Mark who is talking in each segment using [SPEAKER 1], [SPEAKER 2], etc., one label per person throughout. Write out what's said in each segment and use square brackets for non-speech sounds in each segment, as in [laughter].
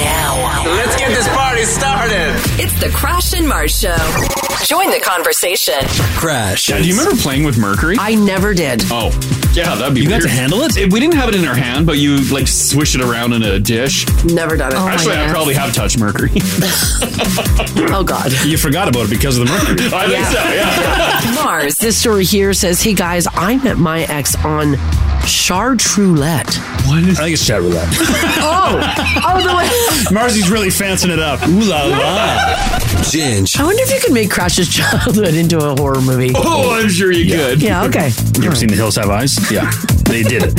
[SPEAKER 1] now.
[SPEAKER 2] Let's get this party started.
[SPEAKER 1] It's the Crash and Mars Show. Join the conversation.
[SPEAKER 3] Crash.
[SPEAKER 4] Do you remember playing with Mercury?
[SPEAKER 1] I never did.
[SPEAKER 4] Oh, yeah, that'd be
[SPEAKER 3] You got
[SPEAKER 4] weird.
[SPEAKER 3] to handle it?
[SPEAKER 4] We didn't have it in our hand, but you like swish it around in a dish.
[SPEAKER 1] Never
[SPEAKER 3] Oh
[SPEAKER 1] done it.
[SPEAKER 5] my
[SPEAKER 4] Actually, I
[SPEAKER 5] goodness.
[SPEAKER 4] probably have touched Mercury. [laughs]
[SPEAKER 1] [laughs] Oh, God.
[SPEAKER 3] You forgot about it because of the mercury.
[SPEAKER 4] [laughs] I think so. Yeah.
[SPEAKER 1] [laughs]
[SPEAKER 5] [laughs]
[SPEAKER 1] Mars.
[SPEAKER 5] This story here says, "Hey guys, I met my ex on Chartreuse Roulette."
[SPEAKER 4] What is
[SPEAKER 3] I think it's chat roulette. [laughs]
[SPEAKER 5] Oh, oh, the way.
[SPEAKER 3] Marzi's really fancying it up. Ooh la la. Ginge.
[SPEAKER 5] I wonder if you could make Crash's childhood into a horror movie.
[SPEAKER 4] Oh, I'm sure you could.
[SPEAKER 5] Yeah, okay.
[SPEAKER 3] You ever seen The Hills Have Eyes? Yeah. They did it.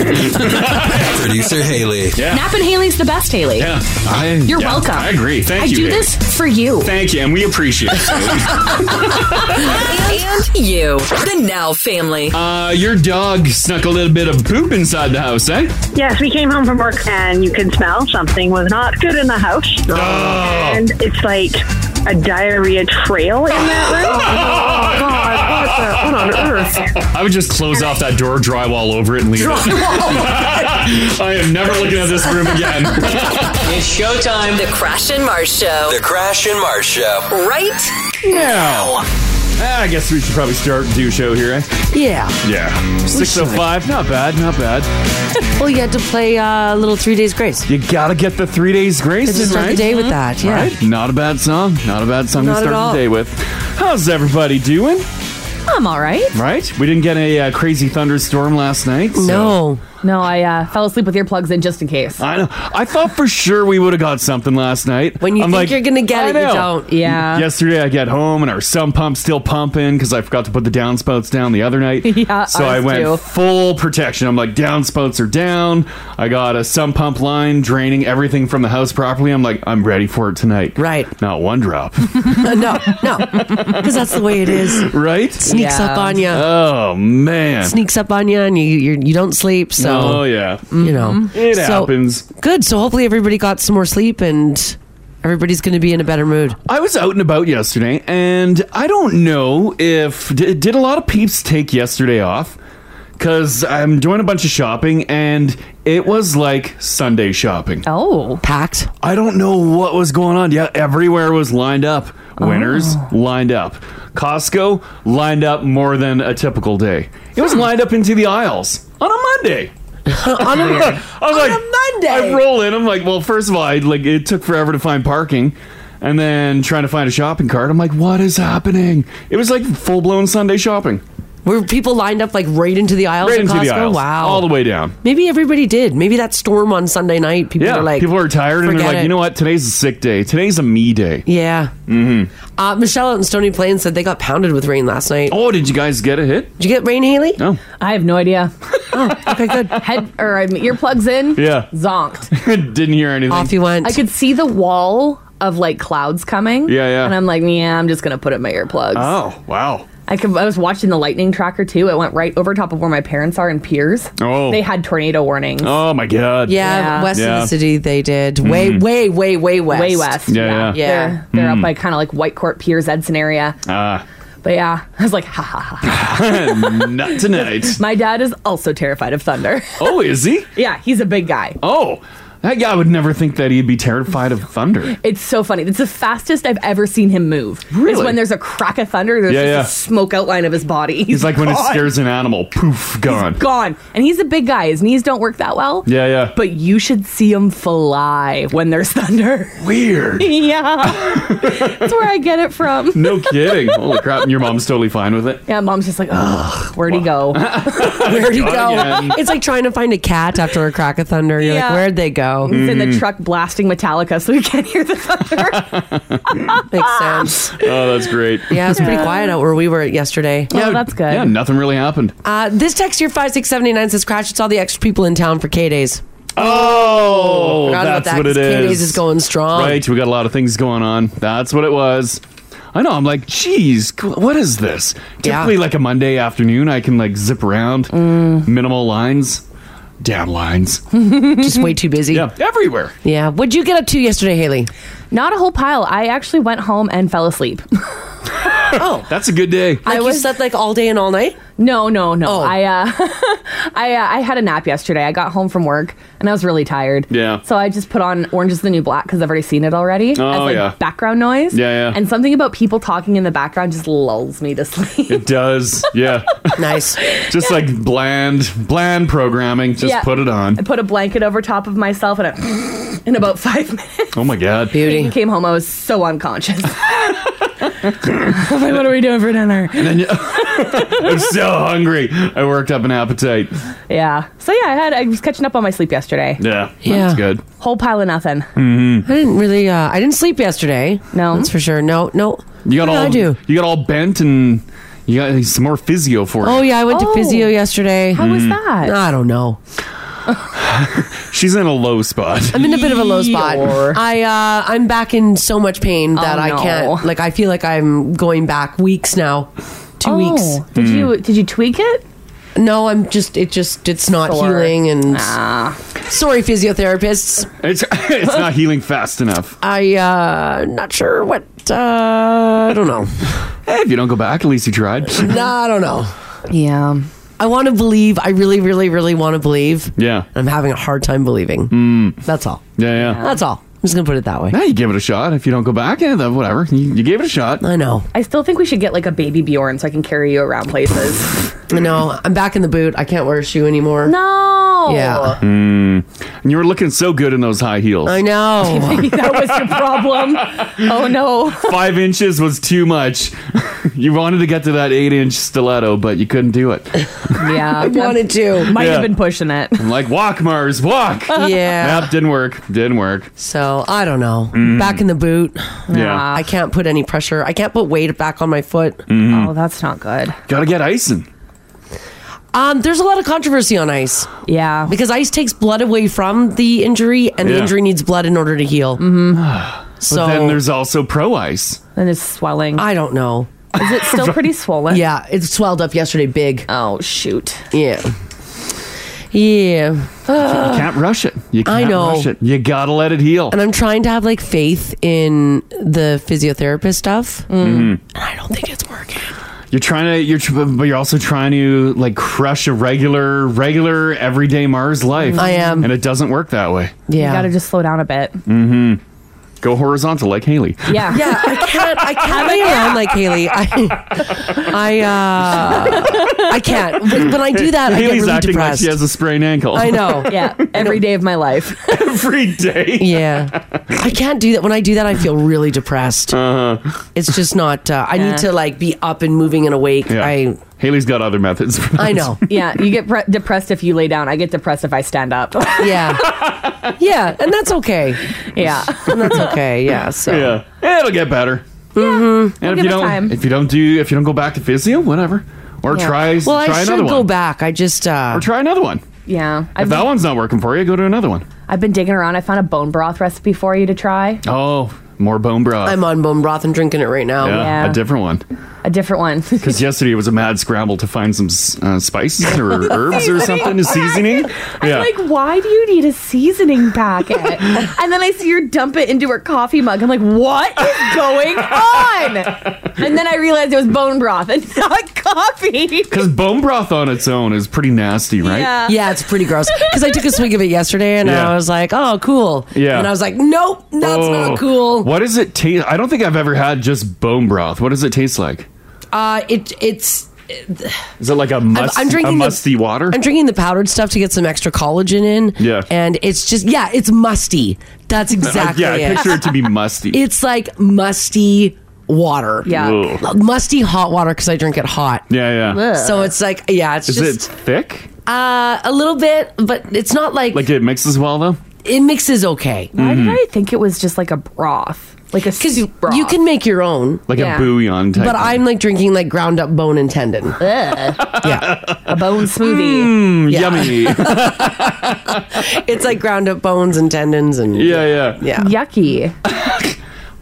[SPEAKER 3] Producer Haley. Yeah.
[SPEAKER 6] Nap and Haley's the best, Haley.
[SPEAKER 4] Yeah. I,
[SPEAKER 6] You're
[SPEAKER 4] yeah,
[SPEAKER 6] welcome.
[SPEAKER 4] I agree. Thank
[SPEAKER 6] I
[SPEAKER 4] you.
[SPEAKER 6] do
[SPEAKER 4] Haley.
[SPEAKER 6] this for you.
[SPEAKER 4] Thank you, and we appreciate
[SPEAKER 1] [laughs]
[SPEAKER 4] it.
[SPEAKER 1] And you. The Now family.
[SPEAKER 4] uh, your dog snuck a little bit of poop inside the house, eh?
[SPEAKER 7] Yes, we came home from work and you can smell something was not good in the house. And it's like a diarrhea trail in that
[SPEAKER 5] [laughs]
[SPEAKER 7] room.
[SPEAKER 5] Oh, God, what, the, what on earth?
[SPEAKER 4] I would just close off that door, drywall over it, and leave it. I am never looking at this room again.
[SPEAKER 1] It's showtime. The Crash and Mars Show.
[SPEAKER 8] The Crash and Mars Show.
[SPEAKER 1] Right
[SPEAKER 4] now. Ah, I guess we should probably start and do a show here, eh?
[SPEAKER 5] Yeah.
[SPEAKER 4] Yeah. 605, not bad, not bad.
[SPEAKER 5] [laughs] Well, you had to play uh, little Three Days Grace.
[SPEAKER 4] You gotta get the three days grace,
[SPEAKER 5] It's
[SPEAKER 4] in,
[SPEAKER 5] to start
[SPEAKER 4] right?
[SPEAKER 5] the day with that. Yeah.
[SPEAKER 4] Right? Not a bad song. Not a bad song
[SPEAKER 5] Not
[SPEAKER 4] to
[SPEAKER 5] at
[SPEAKER 4] start
[SPEAKER 5] all.
[SPEAKER 4] the day with. How's everybody doing?
[SPEAKER 6] I'm all right.
[SPEAKER 4] Right? We didn't get a uh, crazy thunderstorm last night. so-
[SPEAKER 5] No.
[SPEAKER 6] No, I uh, fell asleep with earplugs in just in case.
[SPEAKER 4] I know. I thought for sure we would have got something last night.
[SPEAKER 5] When you
[SPEAKER 4] I'm like,
[SPEAKER 5] think you're going to
[SPEAKER 4] I
[SPEAKER 5] get it, you
[SPEAKER 4] know.
[SPEAKER 5] don't.
[SPEAKER 6] Yeah.
[SPEAKER 4] Yesterday, I get home and our sump pump's still pumping because I forgot to put the downspouts down the other night.
[SPEAKER 6] Yeah,
[SPEAKER 4] so
[SPEAKER 6] us
[SPEAKER 4] I went
[SPEAKER 6] too.
[SPEAKER 4] full protection. I'm like, downspouts are down. I got a sump pump line draining everything from the house properly. I'm like, I'm ready for it tonight.
[SPEAKER 5] Right.
[SPEAKER 4] Not one drop.
[SPEAKER 5] [laughs] no, no. Because that's the way it
[SPEAKER 4] [laughs]
[SPEAKER 5] is.
[SPEAKER 4] right?
[SPEAKER 5] Sneaks
[SPEAKER 6] Yeah.
[SPEAKER 5] up on you.
[SPEAKER 4] Oh man.
[SPEAKER 5] Sneaks up on you, and you you're, you don't sleep.
[SPEAKER 4] Oh
[SPEAKER 5] So
[SPEAKER 4] yeah.
[SPEAKER 5] you know
[SPEAKER 4] It
[SPEAKER 5] So-
[SPEAKER 4] happens.
[SPEAKER 5] Good. So hopefully everybody got some more sleep, and everybody's going to be in a better mood.
[SPEAKER 4] I was out and about yesterday, and I don't know if d- did a lot of peeps take yesterday off because I'm doing a bunch of shopping, and it was like Sunday shopping.
[SPEAKER 6] Oh.
[SPEAKER 5] Packed.
[SPEAKER 4] I don't know what was going on. Yeah, everywhere was lined up. Winners lined up. Costco lined up more than a typical day. It was lined up into the aisles [laughs] on a Monday.
[SPEAKER 5] [laughs] On a-
[SPEAKER 4] I was
[SPEAKER 5] On
[SPEAKER 4] like,
[SPEAKER 5] a Monday.
[SPEAKER 4] I roll in. I'm like, well, first of all, I, like it took forever to find parking, and then trying to find a shopping cart. I'm like, what is happening? It was like full blown Sunday shopping,
[SPEAKER 5] were people lined up like right into the aisles?
[SPEAKER 4] right
[SPEAKER 5] at
[SPEAKER 4] into
[SPEAKER 5] Costco?
[SPEAKER 4] the aisles,
[SPEAKER 5] Wow.
[SPEAKER 4] all the way down.
[SPEAKER 5] Maybe everybody did. Maybe that storm on Sunday night, people
[SPEAKER 4] Yeah,
[SPEAKER 5] were like,
[SPEAKER 4] people are tired, and they're
[SPEAKER 5] "Forget
[SPEAKER 4] like,
[SPEAKER 5] it."
[SPEAKER 4] you know what? Today's a sick day. Today's a me day.
[SPEAKER 5] Yeah. Mm-hmm. Uh, Michelle out in Stony Plain said they got pounded with rain last night.
[SPEAKER 4] Oh, did you guys get a hit?
[SPEAKER 5] Did you get rain, Haley?
[SPEAKER 4] No.
[SPEAKER 6] I have no idea.
[SPEAKER 5] Okay,
[SPEAKER 6] [laughs]
[SPEAKER 5] good.
[SPEAKER 6] Head or um, earplugs in.
[SPEAKER 4] Oh, Yeah.
[SPEAKER 6] Zonked.
[SPEAKER 4] [laughs] Didn't hear anything.
[SPEAKER 5] Off you went.
[SPEAKER 6] I could see the wall of like clouds coming.
[SPEAKER 4] Yeah, yeah.
[SPEAKER 6] And I'm like, yeah, I'm just gonna put in my earplugs.
[SPEAKER 4] Oh wow.
[SPEAKER 6] I could. I was watching the lightning tracker too. It went right over top of where my parents are in Piers.
[SPEAKER 4] Oh.
[SPEAKER 6] They had tornado warnings.
[SPEAKER 4] Oh my god.
[SPEAKER 5] yeah,
[SPEAKER 6] Yeah.
[SPEAKER 5] west of
[SPEAKER 4] Yeah. Mm-hmm.
[SPEAKER 5] the city they did. Way, way, way, way west.
[SPEAKER 6] Way west.
[SPEAKER 4] Yeah, Mm. yeah.
[SPEAKER 5] Yeah.
[SPEAKER 6] They're, they're up by kind of like White Court, Piers, Edson area.
[SPEAKER 4] Ah,
[SPEAKER 6] But yeah, [laughs] I was like, ha ha ha.
[SPEAKER 4] [laughs] not tonight.
[SPEAKER 6] [laughs] My dad is also terrified of thunder. [laughs]
[SPEAKER 4] oh, is he?
[SPEAKER 6] yeah, he's a big guy.
[SPEAKER 4] Oh, that guy would never think that he'd be terrified of
[SPEAKER 5] [laughs]
[SPEAKER 4] thunder.
[SPEAKER 6] It's so funny. It's the fastest I've ever seen him move. It's
[SPEAKER 4] Really?
[SPEAKER 6] when there's a crack of thunder, there's
[SPEAKER 4] Yeah,
[SPEAKER 6] just
[SPEAKER 4] yeah.
[SPEAKER 6] a smoke outline of his body.
[SPEAKER 4] He's like when it
[SPEAKER 6] gone.
[SPEAKER 4] scares an animal, poof, gone.
[SPEAKER 6] Gone. And he's a big guy. His knees don't work that well.
[SPEAKER 4] Yeah, yeah.
[SPEAKER 6] But you should see him fly when there's [laughs] thunder. [laughs]
[SPEAKER 4] Weird.
[SPEAKER 6] yeah. That's where I get it
[SPEAKER 4] [laughs]
[SPEAKER 6] from.
[SPEAKER 4] No kidding. Holy crap! And your mom's totally fine with it.
[SPEAKER 6] Yeah, mom's just like, ugh, where'd he go?
[SPEAKER 5] [laughs] Where'd you go?
[SPEAKER 4] again.
[SPEAKER 5] It's like trying to find a cat after a crack of thunder. You're
[SPEAKER 6] Yeah.
[SPEAKER 5] like, where'd they go? Mm.
[SPEAKER 6] He's in
[SPEAKER 4] Hmm.
[SPEAKER 6] the truck blasting Metallica so he can't hear the thunder.
[SPEAKER 5] [laughs] Makes sense.
[SPEAKER 4] Oh, that's great. Oh,
[SPEAKER 5] Yeah, it's pretty quiet out where we were yesterday.
[SPEAKER 6] Well, that's good.
[SPEAKER 4] Yeah, nothing really happened.
[SPEAKER 5] Uh, this text here, 56789, says, Crash, it's all the extra people in town for K Days.
[SPEAKER 4] Oh,
[SPEAKER 5] Forgot about
[SPEAKER 4] that's
[SPEAKER 5] that,
[SPEAKER 4] what
[SPEAKER 5] 'cause
[SPEAKER 4] it is.
[SPEAKER 5] K Days is going strong.
[SPEAKER 4] Right, we got a lot of things going on. That's what it was. I know. I'm like, geez, c- what is this?
[SPEAKER 5] Yeah.
[SPEAKER 4] Typically, like a Monday afternoon, I can like zip around,
[SPEAKER 5] Mm.
[SPEAKER 4] minimal lines, damn lines.
[SPEAKER 5] [laughs] Just way too busy.
[SPEAKER 4] yeah, everywhere.
[SPEAKER 5] Yeah. What'd you get up to yesterday, Haley?
[SPEAKER 6] [laughs] Not a whole pile. I actually went home and fell asleep.
[SPEAKER 5] oh,
[SPEAKER 4] that's a good day.
[SPEAKER 5] Like you slept like all day and all night? Oh.
[SPEAKER 6] No, no, no. I uh, [laughs] I uh, I had a nap yesterday. I got home from work and I was really tired.
[SPEAKER 4] Yeah.
[SPEAKER 6] So I just put on Orange is the New Black because I've already seen it already
[SPEAKER 4] Oh,
[SPEAKER 6] as like
[SPEAKER 4] yeah.
[SPEAKER 6] background noise.
[SPEAKER 4] Yeah, yeah.
[SPEAKER 6] And something about people talking in the background just lulls me to [laughs] sleep.
[SPEAKER 4] It does. Yeah.
[SPEAKER 5] nice.
[SPEAKER 4] Just like bland, bland programming. Just
[SPEAKER 6] Yeah.
[SPEAKER 4] put it on.
[SPEAKER 6] I put a blanket over top of myself and I, [laughs] in about five minutes
[SPEAKER 4] Oh my God.
[SPEAKER 6] I came home. I was so
[SPEAKER 4] [laughs]
[SPEAKER 6] unconscious. I'm like, what are we doing for dinner?
[SPEAKER 4] And then you, [laughs] I'm so hungry. I worked up an appetite.
[SPEAKER 6] Yeah. So yeah, I had I was catching up on my sleep yesterday.
[SPEAKER 4] Yeah.
[SPEAKER 5] Yeah.
[SPEAKER 4] That's good. Mm-hmm.
[SPEAKER 6] Whole pile of nothing.
[SPEAKER 5] I didn't really. Uh, I didn't sleep yesterday. No, that's for sure. No, no.
[SPEAKER 4] You got
[SPEAKER 5] What did
[SPEAKER 4] all
[SPEAKER 5] I do?
[SPEAKER 4] you got all bent and you got some more physio for you.
[SPEAKER 5] Oh yeah, I went to physio yesterday.
[SPEAKER 4] How was
[SPEAKER 6] that?
[SPEAKER 5] I don't know.
[SPEAKER 4] She's in a low spot.
[SPEAKER 5] I'm in a bit of a low spot. I uh, I'm back in so much pain that
[SPEAKER 6] Oh,
[SPEAKER 5] I
[SPEAKER 6] no.
[SPEAKER 5] can't. Like I feel like I'm going back weeks now. Two
[SPEAKER 6] Oh,
[SPEAKER 5] weeks.
[SPEAKER 6] Did
[SPEAKER 4] Mm.
[SPEAKER 6] you did you tweak it?
[SPEAKER 5] No, I'm just. It just. It's not
[SPEAKER 6] Sore.
[SPEAKER 5] healing. And sorry, physiotherapists.
[SPEAKER 4] [laughs] It's it's not healing fast enough.
[SPEAKER 5] I uh, not sure what.
[SPEAKER 6] [laughs]
[SPEAKER 5] Uh, I don't know.
[SPEAKER 4] Hey, if you don't go back, at least you tried.
[SPEAKER 5] [laughs] no, I don't know.
[SPEAKER 6] Yeah.
[SPEAKER 5] I want to believe. I really, really, really want to believe.
[SPEAKER 4] Yeah.
[SPEAKER 5] I'm having a hard time believing. Mm. That's all.
[SPEAKER 4] Yeah, yeah.
[SPEAKER 5] That's all. I'm just gonna put it that way.
[SPEAKER 4] Now you give it a shot. If you don't go back, yeah, then whatever. You, you gave it a shot.
[SPEAKER 5] I know.
[SPEAKER 6] I still think we should get like a baby Bjorn so I can carry you around places.
[SPEAKER 5] No, I'm back in the boot. I can't wear a shoe anymore.
[SPEAKER 6] No.
[SPEAKER 5] Yeah.
[SPEAKER 4] Mm. And you were looking so good in those high heels.
[SPEAKER 5] I know.
[SPEAKER 6] that was your problem. [laughs] Oh no.
[SPEAKER 4] Five inches was too much. [laughs] you wanted to get to that eight inch stiletto, but you couldn't do it.
[SPEAKER 6] Yeah.
[SPEAKER 5] [laughs] I wanted to.
[SPEAKER 6] Might
[SPEAKER 4] Yeah.
[SPEAKER 6] have been pushing it.
[SPEAKER 4] I'm like, walk, Mars,
[SPEAKER 6] [laughs]
[SPEAKER 4] walk.
[SPEAKER 5] Yeah.
[SPEAKER 4] Yep, didn't work. Didn't work. Mm-hmm.
[SPEAKER 5] So I don't know. Back in the boot.
[SPEAKER 4] Mm. Yeah.
[SPEAKER 5] I can't put any pressure. I can't put weight back on my foot.
[SPEAKER 4] Mm.
[SPEAKER 6] Oh, that's not good.
[SPEAKER 4] Mm-hmm. Gotta get icing.
[SPEAKER 5] Um, there's a lot of controversy on ice
[SPEAKER 6] Yeah.
[SPEAKER 5] because ice takes blood away from the injury, and the
[SPEAKER 4] Yeah.
[SPEAKER 5] injury needs blood in order to
[SPEAKER 4] [sighs]
[SPEAKER 5] heal. [sighs] Mm-hmm.
[SPEAKER 4] But
[SPEAKER 5] so
[SPEAKER 4] then there's also pro ice.
[SPEAKER 6] And it's swelling.
[SPEAKER 5] I don't know.
[SPEAKER 6] Is it
[SPEAKER 5] [laughs]
[SPEAKER 6] still pretty swollen?
[SPEAKER 5] Yeah, it swelled up yesterday. Big.
[SPEAKER 6] Oh shoot.
[SPEAKER 5] Yeah. Yeah.
[SPEAKER 4] you can't rush it. You can't
[SPEAKER 5] I know.
[SPEAKER 4] rush it. You gotta let it heal.
[SPEAKER 5] And I'm trying to have like faith in the physiotherapist stuff.
[SPEAKER 4] Mm-hmm.
[SPEAKER 5] Mm. And I don't think it's working.
[SPEAKER 4] You're trying to, you're, tr- but you're also trying to like crush a regular, regular, everyday Mars life.
[SPEAKER 5] I am.
[SPEAKER 4] and it doesn't work that way. Mm-hmm.
[SPEAKER 5] Yeah.
[SPEAKER 6] You gotta just slow down a bit.
[SPEAKER 4] Go horizontal like Haley.
[SPEAKER 6] Yeah.
[SPEAKER 5] Yeah, I can't. I can't lay around like Haley. I, I, uh, [laughs] I can't. When, when I do that, I get
[SPEAKER 4] Haley's
[SPEAKER 5] really
[SPEAKER 4] acting
[SPEAKER 5] depressed.
[SPEAKER 4] like she has a sprained ankle.
[SPEAKER 5] I know.
[SPEAKER 6] Yeah. Every day of my life.
[SPEAKER 4] [laughs] every day.
[SPEAKER 5] Yeah, I can't do that. When I do that, I feel really depressed.
[SPEAKER 4] Uh-huh.
[SPEAKER 5] It's just not. Uh, I
[SPEAKER 6] Yeah.
[SPEAKER 5] need to like be up and moving and awake.
[SPEAKER 4] Yeah.
[SPEAKER 5] I,
[SPEAKER 4] Haley's got other methods. for
[SPEAKER 5] I
[SPEAKER 4] this.
[SPEAKER 5] know.
[SPEAKER 6] Yeah, you get pre- depressed if you lay down. I get depressed if I stand up.
[SPEAKER 5] Yeah, yeah, and that's okay.
[SPEAKER 6] yeah.
[SPEAKER 5] [laughs] And that's okay. Yeah. So
[SPEAKER 4] Yeah, it'll get better. Mm-hmm. And
[SPEAKER 6] we'll
[SPEAKER 4] if you
[SPEAKER 6] give it
[SPEAKER 4] don't,
[SPEAKER 6] time.
[SPEAKER 4] if you don't do, if you don't go back to physio, whatever, or try,
[SPEAKER 5] Well, I
[SPEAKER 4] try
[SPEAKER 5] should
[SPEAKER 4] another
[SPEAKER 5] go
[SPEAKER 4] one,
[SPEAKER 5] back. I just. Uh,
[SPEAKER 4] or try another one.
[SPEAKER 6] Yeah.
[SPEAKER 4] If
[SPEAKER 6] I've
[SPEAKER 4] that
[SPEAKER 6] been,
[SPEAKER 4] one's not working for you, go to another one.
[SPEAKER 6] I've been digging around. I found a bone broth recipe for you to try.
[SPEAKER 4] Oh, more bone broth.
[SPEAKER 5] I'm on bone broth and drinking it right now.
[SPEAKER 4] yeah,
[SPEAKER 6] yeah.
[SPEAKER 4] a different one.
[SPEAKER 6] A different one.
[SPEAKER 4] Because yesterday it was a mad scramble to find some s-
[SPEAKER 6] [laughs]
[SPEAKER 4] uh, spices or herbs or something, seasoning. Yeah,
[SPEAKER 6] I'm like, why do you need a seasoning
[SPEAKER 4] [laughs]
[SPEAKER 6] packet? and then I see her dump it into her coffee mug. I'm like, what is going on? and then I realized it was bone broth and [laughs] not coffee.
[SPEAKER 4] because bone broth on its own is pretty nasty, right?
[SPEAKER 6] Yeah.
[SPEAKER 5] Yeah, it's pretty gross. Because I took a swig of it yesterday and
[SPEAKER 4] Yeah.
[SPEAKER 5] I was like, oh, cool.
[SPEAKER 4] Yeah.
[SPEAKER 5] And I was like, nope, that's
[SPEAKER 4] Oh,
[SPEAKER 5] not cool.
[SPEAKER 4] What does it taste? I don't think I've ever had just bone broth. What does it taste like?
[SPEAKER 5] Uh, it it's.
[SPEAKER 4] Is it like a must?
[SPEAKER 5] I'm
[SPEAKER 4] a
[SPEAKER 5] drinking the-
[SPEAKER 4] musty water.
[SPEAKER 5] I'm drinking the powdered stuff to get some extra collagen in.
[SPEAKER 4] Yeah.
[SPEAKER 5] And it's just, yeah, it's musty. That's
[SPEAKER 4] [laughs]
[SPEAKER 5] exactly
[SPEAKER 4] yeah, I
[SPEAKER 5] it.
[SPEAKER 4] picture it to be musty.
[SPEAKER 5] [laughs] It's like musty water.
[SPEAKER 6] Yeah.
[SPEAKER 4] Ugh.
[SPEAKER 5] Musty hot water because I drink it hot.
[SPEAKER 4] yeah, yeah.
[SPEAKER 5] So it's like, yeah, it's
[SPEAKER 4] Is
[SPEAKER 5] just
[SPEAKER 4] it thick?
[SPEAKER 5] uh, a little bit, but it's not like,
[SPEAKER 4] Like it mixes well though.
[SPEAKER 5] it mixes okay.
[SPEAKER 6] Why
[SPEAKER 4] Mm-hmm.
[SPEAKER 6] did I think it was just like a broth? Like a
[SPEAKER 5] Because
[SPEAKER 6] soup broth.
[SPEAKER 5] you can make your own.
[SPEAKER 4] Like
[SPEAKER 6] Yeah.
[SPEAKER 4] a bouillon type.
[SPEAKER 5] But
[SPEAKER 4] thing.
[SPEAKER 5] I'm like drinking like ground up bone and tendon.
[SPEAKER 6] a bone smoothie.
[SPEAKER 4] Mm, yummy. [laughs] yeah,
[SPEAKER 5] [laughs] It's like ground up bones and tendons and
[SPEAKER 4] yeah.
[SPEAKER 5] yeah.
[SPEAKER 6] Yucky.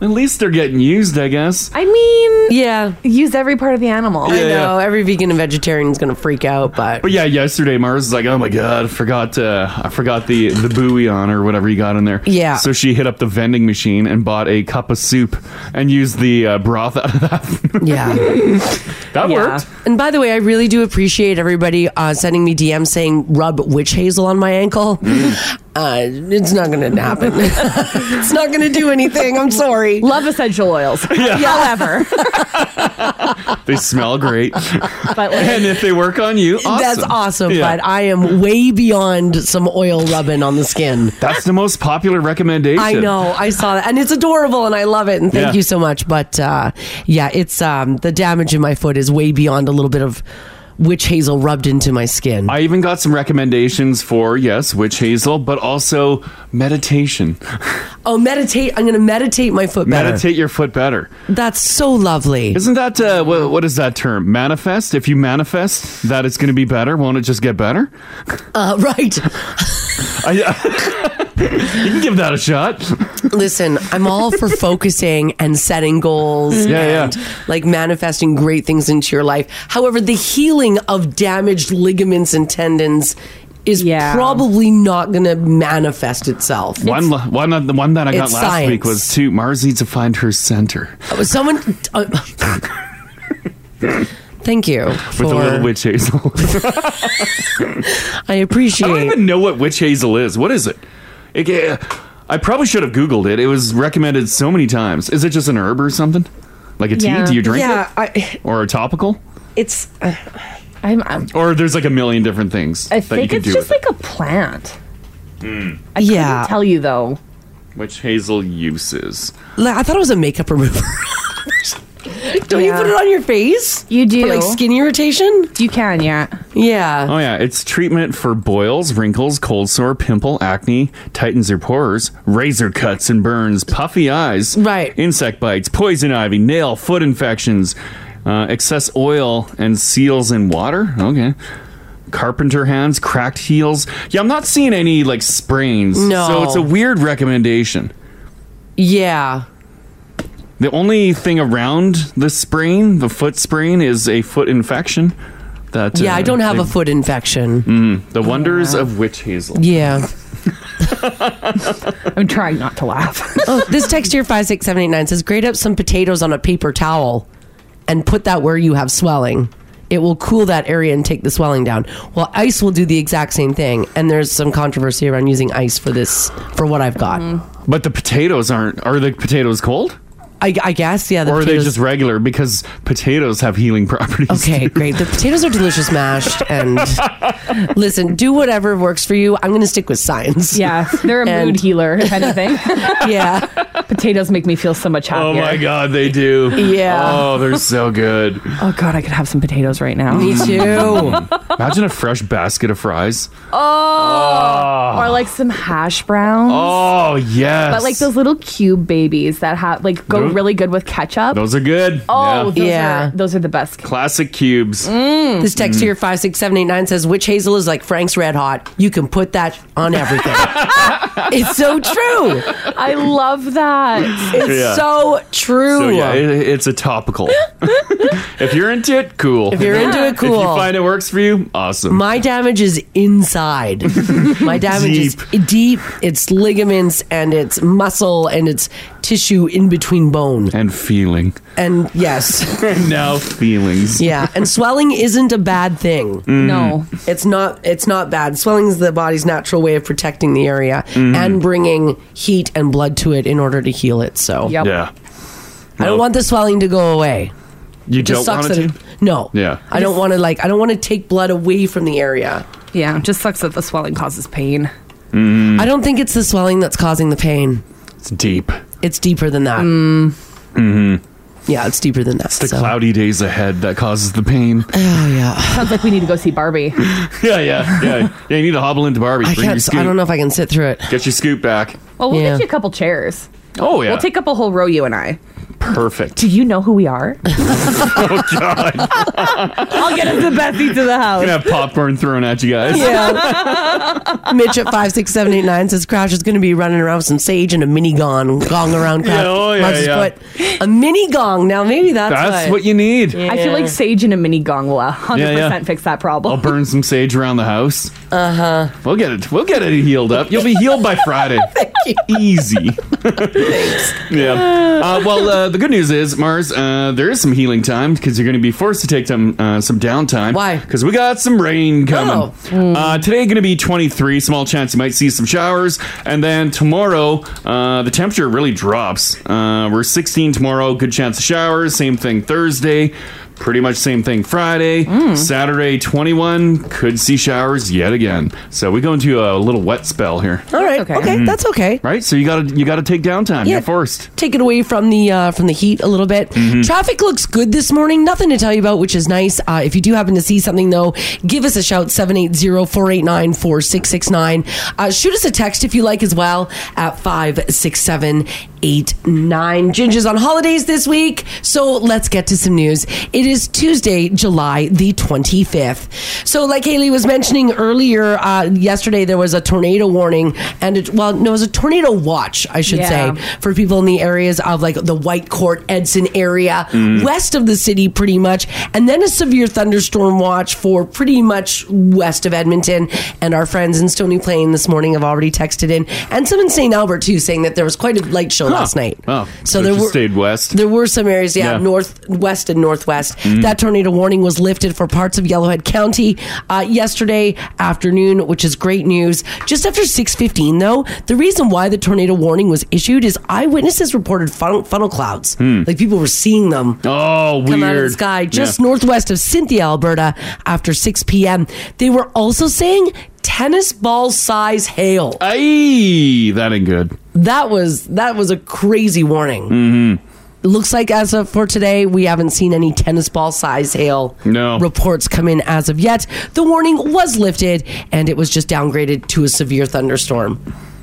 [SPEAKER 4] At least they're getting used, I guess.
[SPEAKER 6] I mean,
[SPEAKER 5] yeah,
[SPEAKER 6] use every part of the animal.
[SPEAKER 5] I know every vegan and vegetarian is gonna freak out, but
[SPEAKER 4] But yeah, yesterday Mars is like, "Oh my god, I forgot uh, I forgot the the buoy on or whatever you got in there."
[SPEAKER 5] Yeah.
[SPEAKER 4] So she hit up the vending machine and bought a cup of soup and used the uh, broth out of that.
[SPEAKER 5] Yeah.
[SPEAKER 4] [laughs] that worked.
[SPEAKER 5] And by the way, I really do appreciate everybody uh, sending me DMs saying rub witch hazel on my ankle.
[SPEAKER 4] Mm.
[SPEAKER 5] [laughs] Uh, it's not going to happen. [laughs] it's not going to do anything. I'm sorry.
[SPEAKER 6] Love essential
[SPEAKER 4] [laughs]
[SPEAKER 6] oils.
[SPEAKER 5] Yeah.
[SPEAKER 6] However,
[SPEAKER 4] They smell
[SPEAKER 5] [laughs]
[SPEAKER 4] great.
[SPEAKER 6] but
[SPEAKER 4] and if they work on you, awesome.
[SPEAKER 5] That's awesome,
[SPEAKER 4] Yeah.
[SPEAKER 5] but I am way beyond some oil rubbing on the skin.
[SPEAKER 4] That's the most popular recommendation.
[SPEAKER 5] I know. I saw that. And it's adorable and I love it. And thank
[SPEAKER 4] Yeah.
[SPEAKER 5] you so much. But uh, yeah, it's um, the damage in my foot is way beyond a little bit of witch hazel rubbed into my skin.
[SPEAKER 4] I even got some recommendations for yes, witch hazel, but also meditation.
[SPEAKER 5] oh, meditate. I'm going to meditate my foot better.
[SPEAKER 4] Meditate your foot better.
[SPEAKER 5] That's so lovely.
[SPEAKER 4] Isn't that uh, wha- what is that term? Manifest. If you manifest that it's going to be better, won't it just get better?
[SPEAKER 5] Uh, [laughs] right.
[SPEAKER 4] I, [laughs] you can give that a shot.
[SPEAKER 5] Listen, I'm all for focusing and setting goals
[SPEAKER 4] Yeah,
[SPEAKER 5] and
[SPEAKER 4] yeah.
[SPEAKER 5] like manifesting great things into your life. However, the healing of damaged ligaments and tendons is
[SPEAKER 6] Yeah.
[SPEAKER 5] probably not going to manifest itself.
[SPEAKER 4] One, la- one, of the one that I got
[SPEAKER 5] It's
[SPEAKER 4] last week
[SPEAKER 5] science.
[SPEAKER 4] was to Mars needs to find her center
[SPEAKER 5] Someone. uh, Thank you.
[SPEAKER 4] with a little
[SPEAKER 5] for-
[SPEAKER 4] witch hazel.
[SPEAKER 5] [laughs] I
[SPEAKER 4] I don't
[SPEAKER 5] appreciate.
[SPEAKER 4] even know what witch hazel is. What is it? It- eh, I probably should have Googled it. It was recommended so many times. Is it just an herb or something? Like a tea?
[SPEAKER 6] Yeah.
[SPEAKER 4] Do you drink
[SPEAKER 5] yeah,
[SPEAKER 4] it?
[SPEAKER 5] I, [laughs]
[SPEAKER 4] Or a topical?
[SPEAKER 5] it's uh,
[SPEAKER 6] I'm, I'm,
[SPEAKER 4] Or there's like a million different things
[SPEAKER 6] Um, I
[SPEAKER 4] that you
[SPEAKER 6] think
[SPEAKER 4] can
[SPEAKER 6] it's
[SPEAKER 4] do
[SPEAKER 6] just
[SPEAKER 4] with
[SPEAKER 6] like a plant. I
[SPEAKER 5] Yeah.
[SPEAKER 6] couldn't tell you though.
[SPEAKER 4] it. witch hazel uses.
[SPEAKER 5] like, I thought it was a
[SPEAKER 6] [laughs]
[SPEAKER 5] makeup remover. Don't you
[SPEAKER 6] Yeah.
[SPEAKER 5] put it on your face?
[SPEAKER 6] You do.
[SPEAKER 5] For, like skin irritation?
[SPEAKER 6] you can, yeah.
[SPEAKER 5] Yeah.
[SPEAKER 4] Oh yeah, it's treatment for boils, wrinkles, cold sore, pimple, acne, tightens your pores, razor cuts and burns, puffy eyes,
[SPEAKER 5] Right.
[SPEAKER 4] insect bites, poison ivy, nail, foot infections, uh, excess oil and seals in water. Okay. Carpenter hands, cracked heels. Yeah, I'm not seeing any like sprains.
[SPEAKER 5] No.
[SPEAKER 4] So it's a weird recommendation.
[SPEAKER 5] Yeah.
[SPEAKER 4] The only thing around the sprain, the foot sprain, is a foot infection. That
[SPEAKER 5] Yeah,
[SPEAKER 4] uh,
[SPEAKER 5] I don't have
[SPEAKER 4] they- Mm-hmm.
[SPEAKER 5] a foot infection.
[SPEAKER 4] The wonders of witch hazel.
[SPEAKER 5] Yeah.
[SPEAKER 6] [laughs] I'm trying not to laugh.
[SPEAKER 5] Oh, this text here five six seven eight nine says, "Grate up some potatoes on a paper towel, and put that where you have swelling. It will cool that area and take the swelling down. Well, ice will do the exact same thing. And there's some controversy around using ice for this for what I've got.
[SPEAKER 4] But the potatoes aren't. Are the potatoes cold?
[SPEAKER 5] I, I guess yeah. The
[SPEAKER 4] or are they
[SPEAKER 5] potatoes-
[SPEAKER 4] just regular? Because potatoes have healing properties.
[SPEAKER 5] Okay,
[SPEAKER 4] too.
[SPEAKER 5] great. The potatoes are delicious mashed. And
[SPEAKER 6] [laughs]
[SPEAKER 5] listen, do whatever works for you. I'm going to stick with science.
[SPEAKER 6] yeah, they're a
[SPEAKER 5] And-
[SPEAKER 6] mood healer, if anything.
[SPEAKER 5] [laughs] Yeah.
[SPEAKER 6] Potatoes make me feel so much happier.
[SPEAKER 4] [laughs] Oh my God, they do.
[SPEAKER 5] Yeah.
[SPEAKER 4] Oh, they're so
[SPEAKER 5] [laughs]
[SPEAKER 4] good.
[SPEAKER 6] Oh god, I could have some potatoes right now.
[SPEAKER 5] Me too.
[SPEAKER 6] [laughs]
[SPEAKER 4] Imagine a fresh basket of fries.
[SPEAKER 6] Oh, or like some hash browns.
[SPEAKER 4] Oh yes.
[SPEAKER 6] But like those little cube babies that have like go
[SPEAKER 4] Those-
[SPEAKER 6] really good with ketchup.
[SPEAKER 4] Those are good.
[SPEAKER 6] oh,
[SPEAKER 4] Yeah.
[SPEAKER 6] those,
[SPEAKER 5] Yeah. Mm.
[SPEAKER 6] Are, those are the best.
[SPEAKER 4] Classic cubes.
[SPEAKER 5] This
[SPEAKER 4] Mm.
[SPEAKER 5] text here five six seven eight nine says, "Witch hazel is like Frank's Red Hot. You can put that on everything.
[SPEAKER 6] [laughs]
[SPEAKER 5] it's so true.
[SPEAKER 6] I love
[SPEAKER 4] [laughs]
[SPEAKER 6] that.
[SPEAKER 5] It's
[SPEAKER 4] Yeah.
[SPEAKER 5] so true.
[SPEAKER 4] So yeah,
[SPEAKER 5] [laughs]
[SPEAKER 4] it, it's a topical. if you're into it, cool. If
[SPEAKER 5] you're into it,
[SPEAKER 4] If you
[SPEAKER 5] cool.
[SPEAKER 4] find it works for you, awesome.
[SPEAKER 5] My damage is
[SPEAKER 4] [laughs]
[SPEAKER 5] inside. My damage is deep. It's ligaments and it's muscle and it's tissue in between bone.
[SPEAKER 4] and
[SPEAKER 5] [laughs]
[SPEAKER 4] feeling. [laughs]
[SPEAKER 5] And yes,
[SPEAKER 4] now feelings.
[SPEAKER 5] yeah.
[SPEAKER 4] [laughs]
[SPEAKER 5] And swelling isn't a bad thing.
[SPEAKER 4] Mm.
[SPEAKER 6] No.
[SPEAKER 5] It's not. It's not bad. Swelling is the body's natural way of protecting the area
[SPEAKER 4] Mm.
[SPEAKER 5] and bringing heat and blood to it in order to heal it. So
[SPEAKER 6] Yep.
[SPEAKER 4] Yeah.
[SPEAKER 5] I don't want the swelling to go away.
[SPEAKER 4] You
[SPEAKER 5] It
[SPEAKER 4] don't want it
[SPEAKER 5] that
[SPEAKER 4] to?
[SPEAKER 5] it, no.
[SPEAKER 4] Yeah.
[SPEAKER 5] I don't want to like I don't want to take blood away from the area.
[SPEAKER 6] Yeah, just sucks that the swelling causes pain.
[SPEAKER 5] I don't think it's the swelling that's causing the pain.
[SPEAKER 4] Mm. It's deep.
[SPEAKER 5] It's deeper than that.
[SPEAKER 6] Mm.
[SPEAKER 5] Mm-hmm. Yeah, it's deeper than that.
[SPEAKER 4] The
[SPEAKER 5] so.
[SPEAKER 4] cloudy days ahead that causes the pain.
[SPEAKER 5] Oh yeah.
[SPEAKER 6] Sounds like we need to go see Barbie.
[SPEAKER 4] [laughs] Yeah, yeah, yeah. Yeah, you need to hobble into Barbie.
[SPEAKER 5] I
[SPEAKER 4] Bring your
[SPEAKER 5] can't.
[SPEAKER 4] scoop.
[SPEAKER 5] I don't know if I can sit through it.
[SPEAKER 4] Get your scoop back.
[SPEAKER 6] Well, we'll
[SPEAKER 5] Yeah.
[SPEAKER 6] get you a couple chairs.
[SPEAKER 4] Oh yeah.
[SPEAKER 6] We'll take up a whole row, you and I.
[SPEAKER 4] [laughs] Perfect.
[SPEAKER 6] Do you know who we are?
[SPEAKER 4] oh god.
[SPEAKER 6] I'll get us the best seats in the house.
[SPEAKER 4] [laughs] Gonna have popcorn thrown at you guys.
[SPEAKER 5] Yeah. [laughs] Mitch at five six seven eight nine says Crash is going to be running around with some sage and a mini gong gong around Crash.
[SPEAKER 4] Yeah, oh, yeah,
[SPEAKER 5] Marks his
[SPEAKER 4] yeah.
[SPEAKER 5] foot. A mini gong. Now maybe that's
[SPEAKER 4] That's what you need.
[SPEAKER 6] I feel like sage and a mini gong will 100%
[SPEAKER 4] Yeah, yeah.
[SPEAKER 6] fix that
[SPEAKER 4] I'll
[SPEAKER 6] problem.
[SPEAKER 4] burn some sage around the house.
[SPEAKER 5] Uh
[SPEAKER 6] Uh-huh.
[SPEAKER 5] huh.
[SPEAKER 4] We'll get it. We'll get it healed up. You'll be healed by
[SPEAKER 5] [laughs]
[SPEAKER 4] Friday. Easy. Yeah. [laughs] Uh, well, uh, the good news is Mars. Uh, there is some healing time because you're going to be forced to take some uh, some downtime. Why? Because we got some rain coming. Uh, today going to be 23. Small chance you might see some showers, and then tomorrow uh, the temperature really drops. Uh, we're 16 tomorrow. Good chance of showers. Same thing Thursday. Pretty much same thing Friday. Saturday 21 could see showers yet again. So we go into a little wet spell here.
[SPEAKER 5] All right. Okay.
[SPEAKER 4] Mhm.
[SPEAKER 5] That's okay.
[SPEAKER 4] Right? So you got to you got to take downtime.
[SPEAKER 5] Yeah.
[SPEAKER 4] You're forced.
[SPEAKER 5] Take it away from the uh, from the heat a little bit.
[SPEAKER 4] Mhm.
[SPEAKER 5] Traffic looks good this morning. Nothing to tell you about, which is nice. Uh, if you do happen to see something though, give us a shout 780-489-4669. Uh, shoot us a text if you like as well at five six seven eight nine. Ginger's on holidays this week, so let's get to some news. It is Tuesday, July the twenty fifth. So, like Haley was mentioning earlier, uh, yesterday there was a tornado warning and it, well, no, it was a tornado watch, I should
[SPEAKER 8] Yeah.
[SPEAKER 5] say for people in the areas of like the White Court, Edson area,
[SPEAKER 8] Mm.
[SPEAKER 5] west of the city, pretty much, and then a severe thunderstorm watch for pretty much west of Edmonton. And our friends in Stony Plain this morning have already texted in, and some in St. Albert too, saying that there was quite a light show last night.
[SPEAKER 4] Oh,
[SPEAKER 5] So
[SPEAKER 4] so,
[SPEAKER 5] there
[SPEAKER 4] there
[SPEAKER 5] were-
[SPEAKER 4] stayed west.
[SPEAKER 5] There were some areas, yeah,
[SPEAKER 4] Yeah.
[SPEAKER 5] northwest and northwest.
[SPEAKER 4] Mm.
[SPEAKER 5] That tornado warning was lifted for parts of Yellowhead County uh, yesterday afternoon, which is great news. Just after six fifteen, though, the reason why the tornado warning was issued is eyewitnesses reported funnel, funnel clouds, like people were seeing them.
[SPEAKER 4] Hmm. Oh,
[SPEAKER 5] Come out of the
[SPEAKER 4] weird.
[SPEAKER 5] sky, just
[SPEAKER 4] Yeah.
[SPEAKER 5] northwest of Cynthia, Alberta, after 6 p.m. They were also saying tennis ball size hail.
[SPEAKER 4] Aye, that ain't good.
[SPEAKER 5] That was that was a crazy warning.
[SPEAKER 4] Mm-hmm.
[SPEAKER 5] It looks like as of for today, we haven't seen any tennis ball size hail
[SPEAKER 4] No.
[SPEAKER 5] reports come in as of yet. The warning was lifted, and it was just downgraded to a severe thunderstorm.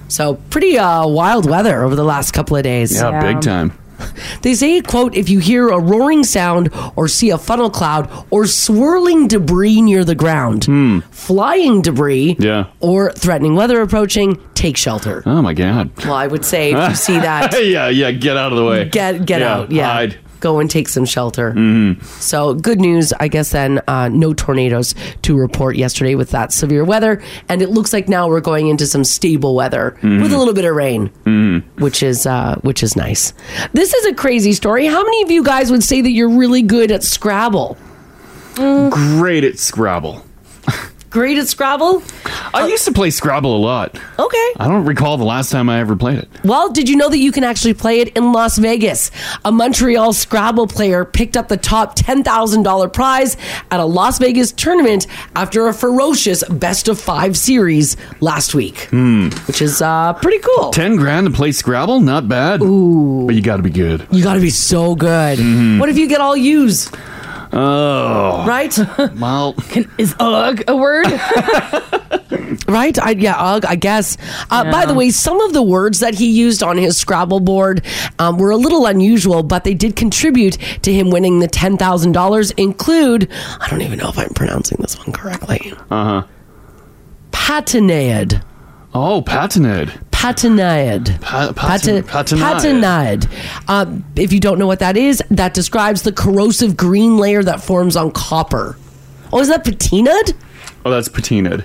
[SPEAKER 5] So pretty uh, wild weather over the last couple of days.
[SPEAKER 4] Yeah, big time.
[SPEAKER 5] They say, quote, if you hear a roaring sound or see a funnel cloud or swirling debris near the ground,
[SPEAKER 4] Hmm.
[SPEAKER 5] flying debris,
[SPEAKER 4] Yeah.
[SPEAKER 5] or threatening weather approaching, take shelter.
[SPEAKER 4] Oh my god.
[SPEAKER 5] Well, I would
[SPEAKER 4] [laughs]
[SPEAKER 5] say if you see that,
[SPEAKER 4] yeah, yeah, get out of the way.
[SPEAKER 5] get get
[SPEAKER 4] Yeah,
[SPEAKER 5] out. Yeah,
[SPEAKER 4] hide. Mm-hmm.
[SPEAKER 5] go and take some shelter. So good news, I guess. Then uh, no tornadoes to report yesterday with that severe weather, and it looks like now we're going into some stable weather
[SPEAKER 8] Mhm.
[SPEAKER 4] Mm-hmm.
[SPEAKER 5] with a little bit of rain, which is uh, which is nice. This is a crazy story. How many of you guys would say that you're really good at Scrabble?
[SPEAKER 4] Uh, Great at Scrabble.
[SPEAKER 5] Great at Scrabble.
[SPEAKER 4] I used to play Scrabble a lot.
[SPEAKER 5] Okay.
[SPEAKER 4] I don't recall the last time I ever played it.
[SPEAKER 5] Well, did you know that you can actually play it in Las Vegas? A Montreal Scrabble player picked up the top $10,000 prize at a Las Vegas tournament after a ferocious best of five series last week.
[SPEAKER 4] Hmm.
[SPEAKER 5] Which is uh, pretty cool.
[SPEAKER 4] Ten grand to play Scrabble, not bad.
[SPEAKER 5] Ooh.
[SPEAKER 4] But you got to be good. Mm-hmm.
[SPEAKER 5] You got to be so good. What if you get all U's?
[SPEAKER 4] Oh.
[SPEAKER 5] Right?
[SPEAKER 4] Well,
[SPEAKER 5] is ugh a word?
[SPEAKER 4] [laughs]
[SPEAKER 5] right? I, yeah, ugh, I guess. Uh, By the way, some of the words that he used on his Scrabble board um, were a little unusual, but they did contribute to him winning the $10,000, include, I don't even know if I'm pronouncing this one correctly,
[SPEAKER 4] Uh huh.
[SPEAKER 5] patinaid.
[SPEAKER 4] Oh, patinade.
[SPEAKER 5] Patinaid.
[SPEAKER 4] Pa-
[SPEAKER 5] Pati-
[SPEAKER 4] patin-
[SPEAKER 5] patinaid. Uh, if you don't know what that is, that describes the corrosive green layer that forms on copper. Oh, is that patinaed?
[SPEAKER 4] Oh, that's patinade.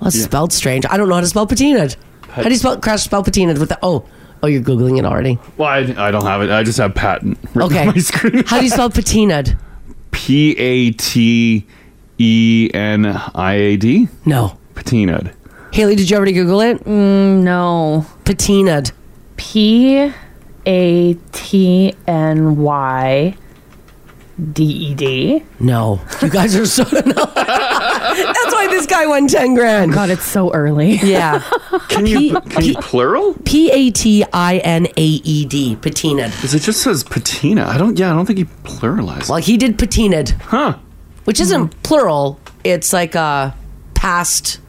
[SPEAKER 5] Well, it's
[SPEAKER 4] Yeah.
[SPEAKER 5] spelled strange. I don't know how to spell patinaed. How do you spell crash spell patinaed with the oh? Oh, you're googling it already.
[SPEAKER 4] Well, I, I don't have it. I just have patent. [laughs]
[SPEAKER 5] Okay. how do you spell patinaed?
[SPEAKER 4] P A T E N I A D?
[SPEAKER 5] No.
[SPEAKER 4] Patinaed.
[SPEAKER 5] Haley, did you already Google it?
[SPEAKER 6] Mm, no.
[SPEAKER 5] Patinaed.
[SPEAKER 6] P A T N Y D E D.
[SPEAKER 5] No. You guys are so. [laughs] That's why this guy won ten grand.
[SPEAKER 6] God, it's so early. [laughs]
[SPEAKER 5] Yeah.
[SPEAKER 4] Can you can you plural?
[SPEAKER 5] P A T I N A E D. Patinaed.
[SPEAKER 4] Because it just says patina. I don't. Yeah, I don't think he pluralized.
[SPEAKER 5] Well, he did patinaed.
[SPEAKER 4] Huh. Hmm.
[SPEAKER 5] Which isn't plural. It's like a past.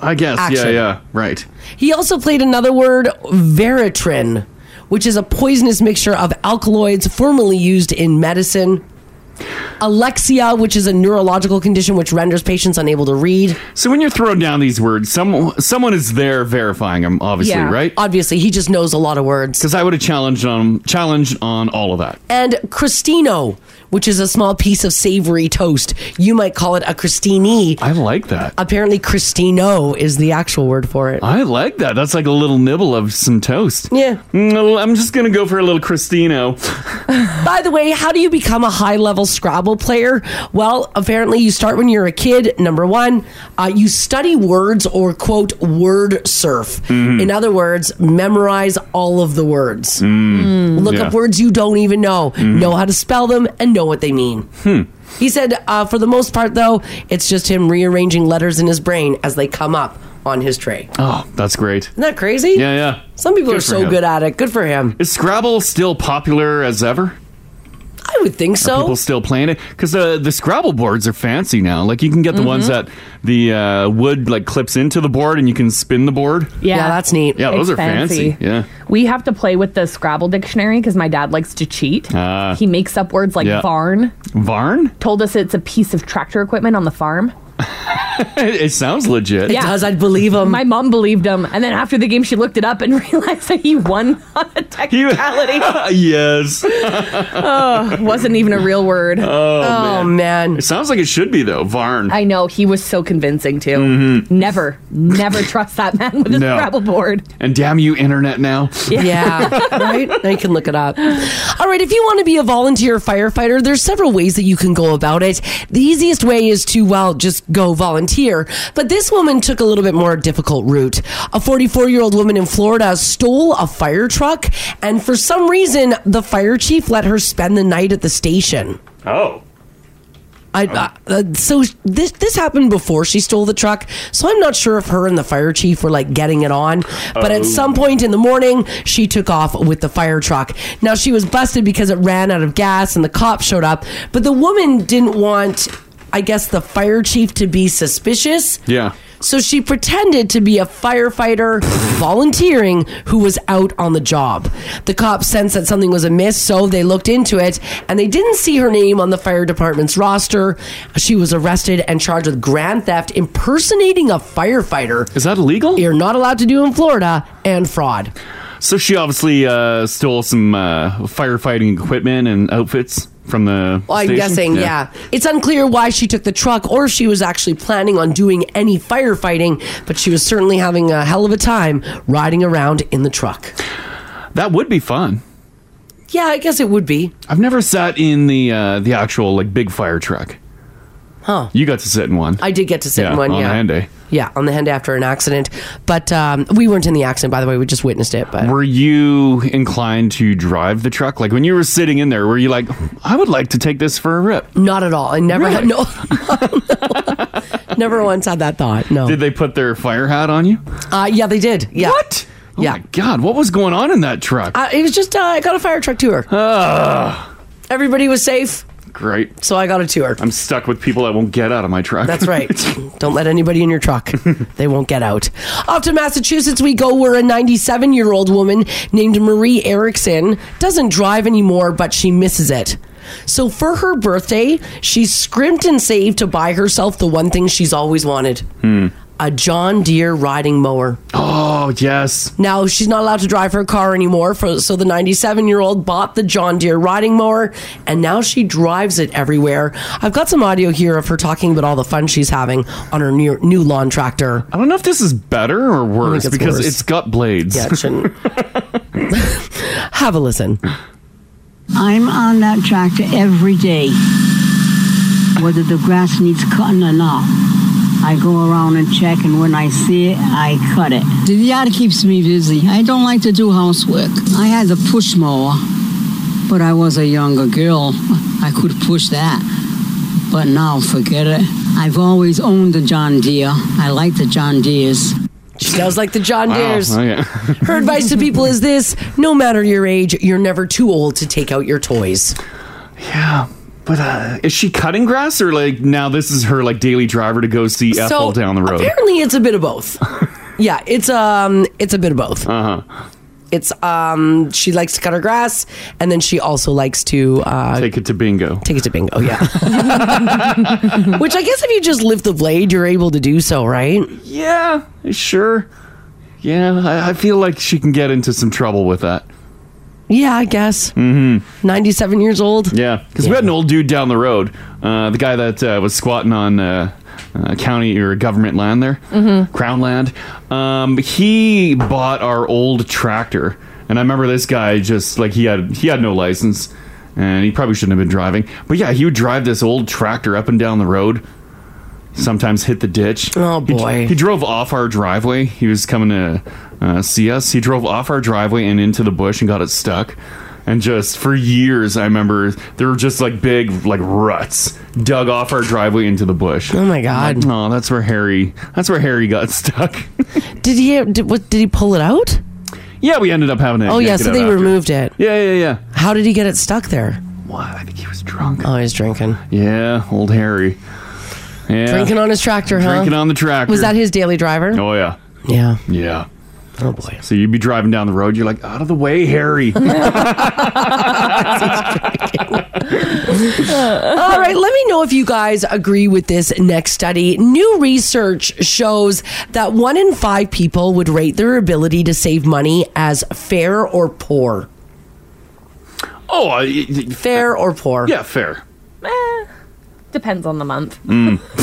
[SPEAKER 4] I guess.
[SPEAKER 5] Action.
[SPEAKER 4] Yeah, yeah. Right.
[SPEAKER 5] He also played another word, veritrin, which is a poisonous mixture of alkaloids formerly used in medicine. Alexia, which is a neurological condition which renders patients unable to read.
[SPEAKER 4] So when you're throwing down these words, some someone is there verifying them, obviously,
[SPEAKER 5] Yeah.
[SPEAKER 4] right?
[SPEAKER 5] Obviously, he just knows a lot of words.
[SPEAKER 4] Because I would have challenged on challenged on all of that.
[SPEAKER 5] and Cristino, which is a small piece of savory toast. You might call it a Cristini.
[SPEAKER 4] I like that.
[SPEAKER 5] Apparently, Cristino is the actual word for it.
[SPEAKER 4] I like that. That's like a little nibble of some toast. Mm,
[SPEAKER 5] Yeah.
[SPEAKER 4] I'm just gonna go for a little Cristino.
[SPEAKER 5] [laughs] By the way, how do you become a high level Scrabble player? Well, apparently you start when you're a kid. Number one, uh, you study words or quote word surf.
[SPEAKER 4] Mm-hmm.
[SPEAKER 8] Mhm.
[SPEAKER 5] In other words, memorize all of the words.
[SPEAKER 4] Hmm.
[SPEAKER 8] Mm.
[SPEAKER 5] Look
[SPEAKER 8] Yeah.
[SPEAKER 5] up words you don't even know,
[SPEAKER 8] Mhm.
[SPEAKER 5] know how to spell them, and know what they mean.
[SPEAKER 8] Hmm.
[SPEAKER 5] He said, uh, for the most part, though, it's just him rearranging letters in his brain as they come up on his tray.
[SPEAKER 4] Oh, that's great.
[SPEAKER 5] Isn't that crazy?
[SPEAKER 4] Yeah, yeah.
[SPEAKER 5] Some people are
[SPEAKER 4] for
[SPEAKER 5] so
[SPEAKER 4] him.
[SPEAKER 5] good at it. Good for him.
[SPEAKER 4] Is Scrabble still popular as ever?
[SPEAKER 5] I would think so.
[SPEAKER 4] Are people still playing it because the the Scrabble boards are fancy now. Like you can get the ones
[SPEAKER 5] Mhm.
[SPEAKER 4] that the uh, wood like clips into the board and you can spin the board.
[SPEAKER 6] Yeah. Yeah,
[SPEAKER 5] that's neat.
[SPEAKER 4] Yeah, those
[SPEAKER 6] It's
[SPEAKER 4] are fancy.
[SPEAKER 6] fancy.
[SPEAKER 4] Yeah.
[SPEAKER 6] We have to play with the Scrabble dictionary because my dad likes to cheat.
[SPEAKER 4] Ah.
[SPEAKER 6] he makes up words like
[SPEAKER 4] Yeah.
[SPEAKER 6] barn.
[SPEAKER 4] Varn? [laughs]
[SPEAKER 6] Told us it's a piece of tractor equipment on the farm.
[SPEAKER 4] it sounds legit.
[SPEAKER 5] I'd believe him.
[SPEAKER 6] My mom believed him, and then after the game, she looked it up and [laughs] realized that he won [laughs] on a technicality.
[SPEAKER 4] [laughs]
[SPEAKER 5] [laughs]
[SPEAKER 4] yes. [laughs]
[SPEAKER 6] oh, wasn't even a real word.
[SPEAKER 4] Oh, man.
[SPEAKER 5] man.
[SPEAKER 4] It sounds like it should be though. Varn.
[SPEAKER 6] I know he was so convincing too. Never, never trust that man with a
[SPEAKER 4] Mm-hmm. No.
[SPEAKER 6] Scrabble board.
[SPEAKER 4] and damn you, internet now. [laughs]
[SPEAKER 5] Yeah. right? Now you can look it up. All right, if you want to be a volunteer firefighter, there's several ways that you can go about it. The easiest way is to, well, just go volunteer. But this woman took a little bit more difficult route. A 44 year old woman in Florida stole a fire truck, and for some reason, the fire chief let her spend the night at the station.
[SPEAKER 4] Oh.
[SPEAKER 5] I, I- uh, so this this happened before she stole the truck, so I'm not sure if her and the fire chief were like getting it on. But
[SPEAKER 8] Oh.
[SPEAKER 5] at some point in the morning, she took off with the fire truck. Now she was busted because it ran out of gas, and the cops showed up. But the woman didn't want, I guess, the fire chief to be suspicious.
[SPEAKER 4] Yeah.
[SPEAKER 5] So she pretended to be a firefighter volunteering who was out on the job. The cops sensed that something was amiss, so they looked into it and they didn't see her name on the fire department's roster. She was arrested and charged with grand theft, impersonating a firefighter.
[SPEAKER 4] Is that illegal?
[SPEAKER 5] You're not allowed to do in Florida, and fraud.
[SPEAKER 4] So she obviously uh, stole some uh, firefighting equipment and outfits from the.
[SPEAKER 5] Well, I'm
[SPEAKER 4] station?
[SPEAKER 5] guessing, yeah. It's unclear why she took the truck or if she was actually planning on doing any firefighting, but she was certainly having a hell of a time riding around in the truck.
[SPEAKER 4] That would be fun.
[SPEAKER 5] Yeah, I guess it would be.
[SPEAKER 4] I've never sat in the uh, the actual like big fire truck.
[SPEAKER 5] Huh.
[SPEAKER 4] You got to sit in one.
[SPEAKER 5] I did get to sit
[SPEAKER 4] yeah,
[SPEAKER 5] in one.
[SPEAKER 4] on
[SPEAKER 5] yeah,
[SPEAKER 4] Hyundai.
[SPEAKER 5] yeah, on the hand after an accident, but um, we weren't in the accident. By the way, we just witnessed it. But
[SPEAKER 4] Were you inclined to drive the truck? Like when you were sitting in there, were you like, I would like to take this for a rip?
[SPEAKER 5] not at all. I never had no, never once had that thought. No.
[SPEAKER 4] Did they put their fire hat on you?
[SPEAKER 5] Uh, yeah, they did. Yeah.
[SPEAKER 4] What? Oh
[SPEAKER 5] yeah.
[SPEAKER 4] my God, what was going on in that truck?
[SPEAKER 5] Uh, it was just uh, I got a fire truck tour.
[SPEAKER 4] Ah,
[SPEAKER 5] Everybody was safe.
[SPEAKER 4] great.
[SPEAKER 5] So I got a tour.
[SPEAKER 4] I'm stuck with people that won't get out of my truck.
[SPEAKER 5] That's right. Don't let anybody in your truck. They won't get out. Off to Massachusetts we go, where a 97 year old woman named Marie Erickson doesn't drive anymore, but she misses it. So for her birthday, she scrimped and saved to buy herself the one thing she's always wanted
[SPEAKER 8] Hmm.
[SPEAKER 5] a John Deere riding mower.
[SPEAKER 4] Oh, yes.
[SPEAKER 5] Now she's not allowed to drive her car anymore, for, so the 97 year old bought the John Deere riding mower, and now she drives it everywhere. I've got some audio here of her talking about all the fun she's having on her new, new lawn tractor.
[SPEAKER 4] I don't know if this is [laughs] better or worse
[SPEAKER 5] it's
[SPEAKER 4] because
[SPEAKER 5] worse.
[SPEAKER 4] it's got blades.
[SPEAKER 5] Yeah, it
[SPEAKER 4] [laughs]
[SPEAKER 5] shouldn't. Have a listen.
[SPEAKER 9] I'm on that tractor every day, whether the grass needs cutting or not. I go around and check, and when I see it, I cut it. The yard keeps me busy. I don't like to do housework. I had the push mower, but I was a younger girl. [laughs] I could push that. But now, forget it. I've always owned the John Deere. I like the John Deeres.
[SPEAKER 5] She does like the John
[SPEAKER 4] Wow,
[SPEAKER 5] Deere's.
[SPEAKER 4] okay.
[SPEAKER 5] Her advice to people is this no matter your age, you're never too old to take out your toys.
[SPEAKER 4] Yeah. But uh, is she cutting grass or like now this is her like daily driver to go see Ethel down the road? [laughs]
[SPEAKER 5] Apparently, it's a bit of both. yeah, it's um, it's a bit of both.
[SPEAKER 4] Uh huh.
[SPEAKER 5] It's um she likes to cut her grass and then she also likes to uh
[SPEAKER 4] Take it to bingo.
[SPEAKER 5] Take it to
[SPEAKER 4] [laughs]
[SPEAKER 5] bingo, yeah. [laughs] which I guess if you just lift the blade, you're able to do so, right?
[SPEAKER 4] Yeah, sure. Yeah, I, I feel like she can get into some trouble with that.
[SPEAKER 5] Yeah, I guess. Mm-hmm. 97 years old.
[SPEAKER 4] Yeah, because we had an old dude down the road, uh, the guy that uh, was squatting on uh, uh, county or government land there,
[SPEAKER 8] Mhm.
[SPEAKER 4] crown land. Um, he bought our old tractor, and I remember this guy just like he had he had no license, and he probably shouldn't have been driving. But yeah, he would drive this old tractor up and down the road. Sometimes hit the ditch. Oh boy! He, drove off our driveway. He was coming to uh, see us. He drove off our driveway and into the bush and got it stuck. And just for years, I remember there were just like big like ruts dug off our driveway into the bush. Oh
[SPEAKER 5] my god!
[SPEAKER 4] oh, that's where Harry. That's where Harry got [laughs] stuck.
[SPEAKER 5] Did he did, what did he pull it out?
[SPEAKER 4] yeah, we ended up having to.
[SPEAKER 5] oh yeah,
[SPEAKER 4] yank it
[SPEAKER 5] so
[SPEAKER 4] out
[SPEAKER 5] they
[SPEAKER 4] after.
[SPEAKER 5] removed it.
[SPEAKER 4] Yeah, yeah, yeah.
[SPEAKER 5] How did he get it stuck there?
[SPEAKER 4] What? I think he was drunk.
[SPEAKER 5] Oh, he's drinking.
[SPEAKER 4] Yeah, old Harry. Yeah.
[SPEAKER 5] Drinking on his tractor, huh?
[SPEAKER 4] Drinking on the tractor.
[SPEAKER 5] Was that his daily driver?
[SPEAKER 4] Oh yeah.
[SPEAKER 5] Yeah.
[SPEAKER 4] Yeah.
[SPEAKER 5] Oh boy.
[SPEAKER 4] So you'd be driving down the road, you're like, out of the way,
[SPEAKER 5] [laughs]
[SPEAKER 4] Harry.
[SPEAKER 5] [laughs] All right, let me know if you guys agree with this next study. New research shows that one in five people would rate their ability to save money as fair or poor.
[SPEAKER 4] Oh,
[SPEAKER 5] fair or poor?
[SPEAKER 4] Yeah, fair. Mm.
[SPEAKER 6] Depends on the month.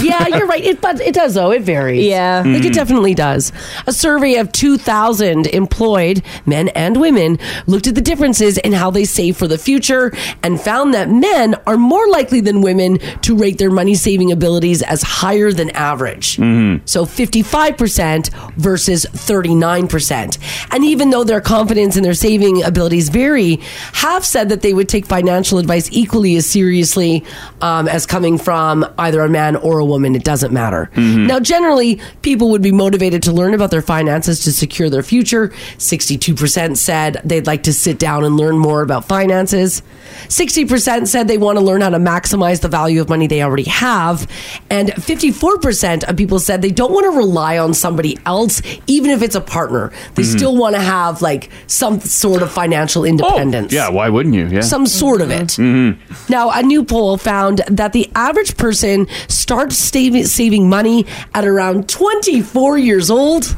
[SPEAKER 5] yeah, you're right. It, but it does, though. It varies. Yeah. Like,
[SPEAKER 6] Mhm.
[SPEAKER 5] it definitely does. A survey of 2,000 employed men and women looked at the differences in how they save for the future and found that men are more likely than women to rate their money saving abilities as higher than average.
[SPEAKER 4] Mm-hmm.
[SPEAKER 5] So 55% versus 39%. And even though their confidence in their saving abilities vary, have said that they would take financial advice equally as seriously um, as coming from either a man or a woman. It doesn't matter. Now, Uh, generally, people would be motivated to learn about their finances to secure their future. 62% said they'd like to sit down and learn more about finances. 60% said they want to learn how to maximize the value of money they already have. And 54% of people said they don't want to rely on somebody else, even if it's a partner. They
[SPEAKER 4] Mhm.
[SPEAKER 5] still want to have like some sort of financial independence.
[SPEAKER 4] Oh, Yeah, why wouldn't you? Yeah.
[SPEAKER 5] Some sort of it.
[SPEAKER 4] Mm-hmm.
[SPEAKER 5] Now, a new poll found that the average person starts saving, saving money at around 24 years old.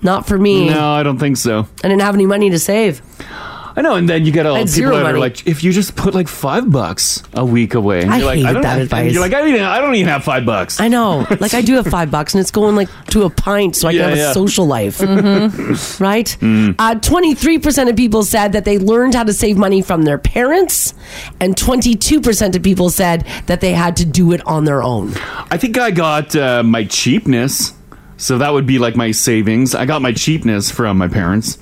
[SPEAKER 5] Not for me.
[SPEAKER 4] Hmm. No, I don't think so.
[SPEAKER 5] I didn't have any money to save.
[SPEAKER 4] I know, and then you get all
[SPEAKER 5] I
[SPEAKER 4] the
[SPEAKER 5] had
[SPEAKER 4] people
[SPEAKER 5] zero
[SPEAKER 4] that are
[SPEAKER 5] money.
[SPEAKER 4] like, if you just put like five bucks a week away, and
[SPEAKER 5] I
[SPEAKER 4] you're like,
[SPEAKER 5] hated
[SPEAKER 4] don't
[SPEAKER 5] that
[SPEAKER 4] have-
[SPEAKER 5] advice.
[SPEAKER 4] You're like, I don't even, I don't even have five bucks.
[SPEAKER 5] I know. Like, I do have five bucks, and it's going like to a pint, so I
[SPEAKER 4] Yeah,
[SPEAKER 5] can have
[SPEAKER 4] yeah.
[SPEAKER 5] a social life,
[SPEAKER 10] Mm-hmm.
[SPEAKER 5] right?
[SPEAKER 4] Mm.
[SPEAKER 5] Twenty-three percent of people said that they learned how to save money from their parents, and twenty-two percent of people said that they had to do it on their own.
[SPEAKER 4] [laughs] I think I got uh, my cheapness, so that would be like my savings. I got my cheapness from my parents.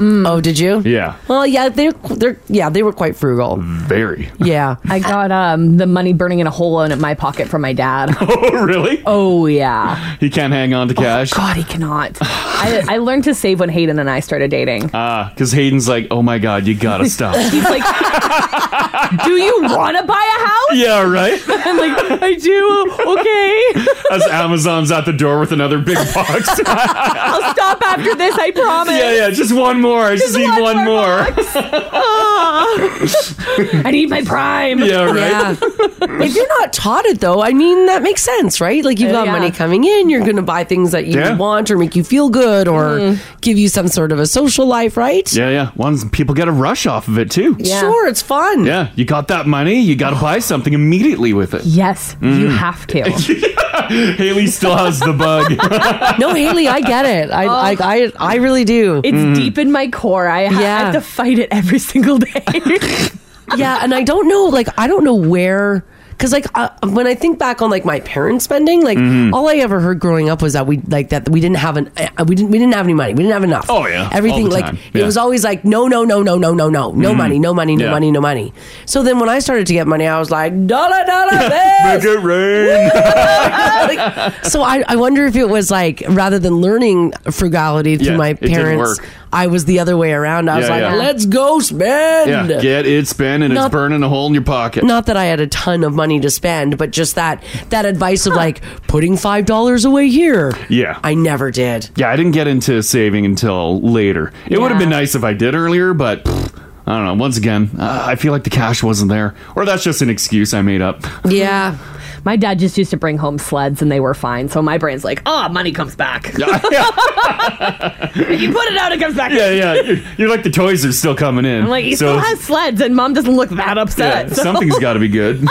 [SPEAKER 5] Oh, did you?
[SPEAKER 4] Yeah,
[SPEAKER 5] Well, yeah, they're they're yeah, they were quite frugal.
[SPEAKER 4] very.
[SPEAKER 5] Yeah.
[SPEAKER 6] I got um the money burning in a hole in my pocket from my dad.
[SPEAKER 4] [laughs] Oh, really?
[SPEAKER 6] Oh, yeah.
[SPEAKER 4] He can't hang on to cash.
[SPEAKER 6] Oh, God, he cannot. I, I learned to save when Hayden and I started dating.
[SPEAKER 4] Ah, because Hayden's like, oh my god,
[SPEAKER 6] [laughs]
[SPEAKER 4] you gotta stop.
[SPEAKER 6] He's
[SPEAKER 4] [laughs]
[SPEAKER 6] like, do you want to buy a house?
[SPEAKER 4] yeah, right.
[SPEAKER 6] [laughs] I'm like, I
[SPEAKER 4] [laughs]
[SPEAKER 6] do. Okay.
[SPEAKER 4] As Amazon's at the door with
[SPEAKER 6] [laughs]
[SPEAKER 4] another big box.
[SPEAKER 6] I'll stop after this, I promise.
[SPEAKER 4] Yeah, yeah, just [laughs] one more. I just, need one, more. [laughs]
[SPEAKER 6] Ah. I need my prime.
[SPEAKER 5] if you're not taught it, though, I mean, that makes sense, right? Like, you've
[SPEAKER 6] Uh,
[SPEAKER 5] got
[SPEAKER 6] yeah.
[SPEAKER 5] money coming in, you're going to buy things that you
[SPEAKER 4] Yeah.
[SPEAKER 5] want or make you feel good or
[SPEAKER 6] Mm.
[SPEAKER 5] give you some sort of a social life, right? [laughs]
[SPEAKER 4] Yeah, yeah. Ones people get a rush off of it too.
[SPEAKER 5] Sure, it's fun.
[SPEAKER 4] Yeah, you got that money, you got to buy something immediately with it. Mm.
[SPEAKER 6] Yes, you have to.
[SPEAKER 4] [laughs] Haley still has
[SPEAKER 6] [laughs]
[SPEAKER 4] the bug. [laughs]
[SPEAKER 5] no, Haley, I get it. I, I, I, I really do.
[SPEAKER 6] It's
[SPEAKER 4] Mm-hmm.
[SPEAKER 6] deep in my core. I, ha- I
[SPEAKER 5] Yeah.
[SPEAKER 6] have to fight it every single
[SPEAKER 4] [laughs]
[SPEAKER 6] day.
[SPEAKER 5] yeah, and I don't know, like, I don't know where. Cause like uh, when I think back on like my parents' spending, like
[SPEAKER 11] Mhm.
[SPEAKER 5] all I ever heard growing up was that we like that we didn't have an uh, we didn't we didn't have any money, we didn't have enough.
[SPEAKER 11] Oh, yeah. All
[SPEAKER 5] everything
[SPEAKER 11] the
[SPEAKER 5] like
[SPEAKER 11] time.
[SPEAKER 5] it
[SPEAKER 11] Yeah.
[SPEAKER 5] was always like no no no no no no no no
[SPEAKER 11] Mhm.
[SPEAKER 5] money no money no
[SPEAKER 11] Yeah.
[SPEAKER 5] money no money. So then when I started to get money, I was like dollar dollar this.
[SPEAKER 4] it rain.
[SPEAKER 5] so I, I wonder if it was like rather than learning frugality through
[SPEAKER 4] Yeah,
[SPEAKER 5] my
[SPEAKER 4] it didn't
[SPEAKER 5] parents,
[SPEAKER 4] work.
[SPEAKER 5] I was the other way around. I was
[SPEAKER 4] Yeah,
[SPEAKER 5] like,
[SPEAKER 4] yeah.
[SPEAKER 5] let's go spend.
[SPEAKER 4] Yeah, get it spin and
[SPEAKER 5] Not-
[SPEAKER 4] it's burning a hole in your pocket.
[SPEAKER 5] Not that I had a ton of money to spend, but just that that advice of like putting five dollars away here.
[SPEAKER 4] Yeah.
[SPEAKER 5] I never [laughs] did.
[SPEAKER 4] Yeah, I didn't get into saving until later. It would have been nice if I did earlier, but pfft, I don't know. Once again, uh, I feel like the cash wasn't there. Or that's just an excuse I made up.
[SPEAKER 5] Yeah.
[SPEAKER 6] My dad just used to bring home sleds and they were fine. So my brain's like, oh, money comes back. [laughs] if you put it out, it comes back.
[SPEAKER 4] Yeah, yeah. You're, you're like the toys are still coming in.
[SPEAKER 6] I'm like, he still has sleds and mom doesn't look that [laughs] upset.
[SPEAKER 4] yeah,
[SPEAKER 6] so-
[SPEAKER 4] something's got to be good.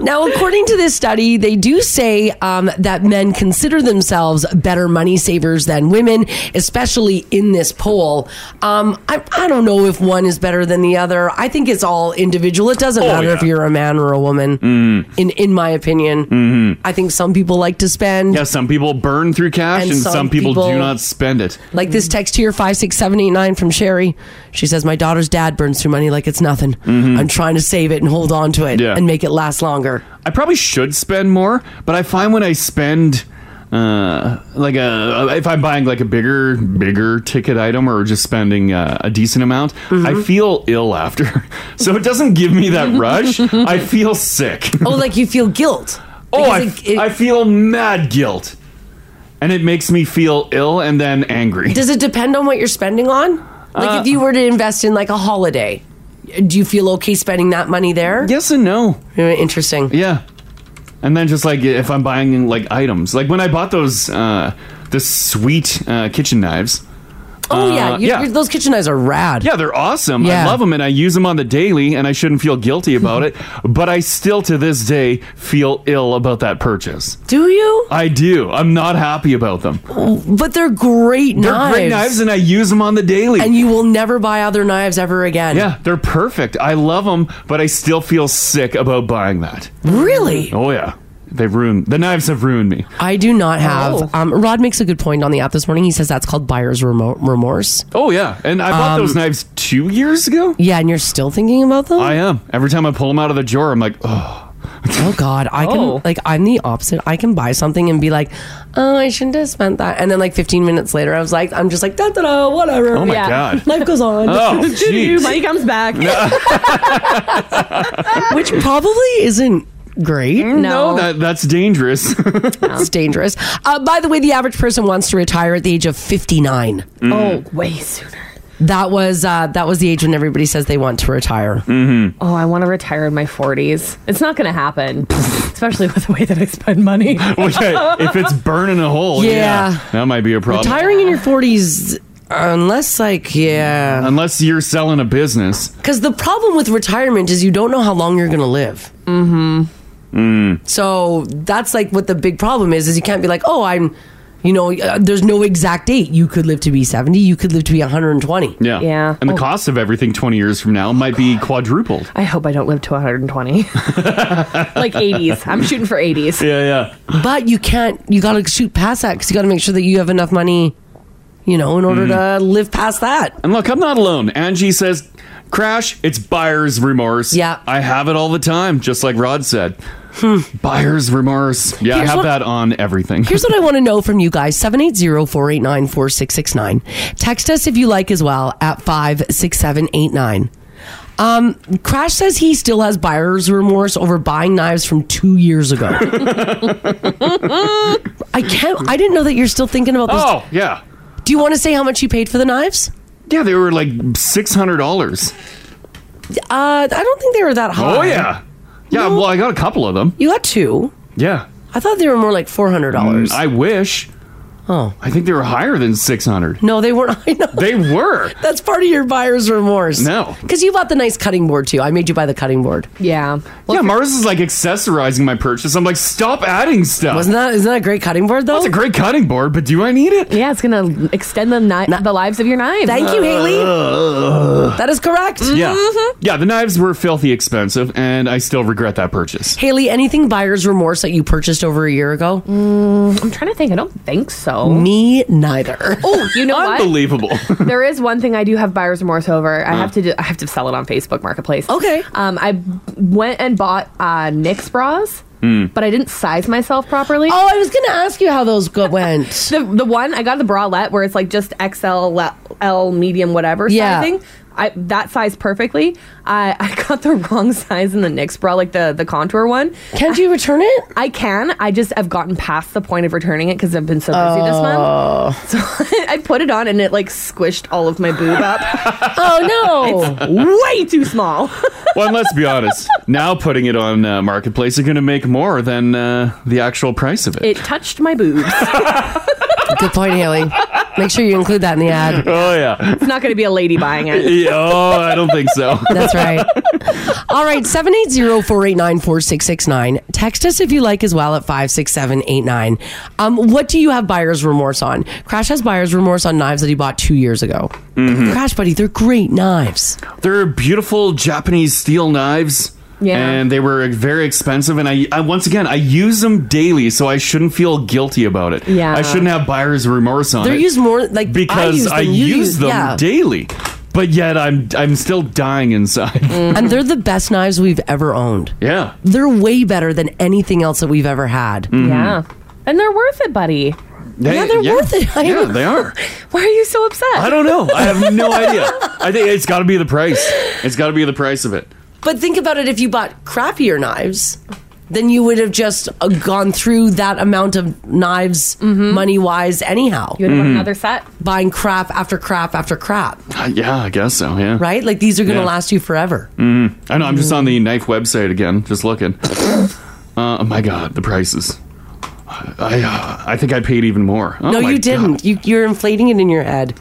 [SPEAKER 5] Now, according to this study, they do say um, that men consider themselves better money savers than women, especially in this poll. Um, I, I don't know if one is better than the other. I think it's all individual. It doesn't
[SPEAKER 8] Oh,
[SPEAKER 5] matter
[SPEAKER 8] yeah.
[SPEAKER 5] if you're a man or a woman.
[SPEAKER 4] Mm.
[SPEAKER 5] In in my opinion, I think some people like to spend.
[SPEAKER 4] Mm-hmm. yeah, some people burn through cash
[SPEAKER 5] And
[SPEAKER 4] and,
[SPEAKER 5] some
[SPEAKER 4] some, people, do
[SPEAKER 5] people-
[SPEAKER 4] not spend it.
[SPEAKER 5] Like this text here, 56789 from Sherry. She says, My daughter's dad burns through money like it's nothing.
[SPEAKER 4] Mhm.
[SPEAKER 5] I'm trying to save it and hold on to it
[SPEAKER 4] Yeah.
[SPEAKER 5] and make it last longer.
[SPEAKER 4] I probably should spend more, but I find when I spend uh like a if i'm buying like a bigger bigger ticket item or just spending uh, a decent amount
[SPEAKER 5] Mm-hmm.
[SPEAKER 4] i feel ill after [laughs] so it doesn't give me that rush i feel sick
[SPEAKER 5] [laughs] oh, like you feel guilt.
[SPEAKER 4] oh I, I feel mad guilt and it makes me feel ill and then angry
[SPEAKER 5] Does it depend on what you're spending on? Like
[SPEAKER 4] Uh,
[SPEAKER 5] if you were to invest in like a holiday, do you feel okay spending that money there?
[SPEAKER 4] Yes and no.
[SPEAKER 5] Interesting.
[SPEAKER 4] Yeah. And then just like if I'm buying like items, like when I bought those uh the sweet uh, kitchen knives.
[SPEAKER 5] Oh
[SPEAKER 4] uh,
[SPEAKER 5] yeah, you
[SPEAKER 4] yeah.
[SPEAKER 5] you those kitchen knives are rad.
[SPEAKER 4] Yeah, they're awesome.
[SPEAKER 5] Yeah.
[SPEAKER 4] I love them and I use them on the daily and I shouldn't feel
[SPEAKER 5] [laughs]
[SPEAKER 4] guilty about it, but I still to this day feel ill about that purchase.
[SPEAKER 5] Do you? Oh,
[SPEAKER 4] I do. I'm not happy about them.
[SPEAKER 5] But they're great
[SPEAKER 4] They're
[SPEAKER 5] knives.
[SPEAKER 4] great knives and I use them on the daily.
[SPEAKER 5] And you will never buy other knives ever again.
[SPEAKER 4] Yeah, they're perfect. I love them, but I still feel sick about buying that.
[SPEAKER 5] Really?
[SPEAKER 4] Oh yeah. They've ruined the knives have ruined me.
[SPEAKER 5] I do not have.
[SPEAKER 4] Oh.
[SPEAKER 5] Um, Rod makes a good point on the app this morning. He says that's called buyer's remo- remorse.
[SPEAKER 4] Oh yeah, and I bought
[SPEAKER 5] Um,
[SPEAKER 4] those knives two years ago.
[SPEAKER 5] Yeah, and you're still thinking about them.
[SPEAKER 4] I am. Every time I pull them out of the drawer, I'm like, oh,
[SPEAKER 5] Oh God, I can like I'm the opposite. I can buy something and be like, oh, I shouldn't have spent that. And then like 15 minutes later, I was like, I'm just like da da da, whatever.
[SPEAKER 4] Oh, my Yeah. God.
[SPEAKER 5] [laughs] life goes on.
[SPEAKER 4] Oh,
[SPEAKER 6] [laughs]
[SPEAKER 4] jeez. Money
[SPEAKER 5] comes back, which probably isn't great.
[SPEAKER 4] Mm, no, that that's dangerous. [laughs]
[SPEAKER 5] It's dangerous. Uh, by the way, the average person wants to retire at the age of 59.
[SPEAKER 4] Mm.
[SPEAKER 5] Oh, way sooner. That was uh, that was the age when everybody says they want to retire.
[SPEAKER 4] Mm-hmm.
[SPEAKER 6] Oh, I want to retire in my 40s. It's not going to happen, [laughs] especially with the way that I spend
[SPEAKER 4] [laughs]
[SPEAKER 6] money.
[SPEAKER 4] okay, if it's burning a hole, yeah.
[SPEAKER 5] Yeah.
[SPEAKER 4] that might be a problem.
[SPEAKER 5] Retiring in your 40s, unless like yeah,
[SPEAKER 4] unless you're selling a business.
[SPEAKER 5] Because the problem with retirement is you don't know how long you're going to live. Mm-hmm.
[SPEAKER 4] Mm.
[SPEAKER 5] So that's like what the big problem is: is you can't be like, oh, I'm, you know, uh, there's no exact date. You could live to be 70. You could live to be 120.
[SPEAKER 4] Yeah, And
[SPEAKER 5] Oh.
[SPEAKER 4] the cost of everything 20 years from now might be quadrupled.
[SPEAKER 6] Oh, I hope I don't live to [laughs] 120. like 80s. I'm shooting for 80s.
[SPEAKER 4] Yeah,
[SPEAKER 5] But you can't. You got to shoot past that because you got to make sure that you have enough money, you know, in order
[SPEAKER 4] Mm-hmm.
[SPEAKER 5] to live past that.
[SPEAKER 4] And look, I'm not alone. Angie says, "Crash, it's buyer's remorse." Yeah, I have it all the time, just like Rod said. Buyer's remorse. Yeah,
[SPEAKER 5] Here's
[SPEAKER 4] I have
[SPEAKER 5] what-
[SPEAKER 4] that on everything.
[SPEAKER 5] Here's what I want to know from you guys 780 489 4669. Text us if you like as well at 56789. Um, Crash says he still has buyer's remorse over buying knives from two years ago. [laughs] I can't, I didn't know that you're still thinking about this.
[SPEAKER 4] Oh, yeah.
[SPEAKER 5] Do you want to say how much you paid for the knives?
[SPEAKER 4] Yeah, they were like six hundred dollars.
[SPEAKER 5] Uh, I don't think they were that
[SPEAKER 4] [laughs]
[SPEAKER 5] high.
[SPEAKER 4] Oh yeah, yeah. Well, I got a couple of them.
[SPEAKER 5] You got two.
[SPEAKER 4] Yeah,
[SPEAKER 5] I thought they were more like $400.
[SPEAKER 4] I wish.
[SPEAKER 5] Oh,
[SPEAKER 4] I think they were higher than six hundred.
[SPEAKER 5] No, they weren't. [laughs] I know.
[SPEAKER 4] They were.
[SPEAKER 5] That's part of your buyer's remorse.
[SPEAKER 4] No.
[SPEAKER 5] Because you bought the nice cutting board too. I made you buy the cutting board.
[SPEAKER 6] Yeah.
[SPEAKER 4] yeah, Mars is like accessorizing my purchase. I'm like, stop adding stuff.
[SPEAKER 5] Wasn't that isn't that a great cutting board though?
[SPEAKER 4] That's a great cutting board, but do I need it?
[SPEAKER 6] Yeah, it's going to extend the, ni- the lives of your knives.
[SPEAKER 5] Thank you, Haley. that is correct. Mm-hmm.
[SPEAKER 4] Yeah, yeah. The knives were filthy expensive, and I still regret that purchase.
[SPEAKER 5] Haley, anything buyer's remorse that you purchased over a year ago?
[SPEAKER 6] Mm, I'm trying to think. I don't think so.
[SPEAKER 5] Me neither.
[SPEAKER 6] Oh, you know what?
[SPEAKER 4] Unbelievable.
[SPEAKER 6] there is one thing I do have buyer's remorse over. I have to do, I have to sell it on Facebook Marketplace.
[SPEAKER 5] Okay.
[SPEAKER 6] Um, I went and bought uh, Nick's bras,
[SPEAKER 4] Hmm.
[SPEAKER 6] but I didn't size myself properly.
[SPEAKER 5] Oh,
[SPEAKER 6] [laughs]
[SPEAKER 5] I was gonna ask you how those go- went.
[SPEAKER 6] the the one I got the bralette where it's like just XL le- L, medium, whatever
[SPEAKER 5] Yeah.
[SPEAKER 6] sizing. I that size perfectly. I [laughs] I got the wrong size in the NYX bra, like the the contour one.
[SPEAKER 5] Can't you return it?
[SPEAKER 6] I can. I just have gotten past the point of returning it because I've been so busy this
[SPEAKER 5] Oh.
[SPEAKER 6] month. [laughs] So I put it on and it like squished all of my boob
[SPEAKER 5] [laughs]
[SPEAKER 6] up.
[SPEAKER 5] oh
[SPEAKER 6] It's way too small. [laughs]
[SPEAKER 4] well, and let's be honest. Now putting it on uh, marketplace is going to make more than uh, the actual price of it.
[SPEAKER 6] It touched my boobs.
[SPEAKER 5] Good point, Haley. Make sure you include that in the ad.
[SPEAKER 4] [laughs] Oh yeah.
[SPEAKER 6] It's not going to be a lady buying it.
[SPEAKER 4] Yeah, oh, I don't think so.
[SPEAKER 5] [laughs] That's right. All right, 780-489-4669. Text us if you like as well at 56789. Um, what do you have buyer's remorse on? Crash has buyer's remorse on knives that he bought two years ago.
[SPEAKER 4] Hmm.
[SPEAKER 5] Crash, buddy, they're great knives.
[SPEAKER 4] Mm-hmm. They're beautiful Japanese steel knives.
[SPEAKER 6] Yeah.
[SPEAKER 4] And they were very expensive, and I, I once again I use them daily, so I shouldn't feel guilty about it.
[SPEAKER 6] Yeah.
[SPEAKER 4] I shouldn't have buyer's remorse on
[SPEAKER 5] They're
[SPEAKER 4] it.
[SPEAKER 5] used more like I
[SPEAKER 4] because
[SPEAKER 5] use them,
[SPEAKER 4] I
[SPEAKER 5] you
[SPEAKER 4] use them
[SPEAKER 5] yeah.
[SPEAKER 4] daily, but yet I'm I'm still dying inside.
[SPEAKER 5] Mm-hmm. and they're the best knives we've ever owned.
[SPEAKER 4] Yeah. Mm-hmm.
[SPEAKER 5] They're way better than anything else that we've ever had.
[SPEAKER 6] Yeah. And they're worth it, buddy.
[SPEAKER 5] Yeah, they're worth it. [laughs] I
[SPEAKER 4] yeah,
[SPEAKER 5] know.
[SPEAKER 4] they are.
[SPEAKER 6] Why are you so upset?
[SPEAKER 4] I don't know. I have no idea. I think it's got to be the price. It's got to be the price of it.
[SPEAKER 5] But think about it if you bought crappier knives, then you would have just uh, gone through that amount of knives money wise anyhow.
[SPEAKER 6] You would Mm-hmm.
[SPEAKER 4] Mm-hmm.
[SPEAKER 6] have another set.
[SPEAKER 5] Buying crap after crap after crap,
[SPEAKER 4] Uh, yeah, I guess so. Yeah.
[SPEAKER 5] right? Mm. Like these are going to
[SPEAKER 4] Yeah.
[SPEAKER 5] last you forever.
[SPEAKER 4] I know. I'm just on the knife website again, just
[SPEAKER 5] [laughs]
[SPEAKER 4] looking. Uh, oh my god, the prices. I uh, I think I paid even more. Oh
[SPEAKER 5] no,
[SPEAKER 4] my
[SPEAKER 5] you
[SPEAKER 4] God.
[SPEAKER 5] didn't. You, you're inflating it in your head.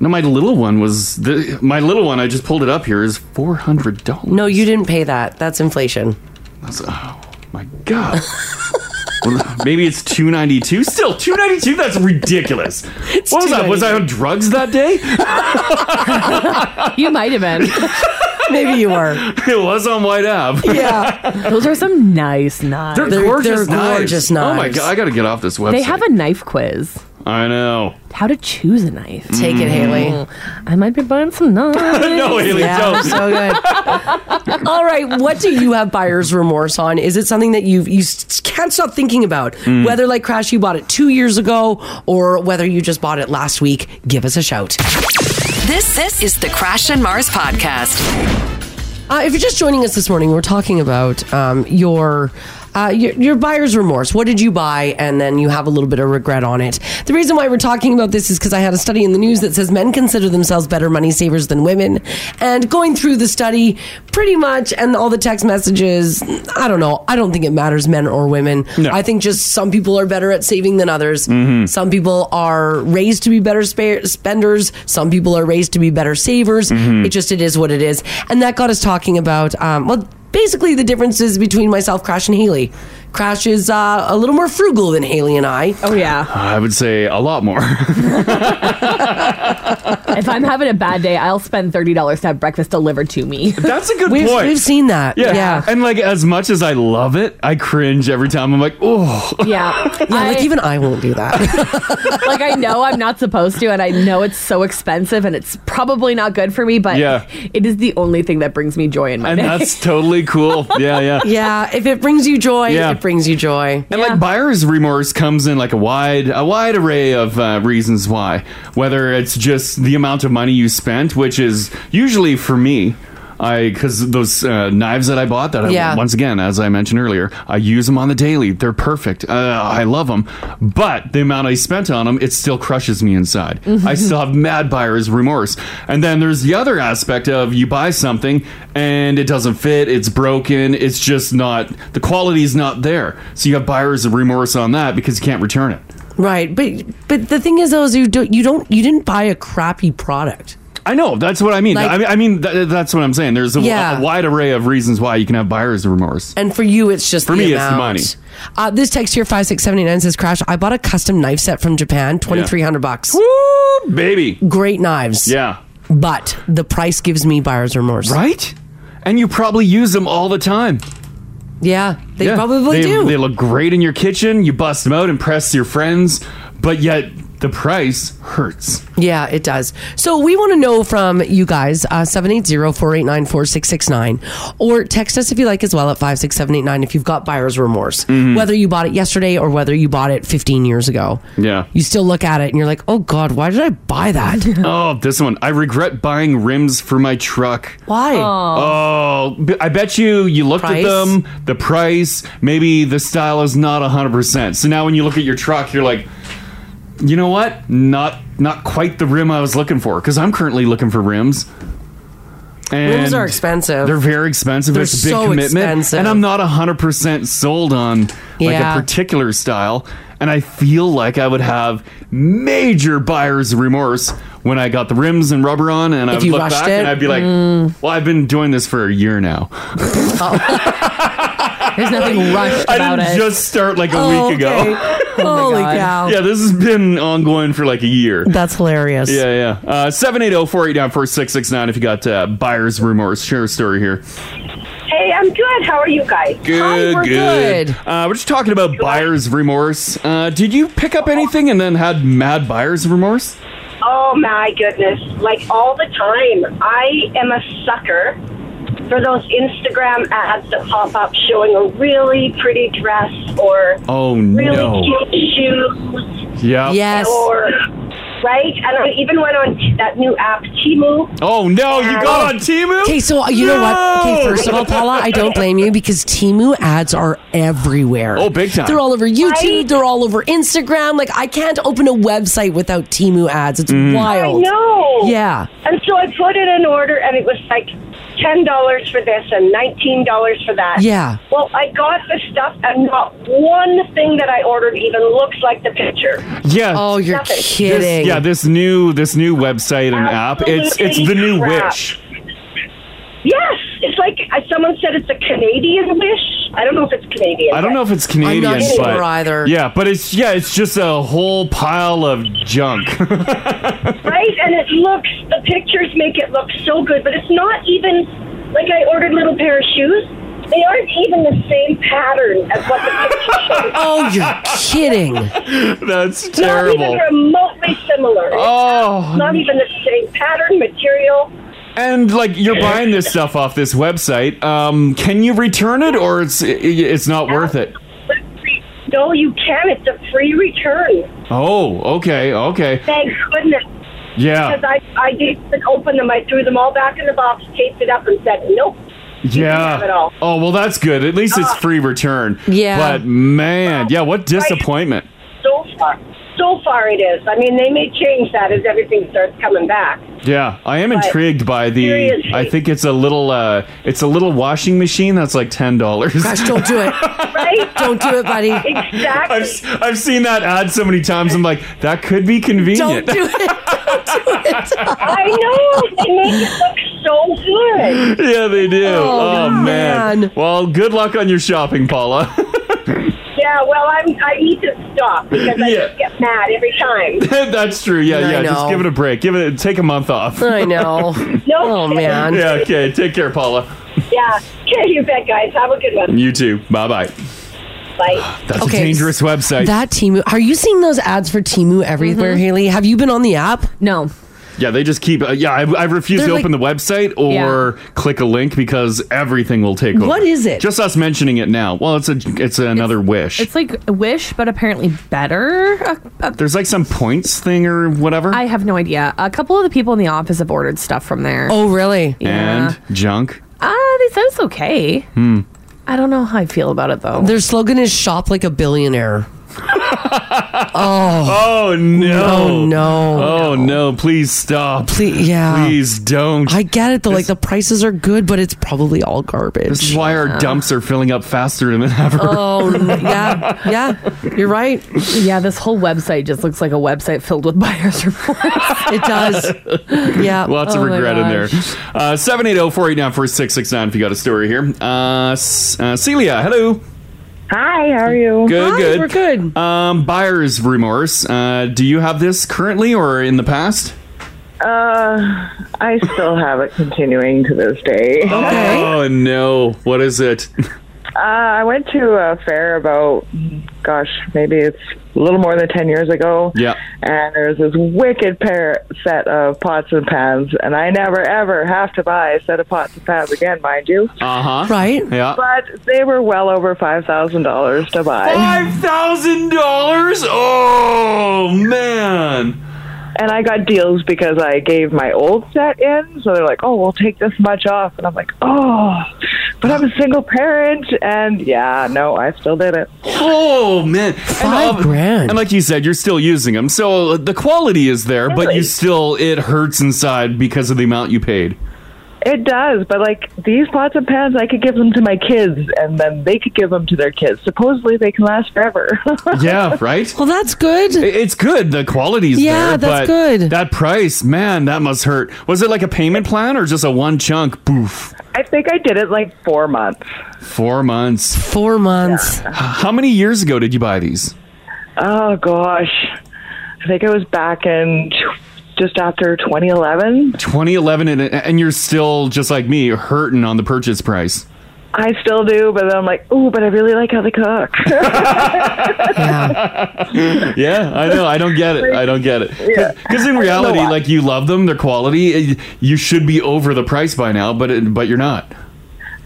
[SPEAKER 4] No, my little one was the, my little one. I just pulled it up here is four hundred dollars.
[SPEAKER 5] No, you didn't pay that. That's inflation.
[SPEAKER 4] That's, oh my god. [laughs] Well, maybe it's two ninety two. Still two ninety two. That's ridiculous. what was that? Was I on drugs that day?
[SPEAKER 6] [laughs] You might have been.
[SPEAKER 5] [laughs] Maybe you
[SPEAKER 4] [laughs]
[SPEAKER 5] are.
[SPEAKER 4] it was on White Ave.
[SPEAKER 5] [laughs] yeah.
[SPEAKER 6] Those are some nice knives.
[SPEAKER 4] They're,
[SPEAKER 5] They're-
[SPEAKER 4] gorgeous,
[SPEAKER 5] they're
[SPEAKER 4] knives.
[SPEAKER 5] gorgeous
[SPEAKER 4] Oh my
[SPEAKER 5] knives.
[SPEAKER 4] god, I gotta get off this website.
[SPEAKER 6] They have a knife quiz.
[SPEAKER 4] I know.
[SPEAKER 6] How to choose a knife.
[SPEAKER 5] Take it, Haley.
[SPEAKER 6] Mm. I might be buying
[SPEAKER 4] [laughs]
[SPEAKER 6] some knives.
[SPEAKER 4] [laughs] No, Haley,
[SPEAKER 5] Yeah,
[SPEAKER 4] don't.
[SPEAKER 5] so
[SPEAKER 4] [laughs]
[SPEAKER 5] good. All right, what do you have buyer's remorse on? Is it something that you you s- can't stop thinking about?
[SPEAKER 4] Mm.
[SPEAKER 5] Whether like Crash, you bought it two years ago, or whether you just bought it last week, give us a shout.
[SPEAKER 1] This this is the Crash and Mars podcast.
[SPEAKER 5] Uh, if you're just joining us this morning, we're talking about um, your. Uh, your, your buyer's remorse. What did you buy? And then you have a little bit of regret on it. The reason why we're talking about this is because I had a study in the news that says men consider themselves better money savers than women. And going through the study, pretty much, and all the text messages, I don't know. I don't think it matters, men or women.
[SPEAKER 4] No.
[SPEAKER 5] I think just some people are better at saving than others. Some people are raised to be better spa- spenders. Some people are raised to be better savers.
[SPEAKER 4] Mm-hmm.
[SPEAKER 5] It just it is what it is, and that got us talking about um, well, basically the differences between myself, Crash, and Haley. Crash is uh, a little more frugal than Haley and I.
[SPEAKER 6] Oh, yeah.
[SPEAKER 4] I would say a lot
[SPEAKER 6] [laughs]
[SPEAKER 4] more. [laughs]
[SPEAKER 6] If I'm having a bad day, I'll spend $30 to have breakfast delivered to me.
[SPEAKER 4] [laughs] That's a good
[SPEAKER 5] We've,
[SPEAKER 4] point.
[SPEAKER 5] we've seen that.
[SPEAKER 4] yeah.
[SPEAKER 5] yeah.
[SPEAKER 4] and like as much as I love it, I cringe every time. I'm like, oh,
[SPEAKER 6] Yeah.
[SPEAKER 5] [laughs] Yeah,
[SPEAKER 6] I,
[SPEAKER 5] like even I won't do that.
[SPEAKER 6] [laughs] like, I know I'm not supposed to, and I know it's so expensive, and it's probably not good for me, but
[SPEAKER 4] [laughs] Yeah.
[SPEAKER 6] it is the only thing that brings me joy in my
[SPEAKER 4] and
[SPEAKER 5] [laughs]
[SPEAKER 6] day. [laughs]
[SPEAKER 4] that's totally cool. Yeah, yeah.
[SPEAKER 5] yeah, if it brings you [laughs] joy,
[SPEAKER 4] Yeah.
[SPEAKER 5] it brings you joy.
[SPEAKER 4] And
[SPEAKER 6] Yeah.
[SPEAKER 4] like buyer's remorse comes in like a wide a wide array of uh, reasons why. Whether it's just the amount of money you spent, which is usually for me, I because those uh, knives that I bought that I,
[SPEAKER 5] Yeah.
[SPEAKER 4] once again as I mentioned earlier, I use them on the daily. They're perfect. Uh, I love them, but the amount I spent on them, it still crushes me inside. I still have mad buyer's remorse. And then there's the other aspect of you buy something and it doesn't fit, it's broken, it's just not the quality's not there. So you have buyer's remorse on that because you can't return it.
[SPEAKER 5] Right, but but the thing is though is you don't you don't you didn't buy a crappy product.
[SPEAKER 4] I know that's what I mean.
[SPEAKER 5] Like-
[SPEAKER 4] I mean, I mean th- that's what I'm saying. There's a,
[SPEAKER 5] Yeah.
[SPEAKER 4] a wide array of reasons why you can have buyer's remorse.
[SPEAKER 5] And for you, it's just
[SPEAKER 4] For
[SPEAKER 5] the
[SPEAKER 4] me, it's the
[SPEAKER 5] amount.
[SPEAKER 4] money.
[SPEAKER 5] Uh, this text here five six seventy nine says, "Crash, I bought a custom knife set from Japan, twenty three hundred bucks.
[SPEAKER 4] Woo, baby.
[SPEAKER 5] Great knives.
[SPEAKER 4] Yeah.
[SPEAKER 5] but the price gives me buyer's remorse.
[SPEAKER 4] Right? And you probably use them all the time.
[SPEAKER 5] Yeah, they
[SPEAKER 4] Yeah.
[SPEAKER 5] probably
[SPEAKER 4] They-
[SPEAKER 5] do.
[SPEAKER 4] They look great in your kitchen. You bust them out, impress your friends, but yet the price hurts.
[SPEAKER 5] Yeah, it does. So we want to know from you guys, uh, 780 489 4669, or text us if you like as well at 56789 if you've got buyer's remorse,
[SPEAKER 4] Mm-hmm.
[SPEAKER 5] whether you bought it yesterday or whether you bought it 15 years ago. [laughs]
[SPEAKER 4] Yeah.
[SPEAKER 5] You still look at it and you're like, oh God, why did I buy
[SPEAKER 4] [laughs]
[SPEAKER 5] that?
[SPEAKER 4] oh, this one. I regret buying rims for my truck.
[SPEAKER 5] Why?
[SPEAKER 4] Oh, b- I bet you you looked
[SPEAKER 5] Price?
[SPEAKER 4] at them, the price, maybe the style is not 100%. So now when you look at your truck, you're like, you know what? Not not quite the rim I was looking for because I'm currently looking for rims.
[SPEAKER 5] Rims
[SPEAKER 4] And
[SPEAKER 5] are expensive.
[SPEAKER 4] They're very expensive.
[SPEAKER 5] They're
[SPEAKER 4] it's a big
[SPEAKER 5] so
[SPEAKER 4] commitment.
[SPEAKER 5] expensive.
[SPEAKER 4] And I'm not 100% sold on
[SPEAKER 5] Yeah.
[SPEAKER 4] like a particular style. And I feel like I would have major buyer's remorse when I got the rims and rubber on and I
[SPEAKER 5] If
[SPEAKER 4] would
[SPEAKER 5] you
[SPEAKER 4] look
[SPEAKER 5] rushed
[SPEAKER 4] back
[SPEAKER 5] it?
[SPEAKER 4] and I'd be like,
[SPEAKER 5] Mm.
[SPEAKER 4] well, I've been doing this for a year now.
[SPEAKER 6] There's nothing rushed
[SPEAKER 4] [laughs] I
[SPEAKER 6] about
[SPEAKER 4] didn't
[SPEAKER 6] it.
[SPEAKER 4] just start like a
[SPEAKER 6] Oh,
[SPEAKER 4] week
[SPEAKER 6] okay.
[SPEAKER 4] [laughs] ago.
[SPEAKER 5] Holy cow.
[SPEAKER 4] Yeah, this has been ongoing for like a year.
[SPEAKER 5] That's hilarious.
[SPEAKER 4] Yeah, yeah. Uh, 780-489-4669 if you got uh, buyer's remorse. Share a story here.
[SPEAKER 7] Hey, I'm good. How are you guys?
[SPEAKER 4] Good, good. Uh, we're just talking about buyer's remorse. Uh, did you pick up anything and then had mad buyer's remorse?
[SPEAKER 7] Oh my goodness. Like all the time. I am a sucker for those Instagram ads that pop up showing a really pretty dress or
[SPEAKER 4] Oh,
[SPEAKER 7] really
[SPEAKER 4] no.
[SPEAKER 7] cute shoes.
[SPEAKER 4] Yeah.
[SPEAKER 7] Or right? And I even went on t- that new app Timu.
[SPEAKER 4] Oh no, you got on Timu?
[SPEAKER 5] Okay, so uh, you know what? Okay,
[SPEAKER 7] No!
[SPEAKER 5] first of all, Paula,
[SPEAKER 4] [laughs]
[SPEAKER 5] I don't blame you because Timu ads are everywhere. Oh,
[SPEAKER 4] big time. [laughs]
[SPEAKER 5] They're all over YouTube, they're all over Instagram. Like, I can't open a website without Timu ads. It's
[SPEAKER 4] Mm-hmm.
[SPEAKER 5] wild.
[SPEAKER 7] I know.
[SPEAKER 5] Yeah.
[SPEAKER 7] And so I put in an order, and it was like ten dollars for this and nineteen dollars for that.
[SPEAKER 5] Yeah.
[SPEAKER 7] Well, I got the stuff, and not one thing that I ordered even looks like the picture.
[SPEAKER 4] Yeah.
[SPEAKER 5] Oh, you're
[SPEAKER 7] Nothing.
[SPEAKER 4] This, yeah, this new this new website and app. It's it's the new
[SPEAKER 7] Absolutely crap.
[SPEAKER 4] witch.
[SPEAKER 7] Yes, it's like uh, someone said it's a Canadian wish. I don't know if it's Canadian.
[SPEAKER 4] I don't know if it's Canadian, but Yeah, but it's yeah, it's just a whole pile of junk.
[SPEAKER 7] [laughs] right? And it looks, the pictures make it look so good, but it's not even like I ordered little pair of shoes. They aren't even the same pattern as what the picture
[SPEAKER 10] [laughs]
[SPEAKER 7] shows.
[SPEAKER 5] oh, you're kidding.
[SPEAKER 4] That's
[SPEAKER 7] Not even remotely similar.
[SPEAKER 4] Oh.
[SPEAKER 7] Not even the same pattern, material.
[SPEAKER 4] And like you're buying this stuff off this website. Um, can you return it or it's i- i- it's not worth it?
[SPEAKER 7] No, you can. It's a free return.
[SPEAKER 4] Oh, okay, okay.
[SPEAKER 7] Thank goodness.
[SPEAKER 4] Yeah.
[SPEAKER 7] Because I, I did open them. I threw them all back in the box, taped it up, and said, nope. have it
[SPEAKER 4] Yeah.
[SPEAKER 7] all. Oh.
[SPEAKER 4] Oh, well that's good. At least it's free return.
[SPEAKER 7] Yeah.
[SPEAKER 4] But man, yeah, what disappointment.
[SPEAKER 7] So far. So far it is. I mean, they may change that as everything starts coming back.
[SPEAKER 4] Yeah, I am
[SPEAKER 7] But
[SPEAKER 4] intrigued by the
[SPEAKER 7] seriously.
[SPEAKER 4] I think it's a little uh it's a little washing machine that's like $10.
[SPEAKER 5] Gosh, don't do it.
[SPEAKER 7] Right?
[SPEAKER 5] Don't do it, buddy.
[SPEAKER 7] Exactly.
[SPEAKER 4] [laughs] I've, s- I've seen that ad so many times. I'm like, that could be convenient.
[SPEAKER 5] Don't do
[SPEAKER 4] [laughs]
[SPEAKER 5] it. Don't do it.
[SPEAKER 7] I know. They make it look so good.
[SPEAKER 4] yeah, they do.
[SPEAKER 7] Oh,
[SPEAKER 4] Oh, man. Well, good luck on your shopping, Paula. [laughs]
[SPEAKER 7] Yeah, well, I'm, I need to stop because I
[SPEAKER 4] Yeah.
[SPEAKER 7] just get mad every time.
[SPEAKER 4] [laughs] That's true. Yeah,
[SPEAKER 7] I
[SPEAKER 4] yeah. Just
[SPEAKER 7] know.
[SPEAKER 4] give it a break. Give it. Take a month off. [laughs]
[SPEAKER 5] I know.
[SPEAKER 7] No.
[SPEAKER 5] Oh, man.
[SPEAKER 4] Yeah. Okay. Take care, Paula.
[SPEAKER 7] Yeah. [laughs] Okay, you bet, guys. Have a good one.
[SPEAKER 4] You too. Bye bye.
[SPEAKER 7] Bye.
[SPEAKER 4] [gasps] That's
[SPEAKER 5] Okay,
[SPEAKER 4] a dangerous website.
[SPEAKER 5] That Timu, are you seeing those ads for Timu everywhere, Haley? Have you been on the app?
[SPEAKER 6] No.
[SPEAKER 4] yeah, they just keep. Uh, yeah, I, I refuse
[SPEAKER 5] They're
[SPEAKER 4] to open the website or click a link because everything will take over.
[SPEAKER 6] What is it?
[SPEAKER 4] Just us mentioning it now. Well, it's a. It's another wish.
[SPEAKER 6] It's like a wish, but apparently better. Uh, uh,
[SPEAKER 4] There's like some points thing or whatever.
[SPEAKER 6] I have no idea. A couple of the people in the office have ordered stuff from there.
[SPEAKER 5] Oh, really?
[SPEAKER 6] Yeah.
[SPEAKER 4] And junk.
[SPEAKER 6] Ah, they said it's okay.
[SPEAKER 4] Hmm.
[SPEAKER 6] I don't know how I feel about it though.
[SPEAKER 5] Their slogan is "Shop like a billionaire."
[SPEAKER 4] [laughs] Oh no!
[SPEAKER 5] Oh, no!
[SPEAKER 4] Oh no! Please stop!
[SPEAKER 5] Please, yeah.
[SPEAKER 4] Please don't.
[SPEAKER 5] I get it though. Like the prices are good, but it's probably all garbage.
[SPEAKER 4] This is why our dumps are filling up faster than [laughs] ever.
[SPEAKER 5] Oh n-
[SPEAKER 4] [laughs]
[SPEAKER 5] yeah, yeah. You're right.
[SPEAKER 6] Yeah, this whole website just looks like a website filled with buyer's remorse. Oh
[SPEAKER 5] it does. Yeah. Oh
[SPEAKER 4] Lots of regret in there. Uh, 780 489 4669 if you got a story here. Uh, S- uh, Celia, hello.
[SPEAKER 8] Hi, how are you?
[SPEAKER 4] Good,
[SPEAKER 8] Hi,
[SPEAKER 4] good.
[SPEAKER 8] we're
[SPEAKER 5] good.
[SPEAKER 4] Um, buyer's remorse. Uh, do you have this currently or in the past?
[SPEAKER 8] Uh, I still have it continuing to this day.
[SPEAKER 4] Oh, no. What is it? [laughs]
[SPEAKER 8] Uh, I went to a fair about, gosh, maybe it's a little more than 10 years ago.
[SPEAKER 4] Yeah.
[SPEAKER 8] And there's this wicked pair set of pots and pans, and I never ever have to buy a set of pots and pans again, mind you.
[SPEAKER 4] Uh huh.
[SPEAKER 5] Right?
[SPEAKER 4] Yeah.
[SPEAKER 8] But they were well over five thousand dollars to buy,
[SPEAKER 4] Five thousand dollars? Oh man!
[SPEAKER 8] and I got deals because I gave my old set in. So they're like, "Oh, we'll take this much off," and I'm like, "Oh, but I'm a single parent," and yeah, no, I still did it.
[SPEAKER 4] Oh man!
[SPEAKER 5] Five grand.
[SPEAKER 4] And like you said, you're still using them, so the quality is there, but you still it hurts inside because of the amount you paid.
[SPEAKER 8] It does, but like these pots and pans, I could give them to my kids, and then they could give them to their kids. Supposedly, they can last forever. [laughs]
[SPEAKER 4] Yeah,
[SPEAKER 5] [laughs]
[SPEAKER 4] right.
[SPEAKER 5] Well, that's good.
[SPEAKER 4] It- It's good. The quality's
[SPEAKER 5] Yeah,
[SPEAKER 4] there.
[SPEAKER 5] that's
[SPEAKER 4] but
[SPEAKER 5] good.
[SPEAKER 4] That price, man, that must hurt. Was it like a payment plan or just a one chunk? Boof.
[SPEAKER 8] I think I did it like four months.
[SPEAKER 4] Four months.
[SPEAKER 5] Four months.
[SPEAKER 4] How many years ago did you buy these?
[SPEAKER 8] Oh gosh, I think it was back in tw- just after 2011.
[SPEAKER 4] 2011, and, and you're still just like me, hurting on the purchase price. [laughs]
[SPEAKER 8] I still do, but then I'm like, ooh, but I really like how they cook.
[SPEAKER 5] Yeah.
[SPEAKER 4] Yeah, I know. I don't get it. I don't get it. Because in reality,
[SPEAKER 8] why.
[SPEAKER 4] like you love them, their quality. eh, You should be over the price by now, but it, but you're not.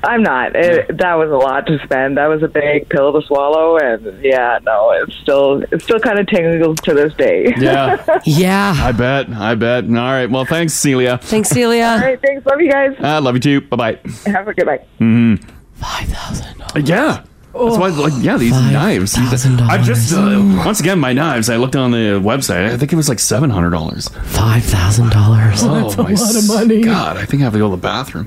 [SPEAKER 8] I'm not. It, that was a lot to spend. That was a big pill to swallow, and yeah, no, it's still it still kind of tingles to this day.
[SPEAKER 4] Yeah,
[SPEAKER 5] [laughs] Yeah.
[SPEAKER 4] I bet. I bet. All right. Well, thanks, Celia. [laughs]
[SPEAKER 5] Thanks, Celia.
[SPEAKER 8] All right, thanks. Love you guys.
[SPEAKER 4] I love you too. Bye bye.
[SPEAKER 8] [laughs] Have a good night.
[SPEAKER 5] Five thousand dollars.
[SPEAKER 4] Yeah. That's why, like, yeah, these knives. these-
[SPEAKER 5] $5,000.
[SPEAKER 4] I just uh, once again my knives. I looked on the website. I think it was like seven hundred dollars.
[SPEAKER 5] Five thousand dollars.
[SPEAKER 4] That's a lot of money. Oh,
[SPEAKER 5] [laughs]
[SPEAKER 4] God, I think I have to go to the bathroom.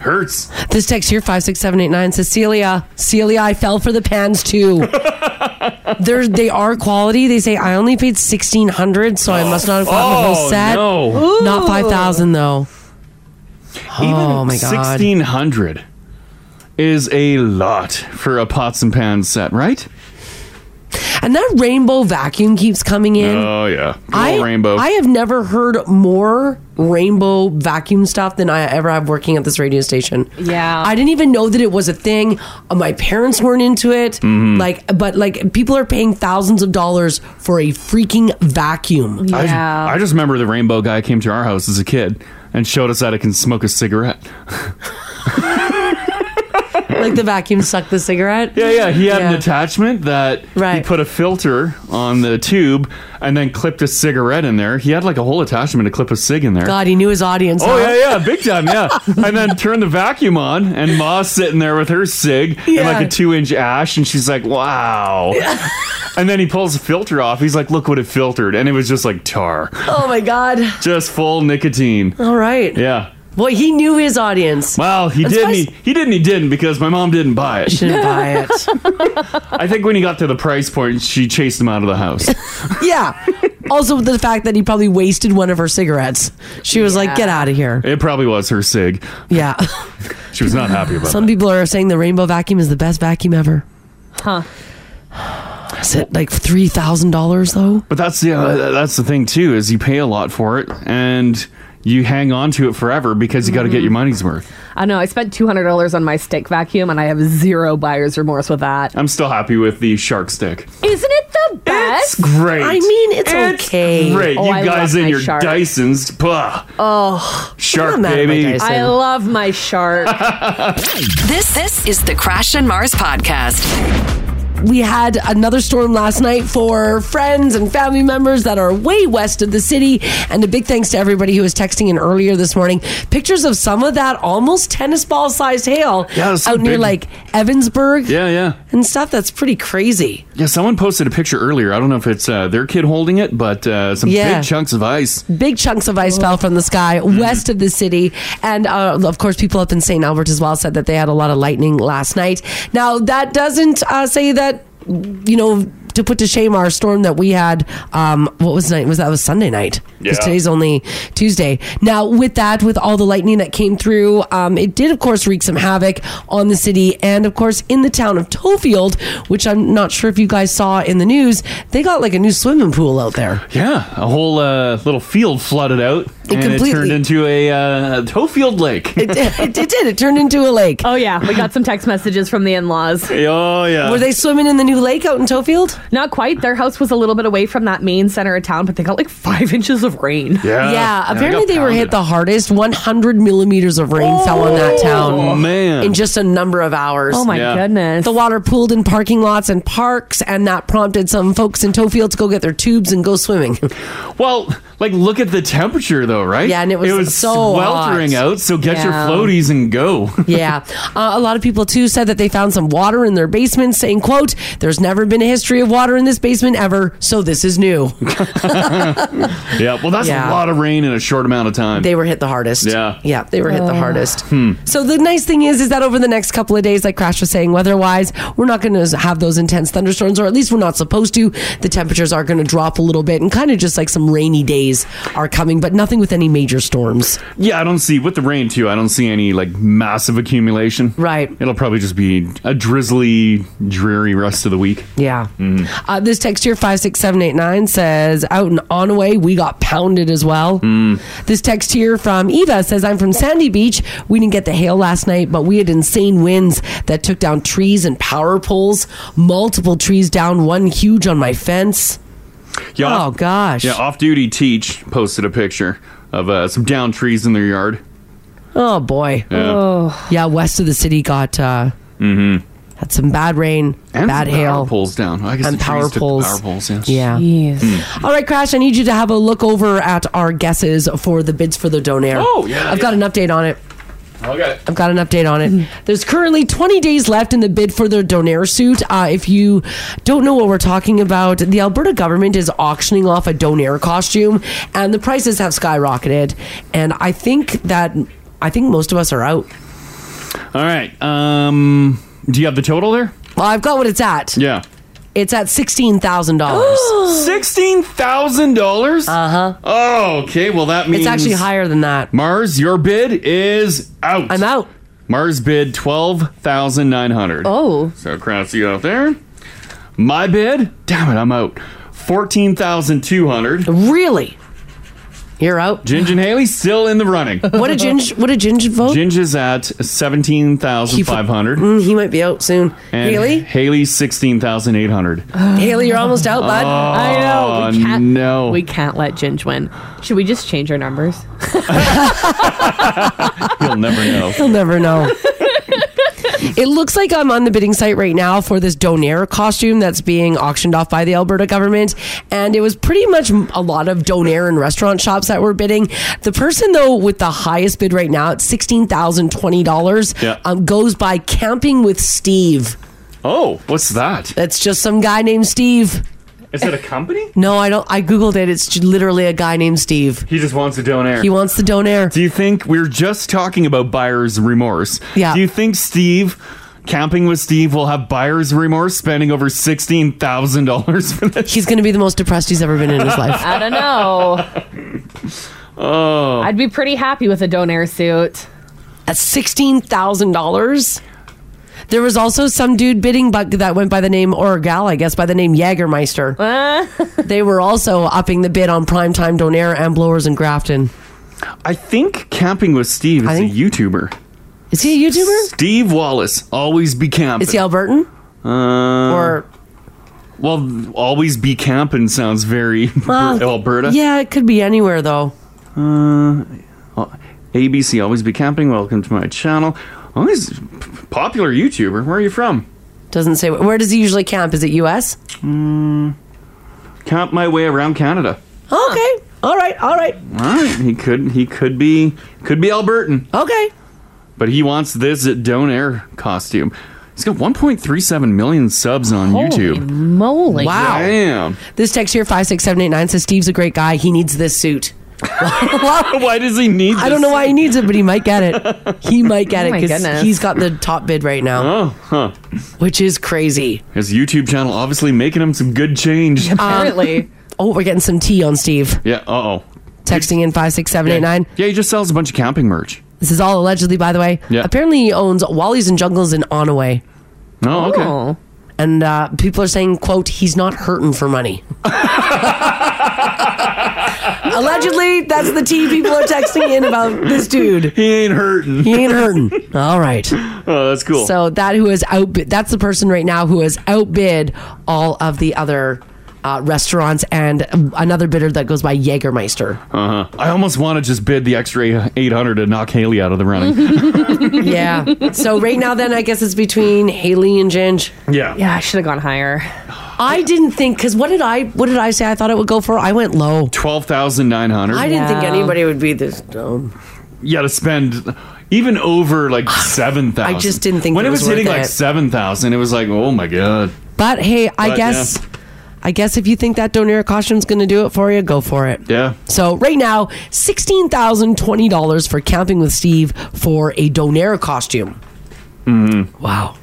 [SPEAKER 4] Hurts.
[SPEAKER 5] This text here, 56789, says, Celia, Celia, I fell for the
[SPEAKER 4] [laughs]
[SPEAKER 5] pans too. They're, they are quality. They say, I only paid 1600 so I must not have gotten the whole set.
[SPEAKER 4] Oh, no!
[SPEAKER 5] Not 5000 though. oh my God.
[SPEAKER 4] Sixteen hundred is a lot for a pots and pans set, right?
[SPEAKER 5] And that rainbow vacuum keeps coming in.
[SPEAKER 4] Oh yeah, Good
[SPEAKER 5] I,
[SPEAKER 4] old rainbow.
[SPEAKER 5] I have never heard more rainbow vacuum stuff than I ever have working at this radio station.
[SPEAKER 6] Yeah.
[SPEAKER 5] I didn't even know that it was a thing. Uh, My parents weren't into it.
[SPEAKER 4] Mm-hmm.
[SPEAKER 5] Like, but like people are paying thousands of dollars for a freaking vacuum.
[SPEAKER 4] I,
[SPEAKER 6] Yeah.
[SPEAKER 4] I just remember the rainbow guy came to our house as a kid and showed us that I can smoke a cigarette.
[SPEAKER 5] like the vacuum sucked the cigarette.
[SPEAKER 4] Yeah, yeah. He had an
[SPEAKER 5] Yeah.
[SPEAKER 4] attachment that he
[SPEAKER 5] Right.
[SPEAKER 4] put a filter on the tube and then clipped a cigarette in there. He had like a whole attachment to clip a cig in there.
[SPEAKER 5] God, he knew his audience.
[SPEAKER 4] Oh
[SPEAKER 5] huh?
[SPEAKER 4] yeah, yeah, big time,
[SPEAKER 5] [laughs]
[SPEAKER 4] yeah. and then turn the vacuum on, and Ma's sitting there with her cig and
[SPEAKER 5] Yeah.
[SPEAKER 4] like a two-inch ash, and she's like,
[SPEAKER 5] [laughs]
[SPEAKER 4] "Wow." and then he pulls the filter off. He's like, "Look what it filtered," and it was just like
[SPEAKER 5] [laughs]
[SPEAKER 4] tar,
[SPEAKER 5] Oh my God.
[SPEAKER 4] just full nicotine.
[SPEAKER 5] All right.
[SPEAKER 4] Yeah.
[SPEAKER 5] Boy, he knew his audience.
[SPEAKER 4] Well, he
[SPEAKER 5] That's
[SPEAKER 4] didn't.
[SPEAKER 5] nice.
[SPEAKER 4] He, he didn't. He didn't because my mom didn't buy it.
[SPEAKER 5] Shouldn't buy it.
[SPEAKER 4] [laughs] I think when he got to the price point, she chased him out of the house.
[SPEAKER 5] Yeah. [laughs] Also, the fact that he probably wasted one of her cigarettes. She was like, get out of here.
[SPEAKER 4] It probably was her cig.
[SPEAKER 5] Yeah.
[SPEAKER 4] She was not happy about
[SPEAKER 5] Some
[SPEAKER 4] it.
[SPEAKER 5] people are saying the rainbow vacuum is the best vacuum ever.
[SPEAKER 6] Huh.
[SPEAKER 5] Is it like $3,000 though?
[SPEAKER 4] But that's the uh, that's the thing too is you pay a lot for it and you hang on to it forever because you got to
[SPEAKER 6] Mm-hmm.
[SPEAKER 4] get your money's worth.
[SPEAKER 6] I know. I spent two hundred dollars on my stick vacuum, and I have zero buyer's remorse with that.
[SPEAKER 4] I'm still happy with the shark stick.
[SPEAKER 6] Isn't it the
[SPEAKER 4] It's
[SPEAKER 6] best?
[SPEAKER 4] great.
[SPEAKER 5] I mean, it's okay.
[SPEAKER 4] Great,
[SPEAKER 6] Oh,
[SPEAKER 4] you
[SPEAKER 6] I
[SPEAKER 4] guys
[SPEAKER 6] love
[SPEAKER 4] in
[SPEAKER 6] my
[SPEAKER 4] your
[SPEAKER 6] shark.
[SPEAKER 4] Dysons. Bah.
[SPEAKER 6] Oh,
[SPEAKER 4] Shark
[SPEAKER 5] I'm not mad at my
[SPEAKER 4] baby.
[SPEAKER 5] Dyson.
[SPEAKER 6] I love my
[SPEAKER 4] [laughs]
[SPEAKER 6] shark.
[SPEAKER 1] This this is the Crash and Mars podcast.
[SPEAKER 5] We had another storm last night for friends and family members that are way west of the city. And a big thanks to everybody who was texting in earlier this morning. Pictures of some of that almost tennis ball sized hail
[SPEAKER 4] Yeah, it's
[SPEAKER 5] out near
[SPEAKER 4] big.
[SPEAKER 5] like Evansburg
[SPEAKER 4] Yeah, yeah,
[SPEAKER 5] and stuff. That's pretty crazy.
[SPEAKER 4] yeah. Someone posted a picture earlier. I don't know if it's uh, their kid holding it, but uh, some
[SPEAKER 5] Yeah.
[SPEAKER 4] big chunks of ice.
[SPEAKER 5] big chunks of ice fell from the sky west of the city. And uh, of course, people up in St. Albert as well said that they had a lot of lightning last night. Now, that doesn't uh, say that, you know, to put to shame our storm that we had, um, what was night? Was that was Sunday night? 'Cause
[SPEAKER 4] Yeah.
[SPEAKER 5] today's only Tuesday. Now, with that, with all the lightning that came through, um, it did, of course, wreak some havoc on the city and, of course, in the town of Tofield, which I'm not sure if you guys saw in the news. They got like a new swimming pool out there.
[SPEAKER 4] Yeah, a whole uh, little field flooded out, It and
[SPEAKER 5] completely-
[SPEAKER 4] it turned into a uh, Tofield Lake.
[SPEAKER 5] It, did. it did. It turned into a lake.
[SPEAKER 6] Oh yeah, we got some text messages from the in-laws.
[SPEAKER 4] [laughs] Oh yeah.
[SPEAKER 5] Were they swimming in the new lake out in Tofield?
[SPEAKER 6] Not quite. Their house was a little bit away from that main center of town, but they got like five [laughs] inches of rain.
[SPEAKER 5] Yeah. apparently they were hit the hardest. 100 millimeters of rain fell on that town.
[SPEAKER 4] man.
[SPEAKER 5] In just a number of hours.
[SPEAKER 6] Oh, my Yeah. goodness.
[SPEAKER 5] The water pooled in parking lots and parks, and that prompted some folks in Tofield to go get their tubes and go
[SPEAKER 6] [laughs]
[SPEAKER 5] swimming.
[SPEAKER 4] Well, like look at the temperature though, right?
[SPEAKER 5] Yeah, and it was so
[SPEAKER 4] sweltering
[SPEAKER 5] hot.
[SPEAKER 4] out. So get your
[SPEAKER 5] Yeah.
[SPEAKER 4] floaties and go.
[SPEAKER 5] yeah. Uh, a lot of people, too, said that they found some water in their basement, saying, quote, there's never been a history of water in this basement ever, so this is new.
[SPEAKER 4] [laughs]
[SPEAKER 5] [laughs]
[SPEAKER 4] yeah. Well, that's a
[SPEAKER 5] Yeah.
[SPEAKER 4] lot of rain in a short amount of time.
[SPEAKER 5] They were hit the hardest.
[SPEAKER 4] Yeah.
[SPEAKER 5] Yeah, they were hit
[SPEAKER 6] Oh,
[SPEAKER 5] the hardest.
[SPEAKER 4] Hmm.
[SPEAKER 5] So the nice thing is, is that over the next couple of days, like Crash was saying, weather-wise, we're not going to have those intense thunderstorms, or at least we're not supposed to. The temperatures are going to drop a little bit, and kind of just like some rainy days are coming, but nothing with any major storms.
[SPEAKER 4] Yeah, I don't see with the rain too. I don't see any like massive accumulation.
[SPEAKER 5] Right.
[SPEAKER 4] It'll probably just be a drizzly, dreary rest of the week. Mm-hmm.
[SPEAKER 5] Yeah. Uh, this text here five six seven eight nine says out in Onaway we got pounded as well. This text here from Eva says I'm from Sandy Beach. We didn't get the hail last night, but we had insane winds that took down trees and power poles, multiple trees down, one huge on my fence.
[SPEAKER 4] Yeah.
[SPEAKER 5] Oh gosh.
[SPEAKER 4] Yeah. Off duty teach posted a picture of uh, some downed trees in their yard.
[SPEAKER 5] Oh boy.
[SPEAKER 4] Yeah.
[SPEAKER 5] Oh. Yeah, west of the city got uh
[SPEAKER 4] Mm-hmm.
[SPEAKER 5] had some bad rain,
[SPEAKER 4] And
[SPEAKER 5] bad
[SPEAKER 4] some power
[SPEAKER 5] hail.
[SPEAKER 4] poles down. I guess
[SPEAKER 5] and
[SPEAKER 4] the trees
[SPEAKER 5] power
[SPEAKER 4] took the
[SPEAKER 5] poles.
[SPEAKER 4] power poles, yes. Hmm.
[SPEAKER 5] Yeah. All right, Crash, I need you to have a look over at our guesses for the bids for the Donair.
[SPEAKER 4] Oh, yeah, Oh,
[SPEAKER 5] I've got an update on it.
[SPEAKER 4] Okay.
[SPEAKER 5] I've got an update on it. There's currently 20 days left in the bid for the Donair suit. Uh, if you don't know what we're talking about, the Alberta government is auctioning off a Donair costume, and the prices have skyrocketed. And I think that I think most of us are out.
[SPEAKER 4] All right. Um, do you have the total there?
[SPEAKER 5] Well, I've got what it's at.
[SPEAKER 4] Yeah.
[SPEAKER 5] It's at sixteen thousand
[SPEAKER 4] [gasps]
[SPEAKER 5] dollars. [gasps]
[SPEAKER 4] Sixteen thousand dollars? Uh
[SPEAKER 5] huh.
[SPEAKER 4] Oh, okay. Well, that means
[SPEAKER 5] It's actually higher than that.
[SPEAKER 4] Mars, your bid is out. I'm
[SPEAKER 5] out.
[SPEAKER 4] Mars bid twelve thousand nine hundred.
[SPEAKER 6] Oh.
[SPEAKER 4] So cross you out there. My bid, damn it, I'm out. Fourteen thousand two hundred.
[SPEAKER 5] Really? You're out.
[SPEAKER 4] Ginge and Haley still in the running.
[SPEAKER 5] [laughs] What did
[SPEAKER 4] [laughs]
[SPEAKER 5] Ginge? What did Ginge vote?
[SPEAKER 4] Ginge is at seventeen thousand five hundred.
[SPEAKER 5] he might be out soon.
[SPEAKER 4] And
[SPEAKER 5] Haley?
[SPEAKER 4] Haley's sixteen thousand eight hundred.
[SPEAKER 5] Haley, you're almost out, Oh, bud.
[SPEAKER 6] I know. We
[SPEAKER 4] Oh,
[SPEAKER 6] can't,
[SPEAKER 4] no. [laughs]
[SPEAKER 6] we can't let Ginge win. Should we just change our numbers?
[SPEAKER 4] You'll never know.
[SPEAKER 5] He'll never
[SPEAKER 4] [laughs]
[SPEAKER 5] know. it looks like I'm on the bidding site right now for this Donair costume that's being auctioned off by the Alberta government. And it was pretty much a lot of Donair and restaurant shops that were bidding. The person, though, with the highest bid right now at $16,020
[SPEAKER 4] Yeah.
[SPEAKER 5] um, goes by Camping with Steve.
[SPEAKER 4] Oh, what's that?
[SPEAKER 5] That's just some guy named Steve.
[SPEAKER 4] Is that a company?
[SPEAKER 5] No, I don't. I Googled it. It's literally a guy named Steve.
[SPEAKER 4] He just wants to donair.
[SPEAKER 5] He wants the donair.
[SPEAKER 4] Do you think we are just talking about buyer's remorse?
[SPEAKER 5] Yeah.
[SPEAKER 4] Do you think Steve, camping with Steve, will have buyer's remorse spending over sixteen thousand dollars for this?
[SPEAKER 5] He's going to be the most depressed he's ever been in his life.
[SPEAKER 6] I don't know.
[SPEAKER 4] [laughs] Oh,
[SPEAKER 6] I'd be pretty happy with a donair suit.
[SPEAKER 5] at sixteen thousand dollars. There was also some dude bidding, but that went by the name or a gal, I guess, by the name [laughs] Jagermeister. they were also upping the bid on primetime Donair and blowers in Grafton.
[SPEAKER 4] I think camping with Steve is a YouTuber.
[SPEAKER 5] Is he a YouTuber?
[SPEAKER 4] Steve Wallace, always be camping.
[SPEAKER 5] Is he Albertan?
[SPEAKER 4] Uh,
[SPEAKER 5] or
[SPEAKER 4] well, always be camping sounds very
[SPEAKER 5] Well,
[SPEAKER 4] Alberta.
[SPEAKER 5] Yeah, it could be anywhere though.
[SPEAKER 4] Uh, ABC, always be camping. Welcome to my channel. Always popular YouTuber. Where are you from?
[SPEAKER 5] Doesn't say where does he usually camp? Is it U.S.?
[SPEAKER 4] Mm, Camp my way around Canada.
[SPEAKER 5] Okay, Oh, all right, all right.
[SPEAKER 4] All right, he could he could be could be Albertan.
[SPEAKER 5] Okay.
[SPEAKER 4] But he wants this Donair costume. He's got 1.37 million subs on YouTube.
[SPEAKER 6] Moly!
[SPEAKER 5] Wow.
[SPEAKER 4] Damn.
[SPEAKER 5] This text here five six seven eight nine says Steve's a great guy. He needs this suit.
[SPEAKER 4] [laughs] why does he need?
[SPEAKER 5] I don't know why he needs it, but he might
[SPEAKER 4] [laughs]
[SPEAKER 5] get it. He might get
[SPEAKER 6] Oh
[SPEAKER 5] it
[SPEAKER 6] my
[SPEAKER 5] because
[SPEAKER 6] goodness.
[SPEAKER 5] he's got the top bid right now,
[SPEAKER 4] Oh, huh.
[SPEAKER 5] which is crazy.
[SPEAKER 4] His YouTube channel obviously making him some good
[SPEAKER 5] [laughs]
[SPEAKER 6] [laughs]
[SPEAKER 4] change.
[SPEAKER 6] Apparently.
[SPEAKER 5] Oh, we're getting some tea on Steve.
[SPEAKER 4] yeah. Uh oh.
[SPEAKER 5] Texting in five six seven eight nine.
[SPEAKER 4] Yeah, he just sells a bunch of camping merch.
[SPEAKER 5] This is all allegedly, by the way.
[SPEAKER 4] Yeah.
[SPEAKER 5] Apparently, he owns Wally's and Jungles in Onaway,
[SPEAKER 4] Oh, okay.
[SPEAKER 5] and uh,
[SPEAKER 4] [laughs]
[SPEAKER 5] people are saying, "quote He's not hurting for money." Allegedly, that's the tea people are texting in about this dude.
[SPEAKER 4] [laughs] He ain't hurting.
[SPEAKER 5] He ain't hurting. All right.
[SPEAKER 4] [laughs] Oh, that's cool.
[SPEAKER 5] So that who is outbid, that's the person right now who has outbid all of the other uh, restaurants and um, another bidder that goes by Jägermeister.
[SPEAKER 4] Uh-huh. I almost want to just bid the extra 800 to knock Haley out of the running.
[SPEAKER 5] [laughs] yeah. So right now, then I guess it's between Haley and Ginge.
[SPEAKER 4] Yeah.
[SPEAKER 5] Yeah, I should have gone higher. I didn't think because what did I what did I say? I thought it would go for. I went [laughs] low.
[SPEAKER 4] 12,900.
[SPEAKER 5] I didn't think anybody would be this dumb.
[SPEAKER 4] You got to spend even over
[SPEAKER 5] [sighs]
[SPEAKER 4] like 7,000.
[SPEAKER 5] I just didn't think
[SPEAKER 4] When
[SPEAKER 5] it
[SPEAKER 4] it
[SPEAKER 5] was
[SPEAKER 4] was, hitting
[SPEAKER 5] worth
[SPEAKER 4] like
[SPEAKER 5] it.
[SPEAKER 4] 7,000, it was like, oh my God.
[SPEAKER 5] But hey, I
[SPEAKER 4] But,
[SPEAKER 5] guess
[SPEAKER 4] yeah.
[SPEAKER 5] I guess if you think that Donair costume's going to do it for you, go for it.
[SPEAKER 4] Yeah.
[SPEAKER 5] So right now, sixteen thousand twenty dollars for camping with Steve for a Donair costume.
[SPEAKER 4] Mm-hmm.
[SPEAKER 5] Wow.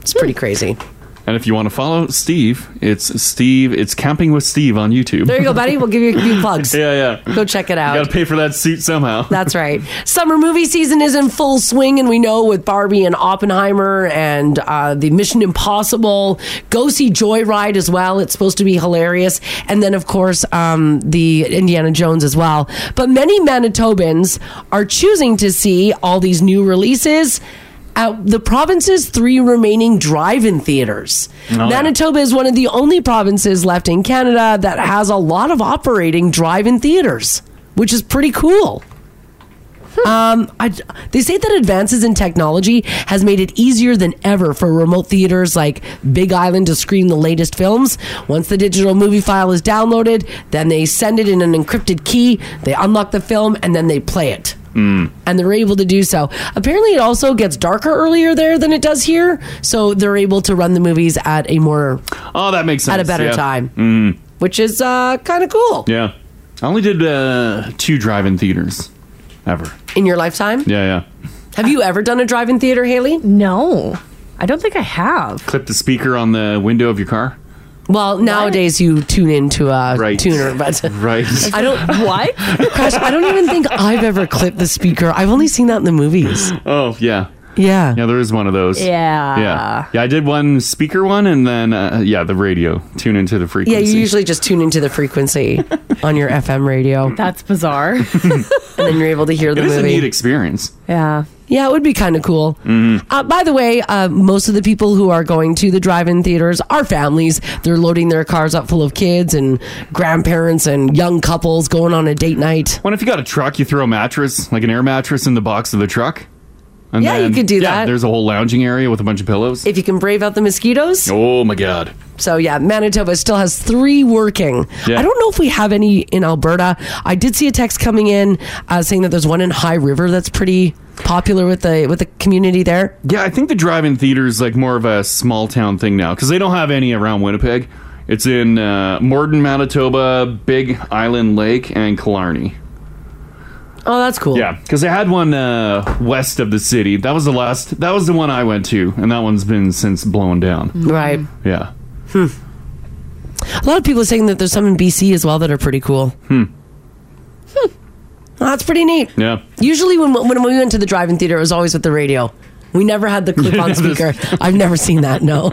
[SPEAKER 5] It's pretty crazy.
[SPEAKER 4] And if you want to follow Steve, it's Steve. It's Camping with Steve on YouTube.
[SPEAKER 5] There you go, buddy. We'll give you a
[SPEAKER 4] [laughs]
[SPEAKER 5] few plugs.
[SPEAKER 4] yeah, yeah.
[SPEAKER 5] Go check it out.
[SPEAKER 4] Got to pay for that suit somehow. [laughs]
[SPEAKER 5] That's right. Summer movie season is in full swing, and we know with Barbie and Oppenheimer and uh, the Mission Impossible. Go see Joyride as well. It's supposed to be hilarious. And then, of course, um, the Indiana Jones as well. But many Manitobans are choosing to see all these new releases. At the province's three remaining drive-in theaters.
[SPEAKER 11] Oh, yeah.
[SPEAKER 5] Manitoba is one of the only provinces left in Canada that has a lot of operating drive-in theaters, which is pretty cool. Um, I, they say that advances in technology has made it easier than ever for remote theaters like Big Island to screen the latest films. Once the digital movie file is downloaded, then they send it in an encrypted key, they unlock the film, and then they play it.
[SPEAKER 11] Mm.
[SPEAKER 5] And they're able to do so. Apparently, it also gets darker earlier there than it does here, so they're able to run the movies at a more
[SPEAKER 4] Oh, that makes sense.
[SPEAKER 5] At a better
[SPEAKER 4] yeah.
[SPEAKER 5] time.
[SPEAKER 4] Mm,
[SPEAKER 5] which is uh, kind of cool
[SPEAKER 4] yeah. I only did uh, two drive-in theaters ever.
[SPEAKER 5] in your lifetime.
[SPEAKER 4] Yeah, yeah.
[SPEAKER 5] Have you ever done a drive-in theater, Haley? No, I don't think I have.
[SPEAKER 4] Clip the speaker on the window of your car.
[SPEAKER 5] Well, nowadays you tune into a tuner, but
[SPEAKER 4] [laughs] right.
[SPEAKER 5] [laughs] I don't. What? Crash, I don't even think I've ever clipped the speaker. I've only seen that in the movies.
[SPEAKER 4] Oh yeah.
[SPEAKER 5] Yeah.
[SPEAKER 4] Yeah, there is one of those.
[SPEAKER 5] Yeah.
[SPEAKER 4] Yeah. Yeah, I did one speaker one and then uh, yeah, the radio. Tune into the frequency.
[SPEAKER 5] Yeah, you usually just tune into the frequency on your FM radio. That's bizarre. [laughs] and then you're able to hear
[SPEAKER 4] It
[SPEAKER 5] the
[SPEAKER 4] is a
[SPEAKER 5] movie.
[SPEAKER 4] neat experience.
[SPEAKER 5] yeah. Yeah, it would be kind of cool.
[SPEAKER 4] Mhm.
[SPEAKER 5] Uh, by the way, uh, most of the people who are going to the drive-in theaters are families. They're loading their cars up full of kids and grandparents and young couples going on a date night.
[SPEAKER 4] What if you got a truck, you throw a mattress, like an air mattress in the box of the truck? And
[SPEAKER 5] Yeah, you could do
[SPEAKER 4] yeah,
[SPEAKER 5] that.
[SPEAKER 4] There's a whole lounging area with a bunch of pillows.
[SPEAKER 5] If you can brave out the mosquitoes.
[SPEAKER 4] Oh my god.
[SPEAKER 5] So yeah, Manitoba still has three working.
[SPEAKER 4] Yeah.
[SPEAKER 5] I don't know if we have any in Alberta. I did see a text coming in uh, saying that there's one in High River that's pretty popular with the with the community there.
[SPEAKER 4] Yeah, I think the drive-in theater is like more of a small town thing now because they don't have any around Winnipeg. It's in uh, Morden, Manitoba, Big Island Lake, and Killarney.
[SPEAKER 5] Oh, that's cool.
[SPEAKER 4] Yeah, because they had one uh, west of the city. That was the last. That was the one I went to, and that one's been since blown down.
[SPEAKER 5] Right. Hmm.
[SPEAKER 4] Yeah.
[SPEAKER 5] A lot of people are saying that there's some in BC as well that are pretty cool.
[SPEAKER 4] Hmm.
[SPEAKER 5] Well, that's pretty neat.
[SPEAKER 4] Yeah.
[SPEAKER 5] Usually, when when we went to the drive-in theater, it was always with the radio. We never had the clip-on speaker. I've never seen that. No. [laughs]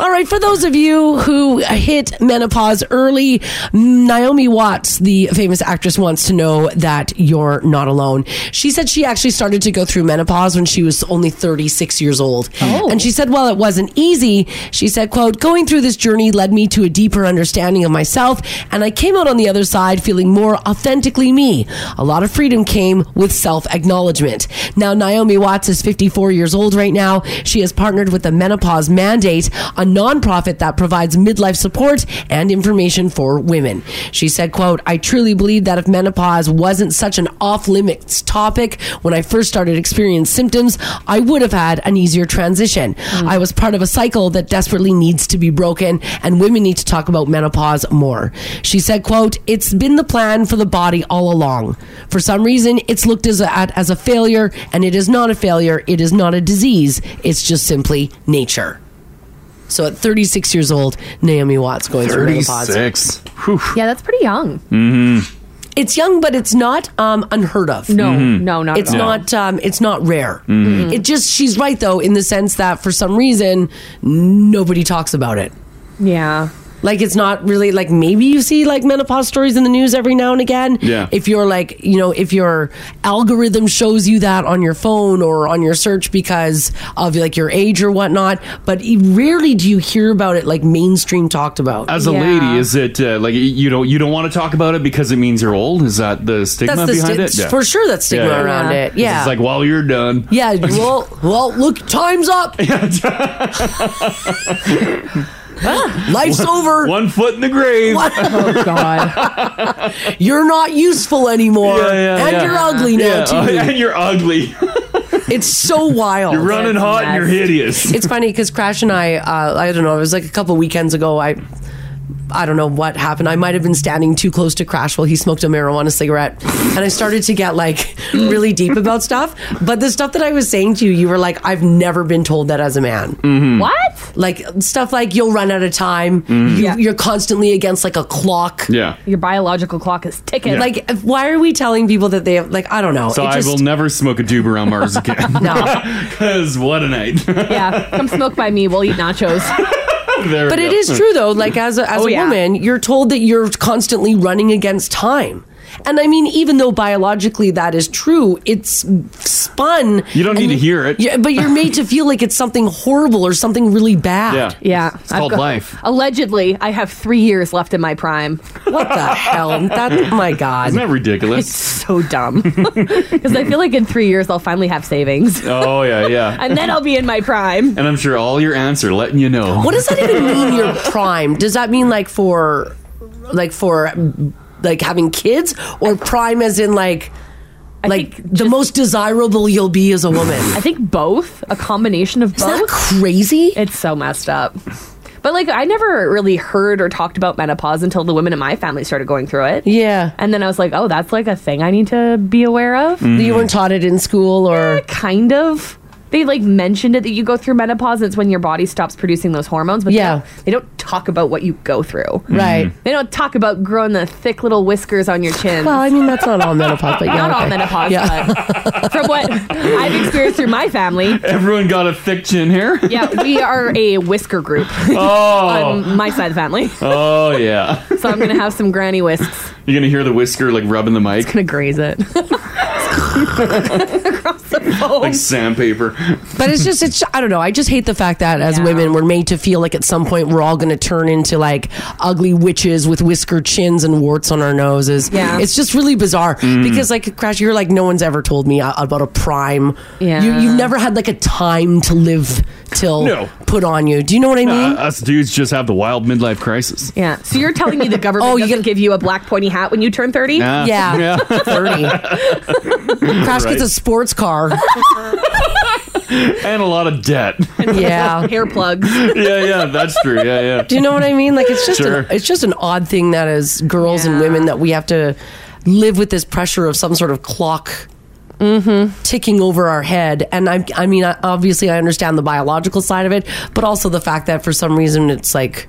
[SPEAKER 5] All right, for those of you who hit menopause early, Naomi Watts, the famous actress, wants to know that you're not alone. She said she actually started to go through menopause when she was only 36 years old. And she said, while it wasn't easy, she said, quote, going through this journey led me to a deeper understanding of myself, and I came out on the other side feeling more authentically me. A lot of freedom came with self-acknowledgement. Now, Naomi Watts is 54 years old right now. She has partnered with the Menopause Mandate, a nonprofit that provides midlife support and information for women. She said, quote, I truly believe that if menopause wasn't such an off-limits topic when I first started experiencing symptoms, I would have had an easier transition. I was part of a cycle that desperately needs to be broken and women need to talk about menopause more. She said, quote, it's been the plan for the body all along. For some reason, it's looked as a, at as a failure and it is not a failure. It is not a disease. It's just simply nature. So at 36 years old, Naomi Watts going through menopause.
[SPEAKER 6] Yeah, that's pretty young.
[SPEAKER 4] Mm-hmm. Mm-hmm.
[SPEAKER 5] It's young, but it's not um, unheard of.
[SPEAKER 6] No, Mhm. no, not at
[SPEAKER 5] It's
[SPEAKER 6] all.
[SPEAKER 5] not. Um, it's not rare.
[SPEAKER 6] Mhm.
[SPEAKER 5] It just she's right though in the sense that for some reason nobody talks about it.
[SPEAKER 6] Yeah.
[SPEAKER 5] Like it's not really like maybe you see like menopause stories in the news every now and again.
[SPEAKER 11] Yeah.
[SPEAKER 5] If you're like you know if your algorithm shows you that on your phone or on your search because of like your age or whatnot, but e- rarely do you hear about it like mainstream talked about.
[SPEAKER 4] As a lady, is it uh, like you don't you don't want to talk about it because it means you're old? Is that the stigma
[SPEAKER 5] That's the
[SPEAKER 4] behind
[SPEAKER 5] sti-
[SPEAKER 4] it?
[SPEAKER 5] for sure that's stigma around it.
[SPEAKER 4] 'Cause
[SPEAKER 5] Yeah.
[SPEAKER 4] it's like while you're done. [laughs]
[SPEAKER 5] Yeah, well, well, look, time's up. Ah, Life's
[SPEAKER 4] One-
[SPEAKER 5] over.
[SPEAKER 4] One foot in the grave. [laughs]
[SPEAKER 5] Oh, God. [laughs] you're not useful anymore. and you're ugly now,
[SPEAKER 4] Yeah,
[SPEAKER 5] too.
[SPEAKER 4] uh, and you're
[SPEAKER 5] [laughs]
[SPEAKER 4] ugly.
[SPEAKER 5] It's so wild.
[SPEAKER 4] You're running That's hot and you're messed. hideous. [laughs]
[SPEAKER 5] It's funny because Crash and I, uh, I don't know, it was like a couple weekends ago. I. I don't know what happened. I might have been standing too close to Crash while he smoked a marijuana cigarette. And I started to
[SPEAKER 6] [laughs]
[SPEAKER 5] get like really deep about stuff. But the stuff that I was saying to you, you were like, I've never been told that as a man.
[SPEAKER 4] Mm-hmm.
[SPEAKER 11] Mhm.
[SPEAKER 6] What?
[SPEAKER 5] Like stuff like you'll run out of time.
[SPEAKER 11] Mhm.
[SPEAKER 5] You, You're constantly against like a clock.
[SPEAKER 4] Yeah.
[SPEAKER 6] Your biological clock is ticking.
[SPEAKER 4] Yeah.
[SPEAKER 5] Like, why are we telling people that they have, like, I don't know.
[SPEAKER 4] so
[SPEAKER 5] It
[SPEAKER 4] I
[SPEAKER 5] just-
[SPEAKER 4] will never smoke a doob around Mars again.
[SPEAKER 5] [laughs] No.
[SPEAKER 4] [laughs] Because what a night. [laughs]
[SPEAKER 6] yeah, come smoke by me. We'll eat nachos.
[SPEAKER 4] There
[SPEAKER 5] But
[SPEAKER 4] we
[SPEAKER 5] it
[SPEAKER 4] go.
[SPEAKER 5] is true though. Like as a, as
[SPEAKER 6] Oh,
[SPEAKER 5] a
[SPEAKER 6] yeah.
[SPEAKER 5] woman, you're told that you're constantly running against time. And I mean, even though biologically that is true, it's spun.
[SPEAKER 4] You don't need to hear it.
[SPEAKER 5] Yeah, but you're made to feel like
[SPEAKER 4] [laughs]
[SPEAKER 5] it's something horrible or something really bad.
[SPEAKER 6] Yeah.
[SPEAKER 5] It's
[SPEAKER 6] I've
[SPEAKER 5] called
[SPEAKER 6] got-
[SPEAKER 5] life.
[SPEAKER 6] Allegedly, I have three years left in my prime. [laughs]
[SPEAKER 5] What the hell? That, oh my God.
[SPEAKER 4] Isn't that ridiculous?
[SPEAKER 6] It's
[SPEAKER 5] [laughs]
[SPEAKER 6] so dumb. [laughs] Because I feel like in three years, I'll finally have savings.
[SPEAKER 4] oh yeah,
[SPEAKER 5] [laughs]
[SPEAKER 4] yeah.
[SPEAKER 6] And then I'll be in my prime.
[SPEAKER 4] [laughs] And I'm sure all your aunts are letting you know.
[SPEAKER 5] What does that even mean? Your prime? Does that mean like for, like for, like having kids or prime as in like, like the most desirable you'll be as a woman?
[SPEAKER 6] I think both, a combination of both.
[SPEAKER 5] crazy?
[SPEAKER 6] It's so messed up. But like I never really heard or talked about menopause until the women in my family started going through it.
[SPEAKER 5] Yeah.
[SPEAKER 6] And then I was like, "Oh, that's like a thing I need to be aware of."
[SPEAKER 5] That Mm-hmm. You weren't taught it in school or
[SPEAKER 6] kind of. They like mentioned it that you go through menopause. It's when your body stops producing those hormones. But yeah, they don't, talk about what you go through.
[SPEAKER 5] Right. Mhm.
[SPEAKER 6] They don't talk about growing the thick little whiskers on your chin.
[SPEAKER 5] Well, I mean, that's not all menopause, but yeah,
[SPEAKER 6] not all
[SPEAKER 5] okay.
[SPEAKER 6] menopause.
[SPEAKER 5] Yeah.
[SPEAKER 6] But from what I've experienced through my family,
[SPEAKER 4] Everyone got a thick chin hair.
[SPEAKER 6] yeah, we are a whisker group.
[SPEAKER 4] Oh.
[SPEAKER 6] on my side of the family.
[SPEAKER 4] Oh yeah.
[SPEAKER 6] So I'm gonna have some granny whisks.
[SPEAKER 4] You're gonna hear the whisker like rubbing the mic.
[SPEAKER 6] gonna graze it.
[SPEAKER 4] Like sandpaper.
[SPEAKER 5] But it's just, it's, I don't know. I just hate the fact that as women, we're made to feel like at some point we're all going to turn into like ugly witches with whisker chins and warts on our noses.
[SPEAKER 11] Yeah.
[SPEAKER 5] It's just really bizarre
[SPEAKER 11] Mm.
[SPEAKER 5] because, like, Crash, you're like, no one's ever told me a- about a prime.
[SPEAKER 11] Yeah.
[SPEAKER 5] You, you've never had like a time to live till
[SPEAKER 4] No.
[SPEAKER 5] put on you. Do you know what I mean?
[SPEAKER 4] Uh, us dudes just have the wild midlife crisis.
[SPEAKER 6] Yeah. So you're telling me the government doesn't give you a black pointy hat when you turn 30?
[SPEAKER 4] Nah. [laughs] Yeah.
[SPEAKER 5] 30. Crash
[SPEAKER 4] Right.
[SPEAKER 5] gets a sports
[SPEAKER 6] [laughs]
[SPEAKER 5] car.
[SPEAKER 4] and a lot of debt. [laughs]
[SPEAKER 5] [laughs] Yeah.
[SPEAKER 6] Hair plugs.
[SPEAKER 4] yeah, yeah, that's true. Yeah, yeah.
[SPEAKER 5] Do you know what I mean? Like it's just
[SPEAKER 4] Sure.
[SPEAKER 5] an, it's just an odd thing that as girls and women that we have to live with this pressure of some sort of clock ticking over our head. And I I mean I, obviously I understand the biological side of it, but also the fact that for some reason it's like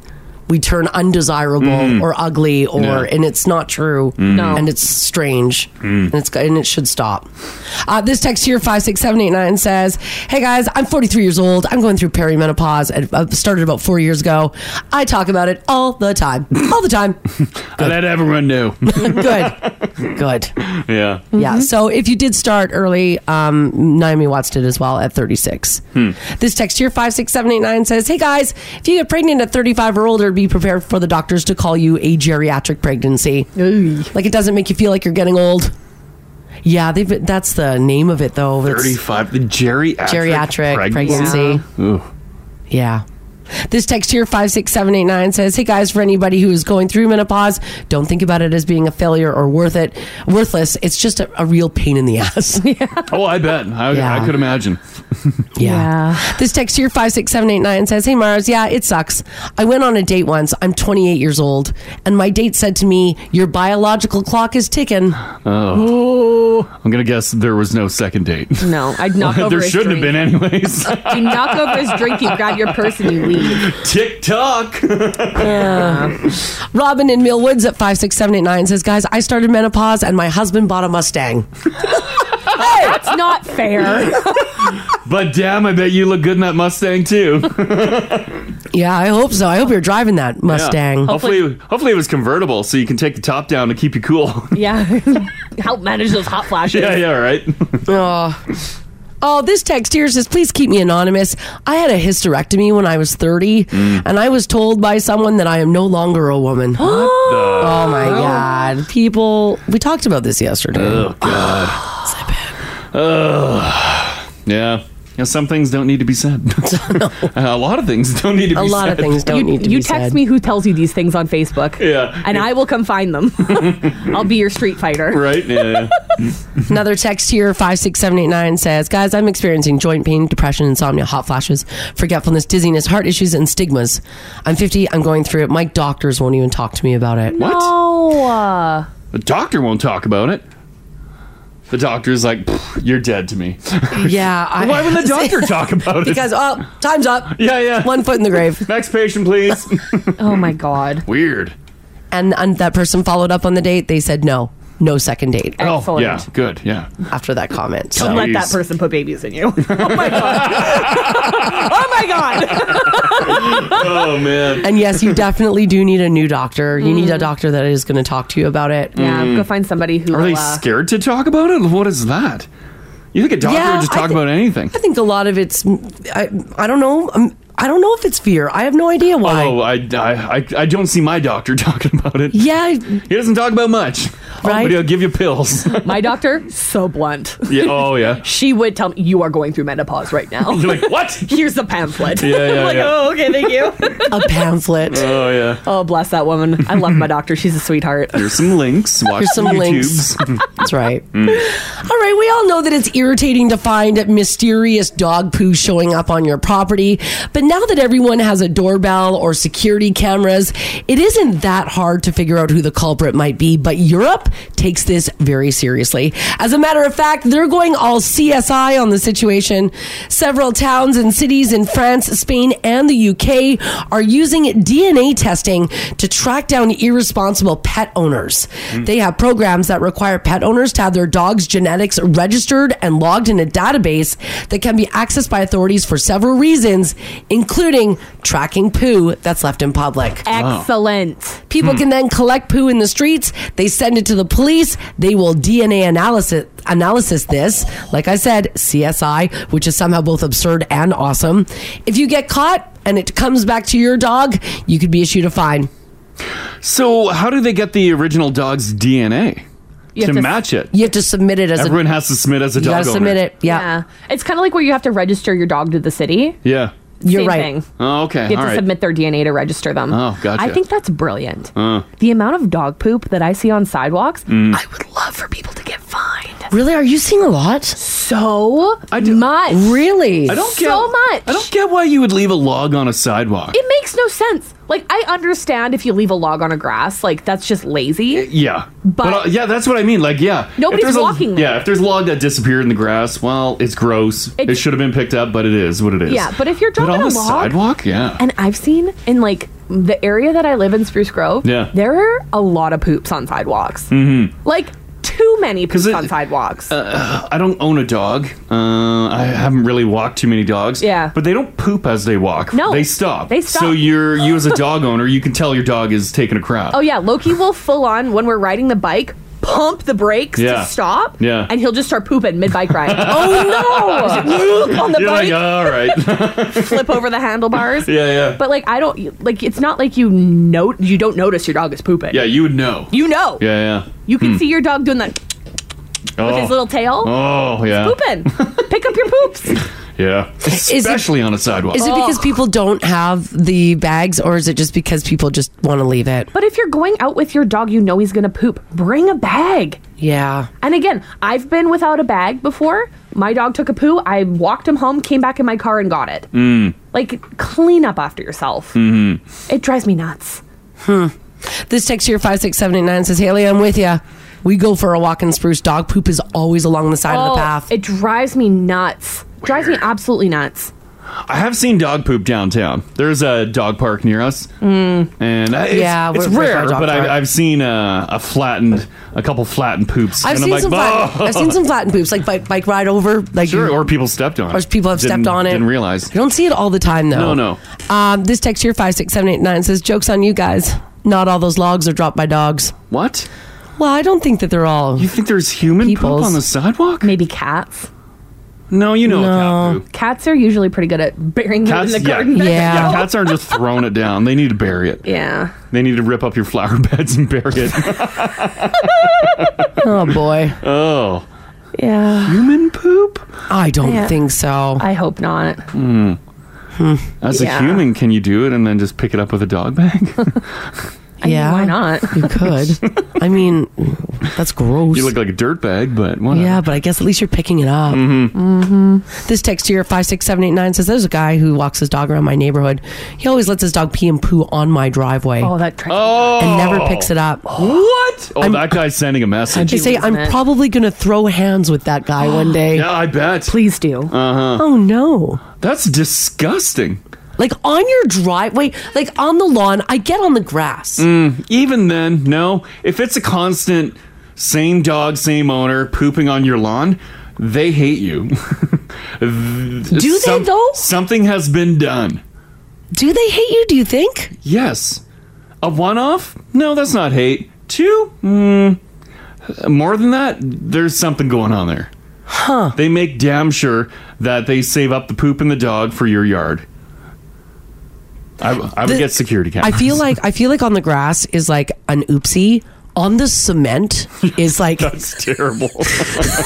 [SPEAKER 5] we turn undesirable
[SPEAKER 11] Mm.
[SPEAKER 5] or ugly or
[SPEAKER 11] Yeah.
[SPEAKER 5] and it's not true
[SPEAKER 11] Mm. No.
[SPEAKER 5] and it's strange and it's and it should stop. Uh, this text here five six seven eight nine says, "Hey guys, I'm 43 years old. I'm going through perimenopause. and uh, started about four years ago. I talk about it all the time, all the time.
[SPEAKER 4] I let everyone know.
[SPEAKER 5] Good, good.
[SPEAKER 4] [laughs] Yeah.
[SPEAKER 5] Yeah. So if you did start early, um, Naomi Watts did as well at 36.
[SPEAKER 11] Hmm.
[SPEAKER 5] This text here, 56789, says, Hey guys, if you get pregnant at 35 or older, be prepared for the doctors to call you a geriatric pregnancy. Like it doesn't make you feel like you're getting old. Yeah, they've, that's the name of it though. It's-
[SPEAKER 4] 35. The geriatric,
[SPEAKER 5] Geriatric pregnancy.
[SPEAKER 4] Ooh.
[SPEAKER 5] Yeah. This text here, 56789, says, Hey guys, for anybody who is going through menopause, don't think about it as being a failure or worth it, worthless. It's just a, a real pain in the [laughs] ass.
[SPEAKER 4] Oh, I bet. I, I could imagine.
[SPEAKER 5] Yeah. This text here, 56789, says, Hey, Mars, yeah, it sucks. I went on a date once. I'm 28 years old. And my date said to me, Your biological clock is ticking.
[SPEAKER 4] Oh. I'm going to guess there was no second date.
[SPEAKER 6] No, I'd knock over
[SPEAKER 4] [laughs] There
[SPEAKER 6] his
[SPEAKER 4] shouldn't have been, anyways.
[SPEAKER 6] You knock over his drink, you grab your purse, and you
[SPEAKER 4] [laughs]
[SPEAKER 6] leave.
[SPEAKER 4] Tick tock. [laughs]
[SPEAKER 5] Robin in Mill Woods at 56789 says, Guys, I started menopause and my husband bought a Mustang.
[SPEAKER 6] That's not fair.
[SPEAKER 4] [laughs] But damn, I bet you look good in that Mustang, too.
[SPEAKER 5] Yeah, I hope so. I hope you're driving that Mustang.
[SPEAKER 4] Yeah. Hopefully, hopefully it was convertible, so you can take the top down to keep you cool. [laughs]
[SPEAKER 6] [laughs] Yeah. Help manage those hot flashes.
[SPEAKER 4] yeah, yeah, right.
[SPEAKER 5] oh. Oh, this text here says, please keep me anonymous. I had a hysterectomy when I was 30,
[SPEAKER 4] Mm.
[SPEAKER 5] and I was told by someone that I am no longer
[SPEAKER 6] [gasps]
[SPEAKER 5] a woman. oh, my God. People, we talked about this
[SPEAKER 4] [laughs]
[SPEAKER 5] yesterday.
[SPEAKER 4] Oh God. Ugh. Yeah. Yeah, some things don't need to be [laughs] said. a lot of things don't [laughs] need to be said.
[SPEAKER 6] you, You text
[SPEAKER 4] [laughs]
[SPEAKER 6] me who tells you these things on Facebook.
[SPEAKER 4] Yeah.
[SPEAKER 6] And I will come find
[SPEAKER 4] [laughs]
[SPEAKER 6] them. I'll be your street fighter.
[SPEAKER 4] Right? Yeah.
[SPEAKER 6] [laughs]
[SPEAKER 5] Another text here, 56789 says, Guys, I'm experiencing joint pain, depression, insomnia, hot flashes, forgetfulness, dizziness, heart issues, and stigmas. I'm 50. I'm going through it. My doctors won't even talk to me about it.
[SPEAKER 4] What?
[SPEAKER 6] Oh, No.
[SPEAKER 4] The doctor won't talk about it. The doctor's like, "Pfft, you're dead to me. [laughs]
[SPEAKER 5] Yeah.
[SPEAKER 4] Why would the
[SPEAKER 5] [laughs]
[SPEAKER 4] doctor talk about it?
[SPEAKER 5] Because, oh, time's up.
[SPEAKER 4] Yeah, yeah.
[SPEAKER 5] One foot in the grave.
[SPEAKER 4] [laughs] Next patient, please.
[SPEAKER 6] [laughs] oh, my God.
[SPEAKER 4] Weird.
[SPEAKER 5] And, and that person followed up on the date. They said no. No second date.
[SPEAKER 4] Oh, yeah. Good. Yeah.
[SPEAKER 5] After that comment.
[SPEAKER 6] Don't let that person put babies in you. [laughs] oh, my
[SPEAKER 5] [laughs]
[SPEAKER 6] God. oh, my God.
[SPEAKER 4] oh man.
[SPEAKER 5] And yes, you definitely do need a new doctor. You need a doctor that is going to talk to you about it.
[SPEAKER 6] Mm-hmm. Yeah, go find somebody who
[SPEAKER 4] Mm-hmm. Are
[SPEAKER 6] will,
[SPEAKER 4] they
[SPEAKER 6] uh,
[SPEAKER 4] scared to talk about it? What is that? You think a doctor
[SPEAKER 5] Yeah,
[SPEAKER 4] would just
[SPEAKER 5] I
[SPEAKER 4] talk
[SPEAKER 5] thi-
[SPEAKER 6] [laughs]
[SPEAKER 4] about anything?
[SPEAKER 5] I think a lot of it's. I, I don't know. Um, I don't know if it's fear. I have no idea why.
[SPEAKER 4] Oh, I, I, I, I don't see my doctor [laughs] talking about it.
[SPEAKER 5] Yeah.
[SPEAKER 4] He doesn't talk about much. Oh,
[SPEAKER 6] Right?
[SPEAKER 4] But he'll give
[SPEAKER 6] [laughs]
[SPEAKER 4] you pills.
[SPEAKER 6] My doctor, so blunt.
[SPEAKER 4] yeah. Oh, yeah.
[SPEAKER 6] [laughs] She would tell me, you are going through menopause right now.
[SPEAKER 4] You're like, what?
[SPEAKER 6] [laughs] Here's the pamphlet.
[SPEAKER 4] Yeah, yeah,
[SPEAKER 6] I'm [laughs] like,
[SPEAKER 4] yeah.
[SPEAKER 6] oh, okay, thank you.
[SPEAKER 5] a pamphlet.
[SPEAKER 4] Oh, yeah.
[SPEAKER 6] oh, bless that woman. I love my doctor. She's a sweetheart.
[SPEAKER 4] Here's some links. Watch
[SPEAKER 5] Here's some
[SPEAKER 4] YouTubes.
[SPEAKER 5] links. [laughs]
[SPEAKER 4] Mm.
[SPEAKER 5] That's right. All right, we all know that it's irritating to find mysterious dog poo showing up on your property, but now that everyone has a doorbell or security cameras, it isn't that hard to figure out who the culprit might be, but Europe takes this very seriously. As a matter of fact, they're going all CSI on the situation. Several towns and cities in France, Spain, and the UK are using DNA testing to track down irresponsible pet owners. They have programs that require pet owners to have their dog's genetics registered and logged in a database that can be accessed by authorities for several reasons, including tracking poo that's left in public.
[SPEAKER 6] Excellent.
[SPEAKER 5] People can then collect poo in the streets. They send it to the police. They will DNA analysis analysis this. Like I said, CSI, which is somehow both absurd and awesome. If you get caught and it comes back to your dog, you could be issued a fine.
[SPEAKER 4] so, how do they get the original dog's DNA
[SPEAKER 6] You
[SPEAKER 4] to
[SPEAKER 6] have to-
[SPEAKER 4] match it?
[SPEAKER 5] You have to submit it as
[SPEAKER 4] Everyone has to submit as a
[SPEAKER 5] a. You
[SPEAKER 4] dog
[SPEAKER 5] gotta
[SPEAKER 4] owner.
[SPEAKER 5] submit it. Yeah,
[SPEAKER 6] Yeah. It's kind of like where you have to register your dog to the city.
[SPEAKER 4] Yeah.
[SPEAKER 5] you're
[SPEAKER 6] Same
[SPEAKER 5] right.
[SPEAKER 6] thing.
[SPEAKER 4] Oh, okay.
[SPEAKER 6] You have
[SPEAKER 4] All
[SPEAKER 6] to
[SPEAKER 4] right.
[SPEAKER 6] submit their DNA to register them.
[SPEAKER 4] Oh, gotcha.
[SPEAKER 6] I think that's brilliant.
[SPEAKER 4] Uh. mm.
[SPEAKER 6] The amount of dog poop that I see on sidewalks, I would love for people to get fined
[SPEAKER 5] Really? Are you seeing a lot?
[SPEAKER 6] so
[SPEAKER 4] I do-
[SPEAKER 6] much.
[SPEAKER 5] Really?
[SPEAKER 4] I don't
[SPEAKER 6] so
[SPEAKER 4] get,
[SPEAKER 6] much.
[SPEAKER 4] I don't get why you would leave a log on a sidewalk.
[SPEAKER 6] It makes no sense. Like I understand if you leave a log on a grass, like that's just lazy.
[SPEAKER 4] Yeah,
[SPEAKER 6] But-
[SPEAKER 4] uh, yeah, that's what I mean. Like, yeah, If
[SPEAKER 6] Nobody's
[SPEAKER 4] there's a-
[SPEAKER 6] walking there.
[SPEAKER 4] Yeah, if there's a log that disappeared in the grass, well, it's gross. It,
[SPEAKER 6] It-
[SPEAKER 4] should have been picked up, but it is what it is.
[SPEAKER 6] Yeah, but if you're
[SPEAKER 4] but
[SPEAKER 6] dropping
[SPEAKER 4] on
[SPEAKER 6] a
[SPEAKER 4] the
[SPEAKER 6] log-
[SPEAKER 4] sidewalk, yeah,
[SPEAKER 6] And I've seen in like the area that I live in, Spruce Grove,
[SPEAKER 4] Yeah.
[SPEAKER 6] there are a lot of poops on sidewalks. Mm-hmm. Like too many
[SPEAKER 4] 'Cause
[SPEAKER 6] poops
[SPEAKER 4] it- Uh,
[SPEAKER 6] on sidewalks.
[SPEAKER 4] I don't own a dog. Uh, I haven't really walked too many dogs.
[SPEAKER 6] Yeah.
[SPEAKER 4] but they don't poop as they walk.
[SPEAKER 6] No,
[SPEAKER 4] they stop.
[SPEAKER 6] they stop. [laughs]
[SPEAKER 4] So you're you as a dog owner, you can tell your dog is taking a crap.
[SPEAKER 6] oh yeah, Loki will full on when we're riding the bike. Pump the brakes
[SPEAKER 4] Yeah.
[SPEAKER 6] to stop,
[SPEAKER 4] Yeah.
[SPEAKER 6] and he'll just start pooping mid bike
[SPEAKER 4] [laughs]
[SPEAKER 6] ride. oh no! on the
[SPEAKER 4] You're
[SPEAKER 6] bike,
[SPEAKER 4] like, all
[SPEAKER 6] [laughs]
[SPEAKER 4] right, [laughs]
[SPEAKER 6] flip over the handlebars.
[SPEAKER 4] yeah, yeah,
[SPEAKER 6] But like I don't like it's not like you note you don't notice your dog is pooping.
[SPEAKER 4] yeah. You Hmm. would know.
[SPEAKER 6] You know.
[SPEAKER 4] yeah, yeah.
[SPEAKER 6] You can see your dog doing that
[SPEAKER 4] Oh.
[SPEAKER 6] with his little tail.
[SPEAKER 4] Oh yeah, [laughs]
[SPEAKER 6] Pooping. Pick up your poops.
[SPEAKER 4] yeah. Especially on a sidewalk.
[SPEAKER 5] Is it because people don't have the bags, or is it just because people just want to leave it?
[SPEAKER 6] But if you're going out with your dog, you know he's going to poop. Bring a bag.
[SPEAKER 5] Yeah.
[SPEAKER 6] And again, I've been without a bag before. My dog took a poo. I walked him home, came back in my car, and got it. Like, clean up after yourself. It drives me nuts.
[SPEAKER 5] This text here, 56789, says, Haley, I'm with you. We go for a walk in Spruce. Dog poop is always along the side of the path.
[SPEAKER 6] It drives me nuts. Drives me absolutely nuts.
[SPEAKER 4] I have seen dog poop downtown. There's a dog park near us,
[SPEAKER 5] Mm.
[SPEAKER 4] and I, it's,
[SPEAKER 5] Yeah,
[SPEAKER 4] it's
[SPEAKER 5] we're- we're by
[SPEAKER 4] rare.
[SPEAKER 5] dog
[SPEAKER 4] But
[SPEAKER 5] park.
[SPEAKER 4] I, I've seen uh, a flattened, a couple flattened poops.
[SPEAKER 5] I've
[SPEAKER 4] and
[SPEAKER 5] seen
[SPEAKER 4] I'm like,
[SPEAKER 5] some flat,
[SPEAKER 4] "Oh."
[SPEAKER 5] I've seen
[SPEAKER 4] [laughs]
[SPEAKER 5] some flattened poops like bike, bike ride over like
[SPEAKER 4] Sure,
[SPEAKER 5] you-
[SPEAKER 4] or people stepped on it.
[SPEAKER 5] Or people have stepped
[SPEAKER 4] Didn't-
[SPEAKER 5] on it.
[SPEAKER 4] Didn't realize.
[SPEAKER 5] I don't see it all the time
[SPEAKER 4] No,
[SPEAKER 5] though.
[SPEAKER 4] no.
[SPEAKER 5] Um, this text here five six seven eight nine says jokes on you guys. Not all those logs are dropped by dogs.
[SPEAKER 4] What?
[SPEAKER 5] Well, I don't think that they're all. You
[SPEAKER 4] think there's human
[SPEAKER 5] people's. poop on the
[SPEAKER 4] sidewalk?
[SPEAKER 6] Maybe cats.
[SPEAKER 4] No, you know no.
[SPEAKER 6] Cats are usually pretty good at burying
[SPEAKER 4] Cats,
[SPEAKER 6] them in the
[SPEAKER 4] yeah.
[SPEAKER 6] garden. [laughs]
[SPEAKER 4] yeah, Cats aren't just throwing it down. They need to bury it.
[SPEAKER 6] Yeah.
[SPEAKER 4] They need to rip up your flower beds and bury it.
[SPEAKER 5] [laughs] oh boy.
[SPEAKER 4] Oh,
[SPEAKER 6] Yeah.
[SPEAKER 4] Human poop?
[SPEAKER 5] I don't
[SPEAKER 6] Yeah.
[SPEAKER 5] think so.
[SPEAKER 6] I hope not.
[SPEAKER 4] Hmm. As
[SPEAKER 6] Yeah.
[SPEAKER 4] a human, can you do it and then just pick it up with a dog bag?
[SPEAKER 5] yeah. why
[SPEAKER 6] not?
[SPEAKER 5] You
[SPEAKER 4] [laughs]
[SPEAKER 5] could. I mean, that's gross.
[SPEAKER 4] You look like a dirt bag, but whatever.
[SPEAKER 5] yeah, but I guess at least you're picking it up. Mm-hmm. This text here, 56789, says there's a guy who walks his dog around my neighborhood. He always lets his dog pee and poo on my driveway. Oh,
[SPEAKER 6] that
[SPEAKER 4] Oh,
[SPEAKER 5] And never picks it up.
[SPEAKER 4] What? Oh,
[SPEAKER 5] I'm-
[SPEAKER 4] that guy's sending a message.
[SPEAKER 5] I say, I'm probably going to throw hands with that guy
[SPEAKER 4] [gasps]
[SPEAKER 5] one day.
[SPEAKER 4] Yeah, I bet.
[SPEAKER 5] Please do.
[SPEAKER 4] Uh huh.
[SPEAKER 5] Oh, no.
[SPEAKER 4] That's disgusting.
[SPEAKER 5] Like on your driveway, like on the lawn, I get on the grass.
[SPEAKER 4] Mm, even then, no. If it's a constant, same dog, same owner pooping on your lawn, they hate you. [laughs] Do
[SPEAKER 5] they,
[SPEAKER 4] though? Something has been done.
[SPEAKER 5] Do they hate you, do you think?
[SPEAKER 4] Yes. A one off? No, that's not hate. Two? Mm, more than that, there's something going on there. Huh. They make damn sure that they save up the poop and the dog for your yard. I, I would
[SPEAKER 5] The-
[SPEAKER 4] get security
[SPEAKER 5] I
[SPEAKER 4] cameras.
[SPEAKER 5] feel like I feel like on the grass is like an oopsie. On
[SPEAKER 4] [laughs]
[SPEAKER 5] the cement is like
[SPEAKER 4] that's [laughs] terrible.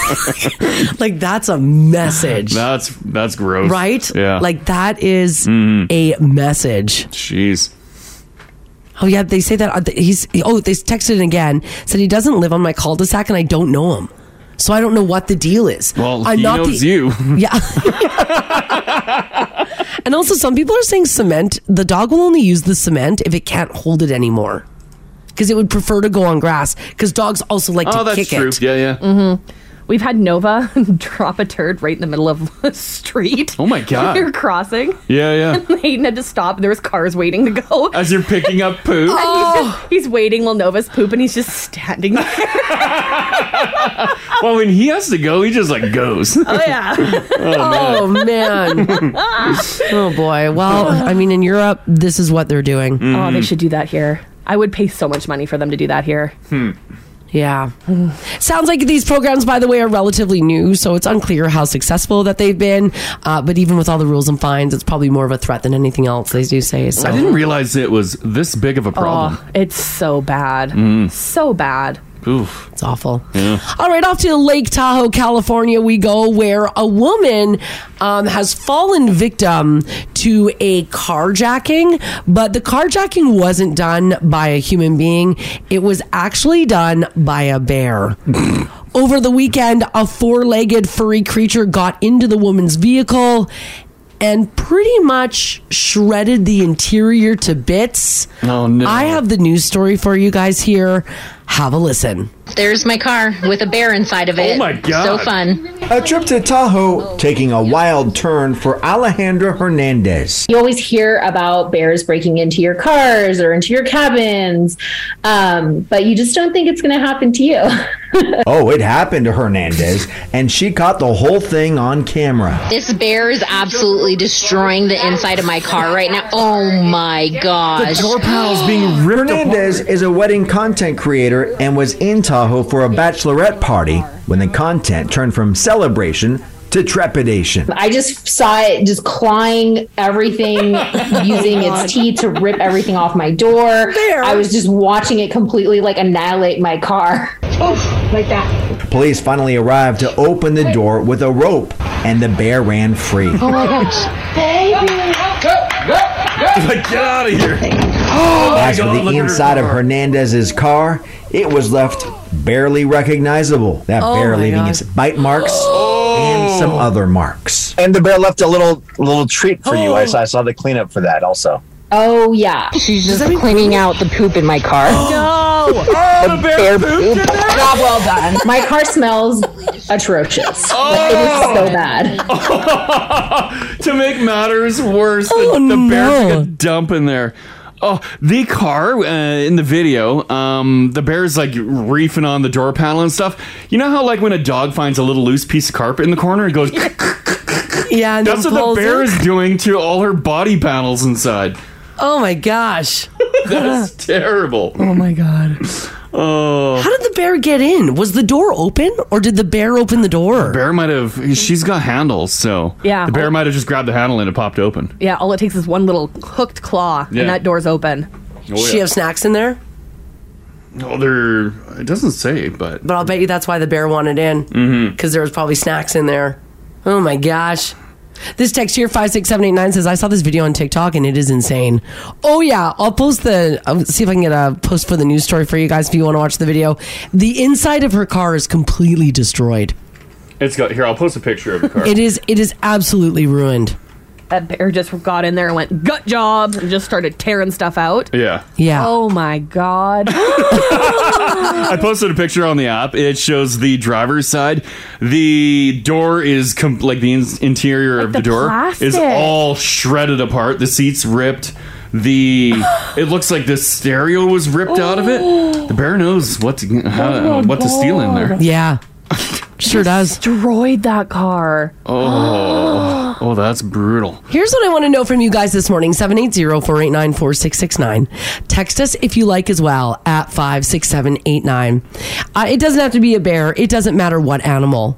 [SPEAKER 5] [laughs] like that's a message,
[SPEAKER 4] That's that's [laughs] gross.
[SPEAKER 5] right?
[SPEAKER 4] Yeah. Mm-hmm.
[SPEAKER 5] Like that is a message.
[SPEAKER 4] Jeez.
[SPEAKER 5] Oh yeah, they say that uh, th- he's oh they texted it again said he doesn't live on my cul-de-sac and I don't know him, so I don't know what the deal is.
[SPEAKER 4] Well,
[SPEAKER 5] I'm
[SPEAKER 4] he
[SPEAKER 5] not the-
[SPEAKER 4] knows you. [laughs]
[SPEAKER 5] Yeah. and also, some people are saying cement. The dog will only use the cement if it can't hold it anymore, because it would prefer to go on grass. Because dogs also like to kick it.
[SPEAKER 4] Oh, Yeah, yeah.
[SPEAKER 6] Mm-hmm. We've had Nova [laughs] drop a turd right in the middle of a street.
[SPEAKER 4] Oh my
[SPEAKER 6] [laughs]
[SPEAKER 4] God.
[SPEAKER 6] We were crossing.
[SPEAKER 4] Yeah,
[SPEAKER 6] [laughs]
[SPEAKER 4] yeah.
[SPEAKER 6] And Hayden had to stop. There was cars waiting to go.
[SPEAKER 4] As you're picking up
[SPEAKER 5] [laughs]
[SPEAKER 4] poop.
[SPEAKER 6] And he's,
[SPEAKER 5] Oh.
[SPEAKER 6] just, he's waiting while Nova's pooping. He's just standing there.
[SPEAKER 4] well, when he has to go, he just like goes.
[SPEAKER 6] Oh
[SPEAKER 4] [laughs]
[SPEAKER 6] yeah.
[SPEAKER 5] [laughs] Oh man. oh boy. Well, I mean, in Europe, this is what they're doing.
[SPEAKER 4] Mm. Mm-hmm.
[SPEAKER 6] Oh, they should do that here. I would pay so much money for them to do that here.
[SPEAKER 7] Hmm.
[SPEAKER 5] Yeah. [sighs] Sounds like these programs, by the way, are relatively new, so it's unclear how successful that they've been. Uh, but even with all the rules and fines, it's probably more of a threat than anything else, they do say. So.
[SPEAKER 4] I didn't realize it was this big of a problem.
[SPEAKER 6] Oh, it's so bad.
[SPEAKER 4] Mm.
[SPEAKER 6] So bad.
[SPEAKER 4] Oof.
[SPEAKER 5] It's awful.
[SPEAKER 4] Yeah.
[SPEAKER 5] All right, off to Lake Tahoe, California, we go, where a woman um, has fallen victim to a carjacking, but the carjacking wasn't done by a human being. It was actually done by
[SPEAKER 4] [laughs]
[SPEAKER 5] a bear. Over the weekend, a four legged furry creature got into the woman's vehicle and pretty much shredded the interior to bits.
[SPEAKER 4] Oh, no.
[SPEAKER 5] I have the news story for you guys here. Have a listen.
[SPEAKER 11] There's my car with a bear inside of it.
[SPEAKER 12] Oh my God.
[SPEAKER 11] So fun.
[SPEAKER 12] A trip to Tahoe taking a wild turn for Alejandra Hernandez.
[SPEAKER 11] You always hear about bears breaking into your cars or into your cabins, um, but you just don't think it's going to happen to you. [laughs]
[SPEAKER 12] oh, it happened to Hernandez, and she caught the whole thing on camera.
[SPEAKER 11] This bear is absolutely destroying the inside of my car right now. Oh my gosh.
[SPEAKER 12] being ripped Hernandez is a wedding content creator and was in Tahoe for a bachelorette party when the content turned from celebration to trepidation.
[SPEAKER 11] I just saw it just clawing [laughs] everything, using its teeth to rip everything off my door. I was just watching it completely like annihilate my [laughs] car. Oh, like that.
[SPEAKER 12] Police finally arrived to open the door with a rope, and the bear ran free.
[SPEAKER 11] my gosh.
[SPEAKER 4] like, get out of here. Oh
[SPEAKER 12] As for
[SPEAKER 4] God,
[SPEAKER 12] the
[SPEAKER 4] look at her
[SPEAKER 12] inside of Hernandez's car, it was left barely recognizable. That
[SPEAKER 10] Oh
[SPEAKER 12] bear
[SPEAKER 10] my
[SPEAKER 12] leaving
[SPEAKER 10] God.
[SPEAKER 12] its bite marks
[SPEAKER 4] Oh.
[SPEAKER 12] and some other marks.
[SPEAKER 10] Oh. And the bear left a little little treat for you. I saw, I saw the cleanup for that also.
[SPEAKER 11] Oh yeah, she's just cleaning out the poop in my [gasps] car.
[SPEAKER 6] No,
[SPEAKER 11] Oh, the bear, poop. Job well done. My car smells atrocious. [laughs] Like, it is so bad.
[SPEAKER 4] to make matters worse,
[SPEAKER 5] Oh,
[SPEAKER 4] the, the bear took a dump in there. Oh, the car uh, in the video, um, the bear's like reefing on the door panel and stuff. You know how like when a dog finds a little loose piece of carpet in the corner,
[SPEAKER 5] [laughs]
[SPEAKER 4] it goes.
[SPEAKER 5] yeah, and
[SPEAKER 4] that's
[SPEAKER 5] then
[SPEAKER 4] what the
[SPEAKER 5] pulls
[SPEAKER 4] bear
[SPEAKER 5] it?
[SPEAKER 4] is doing to all her body panels
[SPEAKER 5] [laughs]
[SPEAKER 4] inside.
[SPEAKER 5] Oh my
[SPEAKER 4] [laughs]
[SPEAKER 5] gosh.
[SPEAKER 4] That's terrible.
[SPEAKER 5] [laughs] Oh my god.
[SPEAKER 4] Oh.
[SPEAKER 5] How did the bear get in? Was the door open or did the bear open the door?
[SPEAKER 4] Bear might have. She's got handles, so
[SPEAKER 6] Yeah.
[SPEAKER 4] The bear might have just grabbed the handle and it popped open.
[SPEAKER 6] Yeah, all it takes is one little hooked claw,
[SPEAKER 4] Yeah.
[SPEAKER 6] and that door's open.
[SPEAKER 4] Oh, Does she yeah. have
[SPEAKER 5] snacks in there?
[SPEAKER 4] Oh, there. It doesn't say, but
[SPEAKER 5] But I'll bet you that's why the bear wanted in because
[SPEAKER 4] Mm-hmm.
[SPEAKER 5] there was probably snacks in there. Oh my gosh. This text here five six seven eight nine says I saw this video on TikTok and it is insane. Oh yeah, I'll post the I'll see if I can get a post for the news story for you guys if you want to watch the video. The inside of her car is completely destroyed.
[SPEAKER 4] it's got here. I'll post a picture of the car.
[SPEAKER 5] It is it is absolutely ruined.
[SPEAKER 6] That bear just got in there and went gut job and just started tearing stuff out.
[SPEAKER 4] [laughs] Yeah.
[SPEAKER 5] Yeah.
[SPEAKER 6] Oh my
[SPEAKER 4] [laughs]
[SPEAKER 6] god.
[SPEAKER 4] I posted a picture on the app. It shows the driver's side. The door is com- like the in- interior of the,
[SPEAKER 6] the
[SPEAKER 4] door is
[SPEAKER 6] plastic.
[SPEAKER 4] all shredded apart. The seats ripped.
[SPEAKER 6] [gasps]
[SPEAKER 4] The it looks like the stereo was ripped out of it. The bear knows what to, how,
[SPEAKER 6] Oh my
[SPEAKER 4] what to steal in there.
[SPEAKER 6] God.
[SPEAKER 5] Yeah. [laughs] Sure does.
[SPEAKER 6] Destroyed that car. [gasps]
[SPEAKER 4] Oh, [gasps] oh, that's brutal.
[SPEAKER 5] Here's what I want to know from you guys this morning 780 489 4669. Text us if you like as well at 56789. Uh, it doesn't have to be a bear, it doesn't matter what animal.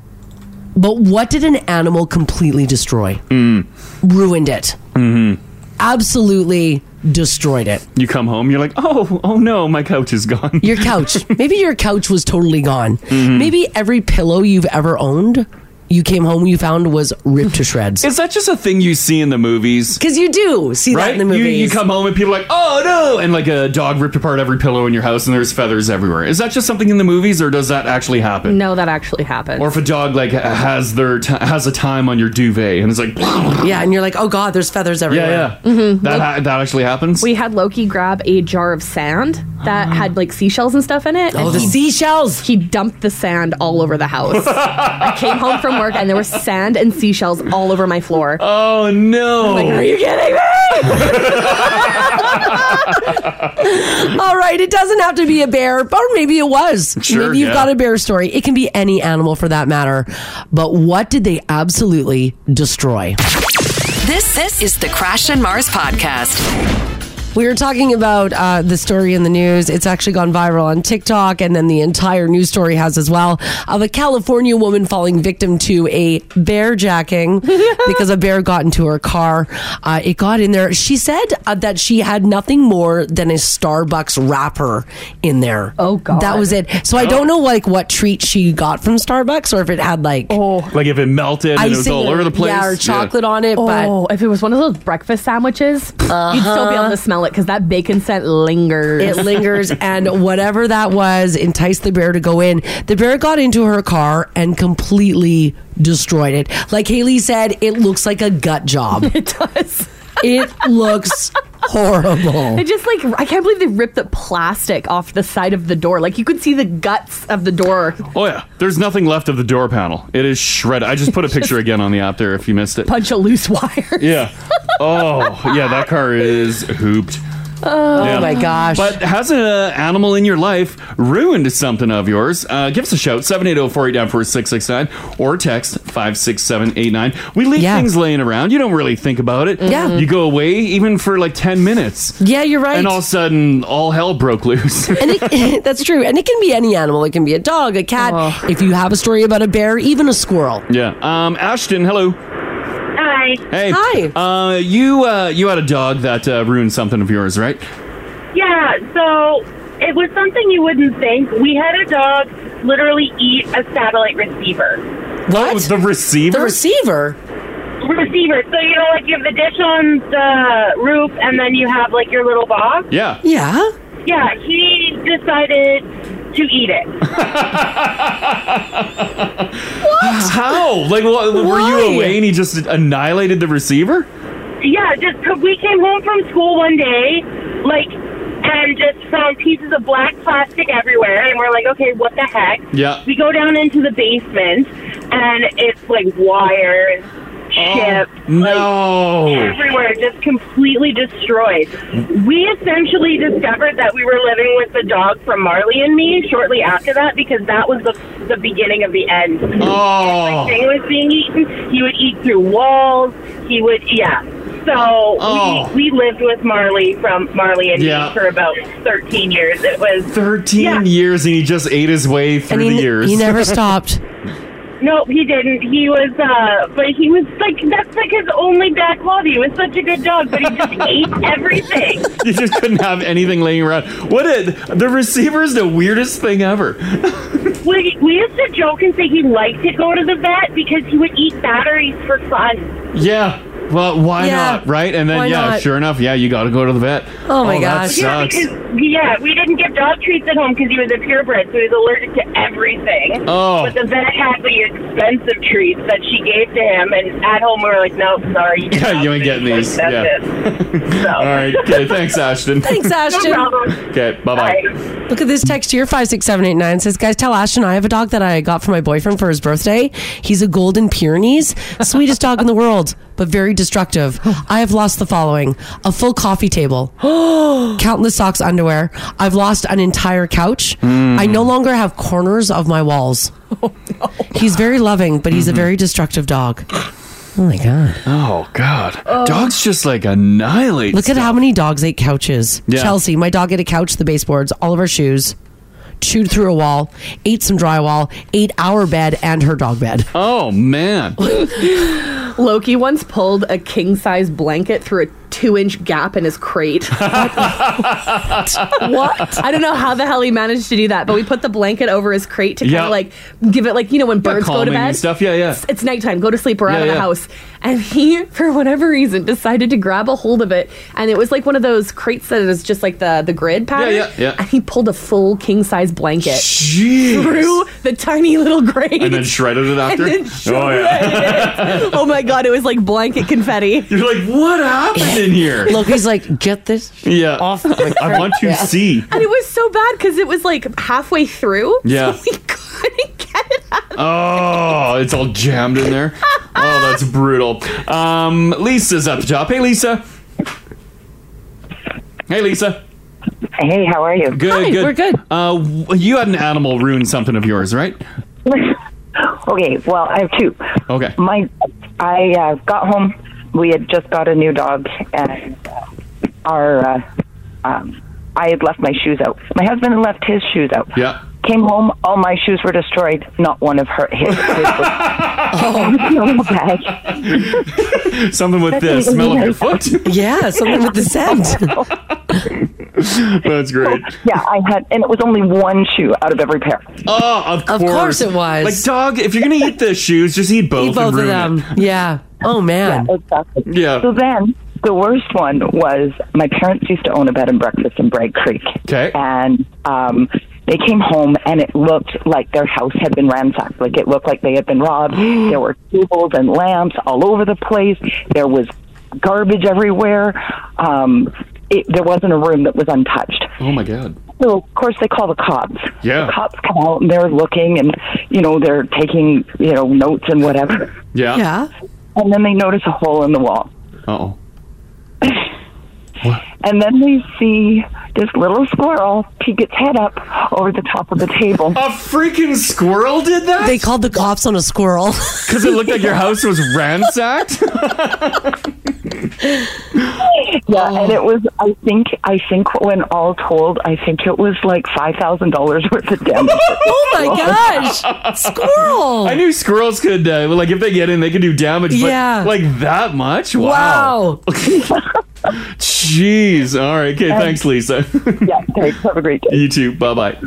[SPEAKER 5] But what did an animal completely destroy? Ruined it.
[SPEAKER 4] Mm. Mm-hmm.
[SPEAKER 5] Absolutely destroyed it.
[SPEAKER 4] You come home, you're like, oh, oh no, my couch is gone. [laughs]
[SPEAKER 5] Your couch. Maybe your couch was totally gone.
[SPEAKER 4] Mhm.
[SPEAKER 5] Maybe every pillow you've ever owned, you came home, you found was ripped to shreds.
[SPEAKER 4] Is that just a thing you see in the movies?
[SPEAKER 5] Because you do see
[SPEAKER 4] right?
[SPEAKER 5] that in the movies.
[SPEAKER 4] You, you come home and people are like, oh no, and like a dog ripped apart every pillow in your house and there's feathers everywhere. Is that just something in the movies or does that actually happen?
[SPEAKER 6] No, that actually
[SPEAKER 4] [laughs]
[SPEAKER 6] happened.
[SPEAKER 4] Or if a dog like ha- has their t- has a time on your duvet and it's like, [laughs] yeah,
[SPEAKER 5] Yeah, and you're like, oh god, there's feathers everywhere.
[SPEAKER 4] yeah,
[SPEAKER 6] Mhm.
[SPEAKER 4] that
[SPEAKER 6] Like-
[SPEAKER 4] ha- that actually happens.
[SPEAKER 6] We had Loki grab a jar of sand that had like seashells and stuff in it.
[SPEAKER 5] Oh,
[SPEAKER 6] and
[SPEAKER 5] the seashells!
[SPEAKER 6] He dumped the sand all over the
[SPEAKER 4] [laughs]
[SPEAKER 6] house. I came home from work and there was sand and seashells all over my floor.
[SPEAKER 4] Oh no!
[SPEAKER 6] like, are you kidding me?
[SPEAKER 5] Mm. All right, it doesn't have to be a bear, or maybe it was.
[SPEAKER 10] Sure,
[SPEAKER 5] maybe you've
[SPEAKER 10] yeah.
[SPEAKER 5] got a bear story. It can be any animal for that matter. But what did they absolutely destroy?
[SPEAKER 1] This this is the Crash and Mars podcast.
[SPEAKER 5] We were talking about uh, the story in the news. It's actually gone viral on TikTok, and then the entire news story has as well of a California woman falling victim to a bear [laughs] jacking because a bear got into her car. Uh, it got in there. She said uh, that she had nothing more than a Starbucks wrapper in there. Oh God, that was it. So I don't know like what treat she got from Starbucks, or if it had like oh.
[SPEAKER 4] like if it melted and it was
[SPEAKER 5] Icing
[SPEAKER 4] all
[SPEAKER 5] or-
[SPEAKER 4] over the place.
[SPEAKER 5] yeah, or chocolate on it, but-
[SPEAKER 6] Oh, if it was one of those breakfast sandwiches, you'd still be able
[SPEAKER 5] Uh-huh.
[SPEAKER 6] to smell it because that bacon scent lingers.
[SPEAKER 5] It
[SPEAKER 6] [laughs]
[SPEAKER 5] lingers, and whatever that was enticed the bear to go in. The bear got into her car and completely destroyed it. Like Haley said, it looks like a gut
[SPEAKER 6] [laughs]
[SPEAKER 5] job. It
[SPEAKER 6] does.
[SPEAKER 5] [laughs] It looks horrible.
[SPEAKER 6] [laughs] It just like I can't believe they ripped the plastic off the side of the door. Like you could see the guts of the door.
[SPEAKER 4] Oh yeah, there's nothing left of the door panel. It is shredded. I just put a picture again on the app there if you missed it.
[SPEAKER 6] Punch a loose wire.
[SPEAKER 4] Yeah. Oh yeah, that car is hooped.
[SPEAKER 5] [laughs] Oh
[SPEAKER 4] Yeah.
[SPEAKER 5] my gosh.
[SPEAKER 4] But has an uh, animal in your life ruined something of yours? Uh, give us a shout, 780-489-4669, or text 56789. We leave things laying around. You don't really think about it.
[SPEAKER 5] Yeah.
[SPEAKER 4] You go away even for like 10 minutes.
[SPEAKER 5] Yeah, you're right.
[SPEAKER 4] And all of a sudden, all hell broke loose.
[SPEAKER 5] [laughs] and it, that's true. And it can be any animal. It can be a dog, a cat.
[SPEAKER 6] Oh.
[SPEAKER 5] If you have a story about a bear, even a squirrel.
[SPEAKER 4] [laughs] yeah. Um, Ashton, hello.
[SPEAKER 7] Hi.
[SPEAKER 4] Hey. Hi. Uh, you, uh, you had a dog that uh, ruined something of yours, right?
[SPEAKER 7] Yeah, so it was something you wouldn't think. We had a dog literally eat a satellite receiver.
[SPEAKER 4] What? Oh, the receiver?
[SPEAKER 5] The receiver?
[SPEAKER 7] Receiver. So, you know, like you have the dish on the roof and then you have like your little box.
[SPEAKER 4] Yeah.
[SPEAKER 5] Yeah.
[SPEAKER 7] Yeah, he decided to eat it.
[SPEAKER 4] How? Like, wh- were
[SPEAKER 7] Why?
[SPEAKER 4] you away and he just annihilated the receiver?
[SPEAKER 7] Yeah,
[SPEAKER 10] uh, just we came home from school one day, like, and just found pieces of black plastic everywhere, and we're like, okay, what the heck?
[SPEAKER 4] Yeah.
[SPEAKER 10] We go down into the basement, and it's like wire and chips
[SPEAKER 4] No.
[SPEAKER 10] everywhere, just completely destroyed. We essentially discovered that we were living with the dog from Marley and Me shortly after that because that was the the beginning of the end.
[SPEAKER 4] Oh.
[SPEAKER 10] Everything was being eaten. He would eat through walls. He would, yeah. So
[SPEAKER 4] Oh.
[SPEAKER 10] we, we lived with Marley from Marley and
[SPEAKER 4] Yeah.
[SPEAKER 10] Me for about 13 years. It was
[SPEAKER 4] 13 years and he just ate his way through the years.
[SPEAKER 10] he
[SPEAKER 4] [laughs]
[SPEAKER 10] never stopped. Nope, he didn't. He was, uh, but he was like, that's like his only bad quality. He was such a good dog, but he
[SPEAKER 4] [laughs]
[SPEAKER 10] just ate everything.
[SPEAKER 4] you just couldn't have anything laying around. What did the receiver is the weirdest thing ever.
[SPEAKER 10] We, we used to joke and say he liked to go to the vet because he would eat batteries for fun.
[SPEAKER 4] Yeah. Well, why
[SPEAKER 10] Yeah.
[SPEAKER 4] not, right? And then
[SPEAKER 10] Why
[SPEAKER 4] yeah,
[SPEAKER 10] not?
[SPEAKER 4] sure enough, yeah, you got to go to the vet.
[SPEAKER 10] Oh
[SPEAKER 4] Oh, that
[SPEAKER 10] Yeah,
[SPEAKER 4] sucks.
[SPEAKER 10] because, yeah, we didn't give dog treats at home because he was a purebred, so he was allergic to everything.
[SPEAKER 4] Oh.
[SPEAKER 10] But the vet had the expensive treats that she gave to him, and at home we were like, no, sorry. you
[SPEAKER 4] [laughs] Yeah, you ain't getting these.
[SPEAKER 10] That's
[SPEAKER 4] yeah. [laughs] All right. Okay.
[SPEAKER 10] [laughs]
[SPEAKER 4] Thanks, Ashton.
[SPEAKER 5] Thanks, Ashton.
[SPEAKER 4] okay. Bye bye.
[SPEAKER 5] Look at this text here, 56789 says, Guys, tell Ashton I have a dog that I got for my boyfriend for his birthday. He's a golden Pyrenees, sweetest dog in the world, but very destructive. I have lost the following a full coffee table, countless socks, underwear. I've lost an entire couch. I no longer have corners of my walls. He's very loving, but he's a very destructive dog. Oh my God.
[SPEAKER 4] Oh God.
[SPEAKER 5] Oh.
[SPEAKER 4] Dogs just like annihilate.
[SPEAKER 5] Look at how many dogs ate couches.
[SPEAKER 4] Yeah.
[SPEAKER 5] Chelsea, my dog ate a couch, the baseboards, all of our shoes, chewed through a wall, ate some drywall, ate our bed and her dog bed.
[SPEAKER 4] Oh man.
[SPEAKER 6] [gasps] Loki once pulled a king size blanket through a two inch gap in his
[SPEAKER 4] [laughs]
[SPEAKER 6] crate. [laughs] what? I don't know how the hell he managed to do that, but we put the blanket over his crate to kind
[SPEAKER 4] Yeah.
[SPEAKER 6] of like give it like you know when birds go to
[SPEAKER 4] Calming
[SPEAKER 6] bed.
[SPEAKER 4] and stuff.
[SPEAKER 6] [laughs]
[SPEAKER 4] Yeah, yeah.
[SPEAKER 6] It's nighttime. Go to sleep. We're out
[SPEAKER 4] Yeah,
[SPEAKER 6] of the
[SPEAKER 4] yeah.
[SPEAKER 6] house. And he, for whatever reason, decided to grab a hold of it, and it was like one of those crates that is just like the the grid pattern.
[SPEAKER 4] yeah, yeah.
[SPEAKER 6] And he pulled a full king size blanket
[SPEAKER 4] Jeez.
[SPEAKER 6] through the tiny little grate.
[SPEAKER 4] And then shredded it after.
[SPEAKER 6] then
[SPEAKER 4] oh yeah.
[SPEAKER 6] [laughs] oh my god, it was like blanket confetti.
[SPEAKER 4] You're like, what happened in
[SPEAKER 5] [laughs]
[SPEAKER 4] here?
[SPEAKER 5] Loki's like, get this.
[SPEAKER 4] [laughs] yeah. Off. I want to
[SPEAKER 6] Yeah. [laughs]
[SPEAKER 4] see.
[SPEAKER 6] And it was so bad because it was like halfway through.
[SPEAKER 4] Yeah.
[SPEAKER 6] [laughs]
[SPEAKER 4] Oh, it's all jammed in there. Oh, that's brutal. Um, Lisa's up top. Hey, Lisa. Hey, Lisa.
[SPEAKER 13] Hey, how are you?
[SPEAKER 4] Good,
[SPEAKER 13] Hi,
[SPEAKER 4] good.
[SPEAKER 13] we're
[SPEAKER 5] good.
[SPEAKER 4] Uh, w- you had an animal ruin something of yours, right?
[SPEAKER 13] [laughs] okay, well, I have two.
[SPEAKER 4] Okay.
[SPEAKER 13] My, I uh, got home. We had just got a new dog, and our, uh, um, I had left my shoes out. My husband had left his shoes out.
[SPEAKER 4] Yeah.
[SPEAKER 13] Came home, all my shoes were destroyed. Not one of her his. his
[SPEAKER 5] [laughs] Oh.
[SPEAKER 13] [laughs] was- in the bag.
[SPEAKER 4] [laughs] Something with the
[SPEAKER 13] That's
[SPEAKER 4] smell of your
[SPEAKER 13] amazing.
[SPEAKER 4] foot.
[SPEAKER 5] [laughs]
[SPEAKER 13] [laughs]
[SPEAKER 5] Yeah, something with the scent.
[SPEAKER 4] [laughs] That's great.
[SPEAKER 13] yeah, I had, and it was only one shoe out of every pair.
[SPEAKER 4] Oh, of,
[SPEAKER 5] Of course it was.
[SPEAKER 4] Like, dog, if you're going to eat the shoes, just eat both,
[SPEAKER 5] Eat both
[SPEAKER 4] and
[SPEAKER 5] of
[SPEAKER 4] ruin
[SPEAKER 5] them.
[SPEAKER 4] it.
[SPEAKER 5] Yeah. Oh man.
[SPEAKER 13] Yeah, exactly.
[SPEAKER 4] Yeah.
[SPEAKER 13] So then the worst one was my parents used to own a bed and breakfast in Bragg Creek.
[SPEAKER 4] Okay.
[SPEAKER 13] And um they came home and it looked like their house had been ransacked. Like it looked like they had been
[SPEAKER 5] [gasps]
[SPEAKER 13] robbed. there were tables and lamps all over the place. There was garbage everywhere. Um it, there wasn't a room that was untouched.
[SPEAKER 4] Oh, my God.
[SPEAKER 13] So of course they call the cops.
[SPEAKER 4] Yeah.
[SPEAKER 13] The cops come out and they're looking and you know they're taking you know notes and whatever.
[SPEAKER 4] Yeah.
[SPEAKER 13] And then they notice a hole in the wall.
[SPEAKER 4] Uh-oh.
[SPEAKER 13] And then they see this little squirrel peek its head up over the top of the table.
[SPEAKER 4] A freaking squirrel did that?
[SPEAKER 5] They called the cops on a squirrel. [laughs]
[SPEAKER 4] Because it looked like your house was ransacked?
[SPEAKER 13] yeah, and it was. I think. I think when all told, I think it was like five thousand dollars worth of damage.
[SPEAKER 5] oh
[SPEAKER 4] [laughs]
[SPEAKER 5] my gosh. Squirrel.
[SPEAKER 4] I knew squirrels could, uh, like, if they get in, they could do damage. But,
[SPEAKER 5] Yeah.
[SPEAKER 4] Like, that much? Wow. [laughs] Jeez. All right. Okay. Thanks, Lisa.
[SPEAKER 13] yeah. Thanks. Have a great day.
[SPEAKER 4] You too. Bye bye.
[SPEAKER 5] [laughs]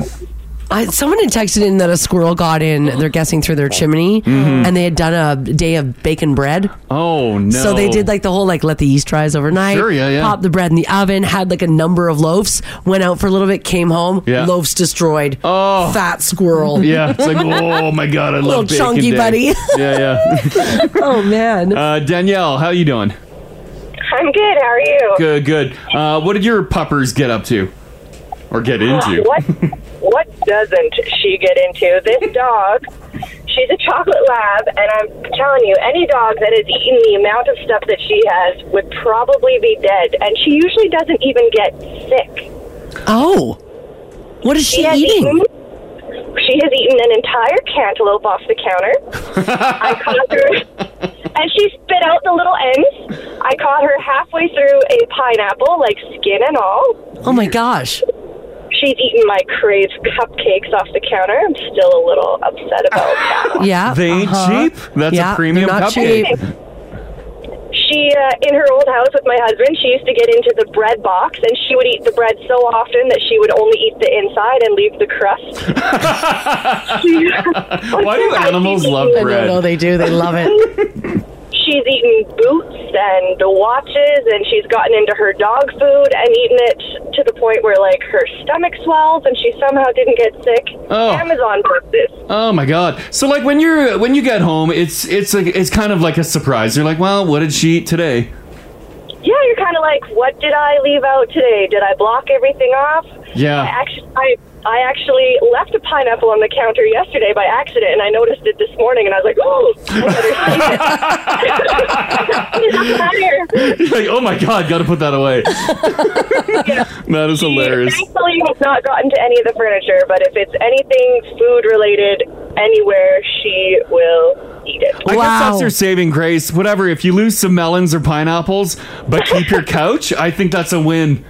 [SPEAKER 5] I, someone had texted in that a squirrel got in. They're guessing through their chimney, and they had done a day of bacon bread.
[SPEAKER 4] Mm-hmm. Oh no!
[SPEAKER 5] So they did like the whole like let the yeast rise overnight.
[SPEAKER 4] Sure, yeah, yeah.
[SPEAKER 5] Pop the bread in the oven. Had like a number of loaves. Went out for a little bit. Came home.
[SPEAKER 4] Yeah.
[SPEAKER 5] Loaves destroyed. Oh, fat squirrel.
[SPEAKER 4] Yeah. [laughs] It's like, oh my God, I
[SPEAKER 5] [laughs] Little
[SPEAKER 4] love bacon [laughs]
[SPEAKER 5] chunky
[SPEAKER 4] day.
[SPEAKER 5] [laughs] buddy.
[SPEAKER 4] Yeah, yeah.
[SPEAKER 5] oh man.
[SPEAKER 4] Uh, Danielle, how you doing?
[SPEAKER 14] [laughs] I'm good. How are you?
[SPEAKER 7] Oh.
[SPEAKER 4] Good, good. Uh, what did your puppers get up to? Or get into?
[SPEAKER 7] What what doesn't she get into? This dog, she's a chocolate lab, and I'm telling you, any dog that has eaten the amount of stuff that she has would probably be dead. And she usually doesn't even get sick.
[SPEAKER 5] Oh, what is she,
[SPEAKER 7] has
[SPEAKER 5] eating?
[SPEAKER 7] eaten- she has eaten an entire cantaloupe off the
[SPEAKER 4] [laughs]
[SPEAKER 7] counter. I caught her, and she spit out the little ends. I caught her halfway through a pineapple, like skin and all.
[SPEAKER 5] Oh my gosh.
[SPEAKER 7] She's eaten my Crave cupcakes off the counter. I'm still a little upset
[SPEAKER 5] [laughs]
[SPEAKER 7] about that.
[SPEAKER 5] Yeah.
[SPEAKER 4] They ain't cheap.
[SPEAKER 7] uh-huh.
[SPEAKER 4] That's
[SPEAKER 7] Yeah,
[SPEAKER 4] a premium
[SPEAKER 7] they're not
[SPEAKER 4] cupcake.
[SPEAKER 7] She, uh, in her old house with my husband, she used to get into the bread box, and she would eat the bread so often that she would only eat the inside and leave the
[SPEAKER 4] [laughs]
[SPEAKER 7] crust. [laughs]
[SPEAKER 4] Why do animals love
[SPEAKER 5] I
[SPEAKER 4] bread?
[SPEAKER 5] don't know. They do. They love it.
[SPEAKER 4] [laughs]
[SPEAKER 7] She's eaten boots and the watches, and she's gotten into her dog food and eaten it to the point where, like, her stomach swells, and she somehow didn't get sick.
[SPEAKER 4] Oh.
[SPEAKER 7] Amazon bought this.
[SPEAKER 4] Oh my god! So like when you're when you get home, it's it's like it's kind of like a surprise. You're like, well, what did she eat today? [laughs]
[SPEAKER 7] Yeah, you're kind of like, what did I leave out today? Did I block everything off?
[SPEAKER 4] Yeah.
[SPEAKER 7] I actually, I, I actually left a pineapple on the counter yesterday by accident, and I noticed it this morning, and I was like, oh, I
[SPEAKER 4] [laughs]
[SPEAKER 7] [laughs] better save it. Get it out of here.
[SPEAKER 4] You're like, oh my god, got to put that away. [laughs] that is hilarious.
[SPEAKER 7] Thankfully, I've not gotten to any of the furniture, but if it's anything food related anywhere, she will eat it.
[SPEAKER 4] I guess that's your saving grace. Whatever. If you lose some melons or pineapples, but keep your couch, I think that's a win.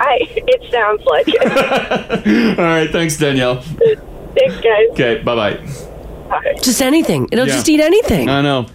[SPEAKER 7] I, it sounds like it.
[SPEAKER 4] [laughs] All right, thanks Danielle.
[SPEAKER 7] Thanks, guys.
[SPEAKER 4] Okay, bye bye.
[SPEAKER 5] Just anything. It'll
[SPEAKER 4] Yeah. Uh,
[SPEAKER 5] just eat anything.
[SPEAKER 4] I know.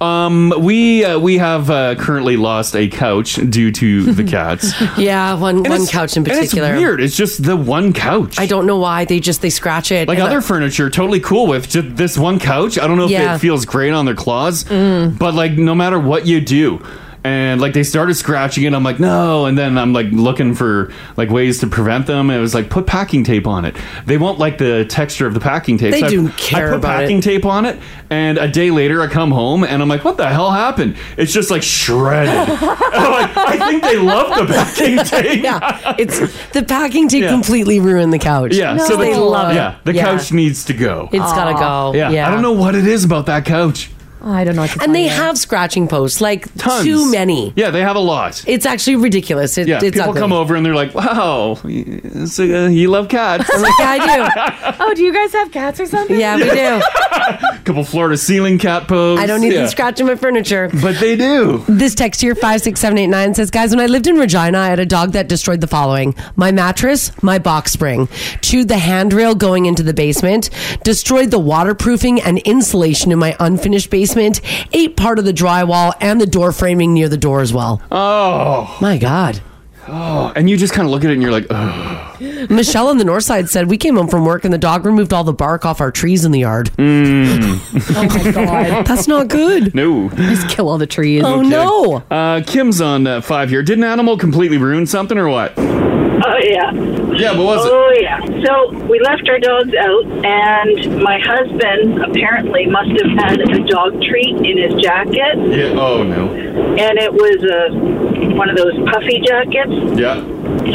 [SPEAKER 4] Um, we uh, we have uh, currently lost a couch due to the cats.
[SPEAKER 5] Yeah, one
[SPEAKER 4] And
[SPEAKER 5] one
[SPEAKER 4] it's-
[SPEAKER 5] couch in
[SPEAKER 4] and it's
[SPEAKER 5] particular.
[SPEAKER 4] weird. It's just the one couch.
[SPEAKER 5] I don't know why they just they scratch it.
[SPEAKER 4] Like
[SPEAKER 5] and
[SPEAKER 4] other furniture, totally cool with just this one couch. I don't know if
[SPEAKER 5] Yeah. Mm.
[SPEAKER 4] it feels great on their claws, but like no matter what you do, and like they started scratching it, I'm like no, and then I'm like looking for like ways to prevent them. And it was like put packing tape on it. They won't like the texture of the packing tape.
[SPEAKER 5] They
[SPEAKER 4] I-
[SPEAKER 5] do
[SPEAKER 4] I,
[SPEAKER 5] care
[SPEAKER 4] put
[SPEAKER 5] about it.
[SPEAKER 4] packing tape on it, and a day later I come home and I'm like, what the hell happened? It's just like shredded. [laughs]
[SPEAKER 5] [laughs]
[SPEAKER 4] I'm like, Oh, I think they love the packing tape.
[SPEAKER 5] yeah, it's the packing tape completely ruined the couch.
[SPEAKER 4] Yeah,
[SPEAKER 5] so they love it.
[SPEAKER 4] Yeah, the
[SPEAKER 5] Yeah.
[SPEAKER 4] couch needs to go.
[SPEAKER 5] It's gotta Aw. go.
[SPEAKER 4] Yeah.
[SPEAKER 5] Yeah.
[SPEAKER 4] I don't know what it is about that couch.
[SPEAKER 5] Oh, I don't know. and they have scratching posts, like
[SPEAKER 4] Tons.
[SPEAKER 5] too many.
[SPEAKER 4] Yeah, they have a lot.
[SPEAKER 5] It's actually ridiculous. It,
[SPEAKER 4] Yeah,
[SPEAKER 5] it's
[SPEAKER 4] people
[SPEAKER 5] ugly.
[SPEAKER 4] come over and they're like, "Wow, it's, uh, you love cats."
[SPEAKER 5] I'm like, yeah, I
[SPEAKER 6] [laughs] oh, do you guys have cats or something?
[SPEAKER 5] Yeah, we
[SPEAKER 6] [laughs]
[SPEAKER 5] do.
[SPEAKER 4] do. [laughs] Couple Florida ceiling cat pose.
[SPEAKER 5] I don't need
[SPEAKER 4] yeah.
[SPEAKER 5] them scratching my furniture.
[SPEAKER 4] But they do.
[SPEAKER 5] This text here, 56789, says, Guys, when I lived in Regina, I had a dog that destroyed the following my mattress, my box spring, chewed the handrail going into the basement, destroyed the waterproofing and insulation in my unfinished basement, ate part of the drywall and the door framing near the door as well.
[SPEAKER 4] Oh
[SPEAKER 5] my god.
[SPEAKER 4] Oh, and you just kind of look at it and you're like, "Ugh."
[SPEAKER 5] Michelle on the north side said, We came home from work and the dog removed all the bark off our trees in the yard.
[SPEAKER 4] Oh [laughs]
[SPEAKER 5] That's not good.
[SPEAKER 4] No.
[SPEAKER 5] Just kill all the trees. Oh,
[SPEAKER 4] Okay.
[SPEAKER 5] no.
[SPEAKER 4] Uh, Kim's on uh, five here. Did an animal completely ruin something or what?
[SPEAKER 10] Oh yeah.
[SPEAKER 4] Yeah, what was it?
[SPEAKER 10] Oh yeah. So we left our dogs out, and my husband apparently must have had a dog treat in his jacket,
[SPEAKER 4] Yeah. Oh no.
[SPEAKER 10] and it was a one of those puffy jackets.
[SPEAKER 4] Yeah.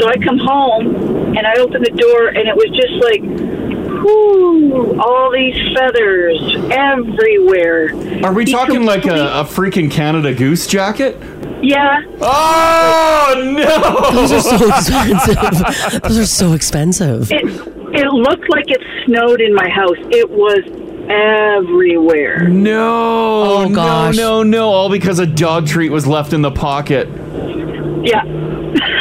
[SPEAKER 10] So I come home and I open the door, and it was just like, whoo, all these feathers everywhere.
[SPEAKER 4] Are we
[SPEAKER 10] He
[SPEAKER 4] talking like a, a freaking Canada Goose jacket?
[SPEAKER 10] [laughs] Yeah.
[SPEAKER 5] [laughs]
[SPEAKER 4] Oh no!
[SPEAKER 5] Those are so [laughs] expensive. Those are so expensive.
[SPEAKER 10] It it looked like it snowed in my house. It was everywhere.
[SPEAKER 4] No.
[SPEAKER 10] Oh,
[SPEAKER 5] gosh.
[SPEAKER 4] No, no, no! All because a dog treat was left in the pocket.
[SPEAKER 10] Yeah.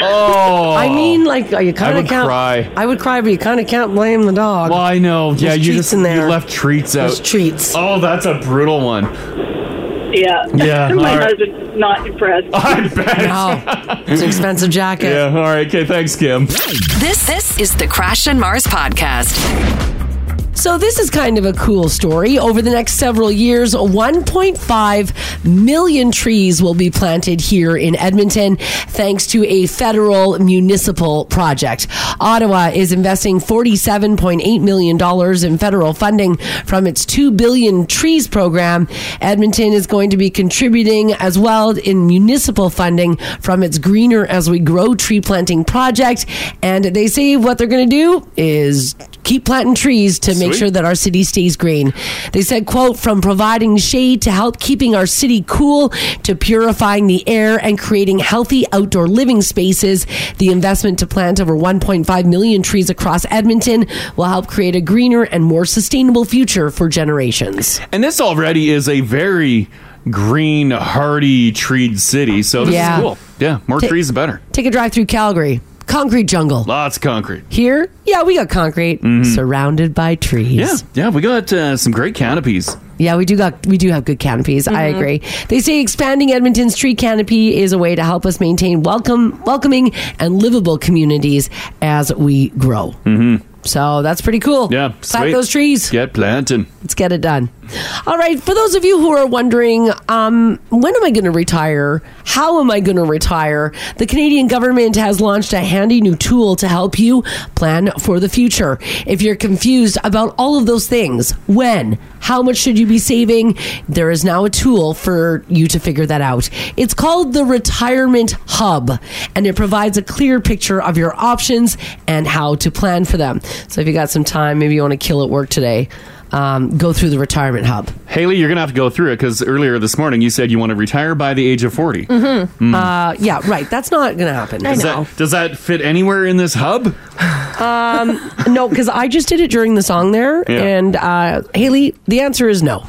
[SPEAKER 4] Oh.
[SPEAKER 5] I mean, like you
[SPEAKER 4] I
[SPEAKER 5] kind of
[SPEAKER 4] would
[SPEAKER 5] can't.
[SPEAKER 4] cry.
[SPEAKER 5] I would cry, but you kind of can't blame the dog. Well,
[SPEAKER 4] I know. Yeah, you just
[SPEAKER 5] in there.
[SPEAKER 4] you left treats out.
[SPEAKER 5] There's treats.
[SPEAKER 4] Oh, that's a brutal one.
[SPEAKER 10] Yeah.
[SPEAKER 4] Yeah,
[SPEAKER 5] [laughs]
[SPEAKER 10] my
[SPEAKER 4] all right.
[SPEAKER 10] husband's not impressed.
[SPEAKER 4] [laughs] I bet.
[SPEAKER 5] It's an expensive jacket.
[SPEAKER 4] Yeah. All right. Okay. Thanks, Kim.
[SPEAKER 1] This this is the Crash and Mars podcast.
[SPEAKER 5] So, this is kind of a cool story. Over the next several years, 1.5 million trees will be planted here in Edmonton thanks to a federal municipal project. Ottawa is investing $47.8 million in federal funding from its 2 Billion Trees program. Edmonton is going to be contributing as well in municipal funding from its Greener as We Grow tree planting project. And they say what they're going to do is keep planting trees to make
[SPEAKER 15] Sweet.
[SPEAKER 5] sure that our city stays green. They said, quote, from providing shade to help keeping our city cool to purifying the air and creating healthy outdoor living spaces. The investment to plant over 1.5 million trees across Edmonton will help create a greener and more sustainable future for generations.
[SPEAKER 4] And this already is a very green, hardy, treed city. So this
[SPEAKER 5] Yeah.
[SPEAKER 4] is cool. Yeah, more
[SPEAKER 5] Ta-
[SPEAKER 4] trees the better.
[SPEAKER 5] Take a drive through Calgary. Concrete jungle.
[SPEAKER 4] Lots of concrete.
[SPEAKER 5] Here, yeah, we got concrete surrounded by trees.
[SPEAKER 4] Yeah, yeah, we got uh, some great canopies.
[SPEAKER 5] Yeah, we do got we do have good canopies. I
[SPEAKER 4] Mhm.
[SPEAKER 5] agree. They say expanding Edmonton's tree canopy is a way to help us maintain welcome, welcoming, and livable communities as we grow.
[SPEAKER 4] Mm-hmm.
[SPEAKER 5] So that's pretty cool.
[SPEAKER 4] Yeah,
[SPEAKER 5] Plant those trees.
[SPEAKER 4] Get planting.
[SPEAKER 5] Let's get it done. All right. For those of you who are wondering, um, when am I going to retire? How am I going to retire? The Canadian government has launched a handy new tool to help you plan for the future. If you're confused about all of those things, when, how much should you be saving? There is now a tool for you to figure that out. It's called the Retirement Hub, and it provides a clear picture of your options and how to plan for them. So if you got some time, maybe you want to kill at work today um, go through the retirement hub.
[SPEAKER 4] Haley, you're gonna have to go through it because earlier this morning you said you want to retire by the age of forty. Mm.
[SPEAKER 5] Mm-hmm. Uh, yeah, right. That's not going to happen.
[SPEAKER 4] Does that does that fit anywhere in this hub? [laughs]
[SPEAKER 5] Um, no, because I just did it during the song there,
[SPEAKER 4] Yeah.
[SPEAKER 5] and uh, Haley, the answer is no.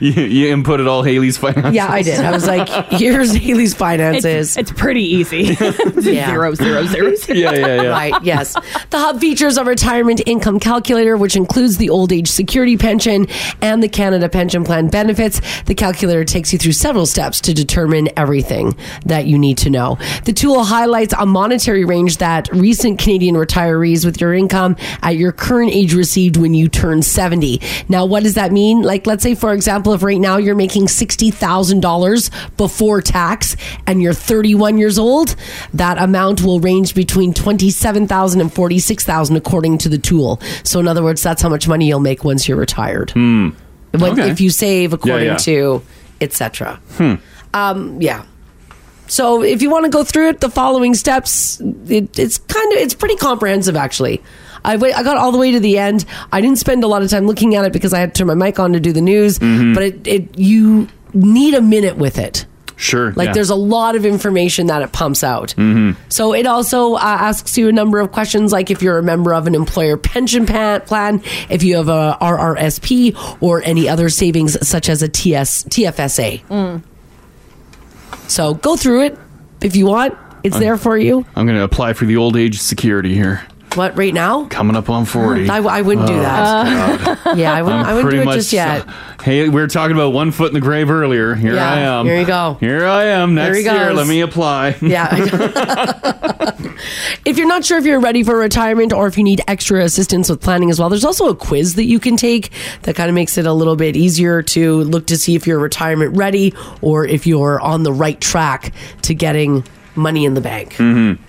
[SPEAKER 4] you, you inputted all Haley's finances.
[SPEAKER 5] yeah, I did. I
[SPEAKER 4] [laughs]
[SPEAKER 5] was [laughs] like, here's Haley's finances. It's, pretty easy. [laughs]
[SPEAKER 6] Zero, zero, [laughs] zero, zero.
[SPEAKER 4] Yeah, yeah, yeah.
[SPEAKER 5] Right, yes. The hub features a retirement income calculator, which includes the old age security pension and the Canada Pension Plan benefits. The calculator takes you through several steps to determine everything that you need to know. The tool highlights a monetary range that recent Canadian retirees with your income at your current age received when you turn 70. Now, what does that mean? Like, let's say, for example, if right now you're making $60,000 before tax and you're 31 years old, that amount will range between 27,000 and 46,000 according to the tool. So in other words, that's how much money you'll make once you're retired. When-
[SPEAKER 4] Hmm. Okay.
[SPEAKER 5] If you save according
[SPEAKER 4] yeah.
[SPEAKER 5] to etc.
[SPEAKER 4] Hmm.
[SPEAKER 5] Um, yeah. So if you want to go through it, the following steps, it, it's kind of, it's pretty comprehensive actually. I, wa- I got all the way to the end. I didn't spend a lot of time looking at it because I had to turn my mic on to do the news,
[SPEAKER 4] Mhm.
[SPEAKER 5] but it, it, you need a minute with it.
[SPEAKER 4] Sure.
[SPEAKER 5] Like there's a lot of information that it pumps out.
[SPEAKER 4] hmm
[SPEAKER 5] So it also uh, asks you a number of questions, like if you're a member of an employer pension pa- plan, if you have a RRSP, or any other savings such as a TS TFSA. So go through it if you want. It's there for you.
[SPEAKER 4] I'm gonna apply for the old age security here.
[SPEAKER 5] What right now?
[SPEAKER 4] Coming up on forty.
[SPEAKER 5] I, I wouldn't do
[SPEAKER 4] Oh,
[SPEAKER 5] that. yeah, I wouldn't.
[SPEAKER 4] I'm
[SPEAKER 5] I wouldn't
[SPEAKER 4] pretty
[SPEAKER 5] do it
[SPEAKER 4] much,
[SPEAKER 5] just yet.
[SPEAKER 4] uh, hey, we were talking about one foot in the grave earlier. Here
[SPEAKER 5] Yeah,
[SPEAKER 4] I am.
[SPEAKER 5] here you go.
[SPEAKER 4] Here I am.
[SPEAKER 5] There
[SPEAKER 4] Next
[SPEAKER 5] he
[SPEAKER 4] year,
[SPEAKER 5] goes.
[SPEAKER 4] let me apply.
[SPEAKER 5] [laughs] Yeah. [laughs] if you're not sure if you're ready for retirement or if you need extra assistance with planning as well, there's also a quiz that you can take that kind of makes it a little bit easier to look to see if you're retirement ready or if you're on the right track to getting money in the bank.
[SPEAKER 4] Mm-hmm.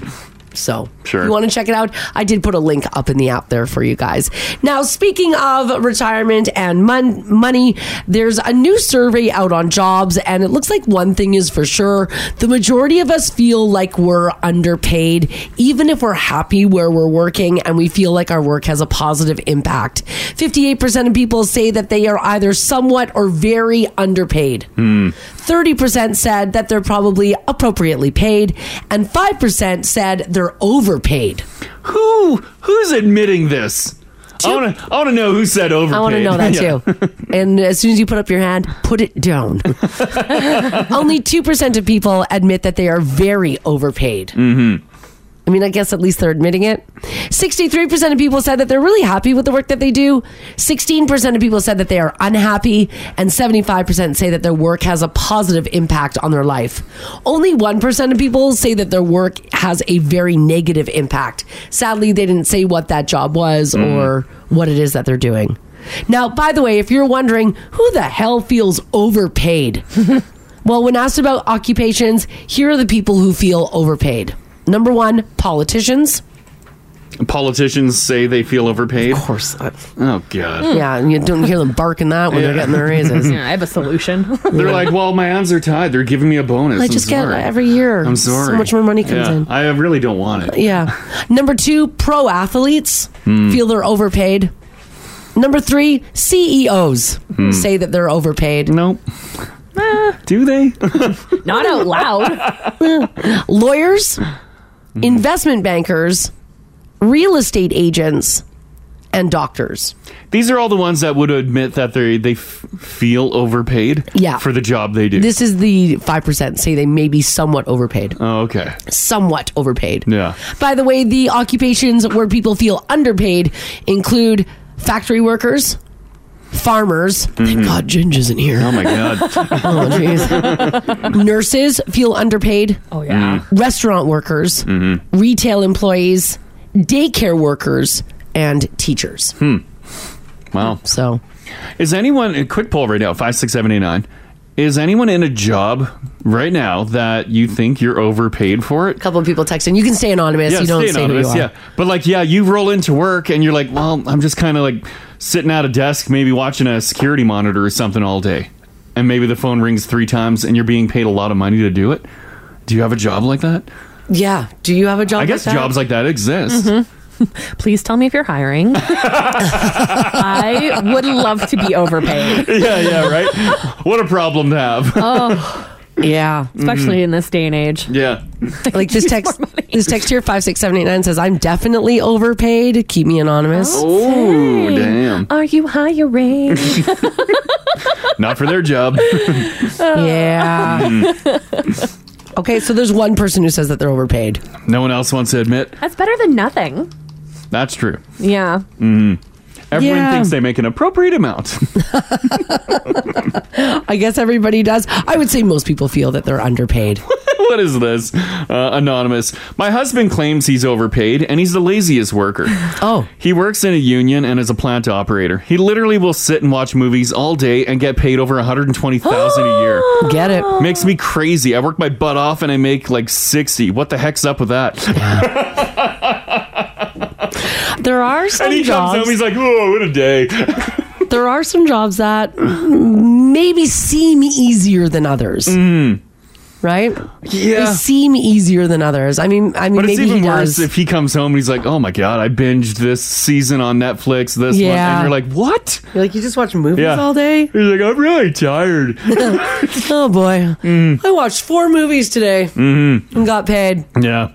[SPEAKER 5] So,
[SPEAKER 4] Sure.
[SPEAKER 5] If you want to check it out, I did put a link up in the app there for you guys. Now, speaking of retirement and mon- money, there's a new survey out on jobs, and it looks like one thing is for sure. The majority of us feel like we're underpaid, even if we're happy where we're working and we feel like our work has a positive impact. 58% of people say that they are either somewhat or very underpaid. 30% said that they're probably appropriately paid, and 5% said they're overpaid.
[SPEAKER 4] Who who's admitting this? I want to. I want to know who said overpaid.
[SPEAKER 5] I want to know
[SPEAKER 4] [laughs]
[SPEAKER 5] that
[SPEAKER 4] Yeah.
[SPEAKER 5] too. and as soon as you put up your hand, put
[SPEAKER 4] [laughs]
[SPEAKER 5] it down. Only 2% of people admit that they are very overpaid.
[SPEAKER 4] Mm-hmm.
[SPEAKER 5] I mean, I guess at least they're admitting it. 63% of people said that they're really happy with the work that they do. 16% of people said that they are unhappy. And 75% say that their work has a positive impact on their life. Only 1% of people say that their work has a very negative impact. Sadly, they didn't say what that job was
[SPEAKER 15] Mm.
[SPEAKER 5] or what it is that they're doing. Now, by the way, if you're wondering who the hell feels [laughs] overpaid, well, when asked about occupations, here are the people who feel overpaid. Number one, politicians.
[SPEAKER 4] Politicians say they feel overpaid. Of course.
[SPEAKER 5] Oh
[SPEAKER 4] God.
[SPEAKER 5] Yeah, and you don't hear them barking that when they're
[SPEAKER 4] Yeah.
[SPEAKER 5] getting their [laughs] raises.
[SPEAKER 4] Yeah,
[SPEAKER 5] I have a solution.
[SPEAKER 4] They're like, well, my hands are tied. They're giving me a bonus.
[SPEAKER 5] I
[SPEAKER 4] I'm
[SPEAKER 5] just get
[SPEAKER 4] sorry.
[SPEAKER 5] every year.
[SPEAKER 4] I'm sorry.
[SPEAKER 5] So much more money comes
[SPEAKER 4] Yeah,
[SPEAKER 5] in.
[SPEAKER 4] I really don't want it.
[SPEAKER 5] Yeah. Number two, pro athletes
[SPEAKER 4] Hmm.
[SPEAKER 5] feel they're overpaid. Number three, CEOs
[SPEAKER 4] Hmm.
[SPEAKER 5] say that they're overpaid. Eh.
[SPEAKER 4] Nope. Do they?
[SPEAKER 5] [laughs] Not out
[SPEAKER 4] [laughs]
[SPEAKER 5] loud. Lawyers,
[SPEAKER 4] Hmm.
[SPEAKER 5] investment bankers, real estate agents, and doctors.
[SPEAKER 4] These are all the ones that would admit that they they f- feel overpaid.
[SPEAKER 5] Yeah.
[SPEAKER 4] For the job they do.
[SPEAKER 5] This is the 5% say they may be somewhat overpaid.
[SPEAKER 4] Oh, okay.
[SPEAKER 5] Somewhat overpaid.
[SPEAKER 4] Yeah.
[SPEAKER 5] By the way, the occupations where people feel underpaid include factory workers, farmers. Thank God Ginge isn't here.
[SPEAKER 4] Mm-hmm. Oh my God.
[SPEAKER 5] [laughs] oh, jeez. Nurses feel underpaid. Oh,
[SPEAKER 4] yeah.
[SPEAKER 5] Restaurant workers,
[SPEAKER 4] Mm-hmm.
[SPEAKER 5] retail employees, daycare workers, and teachers.
[SPEAKER 4] Hmm. Wow.
[SPEAKER 5] [laughs] So,
[SPEAKER 4] is anyone a quick poll right now? Five, six, seven, eight, nine. Is anyone in a job right now that you think you're overpaid for it? A
[SPEAKER 5] couple of people texting. You can stay anonymous.
[SPEAKER 4] Yeah,
[SPEAKER 5] you don't
[SPEAKER 4] stay
[SPEAKER 5] say
[SPEAKER 4] anonymous,
[SPEAKER 5] who you are.
[SPEAKER 4] Yeah, but like, yeah, you roll into work and you're like, well, I'm just kind of like sitting at a desk, maybe watching a security monitor or something all day, and maybe the phone rings three times, and you're being paid a lot of money to do it. Do you have a job like that?
[SPEAKER 5] Yeah. Do you have a job?
[SPEAKER 4] I guess
[SPEAKER 15] like that?
[SPEAKER 4] jobs like that exist.
[SPEAKER 6] Mm-hmm.
[SPEAKER 15] Mhm. [laughs] Please tell me if you're hiring. I would love to be overpaid.
[SPEAKER 4] [laughs] yeah, yeah, right. What a problem to have.
[SPEAKER 15] Oh,
[SPEAKER 5] yeah.
[SPEAKER 15] Especially
[SPEAKER 4] Mm-hmm.
[SPEAKER 5] Mhm.
[SPEAKER 15] in this day and age.
[SPEAKER 4] [laughs] Yeah.
[SPEAKER 5] [laughs] like this text this text here 56789 says i'm definitely overpaid keep me anonymous
[SPEAKER 4] Oh, damn.
[SPEAKER 15] Are you
[SPEAKER 4] [laughs]
[SPEAKER 15] hiring?
[SPEAKER 4] Not for their job. [laughs]
[SPEAKER 5] yeah
[SPEAKER 4] Mm.
[SPEAKER 5] [laughs] okay so there's one person who says that they're overpaid
[SPEAKER 4] No one else wants to admit.
[SPEAKER 15] That's better than nothing.
[SPEAKER 4] That's true.
[SPEAKER 15] Yeah.
[SPEAKER 4] hmm Everyone
[SPEAKER 5] Yeah.
[SPEAKER 4] thinks they make an appropriate amount.
[SPEAKER 5] i guess everybody does i would say most people feel that they're underpaid
[SPEAKER 4] [laughs] what is this? Uh, anonymous. My husband claims he's overpaid and he's the laziest worker.
[SPEAKER 5] [laughs] Oh.
[SPEAKER 4] He works in a union and is a plant operator. He literally will sit and watch movies all day and get paid over 120,000 a year.
[SPEAKER 5] [gasps] Get it.
[SPEAKER 4] Makes me crazy. I work my butt off and I make like 60. What the heck's up with that?
[SPEAKER 5] there are
[SPEAKER 4] [laughs]
[SPEAKER 5] some
[SPEAKER 4] and he
[SPEAKER 5] jobs
[SPEAKER 4] comes home he's like, "Oh, what a day." [laughs]
[SPEAKER 5] there are some jobs that maybe seem easier than others right
[SPEAKER 4] Mm. Yeah.
[SPEAKER 5] they seem easier than others i mean i mean
[SPEAKER 4] But it's
[SPEAKER 5] maybe
[SPEAKER 4] even
[SPEAKER 5] he
[SPEAKER 4] worse
[SPEAKER 5] does
[SPEAKER 4] if he comes home and he's like, "Oh my god, I binged this season on Netflix this one,"
[SPEAKER 5] Yeah.
[SPEAKER 4] and you're like, "What?"
[SPEAKER 5] You're like, you just watch movies
[SPEAKER 4] Yeah.
[SPEAKER 5] all day? [laughs]
[SPEAKER 4] He's like, I'm really tired.
[SPEAKER 5] oh boy.
[SPEAKER 4] Mm.
[SPEAKER 5] I watched four movies today
[SPEAKER 4] Mm-hmm.
[SPEAKER 5] and got paid.
[SPEAKER 4] Yeah.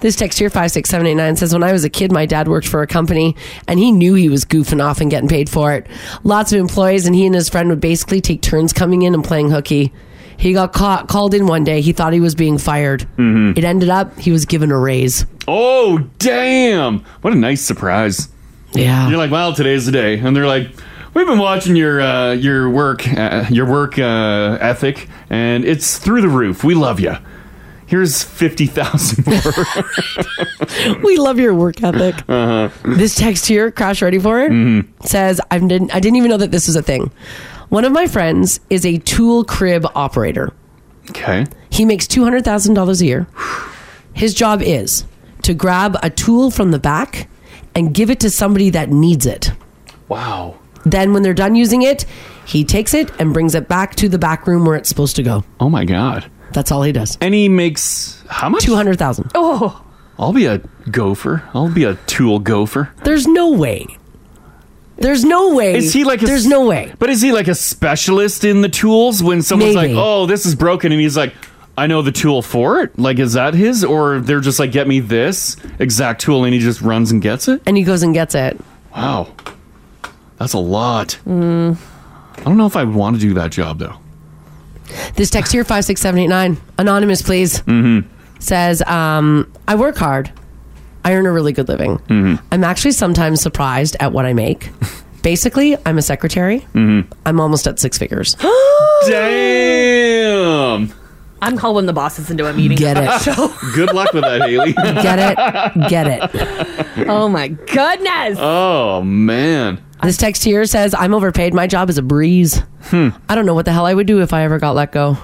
[SPEAKER 5] This text here, 56789, says When I was a kid, my dad worked for a company and he knew he was goofing off and getting paid for it. Lots of employees, and he and his friend would basically take turns coming in and playing hooky. He got caught, called in one day. He thought he was being fired. It ended up, he was given a raise.
[SPEAKER 4] Oh, damn. What a nice surprise.
[SPEAKER 5] Yeah.
[SPEAKER 4] You're like, well, today's the day. And they're like, we've been watching your uh, your work uh, your work uh, ethic, and it's through the roof. We love you. Here's
[SPEAKER 5] [laughs]
[SPEAKER 4] 50,000 more.
[SPEAKER 5] we love your work ethic.
[SPEAKER 4] Uh-huh.
[SPEAKER 5] this text here, crash ready for it,
[SPEAKER 4] Mm-hmm.
[SPEAKER 5] says I didn't I didn't even know that this was a thing. One of my friends is a tool crib operator.
[SPEAKER 4] Okay.
[SPEAKER 5] He makes two hundred thousand dollars a year. His job is to grab a tool from the back and give it to somebody that needs it.
[SPEAKER 4] Wow.
[SPEAKER 5] Then when they're done using it, he takes it and brings it back to the back room where it's supposed to go.
[SPEAKER 4] Oh my god.
[SPEAKER 5] That's all he does.
[SPEAKER 4] And he makes how much?
[SPEAKER 5] 200,000.
[SPEAKER 15] Oh.
[SPEAKER 4] I'll be a gopher. I'll be a tool gopher.
[SPEAKER 5] There's no way. There's no way.
[SPEAKER 4] Is he like a,
[SPEAKER 5] There's no way.
[SPEAKER 4] But is he like a specialist in the tools when someone's like, "Oh, this is broken," and he's like, "I know the tool for it." Like, is that his, or they're just like, "Get me this exact tool," and he just runs and gets it?
[SPEAKER 5] And he goes and gets it.
[SPEAKER 4] Wow, that's a lot.
[SPEAKER 5] Mm.
[SPEAKER 4] I don't know if I want to do that job though.
[SPEAKER 5] This text here, 56789, anonymous, please,
[SPEAKER 4] Mm-hmm.
[SPEAKER 5] says, um, I work hard. I earn a really good living.
[SPEAKER 4] Mm-hmm.
[SPEAKER 5] I'm actually sometimes surprised at what
[SPEAKER 4] [laughs]
[SPEAKER 5] I make. Basically, I'm a secretary.
[SPEAKER 4] Mm-hmm.
[SPEAKER 5] I'm almost at
[SPEAKER 4] [gasps]
[SPEAKER 5] six figures.
[SPEAKER 4] Oh Damn.
[SPEAKER 15] I'm calling the bosses into a meeting.
[SPEAKER 5] Get
[SPEAKER 4] [laughs]
[SPEAKER 5] it.
[SPEAKER 4] Good luck with that,
[SPEAKER 5] [laughs]
[SPEAKER 4] Haley.
[SPEAKER 5] Get it. Get it.
[SPEAKER 15] oh my goodness.
[SPEAKER 4] Oh man.
[SPEAKER 5] This text here says, I'm overpaid. My job is a breeze.
[SPEAKER 4] Hmm.
[SPEAKER 5] I don't know what the hell I would do if I ever got let go.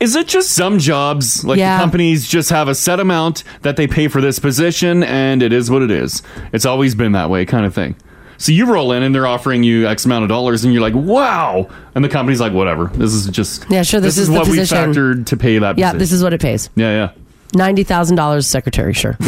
[SPEAKER 4] Is it just some jobs like
[SPEAKER 5] Yeah.
[SPEAKER 4] the companies just have a set amount that they pay for this position and it is what it is? It's always been that way, kind of thing. So you roll in and they're offering you X amount of dollars and you're like, wow. And the company's like, whatever. This is just
[SPEAKER 5] Yeah, sure, this is the
[SPEAKER 4] what we
[SPEAKER 5] position.
[SPEAKER 4] factored to pay that
[SPEAKER 5] Yeah,
[SPEAKER 4] position.
[SPEAKER 5] this is what it pays.
[SPEAKER 4] Yeah, yeah.
[SPEAKER 5] $90,000
[SPEAKER 4] [laughs]
[SPEAKER 5] secretary, sure.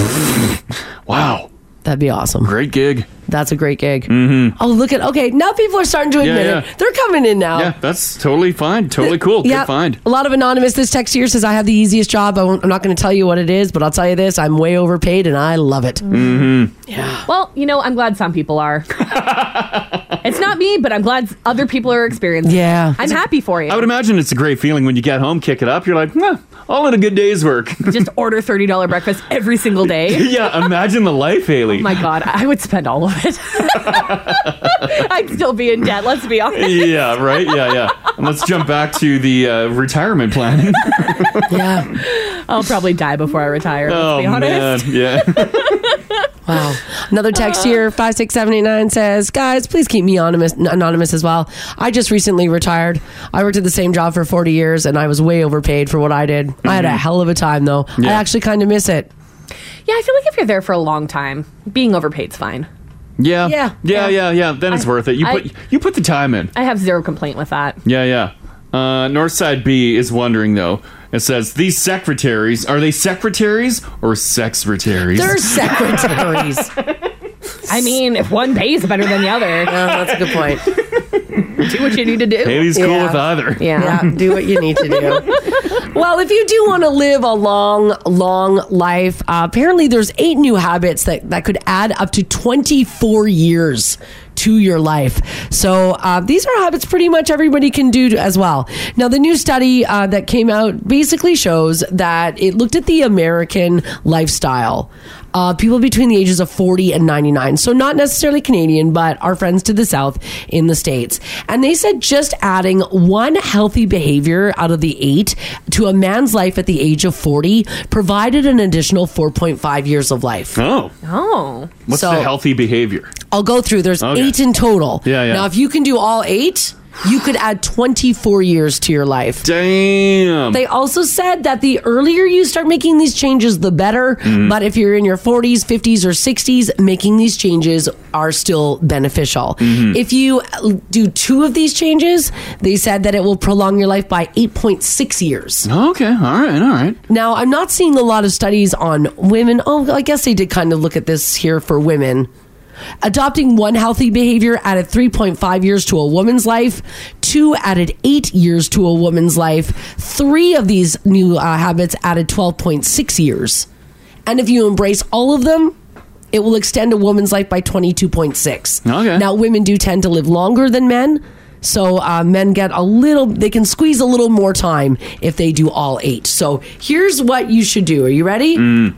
[SPEAKER 4] wow.
[SPEAKER 5] That'd be awesome.
[SPEAKER 4] Great gig.
[SPEAKER 5] That's a great gig. Mm-hmm. Oh, look at, okay, now people are starting to
[SPEAKER 4] Yeah,
[SPEAKER 5] admit
[SPEAKER 4] yeah.
[SPEAKER 5] it. They're coming in now.
[SPEAKER 4] Yeah, that's totally fine.
[SPEAKER 5] [laughs]
[SPEAKER 4] Totally cool.
[SPEAKER 5] Yeah.
[SPEAKER 4] Good find.
[SPEAKER 5] A lot of anonymous. This text here says, I have the easiest job. I won't, I'm not going to tell you what it is, but I'll tell you this I'm way overpaid and I love it.
[SPEAKER 4] Mm-hmm.
[SPEAKER 15] [laughs] Well, you know, I'm glad some people are.
[SPEAKER 4] [laughs]
[SPEAKER 15] it's not me, but I'm glad other people are experiencing. it.
[SPEAKER 5] Yeah.
[SPEAKER 15] I'm happy for you.
[SPEAKER 4] I would imagine it's a great feeling when you get home, kick it up. You're like, nah, all in a good day's work. [laughs]
[SPEAKER 15] Just order thirty dollar breakfast every single day.
[SPEAKER 4] yeah, imagine the life, Haley.
[SPEAKER 15] Oh my god, I would spend all of it. [laughs] I'd still be in debt. Let's be honest. [laughs]
[SPEAKER 4] [laughs] yeah, right? Yeah, yeah. And let's jump back to the uh, retirement plan.
[SPEAKER 15] I'll probably die before I retire. Let's
[SPEAKER 4] oh,
[SPEAKER 15] be honest.
[SPEAKER 4] man. Yeah.
[SPEAKER 5] Another text here, 56789 says, Guys, please keep me anonymous, anonymous as well. I just recently retired. I worked at the same job for 40 years and I was way overpaid for what I did. I had
[SPEAKER 4] Mm-hmm.
[SPEAKER 5] a
[SPEAKER 15] Mhm.
[SPEAKER 5] hell of a time though. I
[SPEAKER 15] Yeah.
[SPEAKER 5] actually kind of miss it.
[SPEAKER 15] Yeah, I feel like if you're there for a long time, being overpaid's fine.
[SPEAKER 4] Yeah.
[SPEAKER 15] Yeah.
[SPEAKER 4] Yeah, yeah, yeah. Then it's
[SPEAKER 15] I-
[SPEAKER 4] worth it. You
[SPEAKER 15] I-
[SPEAKER 4] put you put the time in.
[SPEAKER 15] I have zero complaint with that.
[SPEAKER 4] Yeah, yeah. Uh, Northside B is wondering though. It says these secretaries are they secretaries or secretaries?
[SPEAKER 15] They're
[SPEAKER 5] secretaries.
[SPEAKER 15] [laughs] I mean, if one pays better than
[SPEAKER 5] [laughs]
[SPEAKER 15] the other,
[SPEAKER 5] that's a good point.
[SPEAKER 15] do what you need to do.
[SPEAKER 4] Haley's cool with either.
[SPEAKER 15] Yeah.
[SPEAKER 5] do what you need
[SPEAKER 15] [laughs]
[SPEAKER 5] to do. well, if you do want to live a long, long life, uh, apparently there's eight new habits that, that could add up to 24 years to your life. So uh, these are habits pretty much everybody can do to- as well. Now, the new study uh, that came out basically shows that it looked at the American lifestyle. Uh, people between the ages of 40 and 99. So, not necessarily Canadian, but our friends to the south in the States. And they said just adding one healthy behavior out of the eight to a man's life at the age of 40 provided an additional 4.5 years of life.
[SPEAKER 4] [laughs] Oh.
[SPEAKER 15] Oh.
[SPEAKER 4] What's the healthy behavior?
[SPEAKER 5] I'll go through. There's
[SPEAKER 4] Okay.
[SPEAKER 5] eight in total.
[SPEAKER 4] Yeah, yeah.
[SPEAKER 5] Now, if you can do all eight, you could add 24 years to your life.
[SPEAKER 4] Damn.
[SPEAKER 5] They also said that the earlier you start making these changes, the better.
[SPEAKER 4] Mhm.
[SPEAKER 5] But if you're in your 40s, 50s, or 60s, making these changes are still beneficial.
[SPEAKER 4] Mm-hmm.
[SPEAKER 16] Mhm.
[SPEAKER 5] If you do two of these changes, they said that it will prolong your life by 8.6 years.
[SPEAKER 4] Okay. All right. All right.
[SPEAKER 5] Now, I'm not seeing a lot of studies on women. Oh, I guess they did kind of look at this here for women. Adopting one healthy behavior added 3.5 years to a woman's life, two added eight years to a woman's life, three of these new uh, habits added 12.6 years. And if you embrace all of them, it will extend a woman's life by 22.6.
[SPEAKER 4] Okay.
[SPEAKER 5] Now, women do tend to live longer than men. So uh, men get a little, they can squeeze a little more time if they do all eight. So here's what you should do. Are you ready?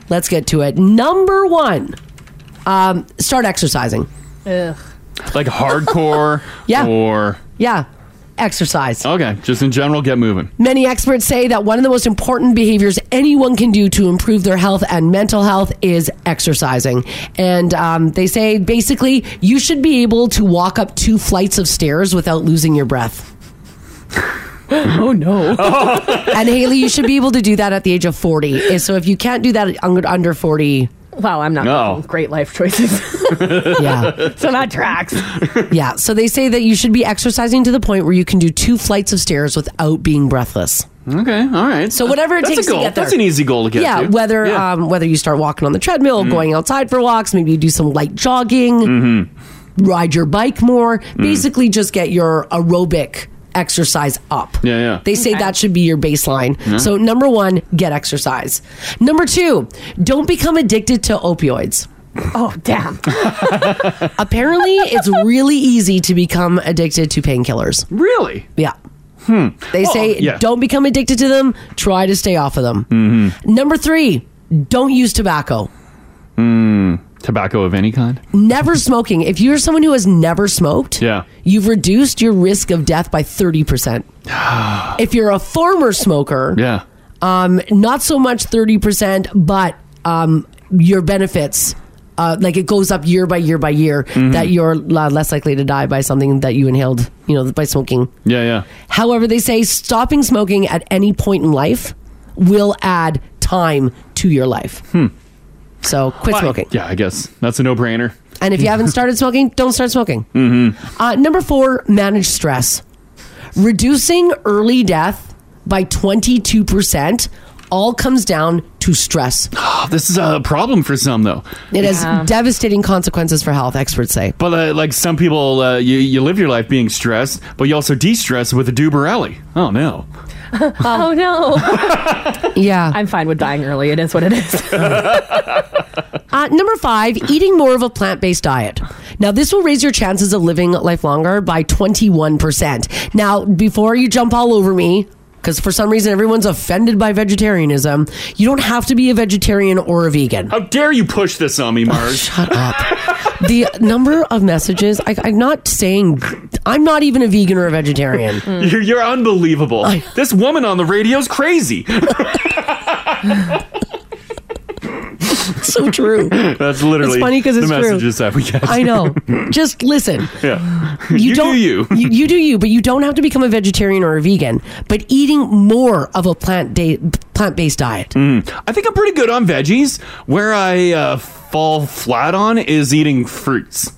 [SPEAKER 5] Let's get to it. Number one, um, start exercising.
[SPEAKER 15] Ugh.
[SPEAKER 4] Like hardcore
[SPEAKER 5] Yeah.
[SPEAKER 4] or
[SPEAKER 5] Yeah, exercise.
[SPEAKER 4] Okay, just in general get moving.
[SPEAKER 5] Many experts say that one of the most important behaviors anyone can do to improve their health and mental health is exercising. And um, they say basically, you should be able to walk up two flights of stairs without losing your breath.
[SPEAKER 15] [laughs] oh no!
[SPEAKER 5] [laughs] and Haley, you should be able to do that at the age of forty. So if you can't do that at un- under forty,
[SPEAKER 15] wow, I'm not making great life choices.
[SPEAKER 5] [laughs]
[SPEAKER 15] [laughs]
[SPEAKER 5] yeah.
[SPEAKER 15] so that tracks.
[SPEAKER 5] yeah. So they say that you should be exercising to the point where you can do two flights of stairs without being breathless.
[SPEAKER 4] Okay, all right.
[SPEAKER 5] So whatever it
[SPEAKER 4] That's a
[SPEAKER 5] takes
[SPEAKER 4] goal.
[SPEAKER 5] to get there.
[SPEAKER 4] That's an easy goal to get
[SPEAKER 5] Yeah,
[SPEAKER 4] to.
[SPEAKER 5] whether
[SPEAKER 4] Yeah. Mm-hmm.
[SPEAKER 5] Um, whether you start walking on the treadmill, going outside for walks, maybe you do some light jogging,
[SPEAKER 4] Mm-hmm.
[SPEAKER 5] ride your bike more.
[SPEAKER 4] Mm.
[SPEAKER 5] Basically, just get your aerobic exercise up.
[SPEAKER 4] Yeah, yeah.
[SPEAKER 5] They say that should be your baseline.
[SPEAKER 4] Yeah.
[SPEAKER 5] So number one, get exercise. Number two, don't become addicted to opioids.
[SPEAKER 15] Oh damn!
[SPEAKER 5] [laughs] Apparently, it's really easy to become addicted to painkillers.
[SPEAKER 4] Really?
[SPEAKER 5] Yeah.
[SPEAKER 4] Hmm.
[SPEAKER 5] They say
[SPEAKER 4] yeah.
[SPEAKER 5] don't become addicted to them. Try to stay off of them.
[SPEAKER 4] Mm-hmm.
[SPEAKER 5] Number three, don't use tobacco.
[SPEAKER 4] Mm. Tobacco of any kind?
[SPEAKER 5] Never smoking. If you're someone who has never smoked,
[SPEAKER 4] Yeah.
[SPEAKER 5] you've reduced your risk of death
[SPEAKER 4] [sighs]
[SPEAKER 5] by 30%. if you're a former smoker,
[SPEAKER 4] Yeah.
[SPEAKER 5] um, not so much 30%, but um, your benefits, uh, like it goes up year by year by year,
[SPEAKER 4] Mhm.
[SPEAKER 5] that you're uh, less likely to die by something that you inhaled, you know, by smoking.
[SPEAKER 4] Yeah, yeah.
[SPEAKER 5] However, they say stopping smoking at any point in life will add time to your life. So quit
[SPEAKER 4] Why-
[SPEAKER 5] smoking.
[SPEAKER 4] Yeah, I guess. That's a no brainer.
[SPEAKER 5] And if you haven't started smoking, don't start smoking.
[SPEAKER 4] Mm hmm.
[SPEAKER 5] Uh, number four, manage stress. Reducing early death by 22% all comes down to stress.
[SPEAKER 4] Ah, This is a problem for some, though.
[SPEAKER 5] It has devastating consequences for health, experts say.
[SPEAKER 4] But uh, like some people, uh, you you live your life being stressed, but you also de-stress with a Duberelli. Oh [laughs] no!
[SPEAKER 15] oh no.
[SPEAKER 5] [laughs] yeah.
[SPEAKER 15] I'm fine with dying early. It is what it is. [laughs]
[SPEAKER 5] Uh, number five, eating more of a plant based diet. Now, this will raise your chances of living life longer by 21%. Now, before you jump all over me, because for some reason everyone's offended by vegetarianism, you don't have to be a vegetarian or a vegan.
[SPEAKER 4] How dare you push this on me, Mars? [laughs]
[SPEAKER 5] Shut up. the number of messages, I, I'm not saying, I'm not even a vegan or a
[SPEAKER 4] [laughs]
[SPEAKER 5] vegetarian.
[SPEAKER 4] Mm. You're, you're unbelievable. This woman on the radio's crazy. [laughs]
[SPEAKER 5] so true.
[SPEAKER 4] That's literally
[SPEAKER 5] It's funny 'cause it's
[SPEAKER 4] the
[SPEAKER 5] true.
[SPEAKER 4] messages that we get. [laughs]
[SPEAKER 5] I know. Just listen.
[SPEAKER 4] yeah.
[SPEAKER 5] [laughs] You, don't,
[SPEAKER 4] do you.
[SPEAKER 5] you. You do you, but you don't have to become a vegetarian or a vegan. But eating more of a plant day, plant based diet.
[SPEAKER 4] Mm. I think I'm pretty good on veggies. Where I uh, fall flat on is eating fruits.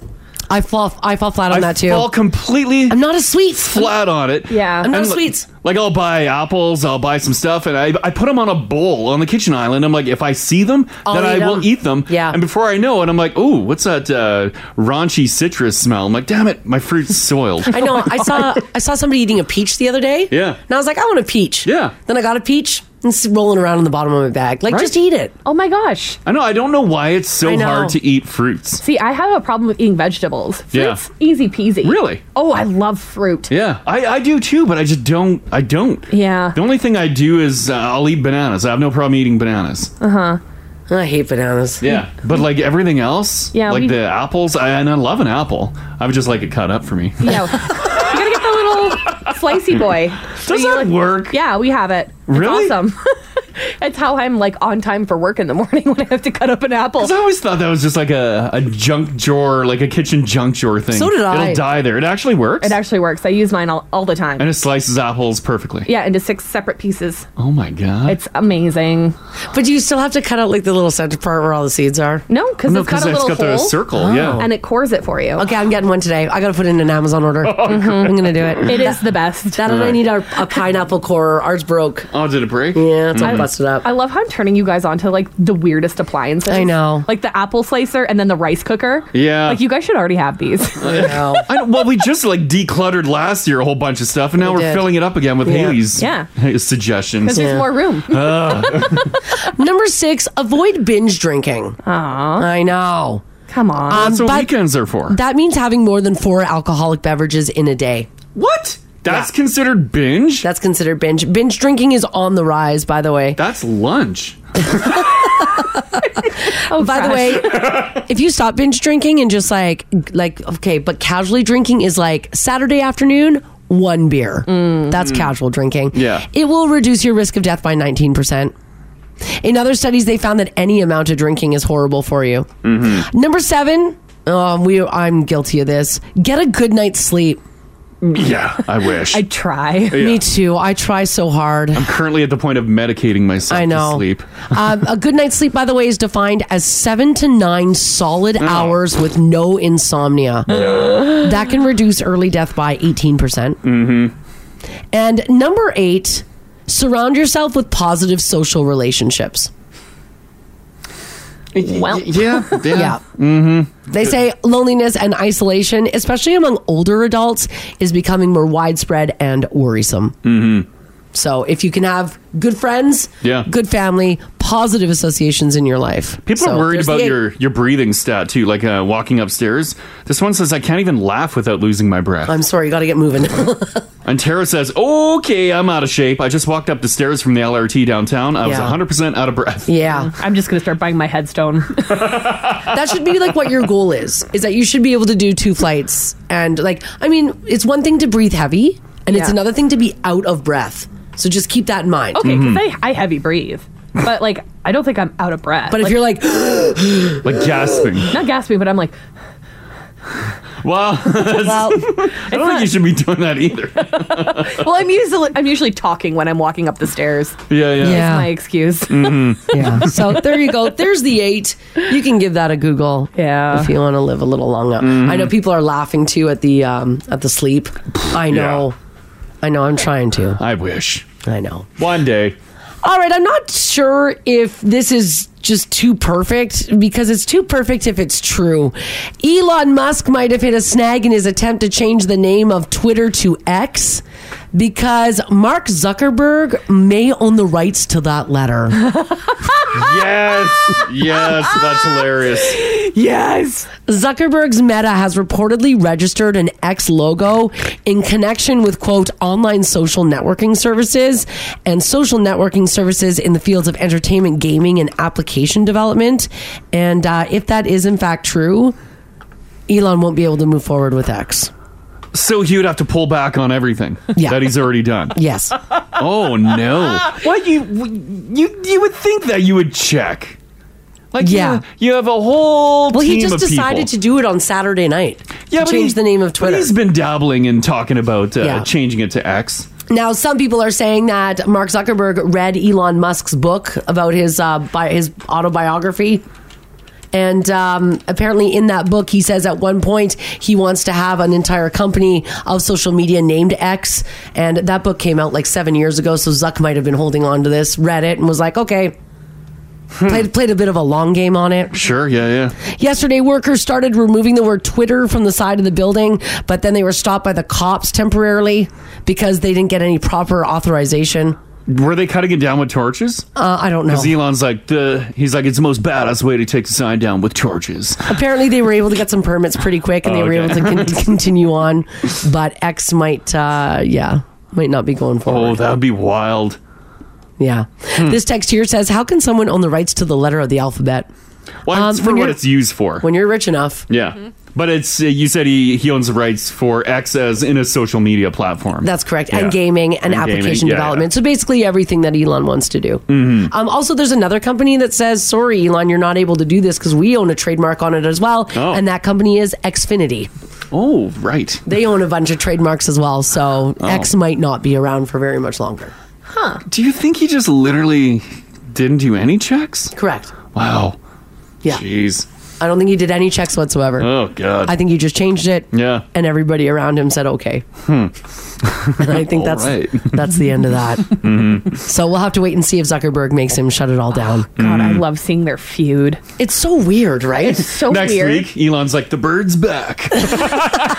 [SPEAKER 5] I fall I fall flat on
[SPEAKER 4] I
[SPEAKER 5] that too.
[SPEAKER 4] fall completely.
[SPEAKER 5] I'm not a sweets
[SPEAKER 4] Flat on it.
[SPEAKER 5] Yeah. I'm not
[SPEAKER 4] And,
[SPEAKER 5] a
[SPEAKER 4] like-
[SPEAKER 5] sweets.
[SPEAKER 4] Like I'll buy apples, I'll buy some stuff, and I, I put them on a bowl on the kitchen island. I'm like, if I see them,
[SPEAKER 5] I'll
[SPEAKER 4] then I
[SPEAKER 5] eat
[SPEAKER 4] will
[SPEAKER 5] 'em.
[SPEAKER 4] eat them. Yeah. And before I know it, I'm like, ooh, what's that uh, raunchy citrus smell? I'm like, damn it, my fruit's soiled.
[SPEAKER 5] I know. I saw I saw somebody eating a peach the other day.
[SPEAKER 4] Yeah.
[SPEAKER 5] And I was like, I want a peach. Yeah. Then I got a peach and it's rolling around in the bottom of my bag. Like,
[SPEAKER 4] Right.
[SPEAKER 5] just eat it.
[SPEAKER 15] Oh my gosh.
[SPEAKER 4] I know. I don't know why it's
[SPEAKER 15] I
[SPEAKER 4] so
[SPEAKER 15] know.
[SPEAKER 4] hard to eat fruits.
[SPEAKER 15] See, I have a problem with eating vegetables.
[SPEAKER 4] Yeah.
[SPEAKER 15] Fruits, easy peasy.
[SPEAKER 4] Really?
[SPEAKER 15] Oh, I love fruit.
[SPEAKER 4] Yeah, I, I do too, but I just don't. I don't.
[SPEAKER 15] Yeah.
[SPEAKER 4] The only thing I do is uh, I'll eat bananas. I have no problem eating bananas.
[SPEAKER 15] Uh huh.
[SPEAKER 5] I hate bananas.
[SPEAKER 4] Yeah, but like everything else,
[SPEAKER 15] Yeah,
[SPEAKER 4] like
[SPEAKER 15] we-
[SPEAKER 4] the apples, I, and I love an apple. I would just like it cut up for me. [laughs]
[SPEAKER 15] Yeah. you gotta get the little slicey boy.
[SPEAKER 4] Does that work?
[SPEAKER 15] Yeah, we have it.
[SPEAKER 4] Really?
[SPEAKER 15] It's awesome. [laughs] That's how I'm like on time for work in the morning [laughs] when I have to cut up an apple.
[SPEAKER 4] 'Cause I always thought that was just like a, a junk drawer, like a kitchen junk drawer thing.
[SPEAKER 15] So did I.
[SPEAKER 4] It'll die there. It actually works,
[SPEAKER 15] It actually works. I use mine all, all the time.
[SPEAKER 4] and it slices apples perfectly.
[SPEAKER 15] yeah, into six separate pieces.
[SPEAKER 4] Oh my god!
[SPEAKER 15] It's amazing.
[SPEAKER 5] But do you still have to cut out like the little center part where all the seeds are?
[SPEAKER 15] No, because
[SPEAKER 5] No,
[SPEAKER 15] it's got
[SPEAKER 5] 'cause
[SPEAKER 15] a
[SPEAKER 5] it's
[SPEAKER 15] little
[SPEAKER 5] got the
[SPEAKER 15] hole.
[SPEAKER 5] circle, Oh. yeah.
[SPEAKER 15] And it cores it for you.
[SPEAKER 5] Okay, I'm getting one today. I gotta put in an Amazon order.
[SPEAKER 4] Oh,
[SPEAKER 5] Mhm, I'm gonna do it.
[SPEAKER 15] It is the best.
[SPEAKER 5] That and I need a, a pineapple core. Ours broke.
[SPEAKER 4] Oh, did it break?
[SPEAKER 5] Yeah, it's all busted up.
[SPEAKER 15] I love how I'm turning you guys on to like the weirdest appliances. I know. Like the apple slicer and then the rice cooker.
[SPEAKER 4] Yeah.
[SPEAKER 15] Like you guys should already have these.
[SPEAKER 4] [laughs] [laughs] I know. Well, we just like decluttered last year a whole bunch of stuff, and now
[SPEAKER 15] We
[SPEAKER 4] we are
[SPEAKER 15] did.
[SPEAKER 4] filling it up again with
[SPEAKER 15] Yeah.
[SPEAKER 4] Haley's
[SPEAKER 15] Yeah.
[SPEAKER 4] [laughs] suggestions.
[SPEAKER 5] 'Cause there's Yeah.
[SPEAKER 15] [laughs]
[SPEAKER 5] more
[SPEAKER 15] room.
[SPEAKER 4] Ah.
[SPEAKER 5] [laughs] Number six, avoid binge drinking. I know. Um,
[SPEAKER 15] Come on.
[SPEAKER 4] That's what weekends are for.
[SPEAKER 5] That means having more than four alcoholic beverages in a day.
[SPEAKER 4] What? That's considered binge?
[SPEAKER 5] That's considered binge. Binge drinking is on the rise, by the way.
[SPEAKER 4] That's lunch.
[SPEAKER 5] Oh, by the
[SPEAKER 15] gosh.
[SPEAKER 5] way, if you stop binge drinking and just like, like, okay, but casually drinking is like Saturday afternoon, one beer. That's
[SPEAKER 15] Mm.
[SPEAKER 5] casual drinking.
[SPEAKER 15] Yeah.
[SPEAKER 5] It will reduce your risk of death by 19%. In other studies, they found that any amount of drinking is horrible for you.
[SPEAKER 4] Mm-hmm.
[SPEAKER 5] Number seven, um, we I'm guilty of this. Get a good night's sleep.
[SPEAKER 4] Yeah, I wish.
[SPEAKER 5] I
[SPEAKER 15] try.
[SPEAKER 5] Me too. I try so hard.
[SPEAKER 4] I'm currently at the point of medicating myself
[SPEAKER 5] I know.
[SPEAKER 4] to sleep.
[SPEAKER 5] [laughs] um, a good night's sleep, by the way, is defined as seven to nine solid
[SPEAKER 4] Mm.
[SPEAKER 5] hours with
[SPEAKER 4] [gasps]
[SPEAKER 5] no insomnia. that can reduce early death by 18%.
[SPEAKER 4] Mm-hmm.
[SPEAKER 5] And number eight, surround yourself with positive social relationships.
[SPEAKER 4] Well,
[SPEAKER 5] [laughs]
[SPEAKER 4] yeah, yeah. Mm-hmm.
[SPEAKER 5] They say loneliness and isolation, especially among older adults, is becoming more widespread and worrisome.
[SPEAKER 4] Mm-hmm.
[SPEAKER 5] So if you can have good friends,
[SPEAKER 4] Yeah.
[SPEAKER 5] good family, positive associations in your life.
[SPEAKER 4] People
[SPEAKER 5] So
[SPEAKER 4] are worried
[SPEAKER 5] there's the
[SPEAKER 4] about
[SPEAKER 5] eight.
[SPEAKER 4] your, your breathing stat too, like uh, walking upstairs. This one says, I can't even laugh without losing my breath.
[SPEAKER 5] [laughs] I'm sorry, you got to get moving. [laughs]
[SPEAKER 4] And Tara says, Okay, I'm out of shape. I just walked up the stairs from the LRT downtown. I was
[SPEAKER 5] Yeah.
[SPEAKER 4] 100% out of breath. [laughs]
[SPEAKER 5] yeah,
[SPEAKER 15] I'm just gonna start buying my headstone.
[SPEAKER 5] that should be like what your goal is is that you should be able to do two flights and like i mean it's one thing to breathe heavy and it's
[SPEAKER 15] Yeah.
[SPEAKER 5] another thing to be out of breath so just keep that in mind
[SPEAKER 15] Okay,
[SPEAKER 4] Mm-hmm.
[SPEAKER 15] because I, I heavy breathe, but like I don't think I'm out of breath.
[SPEAKER 5] But if you're like,
[SPEAKER 4] [gasps] Like gasping.
[SPEAKER 15] not gasping, but I'm like,
[SPEAKER 4] Well, [laughs]
[SPEAKER 15] Well,
[SPEAKER 4] I don't think you should be doing that [laughs] either.
[SPEAKER 15] well, I'm usually I'm usually talking when I'm walking up the stairs.
[SPEAKER 4] Yeah, Mm-hmm. yeah.
[SPEAKER 15] That's
[SPEAKER 5] Yeah.
[SPEAKER 15] my excuse.
[SPEAKER 5] [laughs]
[SPEAKER 4] Hmm.
[SPEAKER 5] yeah so there you go there's the eight you can give that a google yeah if you want to live a little longer i
[SPEAKER 4] Mm-hmm.
[SPEAKER 5] know people are laughing too at the um at the sleep i know i know i'm trying to
[SPEAKER 4] i wish
[SPEAKER 5] i know
[SPEAKER 4] One day.
[SPEAKER 5] All right, I'm not sure if this is just too perfect because it's too perfect if it's true. Elon Musk might have hit a snag in his attempt to change the name of Twitter to X because Mark Zuckerberg may own the rights to that letter.
[SPEAKER 4] [laughs] yes, yes, that's hilarious.
[SPEAKER 5] Yes. Zuckerberg's Meta has reportedly registered an X logo in connection with, quote, online social networking services and social networking services in the fields of entertainment, gaming, and application development. And uh, if that is in fact true, Elon won't be able to move forward with X.
[SPEAKER 4] So he would have to pull back on everything that he's already done.
[SPEAKER 5] Yes.
[SPEAKER 4] Oh no! What you you you would think that you would check? [laughs] Like
[SPEAKER 5] Yeah.
[SPEAKER 4] you, you have a whole
[SPEAKER 5] Well, he
[SPEAKER 4] team
[SPEAKER 5] just
[SPEAKER 4] of people.
[SPEAKER 5] decided to do it on Saturday night.
[SPEAKER 4] Yeah,
[SPEAKER 5] to
[SPEAKER 4] but
[SPEAKER 5] change
[SPEAKER 4] he-
[SPEAKER 5] the name of
[SPEAKER 4] but
[SPEAKER 5] Twitter.
[SPEAKER 4] he's been dabbling in talking about uh,
[SPEAKER 5] Yeah.
[SPEAKER 4] changing it to X.
[SPEAKER 5] Now, some people are saying that Mark Zuckerberg read Elon Musk's book about his uh, bi- his autobiography. And um, apparently, in that book, he says at one point he wants to have an entire company of social media named X. And that book came out like seven years ago, so Zuck might have been holding on to this, read it, and was like, okay. Played, played a bit of a long game on it.
[SPEAKER 4] Hmm. Sure, yeah, yeah.
[SPEAKER 5] Yesterday, workers started removing the word Twitter from the side of the building, but then they were stopped by the cops temporarily because they didn't get any proper authorization.
[SPEAKER 4] Were they cutting it down with torches?
[SPEAKER 5] Uh, I don't know.
[SPEAKER 4] Because Elon's like the he's like it's the most badass way to take the sign down with torches.
[SPEAKER 5] Apparently, they were able to get some permits pretty quick, and they were
[SPEAKER 4] Oh, Okay.
[SPEAKER 5] able
[SPEAKER 4] [laughs]
[SPEAKER 5] to con- continue on. But X might, uh, yeah, might not be going forward.
[SPEAKER 4] Oh, that'd be wild.
[SPEAKER 5] Yeah.
[SPEAKER 4] Hmm.
[SPEAKER 5] This text here says, "How can someone own the rights to the letter of the alphabet?"
[SPEAKER 4] Well,
[SPEAKER 5] Um,
[SPEAKER 4] it's for
[SPEAKER 5] when
[SPEAKER 4] what
[SPEAKER 5] you're- Mm-hmm.
[SPEAKER 4] it's used for.
[SPEAKER 5] When you're rich enough,
[SPEAKER 4] yeah, but it's uh, you said he he owns the rights for X as in a social media platform.
[SPEAKER 5] that's correct,
[SPEAKER 4] Yeah.
[SPEAKER 5] and gaming and,
[SPEAKER 4] gaming,
[SPEAKER 5] application
[SPEAKER 4] yeah, yeah.
[SPEAKER 5] development. So basically, everything that Elon wants to do.
[SPEAKER 4] Mm-hmm.
[SPEAKER 5] Um, also, there's another company that says, "Sorry, Elon, you're not able to do this because we own a trademark on it as well," and that company is Xfinity.
[SPEAKER 4] Oh, right. Oh.
[SPEAKER 5] They own a bunch of trademarks as well, so X might not be around for very much longer.
[SPEAKER 4] Huh. Do you think he just literally didn't do any checks?
[SPEAKER 5] Correct.
[SPEAKER 4] Wow.
[SPEAKER 5] Yeah.
[SPEAKER 4] Jeez.
[SPEAKER 5] I don't think he did any checks whatsoever.
[SPEAKER 4] Oh God.
[SPEAKER 5] I think he just changed it,
[SPEAKER 4] Yeah.
[SPEAKER 5] and everybody around him said,
[SPEAKER 4] [laughs]
[SPEAKER 5] "Okay."
[SPEAKER 4] Hmm.
[SPEAKER 5] And I think that's
[SPEAKER 4] Alright.
[SPEAKER 5] that's the end of that.
[SPEAKER 4] [laughs] Mm-hmm.
[SPEAKER 5] So we'll have to wait and see if Zuckerberg makes him shut it all down.
[SPEAKER 15] [gasps] God,
[SPEAKER 4] Mm.
[SPEAKER 15] I love seeing their feud.
[SPEAKER 5] It's so weird, right? It's so
[SPEAKER 15] [laughs]
[SPEAKER 4] Next week, Elon's like the bird's
[SPEAKER 5] [laughs]
[SPEAKER 4] back.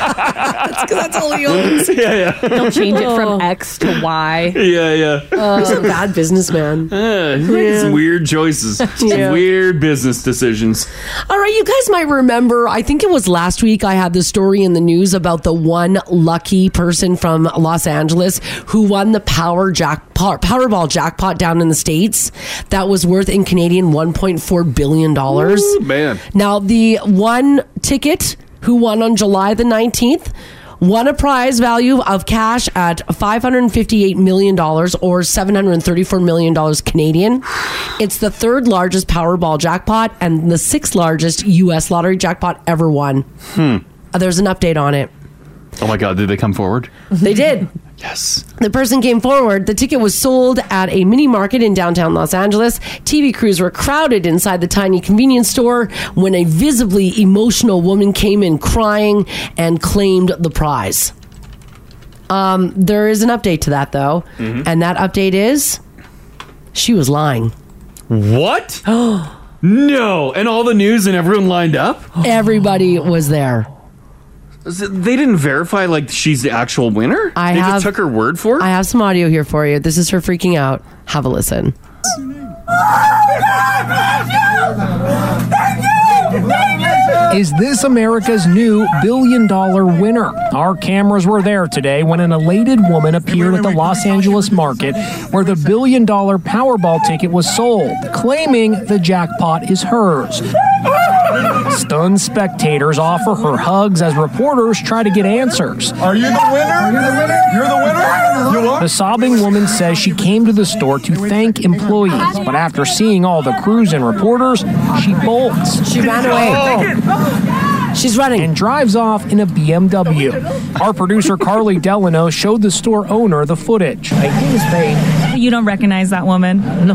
[SPEAKER 5] that's all he
[SPEAKER 4] owns. [laughs] Yeah, yeah.
[SPEAKER 15] They'll change it
[SPEAKER 4] [laughs]
[SPEAKER 15] from X to Y.
[SPEAKER 4] yeah, yeah.
[SPEAKER 5] [laughs] He's a bad businessman.
[SPEAKER 4] Uh, he's making
[SPEAKER 5] Yeah.
[SPEAKER 4] some weird choices, some
[SPEAKER 5] [laughs] Yeah.
[SPEAKER 4] weird business decisions.
[SPEAKER 5] All right, you guys might remember. I think it was last week I had the story in the news about the one lucky person from Los Angeles who won the Power Jack Power- Powerball jackpot down in the states that was worth in Canadian 1.4 billion dollars.
[SPEAKER 4] Ooh, man.
[SPEAKER 5] Now, the one ticket who won on July the 19th won a prize value of cash at $558 million or $734 million Canadian. It's the third largest Powerball jackpot and the sixth largest U.S. lottery jackpot ever won.
[SPEAKER 4] Hmm.
[SPEAKER 5] Uh, There's an update on it.
[SPEAKER 4] Oh my God! Did they come forward?
[SPEAKER 5] They did.
[SPEAKER 4] [laughs] Yes.
[SPEAKER 5] The person came forward. The ticket was sold at a mini market in downtown Los Angeles. TV crews were crowded inside the tiny convenience store when a visibly emotional woman came in crying and claimed the prize. Um, there is an update to that, though.
[SPEAKER 4] Mhm.
[SPEAKER 5] And that update is she was lying. [gasps]
[SPEAKER 4] What? no! And all the news and everyone lined up. [gasps]
[SPEAKER 5] Everybody was there.
[SPEAKER 4] They didn't verify like she's the actual winner.
[SPEAKER 5] I
[SPEAKER 4] they
[SPEAKER 5] have,
[SPEAKER 4] just took her word for it.
[SPEAKER 5] I have some audio here for you. This is her freaking out. Have a listen.
[SPEAKER 16] Is this America's new billion dollar winner? Our cameras were there today when an elated woman appeared at the Los Angeles market where the billion dollar Powerball ticket was sold, claiming the jackpot is hers. Stunned spectators offer her hugs as reporters try to get answers. Are you the winner? You're the winner? You're the winner? You are? The sobbing woman says she came to the store to thank employees, but after seeing all the crews and reporters, she bolts.
[SPEAKER 5] She ran away.
[SPEAKER 16] She's running. And drives off in a BMW. Our producer, Carly Delano, showed the store owner the footage.
[SPEAKER 17] You don't recognize that woman? No,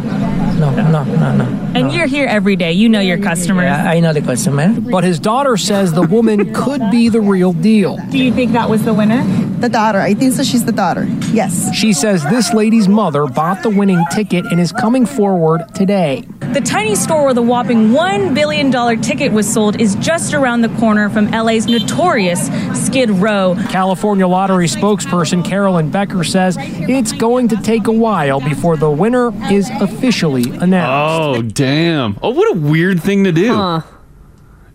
[SPEAKER 17] no, no, no, no. And you're here every day. You know your customers.
[SPEAKER 16] I know the customer. But his daughter says the woman could be the real deal.
[SPEAKER 17] Do you think that was the winner?
[SPEAKER 18] The daughter. I think so. She's the daughter. Yes.
[SPEAKER 16] She says this lady's mother bought the winning ticket and is coming forward today.
[SPEAKER 17] The tiny store where the whopping $1 billion ticket was sold is just around the corner from LA's notorious Skid Row.
[SPEAKER 16] California Lottery spokesperson Carolyn Becker says it's going to take a while before the winner is officially announced.
[SPEAKER 5] [laughs]
[SPEAKER 4] Oh, damn. Oh, what a weird thing to do.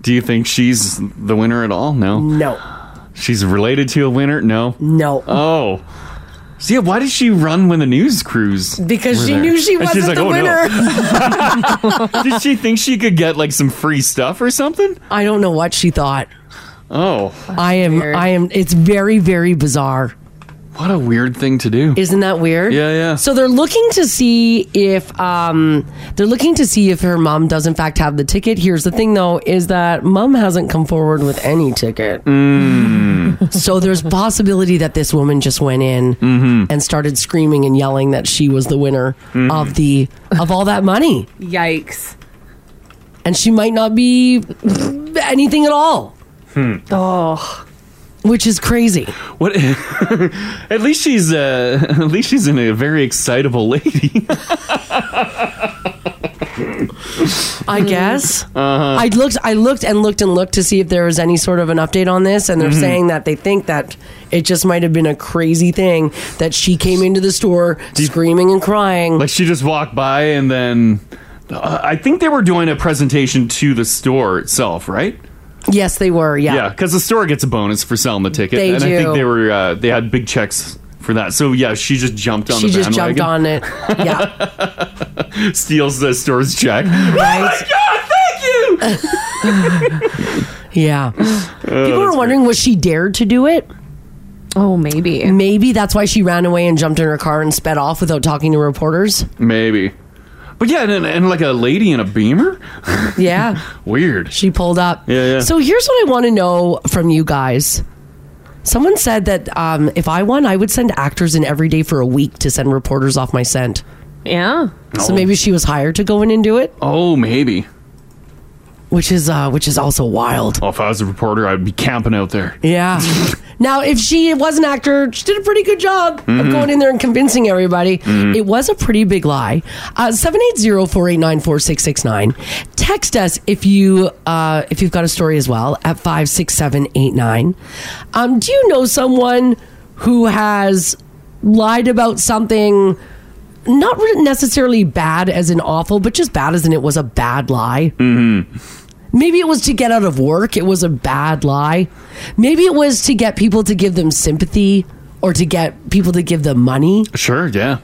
[SPEAKER 4] Do you think she's the winner at all? No.
[SPEAKER 5] No.
[SPEAKER 4] She's related to a winner? No.
[SPEAKER 5] No.
[SPEAKER 4] Oh. See, why did she run when the news
[SPEAKER 5] [laughs]
[SPEAKER 4] crews?
[SPEAKER 5] Because
[SPEAKER 4] were
[SPEAKER 5] she
[SPEAKER 4] there?
[SPEAKER 5] knew she
[SPEAKER 4] And she's like,
[SPEAKER 5] wasn't the
[SPEAKER 4] "Oh, no."
[SPEAKER 5] winner.
[SPEAKER 4] [laughs] did she think she could get like some free stuff or something?
[SPEAKER 5] I don't know what she thought.
[SPEAKER 4] Oh.
[SPEAKER 5] I am. I am. It's very, very bizarre.
[SPEAKER 4] What a weird thing to do.
[SPEAKER 5] Isn't that weird?
[SPEAKER 4] Yeah, yeah.
[SPEAKER 5] So they're looking to see if um they're looking to see if her mom does in fact have the ticket. Here's the thing though is that mom hasn't come forward with any ticket.
[SPEAKER 4] Mm.
[SPEAKER 5] so there's possibility that this woman just went in
[SPEAKER 4] Mm-hmm.
[SPEAKER 5] and started screaming and yelling that she was the winner
[SPEAKER 4] Mm.
[SPEAKER 15] Mhm.
[SPEAKER 5] of the of all that money.
[SPEAKER 15] Yikes.
[SPEAKER 5] And she might not be anything at all.
[SPEAKER 15] Oh.
[SPEAKER 5] Which is crazy.
[SPEAKER 4] What? [laughs] at least she's uh, [laughs] at least she's in a very excitable lady.
[SPEAKER 5] I guess.
[SPEAKER 4] Uh-huh.
[SPEAKER 5] I looked I looked and looked and looked to see if there was any sort of an update on this and they're
[SPEAKER 4] Mhm.
[SPEAKER 5] saying that they think that it just might have been a crazy thing that she came into the store screaming and crying.
[SPEAKER 4] like she just walked by and then uh, I think they were doing a presentation to the store itself, right?
[SPEAKER 5] Yes, they were. Yeah.
[SPEAKER 4] Yeah, because the store gets a bonus for selling the ticket,
[SPEAKER 5] They
[SPEAKER 4] and I think
[SPEAKER 5] do.
[SPEAKER 4] they were uh, they had big checks for that. So yeah, she just jumped on
[SPEAKER 5] She
[SPEAKER 4] the
[SPEAKER 5] just
[SPEAKER 4] bandwagon,
[SPEAKER 5] jumped on
[SPEAKER 4] [laughs]
[SPEAKER 5] it. Yeah.
[SPEAKER 4] steals the store's
[SPEAKER 5] [laughs]
[SPEAKER 4] check.
[SPEAKER 5] right.
[SPEAKER 4] Oh my god, Oh,
[SPEAKER 5] thank you. [laughs]
[SPEAKER 4] [laughs]
[SPEAKER 5] yeah. People were wondering was she dared to do it?
[SPEAKER 15] Oh, maybe.
[SPEAKER 5] Maybe that's why she ran away and jumped in her car and sped off without talking to reporters.
[SPEAKER 4] Maybe, but yeah, and, and like a lady in a beamer, [laughs]
[SPEAKER 5] Yeah.
[SPEAKER 4] weird.
[SPEAKER 5] She pulled up.
[SPEAKER 4] Yeah, yeah.
[SPEAKER 5] So here's what I want to know from you guys. Someone said that um, if I won, I would send actors in every day for a week to send reporters off my scent.
[SPEAKER 15] Yeah.
[SPEAKER 5] So maybe she was hired to go in and do it,
[SPEAKER 4] oh maybe,
[SPEAKER 5] which is uh, which is also wild.
[SPEAKER 4] Oh, if I was a reporter, I'd be camping out there.
[SPEAKER 5] Yeah. now, if she was an actor, she did a pretty good job
[SPEAKER 4] Mhm.
[SPEAKER 5] of going in there and convincing everybody.
[SPEAKER 4] Mhm.
[SPEAKER 5] It was a pretty big lie. Uh, Seven eight zero four eight nine four six six nine. Text us if you uh, if you've got a story as well at five six seven eight nine. Um, do you know someone who has lied about something? Not re- necessarily bad as in awful, but just bad as in it was a bad lie.
[SPEAKER 4] Mm-hmm.
[SPEAKER 5] Maybe it was to get out of work. It was a bad lie. Maybe it was to get people to give them sympathy or to get people to give them money.
[SPEAKER 4] Sure, yeah.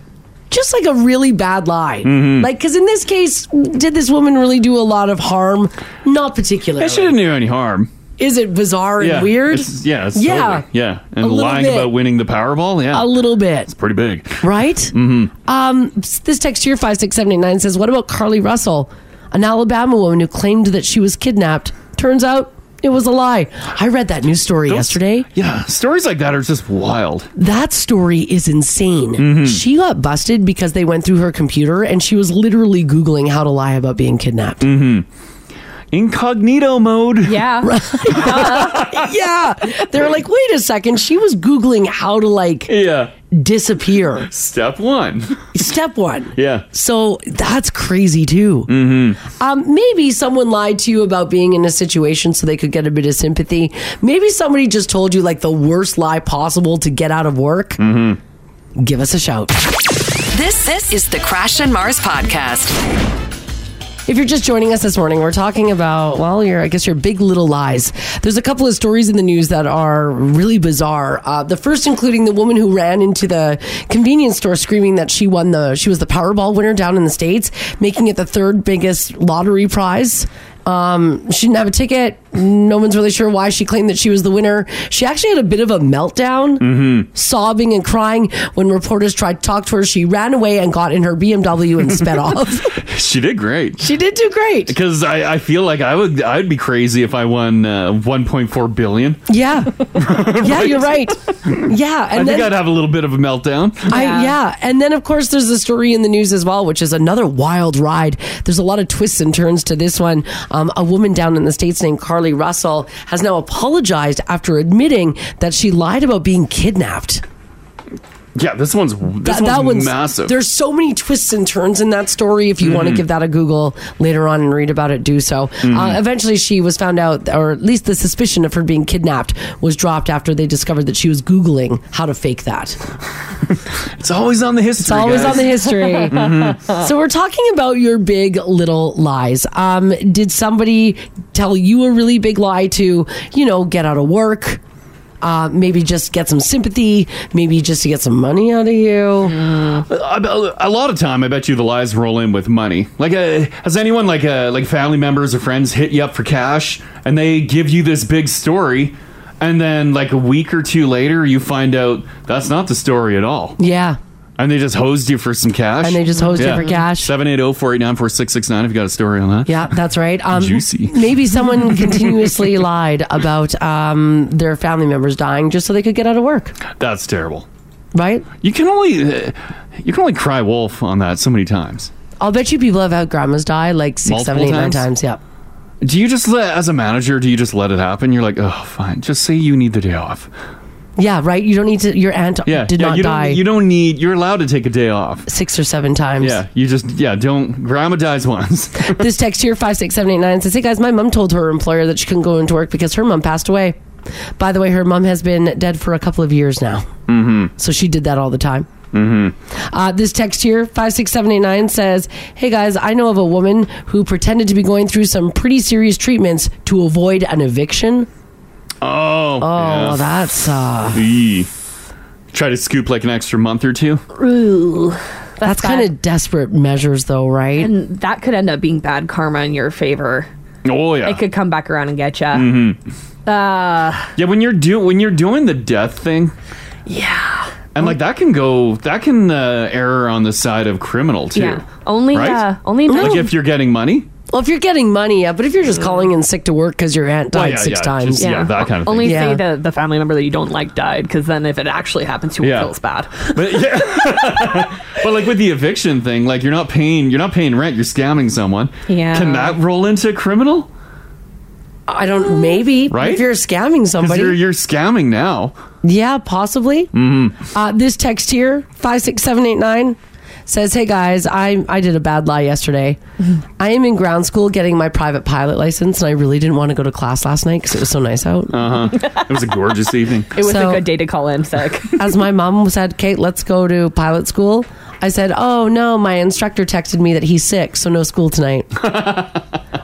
[SPEAKER 5] Just like a really bad lie.
[SPEAKER 4] Mhm.
[SPEAKER 5] Like, because in this case, did this woman really do a lot of harm? Not
[SPEAKER 4] And she
[SPEAKER 5] particularly.
[SPEAKER 4] didn't do any harm.
[SPEAKER 5] Is it bizarre and weird?
[SPEAKER 4] it's- yeah, it's
[SPEAKER 5] yeah.
[SPEAKER 4] totally- yeah,
[SPEAKER 5] A
[SPEAKER 4] and
[SPEAKER 5] little
[SPEAKER 4] lying
[SPEAKER 5] bit.
[SPEAKER 4] about winning the Powerball. Yeah,
[SPEAKER 5] A little bit.
[SPEAKER 4] It's pretty big,
[SPEAKER 5] right?
[SPEAKER 4] [laughs] Mm-hmm.
[SPEAKER 5] Um, this text here, 56789, says, What about Carly Russell, an Alabama woman who claimed that she was kidnapped? Turns out it was a lie. I read that news story yesterday.
[SPEAKER 4] Yeah, stories like that are just wild.
[SPEAKER 5] That story is insane.
[SPEAKER 4] Mm-hmm.
[SPEAKER 5] She got busted because they went through her computer and she was literally Googling how to lie about being kidnapped.
[SPEAKER 4] Mm-hmm. Incognito mode.
[SPEAKER 5] [laughs]
[SPEAKER 15] Yeah.
[SPEAKER 5] yeah. They're like, wait a second. She was Googling how to like
[SPEAKER 4] yeah.
[SPEAKER 5] disappear.
[SPEAKER 4] Step one.
[SPEAKER 5] Step one.
[SPEAKER 4] Yeah. [laughs]
[SPEAKER 5] So that's crazy too.
[SPEAKER 4] Mm-hmm.
[SPEAKER 5] Um, maybe someone lied to you about being in a situation so they could get a bit of sympathy. Maybe somebody just told you like the worst lie possible to get out of work.
[SPEAKER 4] Mm-hmm.
[SPEAKER 5] Give us a shout.
[SPEAKER 1] This this is the Crash and Mars podcast.
[SPEAKER 5] If you're just joining us this morning, we're talking about well, your I guess your big little lies. There's a couple of stories in the news that are really bizarre. Uh, the first, including the woman who ran into the convenience store screaming that she won the she was the Powerball winner down in the states, making it the third biggest lottery prize. Um, she didn't have a ticket. No one's really sure why she claimed that she was the winner. She actually had a bit of a meltdown, sobbing and crying when reporters tried to talk to her. She ran away and got in her BMW and [laughs] sped off.
[SPEAKER 4] She did great.
[SPEAKER 5] She did do great.
[SPEAKER 4] Because I, I feel like I would I'd be crazy if I won uh, 1.4 billion. [laughs]
[SPEAKER 5] Yeah. Yeah, you're right. Yeah.
[SPEAKER 4] I
[SPEAKER 5] And
[SPEAKER 4] think
[SPEAKER 5] then
[SPEAKER 4] I'd have a little bit of a meltdown.
[SPEAKER 5] I yeah, and then of course there's a story in the news as well, which is another wild ride. There's a lot of twists and turns to this one. Um, a woman down in the states named Carly Russell has now apologized after admitting that she lied about being kidnapped.
[SPEAKER 4] Yeah, this one's this one's, massive.
[SPEAKER 5] There's so many twists and turns in that story. If you want to
[SPEAKER 4] Mhm.
[SPEAKER 5] give that a Google later on and read about it, do so.
[SPEAKER 4] Mhm.
[SPEAKER 5] Uh, eventually, she was found out, or at least the suspicion of her being kidnapped was dropped after they discovered that she was Googling how to fake that.
[SPEAKER 4] it's always on the history.
[SPEAKER 5] It's always
[SPEAKER 4] guys.
[SPEAKER 5] on the history.
[SPEAKER 4] Mhm.
[SPEAKER 5] So we're talking about your big little lies. Um, did somebody tell you a really big lie to, you know, get out of work? Uh, maybe just get some sympathy. Maybe just to get some money out of you.
[SPEAKER 4] A a lot of time, I bet you the lies roll in with money. Like, uh, has anyone like uh, like family members or friends hit you up for cash, and they give you this big story, and then like a week or two later, you find out that's not the story at all,
[SPEAKER 5] Yeah.
[SPEAKER 4] and they just hosed you for some cash,
[SPEAKER 5] And they just hosed you for cash.
[SPEAKER 4] Seven eight zero four eight nine four six six nine. If you got a story on that,
[SPEAKER 5] Yeah, that's right. Um,
[SPEAKER 4] Juicy.
[SPEAKER 5] Maybe someone
[SPEAKER 4] [laughs]
[SPEAKER 5] continuously lied about um, their family members dying just so they could get out of work,
[SPEAKER 4] that's terrible.
[SPEAKER 5] right?
[SPEAKER 4] You can only uh, you can only cry wolf on that so many times.
[SPEAKER 5] I'll bet you people have had grandmas die like six, seven, eight,
[SPEAKER 4] Multiple
[SPEAKER 5] nine
[SPEAKER 4] times?
[SPEAKER 5] times. Yeah.
[SPEAKER 4] Do you just let, as a manager, do you just let it happen? You're like, oh, fine, just say you need the day off.
[SPEAKER 5] Yeah, right? You don't need to, your aunt
[SPEAKER 4] Yeah,
[SPEAKER 5] did
[SPEAKER 4] yeah,
[SPEAKER 5] not
[SPEAKER 4] you don't-
[SPEAKER 5] die
[SPEAKER 4] you don't need. You're allowed to take a day off.
[SPEAKER 5] six or seven times.
[SPEAKER 4] Yeah, you just yeah don't. Grandma dies once. [laughs]
[SPEAKER 5] this text here, 56789, says, Hey guys, my mom told her employer that she couldn't go into work because her mom passed away. By the way, her mom has been dead for a couple of years now.
[SPEAKER 4] mm-hmm.
[SPEAKER 5] So she did that all the time.
[SPEAKER 4] Mm-hmm.
[SPEAKER 5] Uh, this text here, 56789, says, Hey guys, I know of a woman who pretended to be going through some pretty serious treatments to avoid an eviction.
[SPEAKER 4] Oh. Oh,
[SPEAKER 5] well, that's uh.
[SPEAKER 4] Try to scoop like an extra month or two.
[SPEAKER 15] Ooh.
[SPEAKER 5] That's, kind of desperate measures, though, right?
[SPEAKER 15] And that could end up being bad karma in your favor.
[SPEAKER 4] Oh yeah.
[SPEAKER 15] It could come back around and get you.
[SPEAKER 4] Mm-hmm.
[SPEAKER 15] Uh,
[SPEAKER 4] Yeah, when you're do when you're doing the death thing. Yeah. And like that can go that can uh, err on the side of criminal too.
[SPEAKER 5] Yeah. Only,
[SPEAKER 4] right?
[SPEAKER 5] uh, only
[SPEAKER 4] like
[SPEAKER 5] no-
[SPEAKER 4] if you're getting money.
[SPEAKER 5] Well, if you're getting money, yeah, but if you're just calling in sick to work because your aunt died
[SPEAKER 4] Well, yeah,
[SPEAKER 5] six
[SPEAKER 4] yeah,
[SPEAKER 5] times,
[SPEAKER 4] just- yeah, that kind of thing.
[SPEAKER 15] Only
[SPEAKER 5] Yeah.
[SPEAKER 15] say the, the family member that you don't like died, because then if it actually happens, you
[SPEAKER 4] Yeah.
[SPEAKER 15] feels bad.
[SPEAKER 4] [laughs] But yeah, but like with the eviction thing, like you're not paying you're not paying rent. You're scamming someone.
[SPEAKER 15] Yeah.
[SPEAKER 4] Can that roll into criminal?
[SPEAKER 5] I don't. Maybe
[SPEAKER 4] Right?
[SPEAKER 5] if you're scamming
[SPEAKER 4] Because
[SPEAKER 5] somebody,
[SPEAKER 4] you're you're scamming now.
[SPEAKER 5] yeah, possibly.
[SPEAKER 4] hmm
[SPEAKER 5] Uh, this text here, 56789, says, Hey guys, I, I did a bad lie yesterday.
[SPEAKER 15] Mm-hmm.
[SPEAKER 5] I am in ground school getting my private pilot license, and I really didn't want to go to class last night because it was so nice out.
[SPEAKER 4] Uh huh. It was a gorgeous evening.
[SPEAKER 15] [laughs] It was a good day to call in sick.
[SPEAKER 5] As my mom said, Kate, let's go to pilot school. I said, Oh no, my instructor texted me that he's sick, so no
[SPEAKER 4] [laughs]
[SPEAKER 5] school tonight.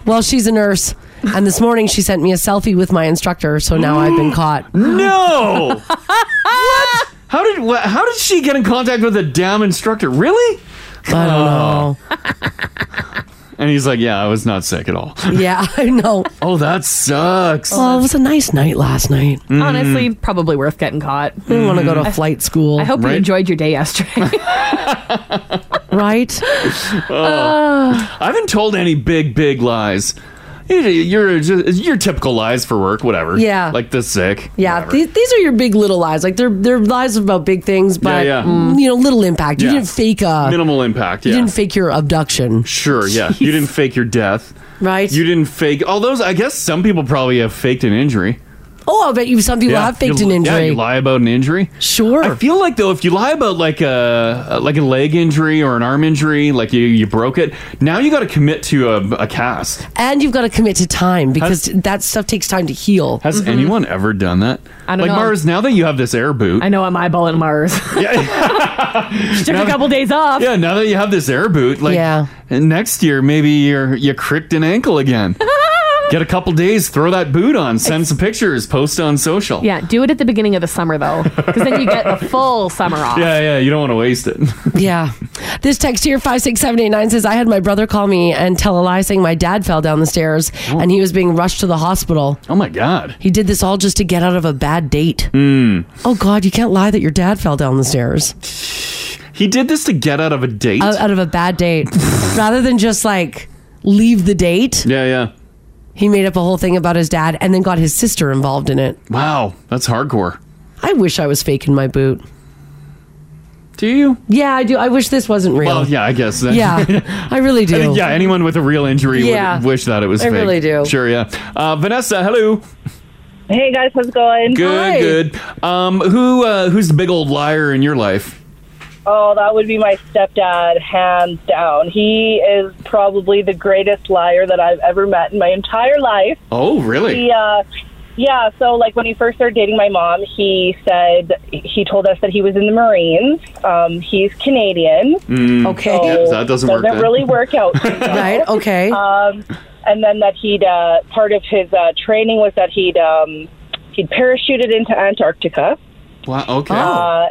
[SPEAKER 5] well, she's a nurse. And this morning she sent me a selfie with my instructor, so now I've
[SPEAKER 4] [gasps]
[SPEAKER 5] been caught.
[SPEAKER 4] No. what? How did wha- how did she get in contact with a damn instructor? Really? Oh.
[SPEAKER 5] I don't know.
[SPEAKER 4] and he's like, "Yeah, I was not sick at all."
[SPEAKER 5] Yeah, [laughs] I know.
[SPEAKER 4] Oh, that sucks. Mm.
[SPEAKER 5] Well, it was a nice night last night.
[SPEAKER 15] Honestly, probably worth getting caught.
[SPEAKER 5] I didn't want to go to flight school.
[SPEAKER 15] I hope you enjoyed your day yesterday. [laughs]
[SPEAKER 5] [laughs] right? Uh.
[SPEAKER 4] Oh. I haven't told any big, big lies. You're, you're just your typical lies for work, whatever.
[SPEAKER 5] Yeah.
[SPEAKER 4] like the sick.
[SPEAKER 5] Yeah, these, these are your big little lies. Like they're they're lies about big things, but
[SPEAKER 4] yeah.
[SPEAKER 5] mm, you know, little impact. You
[SPEAKER 4] Yeah.
[SPEAKER 5] didn't fake a
[SPEAKER 4] Minimal impact.
[SPEAKER 5] you
[SPEAKER 4] Yeah,
[SPEAKER 5] didn't fake your abduction.
[SPEAKER 4] sure. Yeah,
[SPEAKER 5] [laughs]
[SPEAKER 4] you didn't fake your death.
[SPEAKER 5] Right.
[SPEAKER 4] You didn't fake all those. I guess some people probably have faked an injury.
[SPEAKER 5] Oh, I bet you some people
[SPEAKER 4] Yeah,
[SPEAKER 5] have faked
[SPEAKER 4] you-
[SPEAKER 5] an injury.
[SPEAKER 4] Yeah, you lie about an injury.
[SPEAKER 5] Sure.
[SPEAKER 4] I feel like though, if you lie about like a like a leg injury or an arm injury, like you you broke it, now you got to commit to a, a cast.
[SPEAKER 5] and you've got to commit to time because that stuff takes time to heal.
[SPEAKER 4] Has anyone ever done that?
[SPEAKER 5] Mm-hmm. I don't
[SPEAKER 4] like
[SPEAKER 5] know.
[SPEAKER 4] Mars. Now that you have this air boot,
[SPEAKER 15] I know I'm eyeballing
[SPEAKER 4] [laughs]
[SPEAKER 15] Mars. she took a couple days off.
[SPEAKER 4] yeah. Now that you have this air boot, like
[SPEAKER 15] Yeah.
[SPEAKER 4] and next year maybe you're you cricked an ankle
[SPEAKER 5] [laughs]
[SPEAKER 4] again. Get a couple days, throw that boot on, send some pictures, post on social.
[SPEAKER 15] Yeah, do it at the beginning of the summer though, because then you get the full summer off.
[SPEAKER 4] yeah, yeah. You don't want to waste it. [laughs]
[SPEAKER 5] Yeah. This text here, 56789, says, I had my brother call me and tell a lie saying my dad fell down the stairs and he was being rushed to the hospital.
[SPEAKER 4] Oh, my God.
[SPEAKER 5] He did this all just to get out of a bad date.
[SPEAKER 4] Hmm.
[SPEAKER 5] Oh, God, you can't lie that your dad fell down the stairs.
[SPEAKER 4] He did this to get out of a date.
[SPEAKER 5] Out, out of a bad
[SPEAKER 4] [laughs]
[SPEAKER 5] date. Rather than just like leave the date,
[SPEAKER 4] yeah, yeah.
[SPEAKER 5] he made up a whole thing about his dad and then got his sister involved in it.
[SPEAKER 4] Wow, that's hardcore.
[SPEAKER 5] I wish I was faking my boot.
[SPEAKER 4] Do you?
[SPEAKER 5] Yeah, I do. I wish this wasn't real.
[SPEAKER 4] Well, yeah, I guess. Then. [laughs]
[SPEAKER 5] Yeah, I really do.
[SPEAKER 4] I think, yeah, anyone with a real injury
[SPEAKER 5] Yeah.
[SPEAKER 4] would wish that it was
[SPEAKER 5] I
[SPEAKER 4] fake.
[SPEAKER 5] really do.
[SPEAKER 4] Sure, yeah. Uh, Vanessa, hello.
[SPEAKER 19] Hey guys, how's it going?
[SPEAKER 4] Good, good. Um, who uh, who's the big old liar in your life?
[SPEAKER 19] Oh, that would be my stepdad, hands down. He is probably the greatest liar that I've ever met in my entire life.
[SPEAKER 4] Oh, really?
[SPEAKER 19] He, uh, yeah, so like when he first started dating my mom, he said he told us that he was in the Marines. Um, he's Canadian.
[SPEAKER 4] Mm. Okay. Yep, that doesn't work then.
[SPEAKER 19] really work
[SPEAKER 4] [laughs]
[SPEAKER 19] out. too well.
[SPEAKER 5] right? Okay.
[SPEAKER 19] Um, and then that he'd uh, part of his uh, training was that he'd um, he'd parachuted into Antarctica.
[SPEAKER 4] Wow. Okay.
[SPEAKER 5] Oh.
[SPEAKER 19] Uh,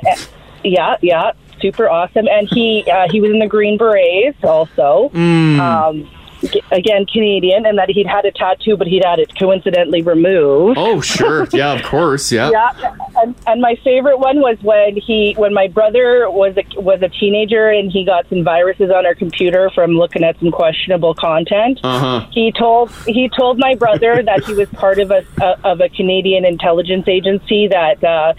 [SPEAKER 19] yeah, yeah, super awesome. And he uh, he was in the Green Berets also.
[SPEAKER 4] Mm.
[SPEAKER 19] Um, g- again, Canadian, and that he'd had a tattoo, but he'd had it coincidentally removed.
[SPEAKER 4] Oh,
[SPEAKER 5] [laughs]
[SPEAKER 4] sure. Yeah, of course. Yeah.
[SPEAKER 19] Yeah, and, and my favorite one was when he, when my brother was a, was a teenager and he got some viruses on our computer from looking at some questionable content.
[SPEAKER 4] [laughs] Uh-huh.
[SPEAKER 19] He told he told my brother [laughs] that he was part of a of a Canadian intelligence agency that uh,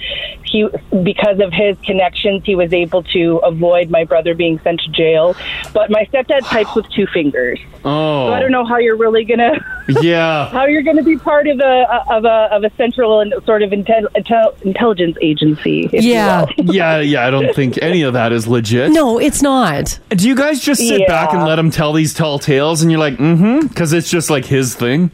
[SPEAKER 19] he because of his connections he was able to avoid my brother being sent to jail. But my stepdad types with two fingers,
[SPEAKER 4] Oh.
[SPEAKER 19] so I don't know how you're really gonna
[SPEAKER 4] Yeah.
[SPEAKER 19] how you're going to be part of a of a of a central and sort of intel, intel, intelligence agency. [laughs] if you will.
[SPEAKER 4] [laughs] yeah, yeah. I don't think any of that is legit.
[SPEAKER 5] No, it's not.
[SPEAKER 4] Do you guys just sit back and let him tell these tall tales, and you're like, mm-hmm, because it's just like his
[SPEAKER 19] [laughs]
[SPEAKER 4] thing.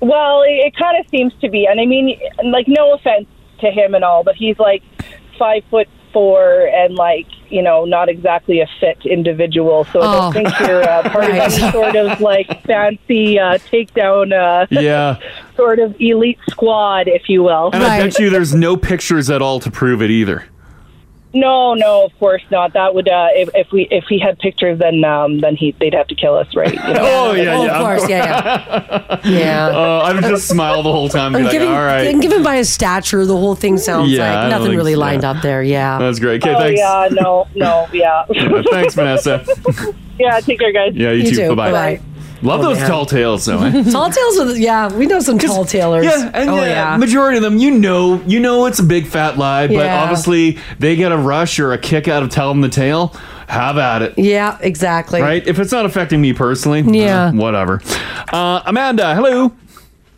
[SPEAKER 19] Well, it, it kind of seems to be, and I mean, like, no offense to him and all, but he's like five foot four and like you know not exactly a fit individual. So I
[SPEAKER 5] Oh.
[SPEAKER 19] don't think you're
[SPEAKER 4] [laughs]
[SPEAKER 19] uh, part
[SPEAKER 5] Right.
[SPEAKER 19] of any sort of like fancy uh, takedown. Uh,
[SPEAKER 4] Yeah.
[SPEAKER 19] [laughs] Sort of elite squad, if you will.
[SPEAKER 4] And I bet you there's no pictures at all to prove it either.
[SPEAKER 19] No, no, of course not. That would uh, if, if we if we had pictures, then um, then he they'd have to kill us, right? You know?
[SPEAKER 4] Oh, yeah, Oh, [laughs] of yeah, of course,
[SPEAKER 5] yeah, yeah.
[SPEAKER 4] [laughs] Uh, I would just smile the whole time. And be
[SPEAKER 5] And
[SPEAKER 4] like,
[SPEAKER 5] given,
[SPEAKER 4] all right.
[SPEAKER 5] and given by his stature, the whole thing sounds
[SPEAKER 4] Yeah, I
[SPEAKER 5] like
[SPEAKER 4] don't
[SPEAKER 5] nothing
[SPEAKER 4] think
[SPEAKER 5] really
[SPEAKER 4] so.
[SPEAKER 5] lined up there. Yeah.
[SPEAKER 4] That's great. Okay,
[SPEAKER 19] oh
[SPEAKER 4] thanks.
[SPEAKER 19] yeah, no, no,
[SPEAKER 20] [laughs]
[SPEAKER 19] yeah,
[SPEAKER 4] Yeah, [laughs] thanks, Vanessa.
[SPEAKER 19] yeah. Take care, guys.
[SPEAKER 4] Yeah, you, too. Bye bye. Love
[SPEAKER 5] Oh,
[SPEAKER 4] those
[SPEAKER 5] man.
[SPEAKER 4] tall tales, though.
[SPEAKER 5] [laughs]
[SPEAKER 4] Eh?
[SPEAKER 5] tall tales with yeah, we know some tall tailors.
[SPEAKER 4] Yeah, and
[SPEAKER 5] oh
[SPEAKER 4] uh,
[SPEAKER 5] yeah.
[SPEAKER 4] majority of them, you know, you know, it's a big fat lie, but
[SPEAKER 5] Yeah.
[SPEAKER 4] obviously they get a rush or a kick out of telling the tale. Have at it.
[SPEAKER 5] Yeah, exactly.
[SPEAKER 4] Right? If it's not affecting me personally,
[SPEAKER 5] Yeah.
[SPEAKER 4] uh, whatever. Uh, Amanda, hello.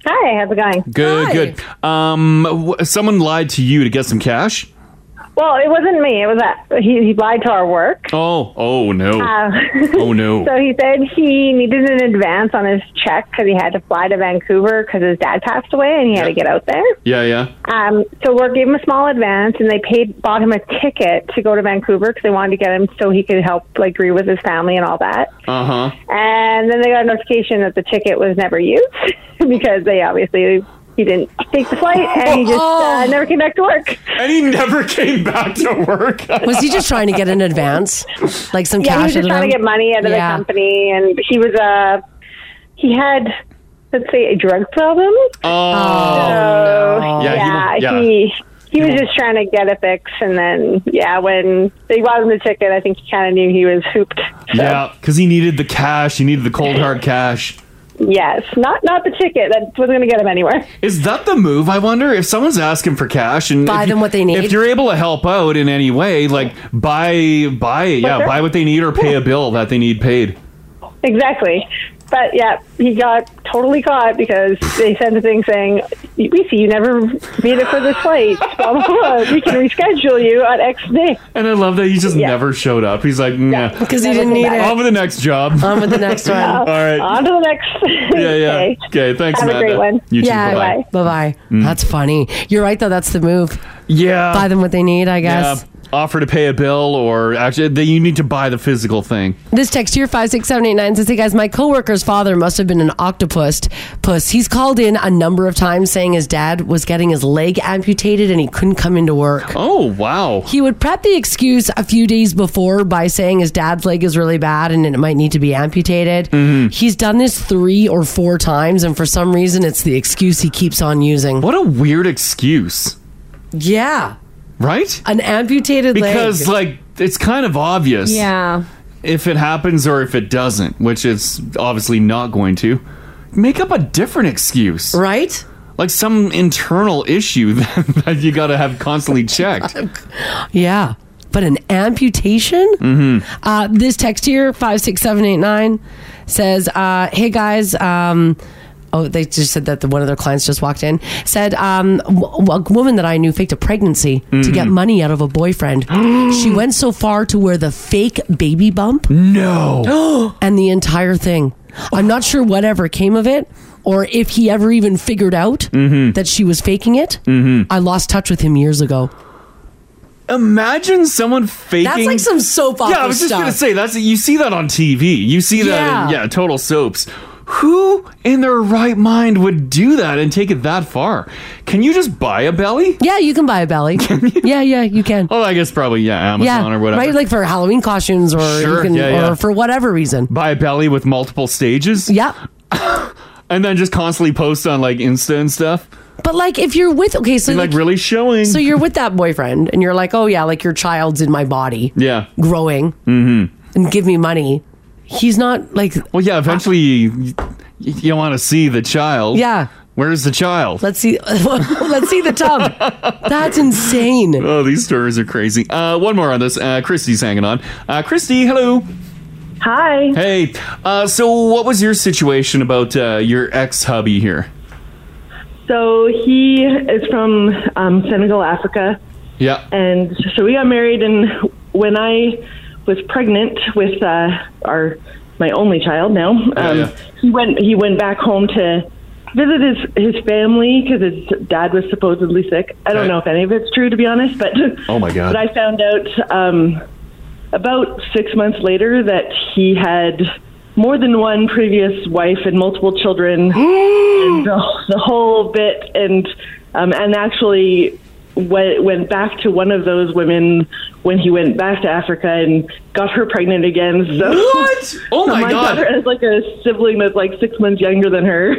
[SPEAKER 20] Hi, how's it going?
[SPEAKER 4] Good, good. Um, w- someone lied to you to get some cash.
[SPEAKER 20] Well, it wasn't me. It was that he, he lied to our work.
[SPEAKER 4] Oh, oh no,
[SPEAKER 20] Uh,
[SPEAKER 4] oh
[SPEAKER 20] [laughs]
[SPEAKER 4] no.
[SPEAKER 20] So he said he needed an advance on his check because he had to fly to Vancouver because his dad passed away and he had to get out there.
[SPEAKER 4] yeah, yeah.
[SPEAKER 20] Um, so work gave him a small advance and they paid bought him a ticket to go to Vancouver because they wanted to get him so he could help like grieve with his family and all that.
[SPEAKER 4] Uh huh.
[SPEAKER 20] And then they got a notification that the ticket was never used [laughs] because they obviously he didn't take the flight and he just uh, never came back to work.
[SPEAKER 4] [laughs] And he never came back to work.
[SPEAKER 5] Was he just trying to get an advance, like some
[SPEAKER 20] yeah, he was
[SPEAKER 5] cash?
[SPEAKER 20] just trying to get money out of the company, and he was uh, he had let's say a drug problem.
[SPEAKER 4] Oh,
[SPEAKER 20] so,
[SPEAKER 4] Yeah, he
[SPEAKER 20] yeah,
[SPEAKER 4] was- yeah.
[SPEAKER 20] he. He was just trying to get a fix, and then yeah, when they bought him the ticket, I think he kind of knew he was hooped.
[SPEAKER 4] Yeah, because he needed the cash. He needed the cold hard cash.
[SPEAKER 20] Yes, not not the ticket that wasn't going to get him anywhere. [laughs]
[SPEAKER 4] Is that the move? I wonder if someone's asking for cash and
[SPEAKER 20] Buy
[SPEAKER 4] if
[SPEAKER 20] them
[SPEAKER 4] you-
[SPEAKER 20] what they need.
[SPEAKER 4] If you're able to help out in any way, like buy, buy, yeah,
[SPEAKER 20] sure.
[SPEAKER 4] buy what they need or pay a bill that they need paid.
[SPEAKER 20] Exactly. But yeah, he got totally caught because they sent a thing saying we see you never made it for this flight. Blah, blah, blah. We can reschedule you on X day.
[SPEAKER 4] And I love that he just never showed up. He's like, nah.
[SPEAKER 20] Because he didn't need it.
[SPEAKER 4] On with the next job.
[SPEAKER 5] [laughs] On with the
[SPEAKER 20] [laughs]
[SPEAKER 5] next
[SPEAKER 4] [laughs]
[SPEAKER 5] one.
[SPEAKER 4] All right.
[SPEAKER 20] On to the next.
[SPEAKER 4] [laughs] yeah, yeah. Okay. thanks, Amanda. You too.
[SPEAKER 5] yeah,
[SPEAKER 4] Bye-bye. Mm.
[SPEAKER 5] bye bye. That's funny. You're right though. That's the move.
[SPEAKER 4] Yeah.
[SPEAKER 5] Buy them what they need. I guess.
[SPEAKER 4] Yeah, offer to pay a bill, or actually, then you need to buy the physical thing.
[SPEAKER 5] This text here five six seven eight nine says, "Hey guys, my coworker's father must have been an octopus. Puss. He's called in a number of times saying his dad was getting his leg amputated and he couldn't come into work.
[SPEAKER 4] Oh wow.
[SPEAKER 5] He would prep the excuse a few days before by saying his dad's leg is really bad and it might need to be amputated.
[SPEAKER 4] Mm-hmm.
[SPEAKER 5] He's done this three or four times, and for some reason, it's the excuse he keeps on using.
[SPEAKER 4] What a weird excuse.
[SPEAKER 5] Yeah,
[SPEAKER 4] Right?
[SPEAKER 5] an amputated leg.
[SPEAKER 4] Because like it's kind of obvious.
[SPEAKER 5] Yeah.
[SPEAKER 4] If it happens or if it doesn't, which it's obviously not going to, make up a different excuse.
[SPEAKER 5] Right?
[SPEAKER 4] Like some internal issue [laughs] that, that you got to have constantly
[SPEAKER 5] [laughs]
[SPEAKER 4] checked.
[SPEAKER 5] Yeah. But an amputation? Mm-hmm. Uh, this text here, 56789, says, uh, Hey guys, um, oh, they just said that the, one of their clients just walked in, said, um, w- A woman that I knew faked a pregnancy to get
[SPEAKER 1] Mhm.
[SPEAKER 5] money out of a boyfriend. she went so far to wear the fake baby bump.
[SPEAKER 1] No.
[SPEAKER 5] [gasps] and the entire thing. I'm not sure whatever came of it. Or if he ever even figured out that she was faking it,
[SPEAKER 4] Mm-hmm. Hmm.
[SPEAKER 5] I lost touch with him years ago.
[SPEAKER 4] Imagine someone faking.
[SPEAKER 5] That's like some soap opera
[SPEAKER 4] Yeah, I was just
[SPEAKER 5] stuff.
[SPEAKER 4] gonna say that's you see that on TV. You see that in,
[SPEAKER 5] Yeah.
[SPEAKER 4] yeah, total soaps. Who in their right mind would do that and take it that far? Can you just buy a belly?
[SPEAKER 5] Yeah, you can buy a belly. yeah, yeah, you can.
[SPEAKER 4] Oh, I guess probably yeah, Amazon
[SPEAKER 5] yeah,
[SPEAKER 4] or whatever.
[SPEAKER 5] right? Like for Halloween costumes, or you
[SPEAKER 4] Sure,
[SPEAKER 5] can-
[SPEAKER 4] yeah, yeah.
[SPEAKER 5] or for whatever reason.
[SPEAKER 4] Buy a belly with multiple stages.
[SPEAKER 5] Yep.
[SPEAKER 4] [laughs] and then just constantly post on like Insta and stuff.
[SPEAKER 5] But like if you're with okay, so
[SPEAKER 4] Be like, really showing.
[SPEAKER 5] So you're with that boyfriend, and you're like, oh yeah, like your child's in my body,
[SPEAKER 4] Yeah.
[SPEAKER 5] growing,
[SPEAKER 4] Mm-hmm.
[SPEAKER 5] and give me money. [laughs] He's not like
[SPEAKER 4] Well, yeah. Eventually, you, you want to see the child.
[SPEAKER 5] Yeah.
[SPEAKER 4] Where's the child?
[SPEAKER 5] let's
[SPEAKER 4] [laughs]
[SPEAKER 5] see, let's see the tub. That's insane.
[SPEAKER 4] Oh, these stories are crazy. Uh, one more on this. Uh, Christy's hanging on. Uh, Christy, hello.
[SPEAKER 2] Hi.
[SPEAKER 4] Hey. Uh, so, what was your situation about uh, your ex hubby here?
[SPEAKER 2] So he is from um, Senegal, Africa,
[SPEAKER 4] Yeah.
[SPEAKER 2] and so we got married. And when I was pregnant with uh, our my only child now, um, he went he went back home to visit his his family because his dad was supposedly sick. I don't know if any of it's true, to be honest, but
[SPEAKER 4] Oh my God.
[SPEAKER 2] [laughs] But I found out um, about six months later that he had more than one previous wife and multiple
[SPEAKER 4] [gasps]
[SPEAKER 2] children, and the, the whole bit, and um, and actually went, went back to one of those women when he went back to Africa and got her pregnant again. So [laughs]
[SPEAKER 4] What? Oh
[SPEAKER 2] so
[SPEAKER 4] my God.
[SPEAKER 2] daughter has like a sibling that's like six months younger than her.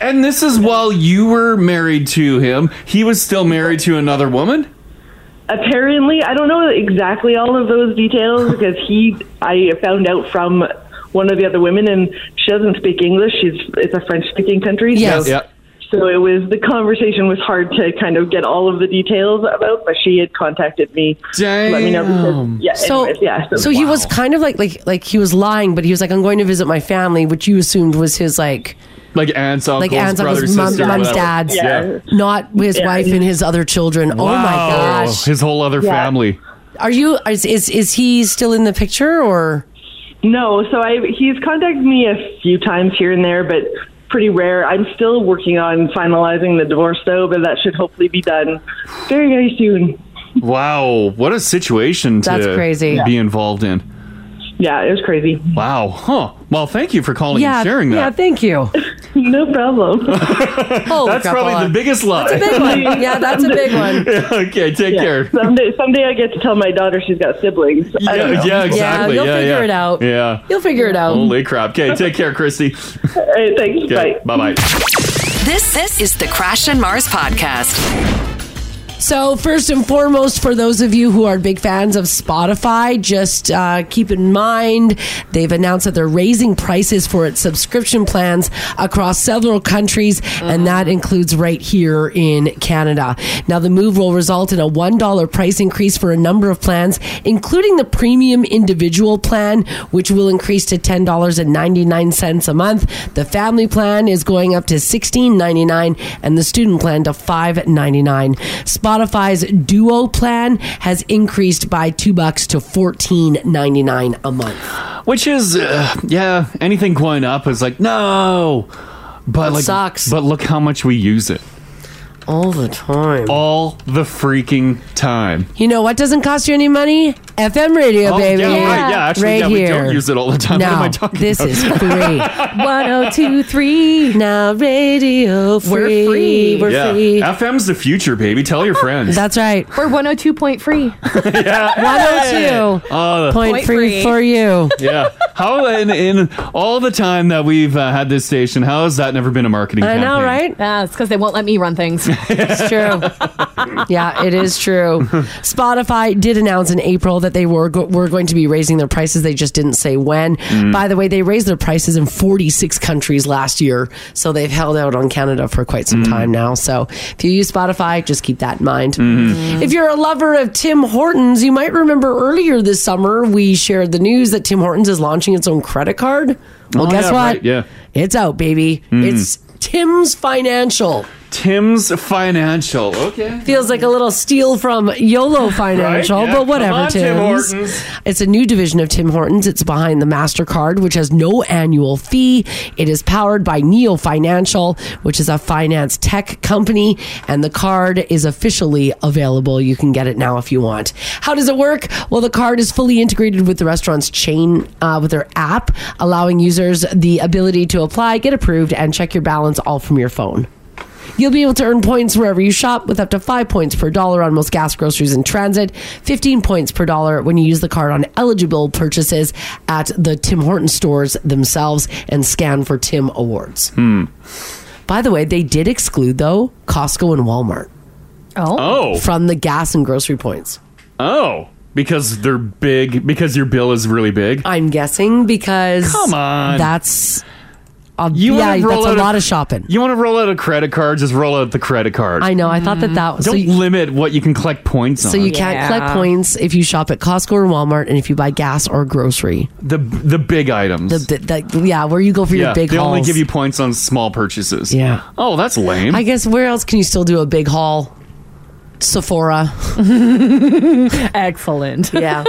[SPEAKER 4] And this is while you were married to him. He was still married to another woman?
[SPEAKER 2] Apparently, I don't know exactly all of those details because he, I found out from one of the other women, and she doesn't speak English. She's it's a French speaking country.
[SPEAKER 21] Yes.
[SPEAKER 2] So,
[SPEAKER 21] Yeah.
[SPEAKER 2] so it was the conversation was hard to kind of get all of the details about, but she had contacted me. to Let me know. Because, yeah.
[SPEAKER 5] So
[SPEAKER 2] anyways, yeah.
[SPEAKER 5] So, he was kind of like like like he was lying, but he was like, I'm going to visit my family, which you assumed was his like
[SPEAKER 4] Like aunts, uncles,
[SPEAKER 5] like aunts,
[SPEAKER 4] brothers,
[SPEAKER 5] uncles, mom,
[SPEAKER 4] sister,
[SPEAKER 5] mom's
[SPEAKER 4] whatever.
[SPEAKER 5] dad's,
[SPEAKER 4] Yeah.
[SPEAKER 5] not his wife and his other children. Oh my
[SPEAKER 4] Wow.
[SPEAKER 5] gosh!
[SPEAKER 4] His whole other
[SPEAKER 5] Yeah.
[SPEAKER 4] family.
[SPEAKER 5] Are you is, is is he still in the picture or?
[SPEAKER 2] No, so I he's contacted me a few times here and there, but pretty rare. I'm still working on finalizing the divorce though, but that should hopefully be done very very soon.
[SPEAKER 4] Wow. What a situation to
[SPEAKER 2] That's crazy.
[SPEAKER 4] be
[SPEAKER 2] Yeah.
[SPEAKER 4] involved in.
[SPEAKER 2] Yeah, it was crazy.
[SPEAKER 4] Wow. Huh. Well, thank you for calling
[SPEAKER 5] Yeah,
[SPEAKER 4] and sharing that.
[SPEAKER 5] yeah, Oh, thank you.
[SPEAKER 2] no problem.
[SPEAKER 4] that's probably the biggest lie.
[SPEAKER 2] That's a big one.
[SPEAKER 5] Yeah, that's a big one.
[SPEAKER 4] [laughs] okay, take
[SPEAKER 2] Yeah.
[SPEAKER 4] care.
[SPEAKER 2] Someday, someday I get to tell my daughter she's got siblings. I don't
[SPEAKER 4] Yeah,
[SPEAKER 2] know.
[SPEAKER 4] yeah, exactly.
[SPEAKER 5] you'll figure
[SPEAKER 4] yeah.
[SPEAKER 5] it out.
[SPEAKER 4] Yeah.
[SPEAKER 5] You'll figure it out.
[SPEAKER 4] Holy crap.
[SPEAKER 5] [laughs]
[SPEAKER 4] Okay, take care, Christy.
[SPEAKER 2] All right, thanks.
[SPEAKER 4] Okay, bye bye.
[SPEAKER 1] This this is the Crash and Mars podcast.
[SPEAKER 5] So, first and foremost, for those of you who are big fans of Spotify, just uh, keep in mind they've announced that they're raising prices for its subscription plans across several countries, and that includes right here in Canada. Now, the move will result in a $1 price increase for a number of plans, including the premium individual plan, which will increase to $10.99 a month. The family plan is going up to $16.99, and the student plan to $5.99. Spotify's Duo plan has increased by 2 bucks to $14.99 a month.
[SPEAKER 4] Which is, uh, yeah, anything going up is like no, but
[SPEAKER 5] That
[SPEAKER 4] like
[SPEAKER 5] sucks.
[SPEAKER 4] But look how much we use it
[SPEAKER 5] all the time,
[SPEAKER 4] all the freaking time.
[SPEAKER 5] You know what doesn't cost you any money? FM radio,
[SPEAKER 4] Oh,
[SPEAKER 5] baby.
[SPEAKER 4] yeah, right, yeah, actually,
[SPEAKER 5] Right
[SPEAKER 4] yeah, we
[SPEAKER 5] here.
[SPEAKER 4] don't use it all the time.
[SPEAKER 5] No,
[SPEAKER 4] What am I talking
[SPEAKER 5] this
[SPEAKER 4] about? [laughs]
[SPEAKER 5] is free. 1023. Now radio free.
[SPEAKER 15] We're free.
[SPEAKER 5] We're
[SPEAKER 4] yeah.
[SPEAKER 5] free.
[SPEAKER 4] FM's the future, baby. Tell
[SPEAKER 5] [laughs]
[SPEAKER 4] your friends.
[SPEAKER 5] That's right.
[SPEAKER 15] We're 102 point free.
[SPEAKER 4] yeah.
[SPEAKER 5] 102
[SPEAKER 4] Oh,
[SPEAKER 5] Point Point free free. for you.
[SPEAKER 4] [laughs] yeah. How in, in all the time that we've uh, had this station, how has that never been a marketing
[SPEAKER 15] I
[SPEAKER 4] campaign?
[SPEAKER 15] know, right? Yeah, it's because they won't let me run things.
[SPEAKER 5] it's true. Yeah, it
[SPEAKER 4] [laughs]
[SPEAKER 5] is true. Spotify did announce in April that they were go- were going to be raising their prices. They just didn't say when.
[SPEAKER 4] Mm.
[SPEAKER 5] By the way, they raised their prices in 46 countries last year, so they've held out on Canada for quite
[SPEAKER 4] Mm.
[SPEAKER 5] some time now. So if you use Spotify, just keep that in mind.
[SPEAKER 4] Mm-hmm.
[SPEAKER 5] If you're a lover of Tim Hortons, you might remember earlier this summer we shared the news that Tim Hortons is launching its own credit card. Well,
[SPEAKER 4] Oh,
[SPEAKER 5] guess
[SPEAKER 4] yeah,
[SPEAKER 5] what?
[SPEAKER 4] right, yeah.
[SPEAKER 5] It's out, baby.
[SPEAKER 4] Mm.
[SPEAKER 5] It's Tim's Financial.
[SPEAKER 4] Tim's Financial. Okay.
[SPEAKER 5] Feels like a little steal from YOLO
[SPEAKER 4] [laughs]
[SPEAKER 5] Financial,
[SPEAKER 4] Right, yeah.
[SPEAKER 5] but whatever,
[SPEAKER 4] Come on, Tim
[SPEAKER 5] Tim's.
[SPEAKER 4] Hortons.
[SPEAKER 5] It's a new division of Tim Hortons. It's behind the MasterCard, which has no annual fee. It is powered by Neo Financial, which is a finance tech company, and the card is officially available. You can get it now if you want. How does it work? Well, the card is fully integrated with the restaurant's chain uh, with their app, allowing users the ability to apply, get approved, and check your balance all from your phone. You'll be able to earn points wherever you shop with up to 5 points per dollar on most gas, groceries, and transit, 15 points per dollar when you use the card on eligible purchases at the Tim Hortons stores themselves and scan for Tim Awards.
[SPEAKER 4] Hmm.
[SPEAKER 5] By the way, they did exclude, though, Costco and Walmart.
[SPEAKER 4] Oh.
[SPEAKER 5] From the gas and grocery points.
[SPEAKER 4] Oh, because they're big. Because your bill is really big.
[SPEAKER 5] I'm guessing because.
[SPEAKER 4] Come on.
[SPEAKER 5] That's. A,
[SPEAKER 4] You
[SPEAKER 5] Uh, yeah,
[SPEAKER 4] wanna roll
[SPEAKER 5] that's a
[SPEAKER 4] out
[SPEAKER 5] lot of shopping.
[SPEAKER 4] You want to roll out a credit card? Just roll out the credit card.
[SPEAKER 5] I know. I thought that that was.
[SPEAKER 4] Don't
[SPEAKER 5] so you-
[SPEAKER 4] limit what you can collect points on.
[SPEAKER 5] So you can't collect points if you shop at Costco or Walmart, and if you buy gas or grocery.
[SPEAKER 4] The the big items.
[SPEAKER 5] The, the, the yeah, where you go for your big
[SPEAKER 4] they
[SPEAKER 5] hauls.
[SPEAKER 4] only give you points on small purchases.
[SPEAKER 5] Yeah.
[SPEAKER 4] Oh, that's lame.
[SPEAKER 5] I guess where else can you still do a big haul? Sephora.
[SPEAKER 15] Excellent.
[SPEAKER 5] Yeah.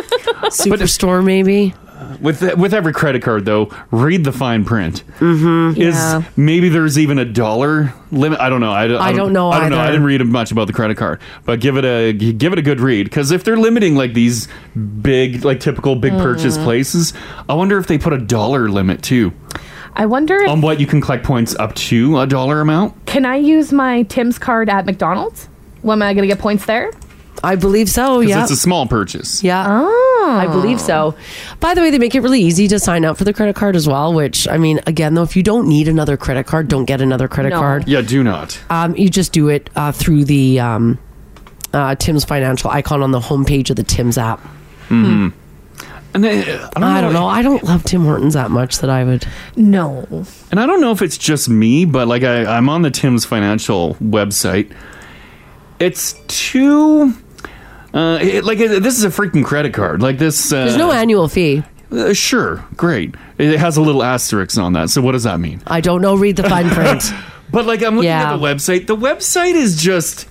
[SPEAKER 5] Superstore maybe.
[SPEAKER 4] With with every credit card though, read the fine print. Mm-hmm. Is
[SPEAKER 5] Yeah.
[SPEAKER 4] maybe there's even a dollar limit? I don't know. I,
[SPEAKER 5] I don't know
[SPEAKER 4] I don't know. I
[SPEAKER 5] either.
[SPEAKER 4] didn't read much about the credit card, but give it a give it a good read because if they're limiting like these big like typical big purchase
[SPEAKER 15] Mm.
[SPEAKER 4] places, I wonder if they put a dollar limit too
[SPEAKER 15] I wonder if
[SPEAKER 4] on what you can collect points up to a dollar amount.
[SPEAKER 15] can I use my Tim's card at McDonald's? Well, am I going to get points there?
[SPEAKER 5] I believe so.
[SPEAKER 6] Oh,
[SPEAKER 4] 'Cause
[SPEAKER 5] Yeah.
[SPEAKER 4] it's a small purchase.
[SPEAKER 5] yeah.
[SPEAKER 15] Oh.
[SPEAKER 5] I believe so. By the way, they make it really easy to sign up for the credit card as well, which I mean, again though, if you don't need another credit card, don't get another credit
[SPEAKER 4] No.
[SPEAKER 5] card.
[SPEAKER 4] Yeah, do not.
[SPEAKER 5] Um, you just do it uh, through the um, uh, Tim's financial icon on the homepage of the Tim's app.
[SPEAKER 4] Hmm. And they,
[SPEAKER 5] I don't know. I don't love Tim Hortons that much that I would.
[SPEAKER 15] No.
[SPEAKER 4] And I don't know if it's just me, but like I, I'm on the Tim's Financial website. It's too. Uh, it, like it, this is a freaking credit card. Like this. Uh,
[SPEAKER 5] There's no annual fee.
[SPEAKER 4] uh, sure, great. It has a little asterisk on that. So what does that mean?
[SPEAKER 5] I don't know. Read the
[SPEAKER 4] [laughs]
[SPEAKER 5] fine print.
[SPEAKER 4] But like I'm looking
[SPEAKER 5] Yeah.
[SPEAKER 4] at the website. The website is just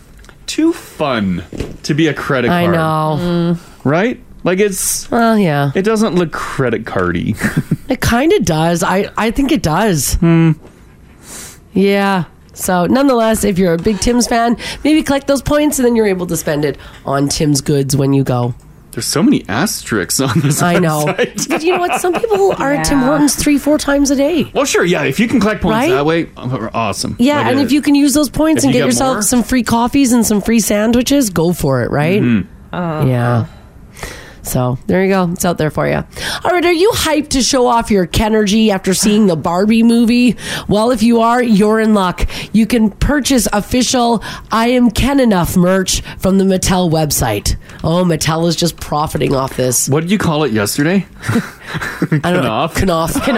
[SPEAKER 4] too fun to be a credit
[SPEAKER 5] I
[SPEAKER 4] card.
[SPEAKER 5] know.
[SPEAKER 4] Right? Like it's.
[SPEAKER 5] Well, yeah.
[SPEAKER 4] It doesn't look credit cardy. [laughs]
[SPEAKER 5] It kind of does. I I think it does. Hmm. Yeah. So, nonetheless, if you're a big Tim's fan, maybe collect those points and then you're able to spend it on Tim's goods when
[SPEAKER 4] [laughs]
[SPEAKER 5] you go.
[SPEAKER 4] There's so many asterisks on this.
[SPEAKER 5] I know.
[SPEAKER 4] website.
[SPEAKER 5] But you know what? Some people are at Tim
[SPEAKER 4] Yeah.
[SPEAKER 5] Hortons three, four times a day.
[SPEAKER 4] Well, sure, yeah. If you can collect points
[SPEAKER 5] Right?
[SPEAKER 4] that way, uh, awesome.
[SPEAKER 5] Yeah,
[SPEAKER 4] Like
[SPEAKER 5] and
[SPEAKER 4] a-
[SPEAKER 5] if you can use those
[SPEAKER 4] if
[SPEAKER 5] points and
[SPEAKER 4] you
[SPEAKER 5] get
[SPEAKER 4] get
[SPEAKER 5] yourself
[SPEAKER 4] more. Mm-hmm.
[SPEAKER 5] some free coffees and some free sandwiches, go for it, right?
[SPEAKER 4] Mhm.
[SPEAKER 5] yeah. So there you go. It's out there for you. All right. Are you hyped to show off your Kenergy after seeing the Barbie movie? Well, if you are, you're in luck. You can purchase official I Am Ken Enough merch from the Mattel website. Oh, Mattel is just profiting off this.
[SPEAKER 4] What did you call it yesterday?
[SPEAKER 5] [laughs] I don't know. Knopf. [laughs] Knopf.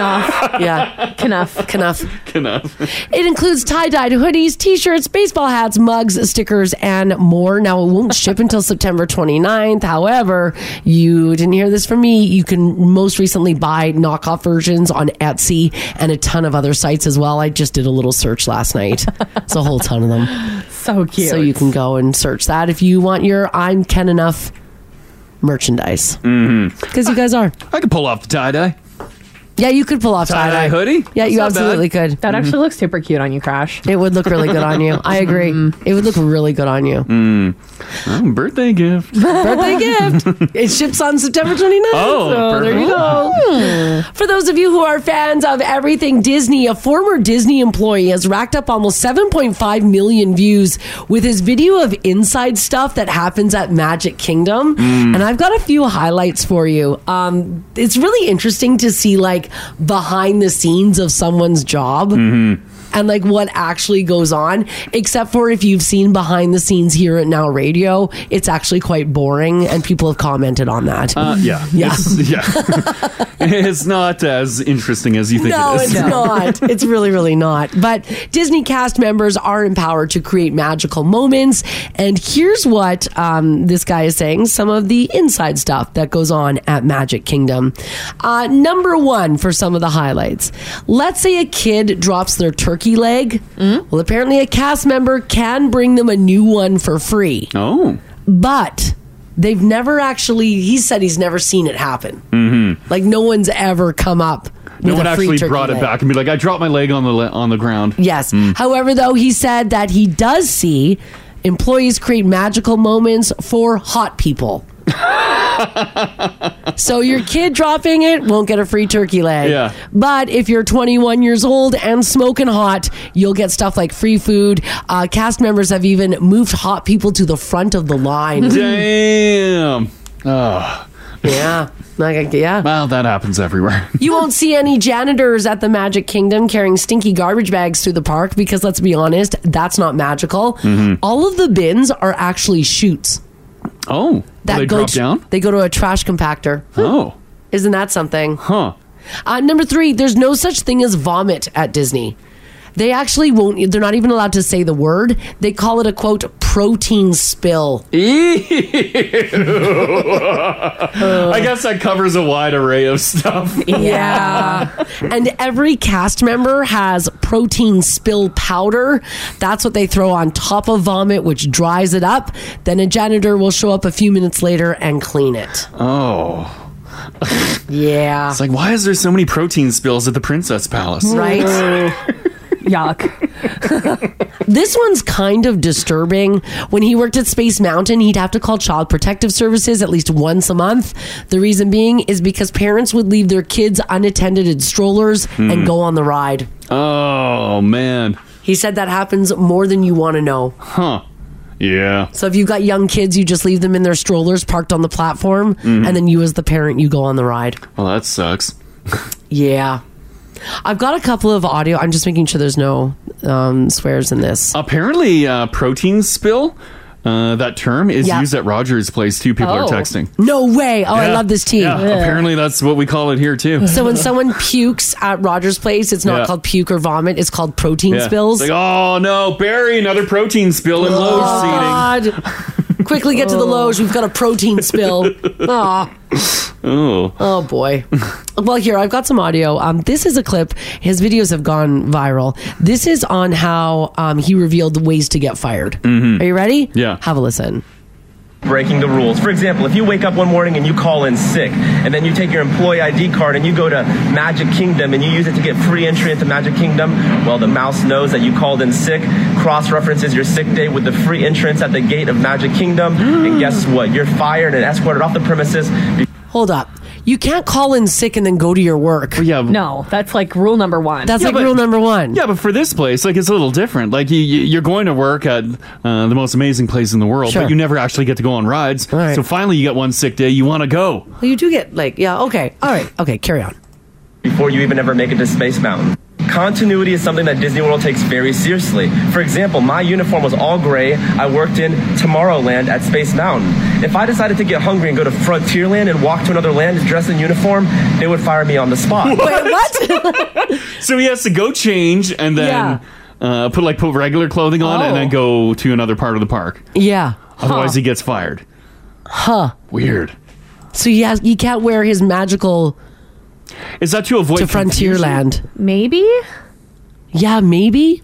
[SPEAKER 5] Yeah. Knopf.
[SPEAKER 4] [laughs]
[SPEAKER 5] Knopf.
[SPEAKER 4] Enough.
[SPEAKER 5] It includes tie-dyed hoodies, t-shirts, baseball hats, mugs, stickers, and more. Now it won't ship until September 29th. However, you didn't hear this from me. You can most recently buy knockoff versions on Etsy and a ton of other sites as well. I just did a little search last night. It's a whole ton of them.
[SPEAKER 15] [laughs] So cute.
[SPEAKER 5] So you can go and search that if you want your I'm Ken enough merchandise.
[SPEAKER 4] Mm-hmm.
[SPEAKER 5] Because you guys are.
[SPEAKER 4] I could pull off the tie dye.
[SPEAKER 5] Yeah, you could pull off tie
[SPEAKER 4] Tie-dye hoodie?
[SPEAKER 5] Yeah, you
[SPEAKER 4] That's not
[SPEAKER 5] absolutely
[SPEAKER 4] bad.
[SPEAKER 5] could.
[SPEAKER 4] That Mhm. actually
[SPEAKER 5] looks super cute on you, Crash. It would look really good on you.
[SPEAKER 15] Mm-hmm.
[SPEAKER 5] I agree. It would look really good on you.
[SPEAKER 4] Mm. Oh, birthday
[SPEAKER 5] [laughs]
[SPEAKER 4] gift.
[SPEAKER 5] Birthday
[SPEAKER 4] [laughs]
[SPEAKER 5] gift. It ships on September 29th.
[SPEAKER 4] Oh,
[SPEAKER 5] so there you
[SPEAKER 4] perfect.
[SPEAKER 5] go. For those of you who are fans of everything Disney, a former Disney employee has racked up almost 7.5 million views with his video of inside stuff that happens at Magic Kingdom.
[SPEAKER 4] Hmm.
[SPEAKER 3] Mm.
[SPEAKER 5] And I've got a few highlights for you. Um, it's really interesting to see like behind the scenes of someone's job and like what actually goes on except for if you've seen behind the scenes here at now radio it's actually quite boring and people have commented on that
[SPEAKER 4] Uh, yeah.
[SPEAKER 5] yeah
[SPEAKER 4] It's, yeah. [laughs] it's not as interesting as you think
[SPEAKER 5] no,
[SPEAKER 4] it is. [laughs]
[SPEAKER 5] it's not. It's really, really not. But Disney cast members are empowered to create magical moments. And here's what um, this guy is saying some of the inside stuff that goes on at Magic Kingdom. Uh, number one for some of the highlights let's say a kid drops their turkey leg. Well, apparently, a cast member can bring them a new one for free.
[SPEAKER 4] Oh.
[SPEAKER 5] But they've never actually, he said he's never seen it happen.
[SPEAKER 4] hmm
[SPEAKER 5] Like, no one's ever come up.
[SPEAKER 4] No
[SPEAKER 5] with
[SPEAKER 4] one
[SPEAKER 5] a free
[SPEAKER 4] actually
[SPEAKER 5] turkey
[SPEAKER 4] brought it
[SPEAKER 5] leg.
[SPEAKER 4] back and be like, I dropped my leg on the le- on the ground.
[SPEAKER 5] Yes.
[SPEAKER 4] Mm.
[SPEAKER 5] However, though, he said that he does see employees create magical moments for hot people. [laughs] so your kid dropping it won't get a free turkey leg.
[SPEAKER 3] Yeah.
[SPEAKER 5] But if you're 21 years old and smoking hot, you'll get stuff like free food. Uh, cast members have even moved hot people to the front of the line.
[SPEAKER 4] Damn. Oh.
[SPEAKER 5] Yeah. Like, yeah.
[SPEAKER 4] Well, that happens everywhere.
[SPEAKER 5] You won't see any janitors at the Magic Kingdom carrying stinky garbage bags through the park because let's be honest, that's not magical.
[SPEAKER 4] Mhm.
[SPEAKER 5] All of the bins are actually chutes.
[SPEAKER 4] Oh.
[SPEAKER 5] That
[SPEAKER 4] they
[SPEAKER 5] go
[SPEAKER 4] drop
[SPEAKER 5] to-
[SPEAKER 4] down?
[SPEAKER 5] They go to a trash compactor.
[SPEAKER 4] Oh.
[SPEAKER 5] Isn't that something?
[SPEAKER 4] Huh.
[SPEAKER 5] Uh, number three, there's no such thing as vomit at Disney. They actually won't, they're not even allowed to say the word. They call it a quote, protein spill.
[SPEAKER 4] I guess that covers a wide array of stuff.
[SPEAKER 5] Yeah. [laughs] and every cast member has protein spill powder. That's what they throw on top of vomit, which dries it up. Then a janitor will show up a few minutes later and clean it.
[SPEAKER 4] Oh.
[SPEAKER 5] Yeah.
[SPEAKER 4] It's like, why is there so many protein spills at the Princess Palace?
[SPEAKER 5] Right? Yuck. [laughs] this one's kind of disturbing. When he worked at Space Mountain, he'd have to call Child Protective Services at least once a month. The reason being is because parents would leave their kids unattended in strollers
[SPEAKER 4] Hmm.
[SPEAKER 5] and go on the ride.
[SPEAKER 4] Oh, man.
[SPEAKER 5] He said that happens more than you want to know.
[SPEAKER 4] Huh. Yeah.
[SPEAKER 5] So if you've got young kids, you just leave them in their strollers parked on the platform,
[SPEAKER 4] Mhm.
[SPEAKER 5] and then you, as the parent, you go on the ride.
[SPEAKER 4] Well, that sucks.
[SPEAKER 5] Yeah. I've got a couple of audio. I'm just making sure there's no um, swears in this.
[SPEAKER 4] Apparently, uh, protein spill, uh, that term is
[SPEAKER 5] Yeah.
[SPEAKER 4] used at Roger's place too. People are
[SPEAKER 5] Oh.
[SPEAKER 4] texting.
[SPEAKER 5] No way. Oh, I
[SPEAKER 4] Yeah.
[SPEAKER 5] love this tea.
[SPEAKER 4] Yeah, apparently that's what we call it here too.
[SPEAKER 5] So when someone pukes at Roger's place, it's not
[SPEAKER 4] Yeah.
[SPEAKER 5] called puke or vomit. It's called protein
[SPEAKER 4] Yeah.
[SPEAKER 5] spills. Oh,
[SPEAKER 4] It's like, oh no, Barry, another protein spill in low seating. [laughs]
[SPEAKER 5] God. Quickly get to the loge. We've got a protein spill. Aw.
[SPEAKER 4] Oh.
[SPEAKER 5] Oh boy. well, here I've got some audio. Um, this is a clip. His videos have gone viral. This is on how um, he revealed ways to get fired.
[SPEAKER 4] Mm-hmm.
[SPEAKER 5] Are you ready? Yeah. Have a listen.
[SPEAKER 21] breaking the rules. For example, if you wake up one morning and you call in sick, and then you take your employee ID card and you go to Magic Kingdom and you use it to get free entry into Magic Kingdom, well, the mouse knows that you called in sick, cross references your sick day with the free entrance at the gate of Magic Kingdom, and guess what? You're fired and escorted off the premises.
[SPEAKER 5] Hold up. You can't call in sick and then go to your work.
[SPEAKER 4] yeah.
[SPEAKER 15] No, that's like rule number one.
[SPEAKER 5] That's like rule number one.
[SPEAKER 4] Yeah, but for this place, like it's a little different. Like you, you- you're going to work at uh, the most amazing place in the world,
[SPEAKER 5] Sure.
[SPEAKER 4] but you never actually get to go on rides. So finally, you got one sick day. You want to go?
[SPEAKER 5] Well, you do get like, yeah, okay, all right, okay, carry on.
[SPEAKER 21] before you even ever make it to Space Mountain. Continuity is something that Disney World takes very seriously. For example, my uniform was all gray. I worked in Tomorrowland at Space Mountain. If I decided to get hungry and go to Frontierland and walk to another land dressed in uniform, they would fire me on the spot.
[SPEAKER 4] so he has to go change and then
[SPEAKER 5] Yeah. Oh.
[SPEAKER 4] uh, put like put regular clothing on and then go to another part of the park.
[SPEAKER 5] Yeah.
[SPEAKER 4] Otherwise,
[SPEAKER 5] huh.
[SPEAKER 4] he gets fired.
[SPEAKER 5] huh.
[SPEAKER 4] Weird.
[SPEAKER 5] So he has, he can't wear his magical
[SPEAKER 4] Is that to avoid
[SPEAKER 5] to Frontierland? Maybe. Yeah, maybe.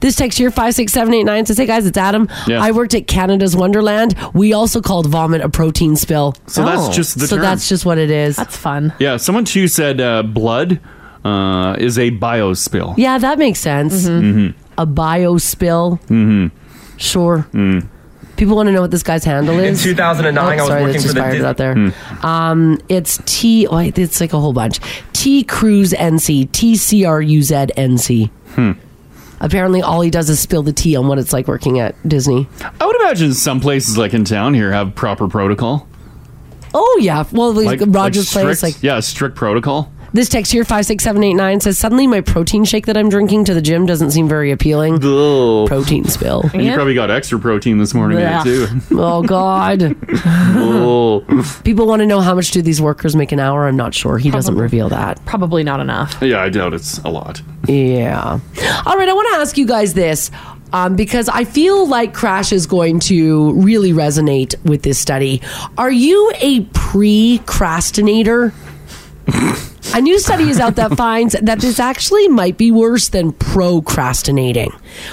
[SPEAKER 5] This text here five six seven eight nine says, "Hey guys, it's Adam.
[SPEAKER 4] Yeah.
[SPEAKER 5] I worked at Canada's Wonderland. We also called vomit a protein spill.
[SPEAKER 4] So that's Oh. just the
[SPEAKER 5] so
[SPEAKER 4] term.
[SPEAKER 5] that's just what it is. That's fun.
[SPEAKER 4] Hmm. Yeah, someone too said uh, blood uh, is a biospill.
[SPEAKER 5] Yeah, that makes sense.
[SPEAKER 15] Mm-hmm.
[SPEAKER 4] Mhm.
[SPEAKER 5] A bio spill.
[SPEAKER 4] Mm-hmm.
[SPEAKER 5] Sure. People want to know what this guy's handle
[SPEAKER 21] In
[SPEAKER 5] is. Oh,
[SPEAKER 21] 2009, I was
[SPEAKER 5] sorry,
[SPEAKER 21] working
[SPEAKER 5] that's
[SPEAKER 21] for
[SPEAKER 5] just
[SPEAKER 21] the
[SPEAKER 5] fired
[SPEAKER 21] Disney-
[SPEAKER 5] out there.
[SPEAKER 4] Hmm.
[SPEAKER 5] Um, it's T. Oh, it's like a whole bunch. T. Cruz NC. T. C. R. U. Z. N. C.
[SPEAKER 4] Hmm.
[SPEAKER 5] Apparently, all he does is spill the tea on what it's like working at Disney.
[SPEAKER 4] I would imagine some places like in town here have proper protocol.
[SPEAKER 5] Oh yeah, well like, Rogers
[SPEAKER 4] like
[SPEAKER 5] Place. Like
[SPEAKER 4] strict- yeah, strict protocol.
[SPEAKER 5] this text here five six seven eight nine says suddenly my protein shake that I'm drinking to the gym doesn't seem very appealing. Protein spill.
[SPEAKER 4] And you probably got extra protein this morning there too.
[SPEAKER 5] Ugh. oh
[SPEAKER 4] [laughs]
[SPEAKER 5] God.
[SPEAKER 4] oh.
[SPEAKER 5] People want to know how much do these workers make an hour? I'm not sure. He doesn't reveal that.
[SPEAKER 15] Probably not enough.
[SPEAKER 4] Yeah, I doubt it's a lot.
[SPEAKER 5] Yeah. All right, I want to ask you guys this um, because I feel like Crash is going to really resonate with this study. Are you a precrastinator? [laughs] A new study is out that finds that this actually might be worse than procrastinating.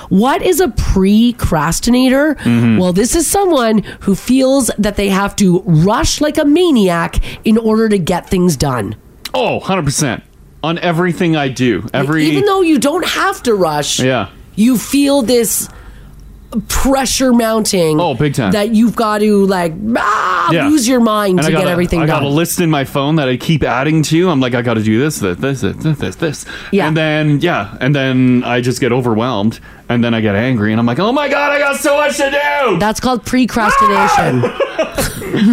[SPEAKER 5] What is a precrastinator? Well, this is someone who feels that they have to rush like a maniac in order to get things done.
[SPEAKER 4] Oh, 100%. On everything I do. Every
[SPEAKER 5] Even though you don't have to rush,
[SPEAKER 4] Yeah.
[SPEAKER 5] you feel this pressure mounting. Oh,
[SPEAKER 4] big time.
[SPEAKER 5] That you've got to like ah,
[SPEAKER 4] Yeah.
[SPEAKER 5] lose your mind
[SPEAKER 4] And I
[SPEAKER 5] to
[SPEAKER 4] got
[SPEAKER 5] get
[SPEAKER 4] a-
[SPEAKER 5] everything
[SPEAKER 4] I got a Oh
[SPEAKER 5] done.
[SPEAKER 4] list in my phone that I keep adding to. I'm like, I got to do this, this, this, this, this, this. Yeah. And then, yeah. And then I just get overwhelmed. And then I get angry. And I'm like, oh my God, I got so much to do. [laughs] Ah!
[SPEAKER 5] That's called precrastination.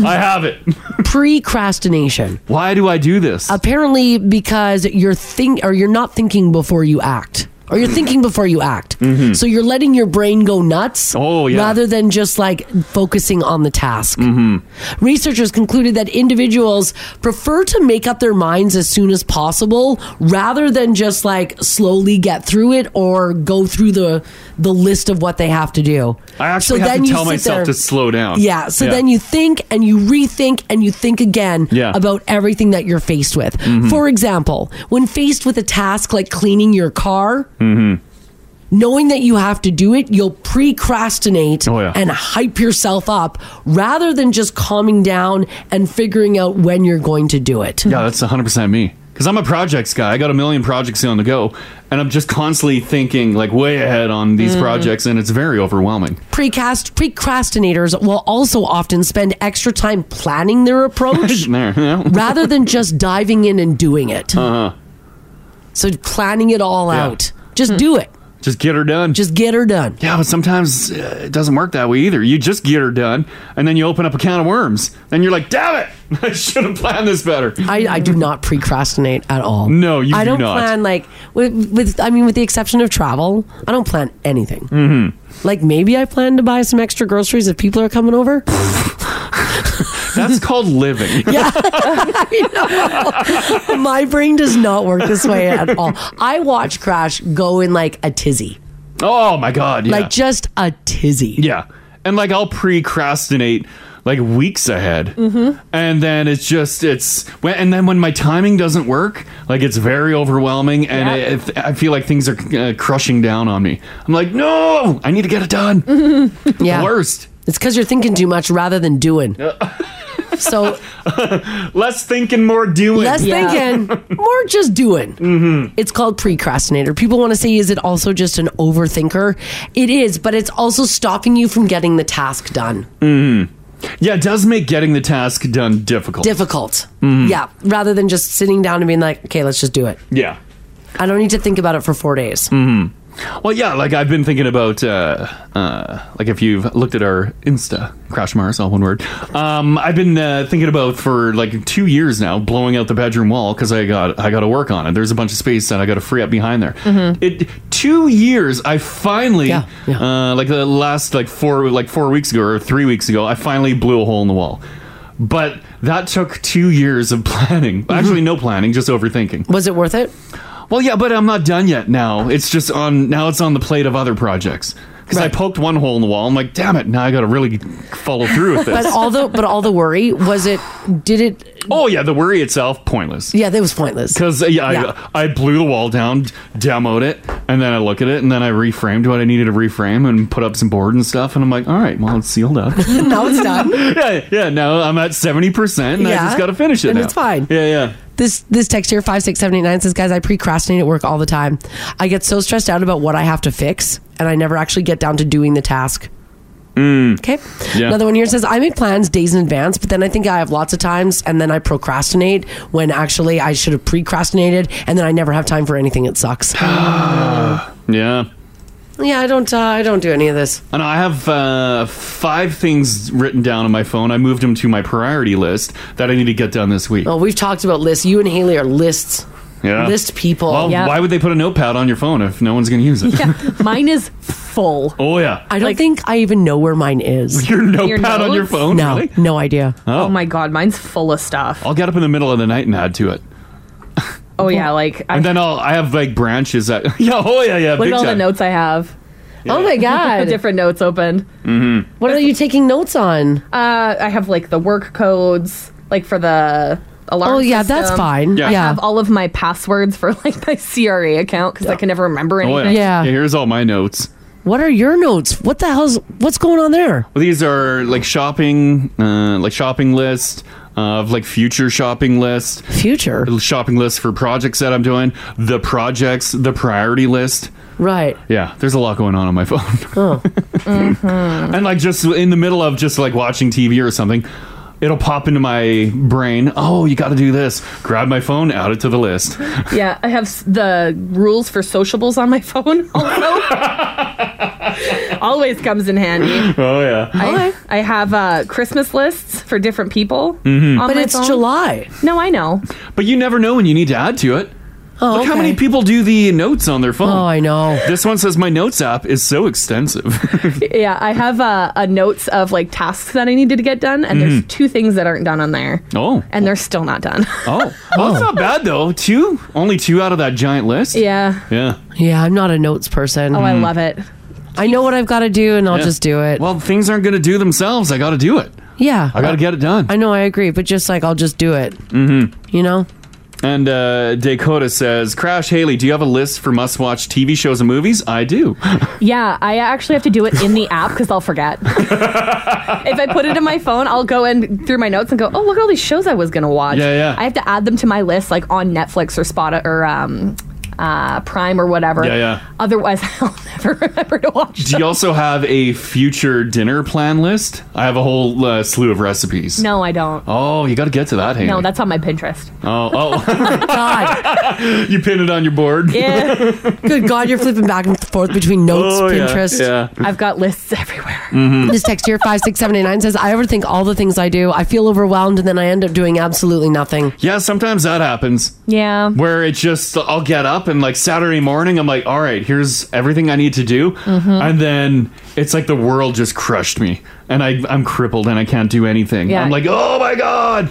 [SPEAKER 4] I have it. [laughs]
[SPEAKER 5] Precrastination.
[SPEAKER 4] Why do I do this?
[SPEAKER 5] Apparently, because you're think or you're not thinking before you act. Or you're thinking before you act.
[SPEAKER 4] Mhm.
[SPEAKER 5] So you're letting your brain go nuts
[SPEAKER 4] Oh, yeah.
[SPEAKER 5] rather than just like focusing on the task.
[SPEAKER 4] Mm-hmm.
[SPEAKER 5] Researchers concluded that individuals prefer to make up their minds as soon as possible rather than just like slowly get through it or go through the the list of what they have to do.
[SPEAKER 4] I actually have to tell
[SPEAKER 5] sit
[SPEAKER 4] myself
[SPEAKER 5] there-
[SPEAKER 4] to slow down.
[SPEAKER 5] Yeah, so then you think and you rethink and you think again
[SPEAKER 4] Yeah.
[SPEAKER 5] about everything that you're faced with.
[SPEAKER 4] Mhm.
[SPEAKER 5] For example, when faced with a task like cleaning your car,
[SPEAKER 4] Mm-hmm.
[SPEAKER 5] knowing that you have to do it, you'll procrastinate
[SPEAKER 4] Oh, yeah.
[SPEAKER 5] and hype yourself up rather than just calming down and figuring out when you're going to do it.
[SPEAKER 4] Yeah, that's 100% me. Because I'm a projects guy. I got a million projects on the go. And I'm just constantly thinking, like, way ahead on these
[SPEAKER 5] Mm.
[SPEAKER 4] projects. And it's very overwhelming. [laughs]
[SPEAKER 5] Precast procrastinators will also often spend extra time planning
[SPEAKER 4] [laughs]
[SPEAKER 5] their approach
[SPEAKER 4] there, yeah.
[SPEAKER 5] rather than just diving in and doing
[SPEAKER 4] [laughs]
[SPEAKER 5] it.
[SPEAKER 4] Uh-huh.
[SPEAKER 5] So planning it all
[SPEAKER 4] Yeah.
[SPEAKER 5] out. Just do it.
[SPEAKER 4] Just get her done.
[SPEAKER 5] Just get her done.
[SPEAKER 4] Yeah, but sometimes uh, it doesn't work that way either. You just get her done, and then you open up a can of worms. Then you're like, damn it! [laughs] I should have planned this better.
[SPEAKER 5] I, I do not procrastinate at all.
[SPEAKER 4] No, you
[SPEAKER 5] I
[SPEAKER 4] do
[SPEAKER 5] don't
[SPEAKER 4] not.
[SPEAKER 5] plan like with, with I mean with the exception of travel, I don't plan anything.
[SPEAKER 4] Mm-hmm.
[SPEAKER 5] Like maybe I plan to buy some extra groceries if people are
[SPEAKER 4] [laughs]
[SPEAKER 5] coming over.
[SPEAKER 4] That's called living.
[SPEAKER 5] [laughs] Yeah. I know. My brain does not work this way at all. I watch Crash go in like a
[SPEAKER 4] [laughs]
[SPEAKER 5] tizzy.
[SPEAKER 4] Oh my god! Yeah.
[SPEAKER 5] Like just a tizzy.
[SPEAKER 4] Yeah, and like I'll procrastinate like weeks ahead.
[SPEAKER 5] Mm-hmm.
[SPEAKER 4] and then it's just it's when- and then when my timing doesn't work like it's very overwhelming and
[SPEAKER 5] Yeah.
[SPEAKER 4] I- I, I feel like things are uh, crushing down on me i'm like no i need to get it done
[SPEAKER 5] [laughs] Yeah.
[SPEAKER 4] The worst
[SPEAKER 5] It's because you're thinking too much rather than doing.
[SPEAKER 4] [laughs]
[SPEAKER 5] so
[SPEAKER 4] less thinking more doing
[SPEAKER 5] Less
[SPEAKER 4] [laughs]
[SPEAKER 5] thinking, more just doing. It's called precrastinator. People want to say, is it also just an overthinker? It is, but it's also stopping you from getting the task done.
[SPEAKER 4] mm-hmm. Yeah, it does make getting the task done difficult.
[SPEAKER 5] Difficult.
[SPEAKER 4] Mhm.
[SPEAKER 5] Yeah. Rather than just sitting down and being like, okay, let's just do it.
[SPEAKER 4] Yeah.
[SPEAKER 5] I don't need to think about it for four days.
[SPEAKER 4] Hmm. Well, yeah. Like I've been thinking about, uh, uh, like if you've looked at our Insta, Crash Mars, all one word. Um, I've been uh, thinking about for like two years now, blowing out the bedroom wall because I got I got to work on it. There's a bunch of space that I got to free up behind there.
[SPEAKER 5] Mm-hmm.
[SPEAKER 4] Mhm. It two years. I finally, Uh, like the last like four like four weeks ago or three weeks ago, I finally blew a hole in the wall. But that took two years of [laughs] planning. Actually, no planning, just overthinking.
[SPEAKER 5] Mm-hmm. Was it worth it?
[SPEAKER 4] Well, yeah, but I'm not done yet. Now it's just on. Now it's on the plate of other projects. Because I poked one hole in the wall. I'm like, damn it! Now I got to really follow [laughs] through
[SPEAKER 5] [laughs]
[SPEAKER 4] with this.
[SPEAKER 5] But all the but all the worry was it did it
[SPEAKER 4] oh yeah, the worry itself pointless.
[SPEAKER 5] Yeah, that was pointless.
[SPEAKER 4] Because yeah,
[SPEAKER 5] Yeah.
[SPEAKER 4] I, I blew the wall down, demoed it, and then I look at it, and then I reframed what I needed to reframe, and put up some board and stuff, and I'm like, all right, well it's sealed up.
[SPEAKER 5] [laughs] now it's done.
[SPEAKER 4] [laughs] yeah, yeah. Now I'm at seventy percent, and I
[SPEAKER 5] Yeah.
[SPEAKER 4] just got to finish it.
[SPEAKER 5] And
[SPEAKER 4] now.
[SPEAKER 5] it's fine.
[SPEAKER 4] Yeah, yeah.
[SPEAKER 5] This this text here five six seven eight nine says, guys, I procrastinate at work all the time. I get so stressed out about what I have to fix, and I never actually get down to doing the task.
[SPEAKER 4] Hmm.
[SPEAKER 5] Okay.
[SPEAKER 22] Yeah.
[SPEAKER 5] Another one here says, I make plans days in advance, but then I think I have lots of times and then I procrastinate when actually I should have procrastinated and then I never have time for anything.
[SPEAKER 4] [gasps]
[SPEAKER 5] It sucks. [sighs] yeah,
[SPEAKER 4] Yeah.
[SPEAKER 5] I don't, uh, I don't do any of this.
[SPEAKER 4] And I have uh, five things written down on my phone. I moved them to my priority list that I need to get done this week.
[SPEAKER 5] Well, we've talked about lists. You and Haley are lists.
[SPEAKER 4] yeah.
[SPEAKER 5] List people.
[SPEAKER 4] Well,
[SPEAKER 5] Yeah.
[SPEAKER 4] why would they put a notepad on your phone if no one's going to use
[SPEAKER 5] [laughs]
[SPEAKER 4] it?
[SPEAKER 5] Mine is full.
[SPEAKER 4] Oh yeah.
[SPEAKER 5] I don't think I even know where mine
[SPEAKER 4] [laughs]
[SPEAKER 5] is.
[SPEAKER 4] Your notepad on your
[SPEAKER 5] notes?
[SPEAKER 4] phone?
[SPEAKER 5] No,
[SPEAKER 4] Really?
[SPEAKER 5] no idea.
[SPEAKER 4] Oh.
[SPEAKER 6] my god, mine's full of stuff.
[SPEAKER 4] I'll get up in the middle of the night and add to it.
[SPEAKER 6] Oh yeah, like I,
[SPEAKER 4] And then I'll I have like branches that [laughs] yeah oh yeah yeah
[SPEAKER 6] look at
[SPEAKER 4] big
[SPEAKER 6] all the
[SPEAKER 4] time.
[SPEAKER 6] notes I have. [laughs]
[SPEAKER 5] Oh my God.
[SPEAKER 6] different notes open.
[SPEAKER 4] Mhm.
[SPEAKER 5] What are you taking notes on?
[SPEAKER 6] Uh, I have like the work codes, like for the alarm.
[SPEAKER 5] Oh, yeah, that's
[SPEAKER 6] system.
[SPEAKER 5] fine. Yeah.
[SPEAKER 6] I
[SPEAKER 5] Yeah.
[SPEAKER 6] have all of my passwords for like my [laughs] CRA account because I can never remember
[SPEAKER 4] Oh,
[SPEAKER 6] anything.
[SPEAKER 4] yeah. Here's all my notes.
[SPEAKER 5] What are your notes? What the hell's what's going on there?
[SPEAKER 4] Well, these are like shopping, uh, like shopping list uh, of like future shopping list,
[SPEAKER 5] future
[SPEAKER 4] shopping list for projects that I'm doing, the projects, the priority list.
[SPEAKER 5] Right.
[SPEAKER 4] Yeah, there's a lot going on on my [laughs] phone,
[SPEAKER 5] Oh.
[SPEAKER 4] and like just in the middle of just like watching TV or something, it'll pop into my brain. Oh, you got to do this. Grab my phone, add it to the list. [laughs]
[SPEAKER 6] Yeah, I have s- the rules for sociables on my [laughs] phone.
[SPEAKER 5] [laughs]
[SPEAKER 6] Also, always comes in handy.
[SPEAKER 4] Oh yeah.
[SPEAKER 6] I, I have uh, Christmas lists for different people.
[SPEAKER 4] Mhm.
[SPEAKER 6] on
[SPEAKER 4] But
[SPEAKER 6] my
[SPEAKER 4] it's
[SPEAKER 6] phone.
[SPEAKER 5] July.
[SPEAKER 6] No, I know.
[SPEAKER 4] But you never know when you need to add to it.
[SPEAKER 5] Oh,
[SPEAKER 4] Look how
[SPEAKER 5] okay.
[SPEAKER 4] many people do the notes on their phone. Oh, I
[SPEAKER 5] know.
[SPEAKER 4] This one says my notes app is so extensive. [laughs]
[SPEAKER 6] Yeah, I have uh, a notes of like tasks that I needed to get done, and there's
[SPEAKER 4] Mhm.
[SPEAKER 6] two things that aren't done on there,
[SPEAKER 4] oh.
[SPEAKER 6] and they're still not
[SPEAKER 4] [laughs]
[SPEAKER 6] done.
[SPEAKER 4] Oh. Well, that's not bad though. Two? Only two out of that giant list?
[SPEAKER 6] yeah.
[SPEAKER 4] Yeah.
[SPEAKER 5] Yeah, I'm not a notes person.
[SPEAKER 6] Oh, I love it.
[SPEAKER 5] I know what I've got to do and I'll
[SPEAKER 4] Mm. Yeah.
[SPEAKER 5] just do it.
[SPEAKER 4] Well, things aren't going to do themselves. I got to do it.
[SPEAKER 5] Yeah.
[SPEAKER 4] I got to get it done.
[SPEAKER 5] I know I agree, but just like I'll just do it.
[SPEAKER 4] Mm hmm.
[SPEAKER 5] You know?
[SPEAKER 4] And uh, Dakota says, Crash Haley, do you have a list for must watch TV shows and movies? I do.
[SPEAKER 6] Yeah, I actually have to do it in the app because I'll forget.
[SPEAKER 4] [laughs]
[SPEAKER 6] if I put it in my phone, I'll go in through my notes and go, "Oh, look at all these shows I was gonna watch."
[SPEAKER 4] Yeah, yeah.
[SPEAKER 6] I have to add them to my list, like on Netflix or Spot or um, uh, Prime or whatever.
[SPEAKER 4] Yeah, yeah.
[SPEAKER 6] Otherwise, [laughs] I'll never remember to watch.
[SPEAKER 4] do you also have a future dinner plan list? I have a whole uh, slew of recipes.
[SPEAKER 6] No, I don't.
[SPEAKER 4] Oh, you got to get to that, Haley.
[SPEAKER 6] No, that's on my
[SPEAKER 4] [laughs]
[SPEAKER 6] Pinterest.
[SPEAKER 4] Oh,
[SPEAKER 6] [laughs]
[SPEAKER 4] oh. God. [laughs] you pin it on your board. [laughs]
[SPEAKER 6] Yeah.
[SPEAKER 5] Good God, you're flipping
[SPEAKER 6] [laughs]
[SPEAKER 5] back and forth between notes,
[SPEAKER 4] Oh, yeah,
[SPEAKER 5] Pinterest.
[SPEAKER 4] yeah.
[SPEAKER 6] I've got lists everywhere.
[SPEAKER 4] Mhm.
[SPEAKER 5] This text here, 56789, says, I overthink all the things I do. I feel overwhelmed and then I end up doing absolutely nothing.
[SPEAKER 4] Yeah, sometimes that happens.
[SPEAKER 6] Yeah.
[SPEAKER 4] Where it's just, I'll get up and like Saturday morning, I'm like, all right, here's everything I need to do.
[SPEAKER 5] Mhm.
[SPEAKER 4] And then it's like the world just crushed me and I, I'm crippled and I can't do anything.
[SPEAKER 5] Yeah.
[SPEAKER 4] I'm like, oh my God.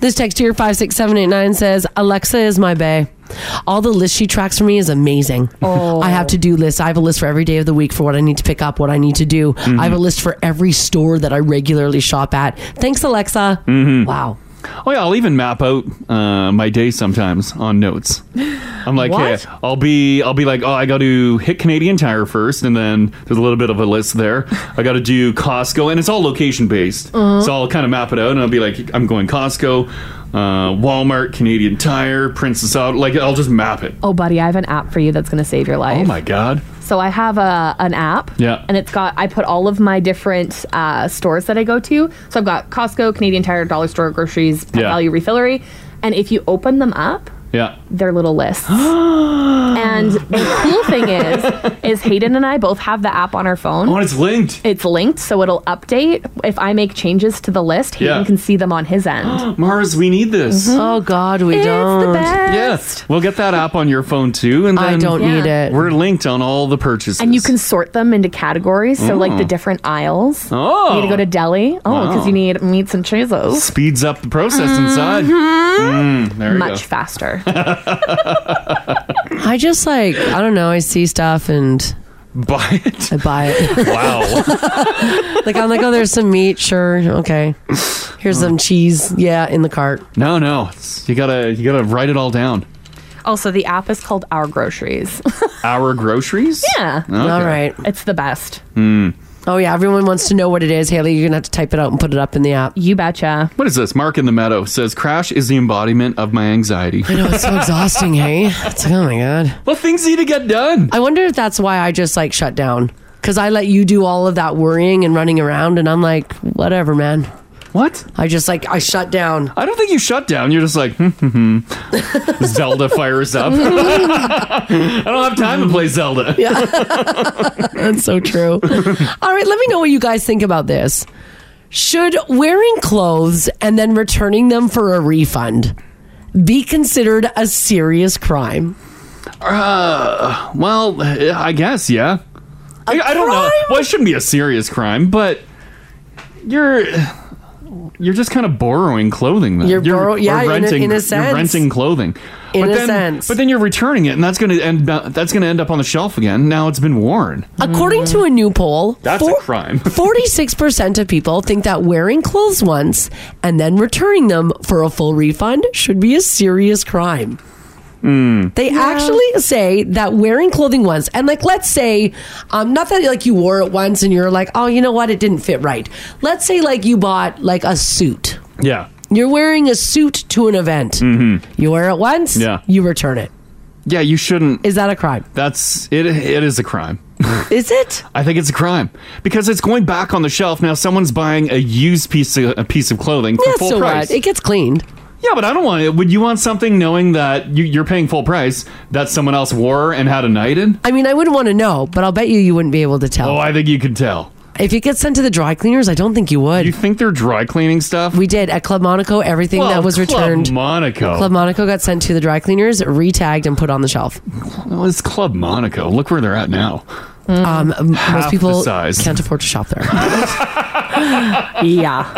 [SPEAKER 5] This text here, 56789, says, Alexa is my bae. All the lists she tracks for me is amazing. Oh. I have to do lists. I have a list for every day of the week for what I need to pick up, what I need to do.
[SPEAKER 4] Mm-hmm.
[SPEAKER 5] I have a list for every store that I regularly shop at. Thanks, Alexa.
[SPEAKER 4] Mhm.
[SPEAKER 5] Wow.
[SPEAKER 4] Oh yeah, I'll even map out uh, my day sometimes on notes. I'm like,
[SPEAKER 5] What?
[SPEAKER 4] hey, I'll be, I'll be like, oh, I got to hit Canadian Tire first, and then there's a little bit of a list
[SPEAKER 5] [laughs]
[SPEAKER 4] there. I got to do Costco, and it's all location based,
[SPEAKER 22] Uh-huh.
[SPEAKER 4] so I'll kind of map it out, and I'll be like, I'm going Costco, uh, Walmart, Canadian Tire, Princess Out. Like, I'll just map it.
[SPEAKER 6] Oh, buddy, I have an app for you that's going to save your life.
[SPEAKER 4] Oh my god.
[SPEAKER 15] So I have a an app.
[SPEAKER 4] Yeah.
[SPEAKER 15] And it's got I put all of my different uh, stores that I go to. So I've got Costco, Canadian Tire, Dollar Store, groceries, Pet
[SPEAKER 4] Yeah.
[SPEAKER 15] Value Refillery, and if you open them up,
[SPEAKER 4] Yeah.
[SPEAKER 15] their little
[SPEAKER 4] [gasps]
[SPEAKER 15] lists. and the cool thing is, is Hayden and I both have the app on our phone.
[SPEAKER 4] Oh, and it's linked.
[SPEAKER 15] It's linked, so it'll update. If I make changes to the list, Hayden
[SPEAKER 4] Yeah.
[SPEAKER 15] can see them on his
[SPEAKER 4] [gasps]
[SPEAKER 15] end.
[SPEAKER 4] Mars, we need this.
[SPEAKER 15] Mhm.
[SPEAKER 5] Oh God, we don't.
[SPEAKER 4] Yes. We'll get that app on your phone too, and
[SPEAKER 15] I
[SPEAKER 4] then
[SPEAKER 15] don't need Yeah. it.
[SPEAKER 4] We're linked on all the purchases.
[SPEAKER 15] And you can sort them into categories, so like the
[SPEAKER 4] Mm.
[SPEAKER 15] different aisles.
[SPEAKER 4] Oh.
[SPEAKER 15] You need to go to deli. Oh, because
[SPEAKER 4] Wow.
[SPEAKER 15] you need meats and cheeses.
[SPEAKER 4] Speeds up the process inside.
[SPEAKER 15] Mhm.
[SPEAKER 4] Mm, there we
[SPEAKER 15] Mm-hmm. Much
[SPEAKER 4] go.
[SPEAKER 15] faster.
[SPEAKER 5] I just like I don't know. I see stuff and
[SPEAKER 4] buy it.
[SPEAKER 5] I buy
[SPEAKER 4] [laughs]
[SPEAKER 5] it.
[SPEAKER 4] Wow.
[SPEAKER 5] [laughs] like I'm like, oh, there's some meat. Sure, okay. Here's some cheese. Yeah, in the cart.
[SPEAKER 4] No, no, it's, you gotta you gotta write it
[SPEAKER 15] [laughs]
[SPEAKER 4] all down.
[SPEAKER 15] Also, the app is called Our [laughs] Groceries.
[SPEAKER 4] Our groceries.
[SPEAKER 15] yeah.
[SPEAKER 4] Okay. All right.
[SPEAKER 15] It's the best.
[SPEAKER 4] Hmm.
[SPEAKER 5] Oh yeah, everyone wants to know what it is. Haley, you're gonna have to type it out and put it up in the app.
[SPEAKER 15] You betcha.
[SPEAKER 4] What is this? Mark in the Meadow says Crash is the embodiment of my anxiety.
[SPEAKER 5] I know it's
[SPEAKER 15] [laughs]
[SPEAKER 5] so exhausting, hey? It's like, oh my god.
[SPEAKER 4] Well, things need to get done.
[SPEAKER 5] I wonder if that's why I just like shut down because I let you do all of that worrying and running around, and I'm like, whatever, man.
[SPEAKER 4] What?
[SPEAKER 5] I just like I shut down.
[SPEAKER 4] [laughs]
[SPEAKER 5] [laughs]
[SPEAKER 4] I don't think you shut down. You're just like, hmm,
[SPEAKER 15] [laughs]
[SPEAKER 4] hmm, hmm. Zelda fires up. [laughs] I don't have time to play Zelda.
[SPEAKER 5] That's
[SPEAKER 4] [laughs]
[SPEAKER 5] so true. All right, let me know what you guys think about this. Should wearing clothes and then returning them for a refund be considered a serious crime?
[SPEAKER 4] Uh, well, I guess, yeah. I I don't know. Well, it shouldn't be a serious crime, but you're you're just kind of borrowing clothing. Then.
[SPEAKER 5] You're borrow-
[SPEAKER 4] or
[SPEAKER 5] yeah, in a-
[SPEAKER 4] renting,
[SPEAKER 5] in a
[SPEAKER 4] You're
[SPEAKER 5] sense.
[SPEAKER 4] renting clothing.
[SPEAKER 5] In
[SPEAKER 4] but
[SPEAKER 5] a
[SPEAKER 4] then,
[SPEAKER 5] sense.
[SPEAKER 4] But then you're returning it, and that's going to end. up- That's going to end up on the shelf again. Now it's been worn.
[SPEAKER 5] According to a new poll,
[SPEAKER 4] That's a crime. [laughs]
[SPEAKER 5] 46% of people think that wearing clothes once and then returning them for a full refund should be a serious crime.
[SPEAKER 4] Mm.
[SPEAKER 5] They actually say that wearing clothing once, and like let's say, um, not that like you wore it once and you're like, oh, you know what, it didn't fit right. Let's say like you bought like a suit.
[SPEAKER 4] Yeah.
[SPEAKER 5] You're wearing a suit to an event. Mm-hmm. You wear it once.
[SPEAKER 4] Hmm. Yeah.
[SPEAKER 5] You return it.
[SPEAKER 4] Yeah, you shouldn't.
[SPEAKER 5] Is that a crime?
[SPEAKER 4] That's it. It is a crime.
[SPEAKER 5] [laughs] Is it?
[SPEAKER 4] I think it's a crime because it's going back on the shelf now. Someone's buying a used piece of a piece of clothing for
[SPEAKER 5] Yeah,
[SPEAKER 4] full
[SPEAKER 5] so
[SPEAKER 4] price.
[SPEAKER 5] what? It gets cleaned.
[SPEAKER 4] Yeah, but I don't want it. Would you want something knowing that you, you're paying full price that someone else wore and had a night in?
[SPEAKER 5] I mean, I wouldn't want to know, but I'll bet you you wouldn't be able to tell.
[SPEAKER 4] Oh, I think you could tell.
[SPEAKER 5] If it gets sent to the dry cleaners, I don't think you would. You
[SPEAKER 4] think they're dry cleaning stuff?
[SPEAKER 5] We did at Club Monaco. Everything
[SPEAKER 4] Well,
[SPEAKER 5] that was
[SPEAKER 4] Club
[SPEAKER 5] returned.
[SPEAKER 4] Monaco.
[SPEAKER 5] Club Monaco got sent to the dry cleaners, retagged, and put on the shelf.
[SPEAKER 4] Well, it's Club Monaco. Look where they're at now.
[SPEAKER 5] Um,
[SPEAKER 4] Half
[SPEAKER 5] most
[SPEAKER 4] the
[SPEAKER 5] people
[SPEAKER 4] size.
[SPEAKER 5] can't afford
[SPEAKER 4] [laughs]
[SPEAKER 5] to shop there.
[SPEAKER 15] yeah.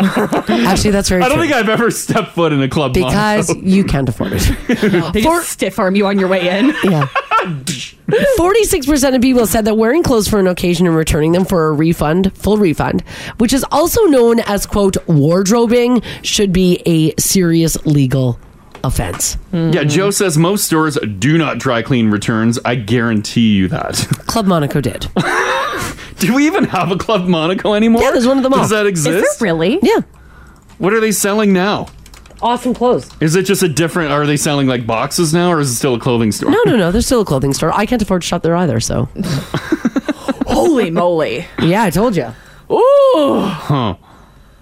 [SPEAKER 5] Actually, that's
[SPEAKER 4] [laughs]
[SPEAKER 5] very
[SPEAKER 4] I don't
[SPEAKER 5] true.
[SPEAKER 4] think I've ever stepped foot in a Club
[SPEAKER 5] because
[SPEAKER 4] Monaco.
[SPEAKER 5] you can't afford it.
[SPEAKER 15] They just stiff arm you on your way in.
[SPEAKER 5] Yeah. 46% of people said that wearing clothes for an occasion and returning them for a refund, full refund, which is also known as, quote, wardrobing, should be a serious legal offense.
[SPEAKER 4] [laughs] Hmm. Yeah, Joe says most stores do not dry clean returns. I guarantee you that. [laughs]
[SPEAKER 5] Club Monaco did.
[SPEAKER 4] do we even have a Club Monaco anymore?
[SPEAKER 5] Yeah, there's one of them all.
[SPEAKER 4] Does that
[SPEAKER 5] Is
[SPEAKER 4] exist?
[SPEAKER 5] there
[SPEAKER 15] really?
[SPEAKER 5] Yeah.
[SPEAKER 4] What are they selling now?
[SPEAKER 5] Awesome clothes.
[SPEAKER 4] Is it just a different? Are they selling like boxes now, or is it still a clothing store?
[SPEAKER 5] No, no, no. There's still a clothing store. I can't afford to shop there either, so.
[SPEAKER 15] [laughs] Holy moly.
[SPEAKER 5] Yeah, I told you.
[SPEAKER 15] Ooh.
[SPEAKER 4] Huh.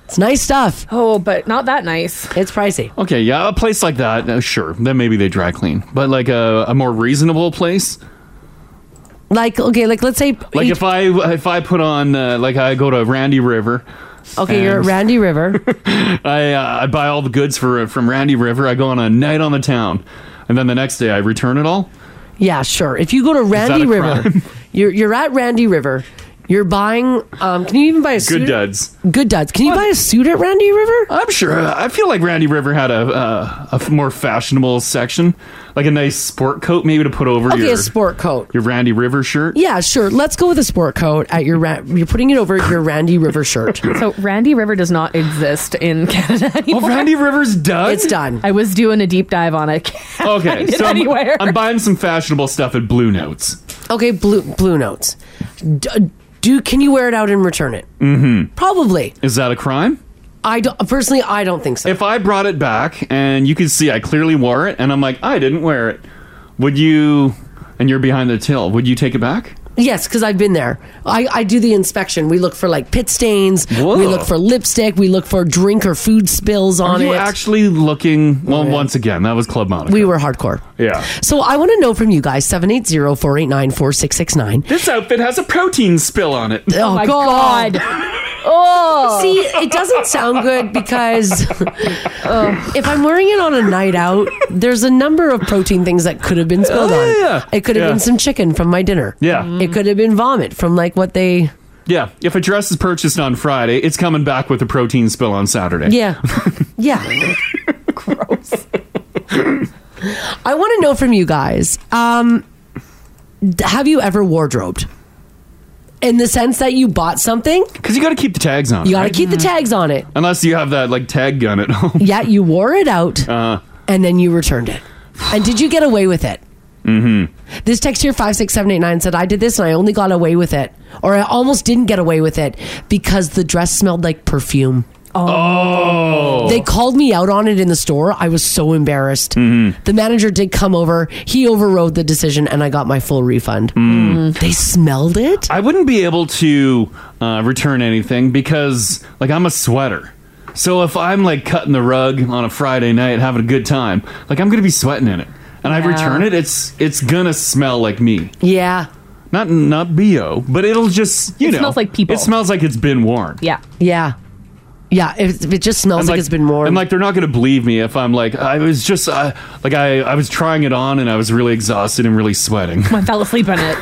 [SPEAKER 5] It's nice stuff.
[SPEAKER 15] Oh, but not that nice.
[SPEAKER 5] It's pricey.
[SPEAKER 4] Okay, yeah, a place like that, uh, sure. Then maybe they dry clean, but like a, a more reasonable place.
[SPEAKER 5] Like, okay, like let's say.
[SPEAKER 4] Like if I if I put on uh, like I go to Randy River.
[SPEAKER 5] Okay, you're at
[SPEAKER 4] and
[SPEAKER 5] Randy River.
[SPEAKER 4] [laughs] I uh, I buy all the goods for from Randy River. I go on a night on the town, and then the next day I return it all.
[SPEAKER 5] Yeah, sure. If you go to
[SPEAKER 4] that
[SPEAKER 5] Randy
[SPEAKER 4] a
[SPEAKER 5] River, you're you're at Randy River. You're buying. Um, can you even buy a suit?
[SPEAKER 4] Good duds.
[SPEAKER 5] Good duds. Can you buy a suit at Randy River?
[SPEAKER 4] I'm sure. I feel like Randy River had a uh, a f- more fashionable section, like a nice sport coat maybe to put over
[SPEAKER 5] Okay, a
[SPEAKER 4] your
[SPEAKER 5] sport coat.
[SPEAKER 4] your Randy River
[SPEAKER 5] [laughs]
[SPEAKER 4] shirt.
[SPEAKER 5] Yeah, sure. Let's go with a sport coat at your. Ra- you're putting it over your Randy River shirt.
[SPEAKER 15] So [sighs] Randy River does not exist in [laughs] Canada anymore.
[SPEAKER 4] Oh, Randy River's done.
[SPEAKER 5] It's done.
[SPEAKER 15] I was doing a deep dive on it. Can't
[SPEAKER 4] Okay,
[SPEAKER 15] find it
[SPEAKER 4] so I'm,
[SPEAKER 15] anywhere.
[SPEAKER 4] I'm buying some fashionable stuff at Blue Notes.
[SPEAKER 5] Okay, blue blue notes. D- do can you wear it out and return it?
[SPEAKER 4] Mm-hmm.
[SPEAKER 5] Probably.
[SPEAKER 4] Is that a crime?
[SPEAKER 5] I don't personally. I don't think so.
[SPEAKER 4] If I brought it back and you could see I clearly wore it, and I'm like, I didn't wear it. Would you? And you're behind the till. Would you take it back?
[SPEAKER 5] Yes, because I've been there. I, I do the inspection. We look for like pit stains.
[SPEAKER 4] Whoa.
[SPEAKER 5] We look for lipstick. We look for drink or food spills on
[SPEAKER 4] Are you
[SPEAKER 5] it.
[SPEAKER 4] actually looking? Well, once again, that was Club Monica.
[SPEAKER 5] we were hardcore.
[SPEAKER 4] yeah.
[SPEAKER 5] So I want to know from you guys 780 489 4669.
[SPEAKER 4] This outfit has a protein spill on it.
[SPEAKER 5] Oh, my God.
[SPEAKER 4] [laughs]
[SPEAKER 5] Oh. See, it doesn't sound good
[SPEAKER 4] [laughs]
[SPEAKER 5] because uh, if I'm wearing it on a night out, there's a number of protein things that could have been spilled
[SPEAKER 4] Oh,
[SPEAKER 5] on.
[SPEAKER 4] yeah, yeah.
[SPEAKER 5] It could have
[SPEAKER 4] Yeah. Mm.
[SPEAKER 5] been some chicken from my dinner.
[SPEAKER 4] Yeah.
[SPEAKER 5] It could have been vomit from like what they.
[SPEAKER 4] Yeah, if a dress is purchased on Friday, it's coming back with a protein spill on Saturday. [laughs]
[SPEAKER 5] Yeah. Yeah. Gross. I want to know from you guys um, d- have you ever wardrobed? In the sense that you bought something,
[SPEAKER 4] Because you got to keep the tags on. Mm.
[SPEAKER 5] you
[SPEAKER 4] it,
[SPEAKER 5] got to
[SPEAKER 4] right?
[SPEAKER 5] keep the tags on it.
[SPEAKER 4] Unless you have that like tag gun at [laughs] home.
[SPEAKER 5] [laughs] Yeah, you wore it out
[SPEAKER 4] Uh,
[SPEAKER 5] and then you returned it. And did you get away with it?
[SPEAKER 4] mm-hmm.
[SPEAKER 5] This text here, 56789, said, I did this and I only got away with it. Or I almost didn't get away with it because the dress smelled like perfume.
[SPEAKER 4] Oh.
[SPEAKER 5] They called me out on it in the store. I was so embarrassed.
[SPEAKER 4] Mm-hmm.
[SPEAKER 5] The manager did come over. He overrode the decision and I got my full refund.
[SPEAKER 4] Mm.
[SPEAKER 5] They smelled it?
[SPEAKER 4] I wouldn't be able to uh, return anything because like I'm a sweater. So if I'm like cutting the rug on a Friday night, having a good time, like I'm gonna be sweating in it, and I
[SPEAKER 5] Yeah.
[SPEAKER 4] return it, it's it's gonna smell like me.
[SPEAKER 5] Yeah.
[SPEAKER 4] Not not bo, but it'll just you
[SPEAKER 5] It
[SPEAKER 4] know
[SPEAKER 5] smells like people.
[SPEAKER 4] It smells like it's been worn.
[SPEAKER 5] Yeah. Yeah. Yeah. If, if it just smells
[SPEAKER 4] And,
[SPEAKER 5] like, it's been worn.
[SPEAKER 4] And like they're not going to believe me if I'm like I was just uh, like I I was trying it on and I was really exhausted and really sweating.
[SPEAKER 15] [laughs]
[SPEAKER 4] [laughs]
[SPEAKER 15] I fell asleep in it.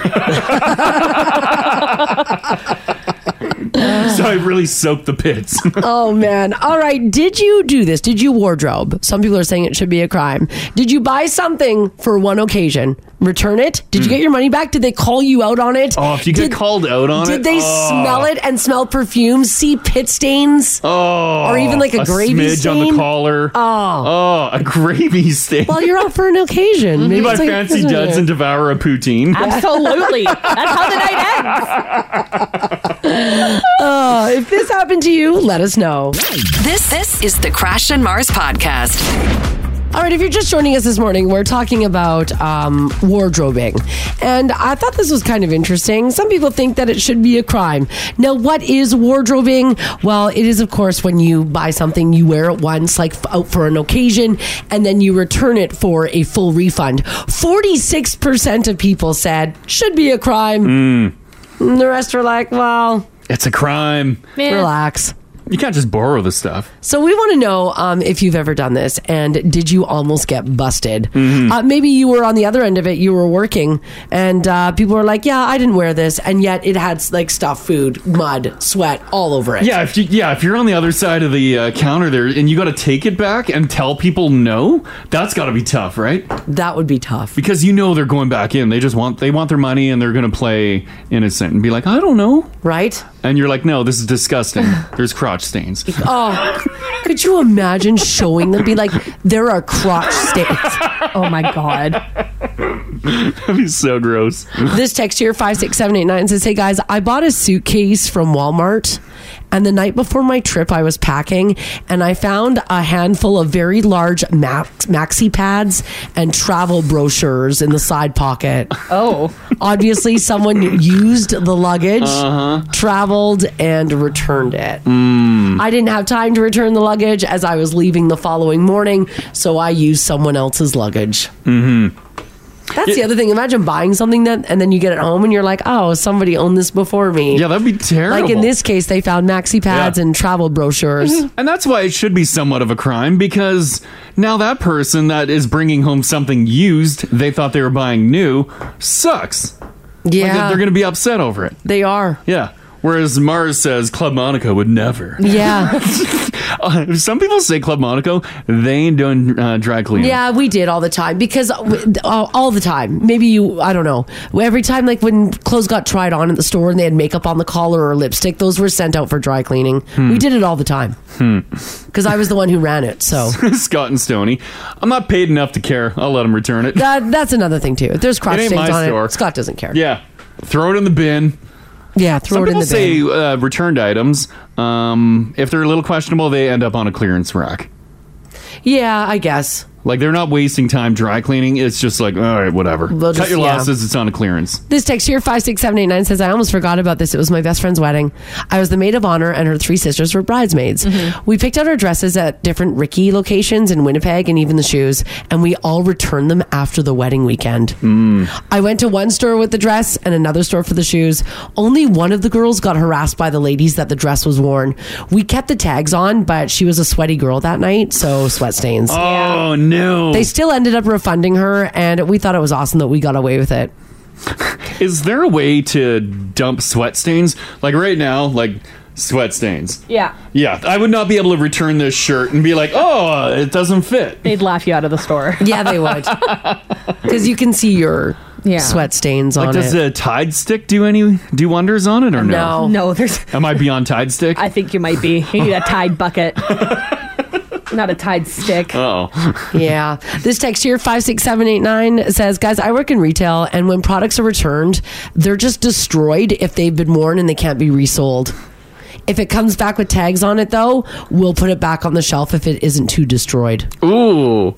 [SPEAKER 15] [laughs]
[SPEAKER 4] so I really soaked the pits. [laughs]
[SPEAKER 5] oh man. All right. Did you do this? Did you wardrobe? Some people are saying it should be a crime. Did you buy something for one occasion? Return it? Did you get your money back? Did they call you out on it?
[SPEAKER 4] Hmm. oh, if you get
[SPEAKER 5] Did-
[SPEAKER 4] called out on it,
[SPEAKER 5] Did they
[SPEAKER 4] oh.
[SPEAKER 5] smell it and smell perfume? See pit stains?
[SPEAKER 4] [laughs] Oh,
[SPEAKER 5] or even like a, gravy
[SPEAKER 4] smidge
[SPEAKER 5] stain
[SPEAKER 4] on the collar.
[SPEAKER 5] Oh.
[SPEAKER 4] oh, a gravy [laughs] stain.
[SPEAKER 5] Well, you're out for an occasion. Maybe
[SPEAKER 4] you buy
[SPEAKER 5] it's like- [laughs]
[SPEAKER 4] fancy duds and devour a poutine.
[SPEAKER 15] Absolutely. That's how the night ends.
[SPEAKER 5] Oh, if this happened to you, let us know.
[SPEAKER 1] This this is the Crash and Mars podcast.
[SPEAKER 5] All right, if you're just joining us this morning, we're talking about um, wardrobing. And I thought this was kind of interesting. Some people think that it should be a crime. Now, what is wardrobing? Well, it is, of course, when you buy something, you wear it once, like f- out for an occasion, and then you return it for a full refund. 46% of people said should be a crime. And the rest were like, well,
[SPEAKER 4] [laughs] It's a crime.
[SPEAKER 5] Man. Relax.
[SPEAKER 4] You can't just borrow the stuff.
[SPEAKER 5] So we want to know um, if you've ever done this, and did you almost get busted?
[SPEAKER 4] Hmm.
[SPEAKER 5] Uh, maybe you were on the other end of it. You were working, and uh, people were like, "Yeah, I didn't wear this," and yet it had like stuff, food, mud, sweat all over it.
[SPEAKER 4] Yeah, if you, yeah, if you're on the other side of the uh, counter there and you got to take it back and tell people no, that's got to be tough, right?
[SPEAKER 5] That would be tough
[SPEAKER 4] because you know they're going back in. They just want they want their money and they're going to play innocent and be like, I don't know,
[SPEAKER 5] right?
[SPEAKER 4] And you're like, no, this is
[SPEAKER 5] [laughs]
[SPEAKER 4] disgusting. There's crotch stains. [laughs]
[SPEAKER 5] Oh, could you imagine showing them? Be like, there are crotch stains. [laughs] Oh my
[SPEAKER 15] eh?
[SPEAKER 5] god.
[SPEAKER 4] That'd be so gross. [laughs]
[SPEAKER 5] this text here, 56789, says, Hey guys, I bought a suitcase from Walmart. And the night before my trip, I was packing and I found a handful of very large max- maxi pads and travel brochures in the side pocket. Oh. Obviously, someone used the luggage, traveled, and returned it.
[SPEAKER 4] Mm.
[SPEAKER 5] I didn't have time to return the luggage as I was leaving the following morning, so I used someone else's luggage.
[SPEAKER 4] Mm-hmm.
[SPEAKER 5] That's the other thing. Imagine buying something that, and then you get it home and you're like, oh, somebody owned this before me.
[SPEAKER 4] Yeah, that'd be terrible.
[SPEAKER 5] Like in this case, they found maxi pads
[SPEAKER 4] Yeah.
[SPEAKER 5] and travel brochures. [laughs]
[SPEAKER 4] And that's why it should be somewhat of a crime because now that person that is bringing home something used they thought they were buying new sucks. Like,
[SPEAKER 5] Yeah.
[SPEAKER 4] they're going to be upset over it.
[SPEAKER 5] They are.
[SPEAKER 4] Yeah. Whereas Mars says Club Monaco would never. [laughs]
[SPEAKER 5] Yeah.
[SPEAKER 4] Uh, some people say Club Monaco, they ain't doing uh, dry cleaning.
[SPEAKER 5] Yeah, we did all the time because uh, all the time. Maybe you, I don't know. Every time, like when clothes got tried on at the store and they had makeup on the collar or lipstick, those were sent out for dry cleaning. We did it all the time
[SPEAKER 4] Hmm.
[SPEAKER 5] because I was the one who ran it. So
[SPEAKER 4] [laughs] Scott and Stony, I'm not paid enough to care. I'll let him return it.
[SPEAKER 5] that, that's another thing too. If there's crotch
[SPEAKER 4] It ain't
[SPEAKER 5] stains
[SPEAKER 4] my
[SPEAKER 5] on
[SPEAKER 4] store.
[SPEAKER 5] it, Scott doesn't care.
[SPEAKER 4] Yeah, throw it in the bin.
[SPEAKER 5] Yeah, throw
[SPEAKER 4] Some
[SPEAKER 5] it in
[SPEAKER 4] people
[SPEAKER 5] the
[SPEAKER 4] say
[SPEAKER 5] bin.
[SPEAKER 4] Uh, returned items. Um, if they're a little questionable, they end up on a clearance rack.
[SPEAKER 5] Yeah, I guess.
[SPEAKER 4] Like they're not wasting time dry cleaning. It's just like, all right, whatever. Cut
[SPEAKER 5] just-
[SPEAKER 4] your
[SPEAKER 5] yeah.
[SPEAKER 4] losses. It's on a clearance.
[SPEAKER 5] This text here, 56789, says, I almost forgot about this. It was my best friend's wedding. I was the maid of honor, and her three sisters were bridesmaids. We picked out our dresses at different Ricky locations in Winnipeg and even the shoes, and we all returned them after the wedding weekend. I went to one store with the dress and another store for the shoes. Only one of the girls got harassed by the ladies that the dress was worn. We kept the tags on, but she was a sweaty girl that night, so sweat stains.
[SPEAKER 4] Oh no!
[SPEAKER 5] They still ended up refunding her, and we thought it was awesome that we got away with it.
[SPEAKER 4] Is there a way to dump sweat stains? Like right now, like sweat stains.
[SPEAKER 15] Yeah.
[SPEAKER 4] Yeah, I would not be able to return this shirt and be like, oh, it doesn't fit.
[SPEAKER 15] They'd laugh you out of the store.
[SPEAKER 5] Yeah,
[SPEAKER 4] [laughs]
[SPEAKER 5] they would. Because you can see your
[SPEAKER 15] Yeah.
[SPEAKER 5] sweat stains
[SPEAKER 4] Like,
[SPEAKER 5] on
[SPEAKER 4] does
[SPEAKER 5] it.
[SPEAKER 4] the Tide Stick do any do wonders on it or no?
[SPEAKER 5] No.
[SPEAKER 15] No, there's.
[SPEAKER 4] Am I beyond Tide Stick?
[SPEAKER 15] I think you might be. You need a Tide
[SPEAKER 4] [laughs]
[SPEAKER 15] bucket, not a Tide stick.
[SPEAKER 4] Oh.
[SPEAKER 5] yeah. This text here, 56789, says, Guys, I work in retail, and when products are returned, they're just destroyed if they've been worn and they can't be resold. If it comes back with tags on it, though, we'll put it back on the shelf if it isn't [laughs] too destroyed.
[SPEAKER 4] Ooh.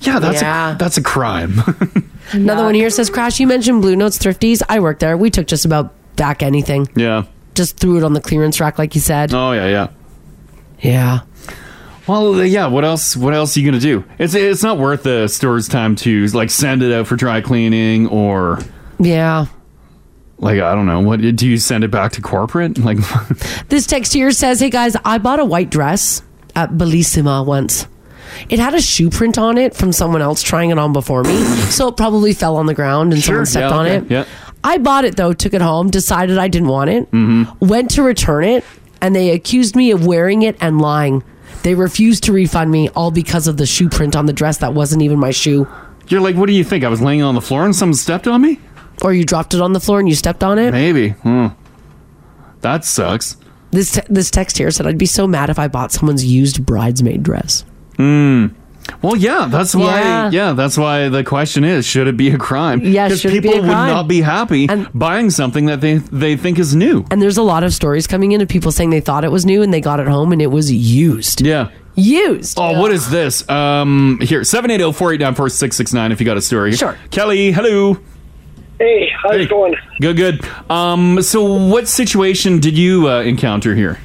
[SPEAKER 4] Yeah, that's
[SPEAKER 5] Yeah.
[SPEAKER 4] A, that's a crime. [laughs]
[SPEAKER 5] Another one here says, Crash, you mentioned Blue Notes Thrifties. I work there. We took just about back anything,
[SPEAKER 4] yeah.
[SPEAKER 5] just threw it on the clearance rack, like you said.
[SPEAKER 4] Oh yeah, yeah.
[SPEAKER 5] Yeah.
[SPEAKER 4] Well, yeah. What else? What else are you gonna do? It's it's not worth the store's time to like send it out for dry cleaning or
[SPEAKER 5] Yeah.
[SPEAKER 4] like I don't know. What do you send it back to corporate? [laughs] Like
[SPEAKER 5] This text here says, Hey guys, I bought a white dress at Bellissima once. It had a shoe print on it from someone else trying it on before me, so it probably fell on the ground and someone stepped
[SPEAKER 4] yeah,
[SPEAKER 5] on
[SPEAKER 4] okay,
[SPEAKER 5] it.
[SPEAKER 4] Yeah.
[SPEAKER 5] I bought it though, took it home, decided I didn't want it,
[SPEAKER 4] Mm-hmm.
[SPEAKER 5] went to return it, and they accused me of wearing it and lying. They refused to refund me all because of the shoe print on the dress that wasn't even my shoe.
[SPEAKER 4] You're like, what do you think? I was laying on the floor and someone stepped on me?
[SPEAKER 5] Or you dropped it on the floor and you stepped on it?
[SPEAKER 4] Maybe. Hmm. That sucks.
[SPEAKER 5] This te- this text here said I'd be so mad if I bought someone's used bridesmaid dress.
[SPEAKER 4] Hmm. Well, yeah. That's why.
[SPEAKER 5] Yeah.
[SPEAKER 4] Yeah. That's why the question is: Should it be a crime?
[SPEAKER 5] Yeah,
[SPEAKER 4] 'Cause
[SPEAKER 5] should it be
[SPEAKER 4] people
[SPEAKER 5] a
[SPEAKER 4] would
[SPEAKER 5] crime?
[SPEAKER 4] not be happy buying something that they they think is new.
[SPEAKER 5] And there's a lot of stories coming in of people saying they thought it was new and they got it home and it was used.
[SPEAKER 4] Yeah.
[SPEAKER 5] Used.
[SPEAKER 4] Oh, what is this? Um, here, 780-489-4669 if you got a story. Sure. Kelly, hello.
[SPEAKER 3] Hey, how's it going?
[SPEAKER 4] Good, good. Um, so what situation did you uh, encounter here?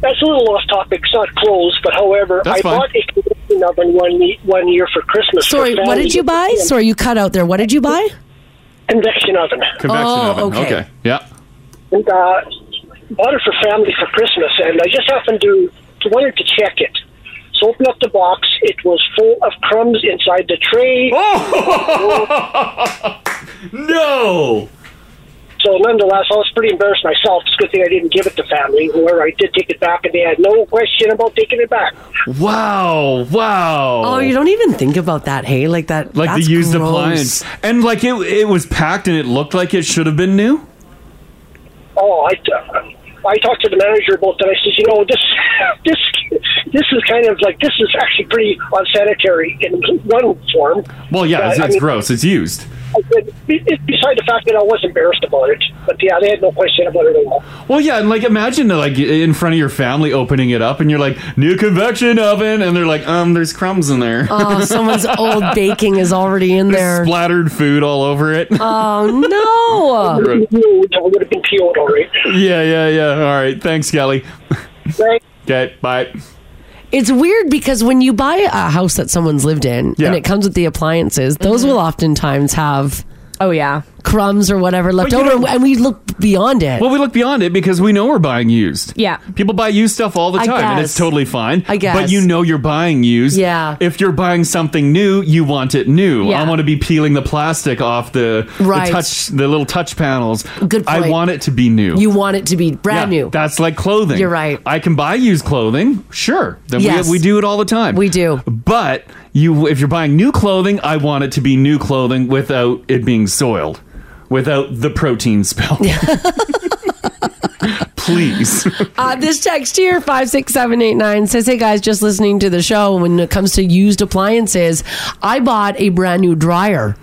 [SPEAKER 3] That's a little off topic. It's not clothes, but however,
[SPEAKER 4] That's
[SPEAKER 3] I
[SPEAKER 4] fine.
[SPEAKER 3] bought a convection oven one ye- one year for Christmas. for
[SPEAKER 5] Sorry, what
[SPEAKER 3] family.
[SPEAKER 5] did you buy? Sorry, you cut out there. What did you buy?
[SPEAKER 3] Convection oven.
[SPEAKER 5] Oh, okay.
[SPEAKER 4] Yeah.
[SPEAKER 3] And uh, bought it for family for Christmas, and I just happened to, to wanted to check it. So open up the box. It was full of crumbs inside the tray.
[SPEAKER 4] no.
[SPEAKER 3] So nonetheless, I was pretty embarrassed myself. It's a good thing I didn't give it to family. However, I did take it back, and they had no question about taking it back.
[SPEAKER 4] Wow, wow.
[SPEAKER 5] Oh, you don't even think about that, hey? Like that
[SPEAKER 4] Like
[SPEAKER 5] that's
[SPEAKER 4] the used
[SPEAKER 5] gross.
[SPEAKER 4] appliance. And like it it was packed and it looked like it should have been new?
[SPEAKER 3] Oh, I, I talked to the manager about that. I said, you know, this, this, this is kind of like this is actually pretty unsanitary in one form.
[SPEAKER 4] Well, yeah,
[SPEAKER 3] But,
[SPEAKER 4] it's,
[SPEAKER 3] I
[SPEAKER 4] it's
[SPEAKER 3] mean,
[SPEAKER 4] gross. It's used.
[SPEAKER 3] I said, be- be- beside the fact that I was embarrassed about it, but yeah, they had no question about it at all.
[SPEAKER 4] Well, yeah, and like imagine like in front of your family opening it up and you're like, new convection oven. And they're like, um, there's crumbs in there.
[SPEAKER 5] [laughs]
[SPEAKER 4] [laughs]
[SPEAKER 5] Oh, someone's old baking is already in there.
[SPEAKER 4] Splattered food all over it. [laughs]
[SPEAKER 5] Oh
[SPEAKER 3] It would
[SPEAKER 5] no.
[SPEAKER 3] have been PO'd, it would have been PO'd all right.
[SPEAKER 4] yeah, yeah, yeah. All right. Thanks, Kelly. [laughs] okay, bye.
[SPEAKER 5] It's weird because when you buy a house that someone's lived in and it comes with the appliances, those will oftentimes have
[SPEAKER 15] Mm-hmm. Oh yeah.
[SPEAKER 5] crumbs or whatever left
[SPEAKER 4] you
[SPEAKER 5] over
[SPEAKER 4] don't-
[SPEAKER 5] and we look beyond it.
[SPEAKER 4] Well, we look beyond it because we know we're buying used.
[SPEAKER 15] Yeah.
[SPEAKER 4] People buy used stuff all the
[SPEAKER 5] I
[SPEAKER 4] time, and it's
[SPEAKER 5] guess.
[SPEAKER 4] totally fine.
[SPEAKER 5] I guess.
[SPEAKER 4] But you know you're buying used.
[SPEAKER 5] Yeah.
[SPEAKER 4] If you're buying something new, you want it new.
[SPEAKER 5] Yeah.
[SPEAKER 4] I want to be peeling the plastic off the, the
[SPEAKER 5] Right.
[SPEAKER 4] touch, the little touch panels.
[SPEAKER 5] Good
[SPEAKER 4] I
[SPEAKER 5] point.
[SPEAKER 4] want it to be new.
[SPEAKER 5] You want it to be brand
[SPEAKER 4] Yeah,
[SPEAKER 5] new.
[SPEAKER 4] That's like clothing.
[SPEAKER 5] You're right.
[SPEAKER 4] I can buy used clothing, sure. Then
[SPEAKER 5] Yes.
[SPEAKER 4] we, we do it all the time. We do. But you, if you're buying new clothing, I want it to be new clothing without it being soiled, without the protein
[SPEAKER 5] [laughs]
[SPEAKER 4] spill. Please. [laughs]
[SPEAKER 5] Uh, this text here, 56789, says, Hey guys, just listening to the show. When it comes to used appliances, I bought a brand new dryer.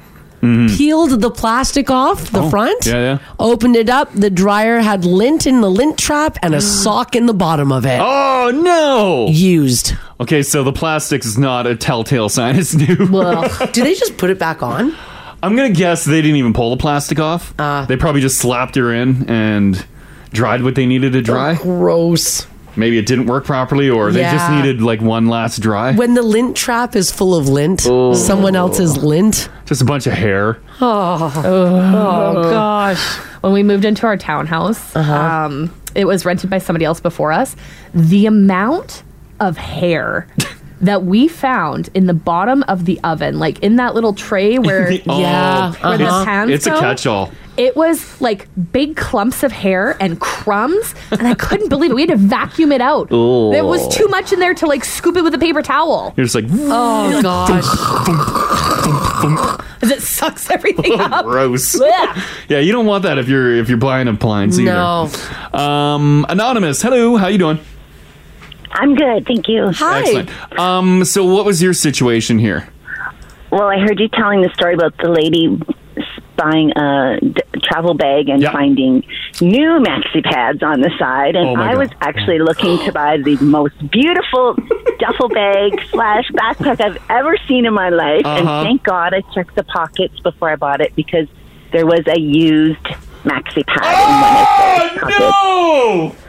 [SPEAKER 5] Peeled the plastic off the front,
[SPEAKER 4] Mm-hmm. Oh, yeah, yeah.
[SPEAKER 5] opened it up. The dryer
[SPEAKER 4] [gasps]
[SPEAKER 5] had lint in the lint trap and a sock in the bottom of it.
[SPEAKER 4] Oh, no.
[SPEAKER 5] Eh. Used.
[SPEAKER 4] Okay, so the plastic is not a telltale sign. [laughs] It's new.
[SPEAKER 5] do they just put it back on?
[SPEAKER 4] [laughs] I'm gonna guess they didn't even pull the plastic off.
[SPEAKER 5] Ah.
[SPEAKER 4] they probably just slapped her in and dried what they needed to dry.
[SPEAKER 5] Oh, gross.
[SPEAKER 4] Maybe it didn't work properly, or they just
[SPEAKER 5] Yeah.
[SPEAKER 4] needed like one last dry.
[SPEAKER 5] When the lint trap is full of lint,
[SPEAKER 4] Oh.
[SPEAKER 5] someone else's lint.
[SPEAKER 4] Just a bunch of hair. [laughs]
[SPEAKER 6] Oh, oh gosh. When we moved into our townhouse,
[SPEAKER 4] Uh-huh.
[SPEAKER 6] um, it was rented by somebody else before us. The amount of
[SPEAKER 4] [laughs]
[SPEAKER 6] hair that we found in the bottom of the oven, like in that little tray where,
[SPEAKER 4] [laughs] Oh,
[SPEAKER 6] where
[SPEAKER 5] uh-huh.
[SPEAKER 6] the pans
[SPEAKER 4] it's, it's a
[SPEAKER 6] go,
[SPEAKER 4] catch-all.
[SPEAKER 6] It was like big clumps of hair and crumbs, and I couldn't believe it. We had to vacuum it out.
[SPEAKER 4] Oh.
[SPEAKER 6] There was too much in there to like scoop it with a paper towel.
[SPEAKER 4] You're just like, [laughs]
[SPEAKER 6] Oh
[SPEAKER 4] gosh.
[SPEAKER 6] Because it sucks everything up. [laughs]
[SPEAKER 4] Oh, Gross.
[SPEAKER 6] Blech.
[SPEAKER 4] yeah, you don't want that if you're if you're buying appliance either.
[SPEAKER 6] No.
[SPEAKER 4] Um, anonymous. Hello. How you doing?
[SPEAKER 15] I'm good, thank you.
[SPEAKER 4] Excellent. Um, so what was your situation here?
[SPEAKER 15] Well, I heard you telling the story about the lady buying a d- travel bag and finding new maxi pads on the side, and
[SPEAKER 7] Oh, my
[SPEAKER 15] I
[SPEAKER 7] God.
[SPEAKER 15] was actually looking to buy the most beautiful duffel bag [laughs] slash backpack I've ever seen in my life, and
[SPEAKER 7] Uh-huh.
[SPEAKER 15] thank God I checked the pockets before I bought it because there was a used maxi pad in one of
[SPEAKER 7] Oh,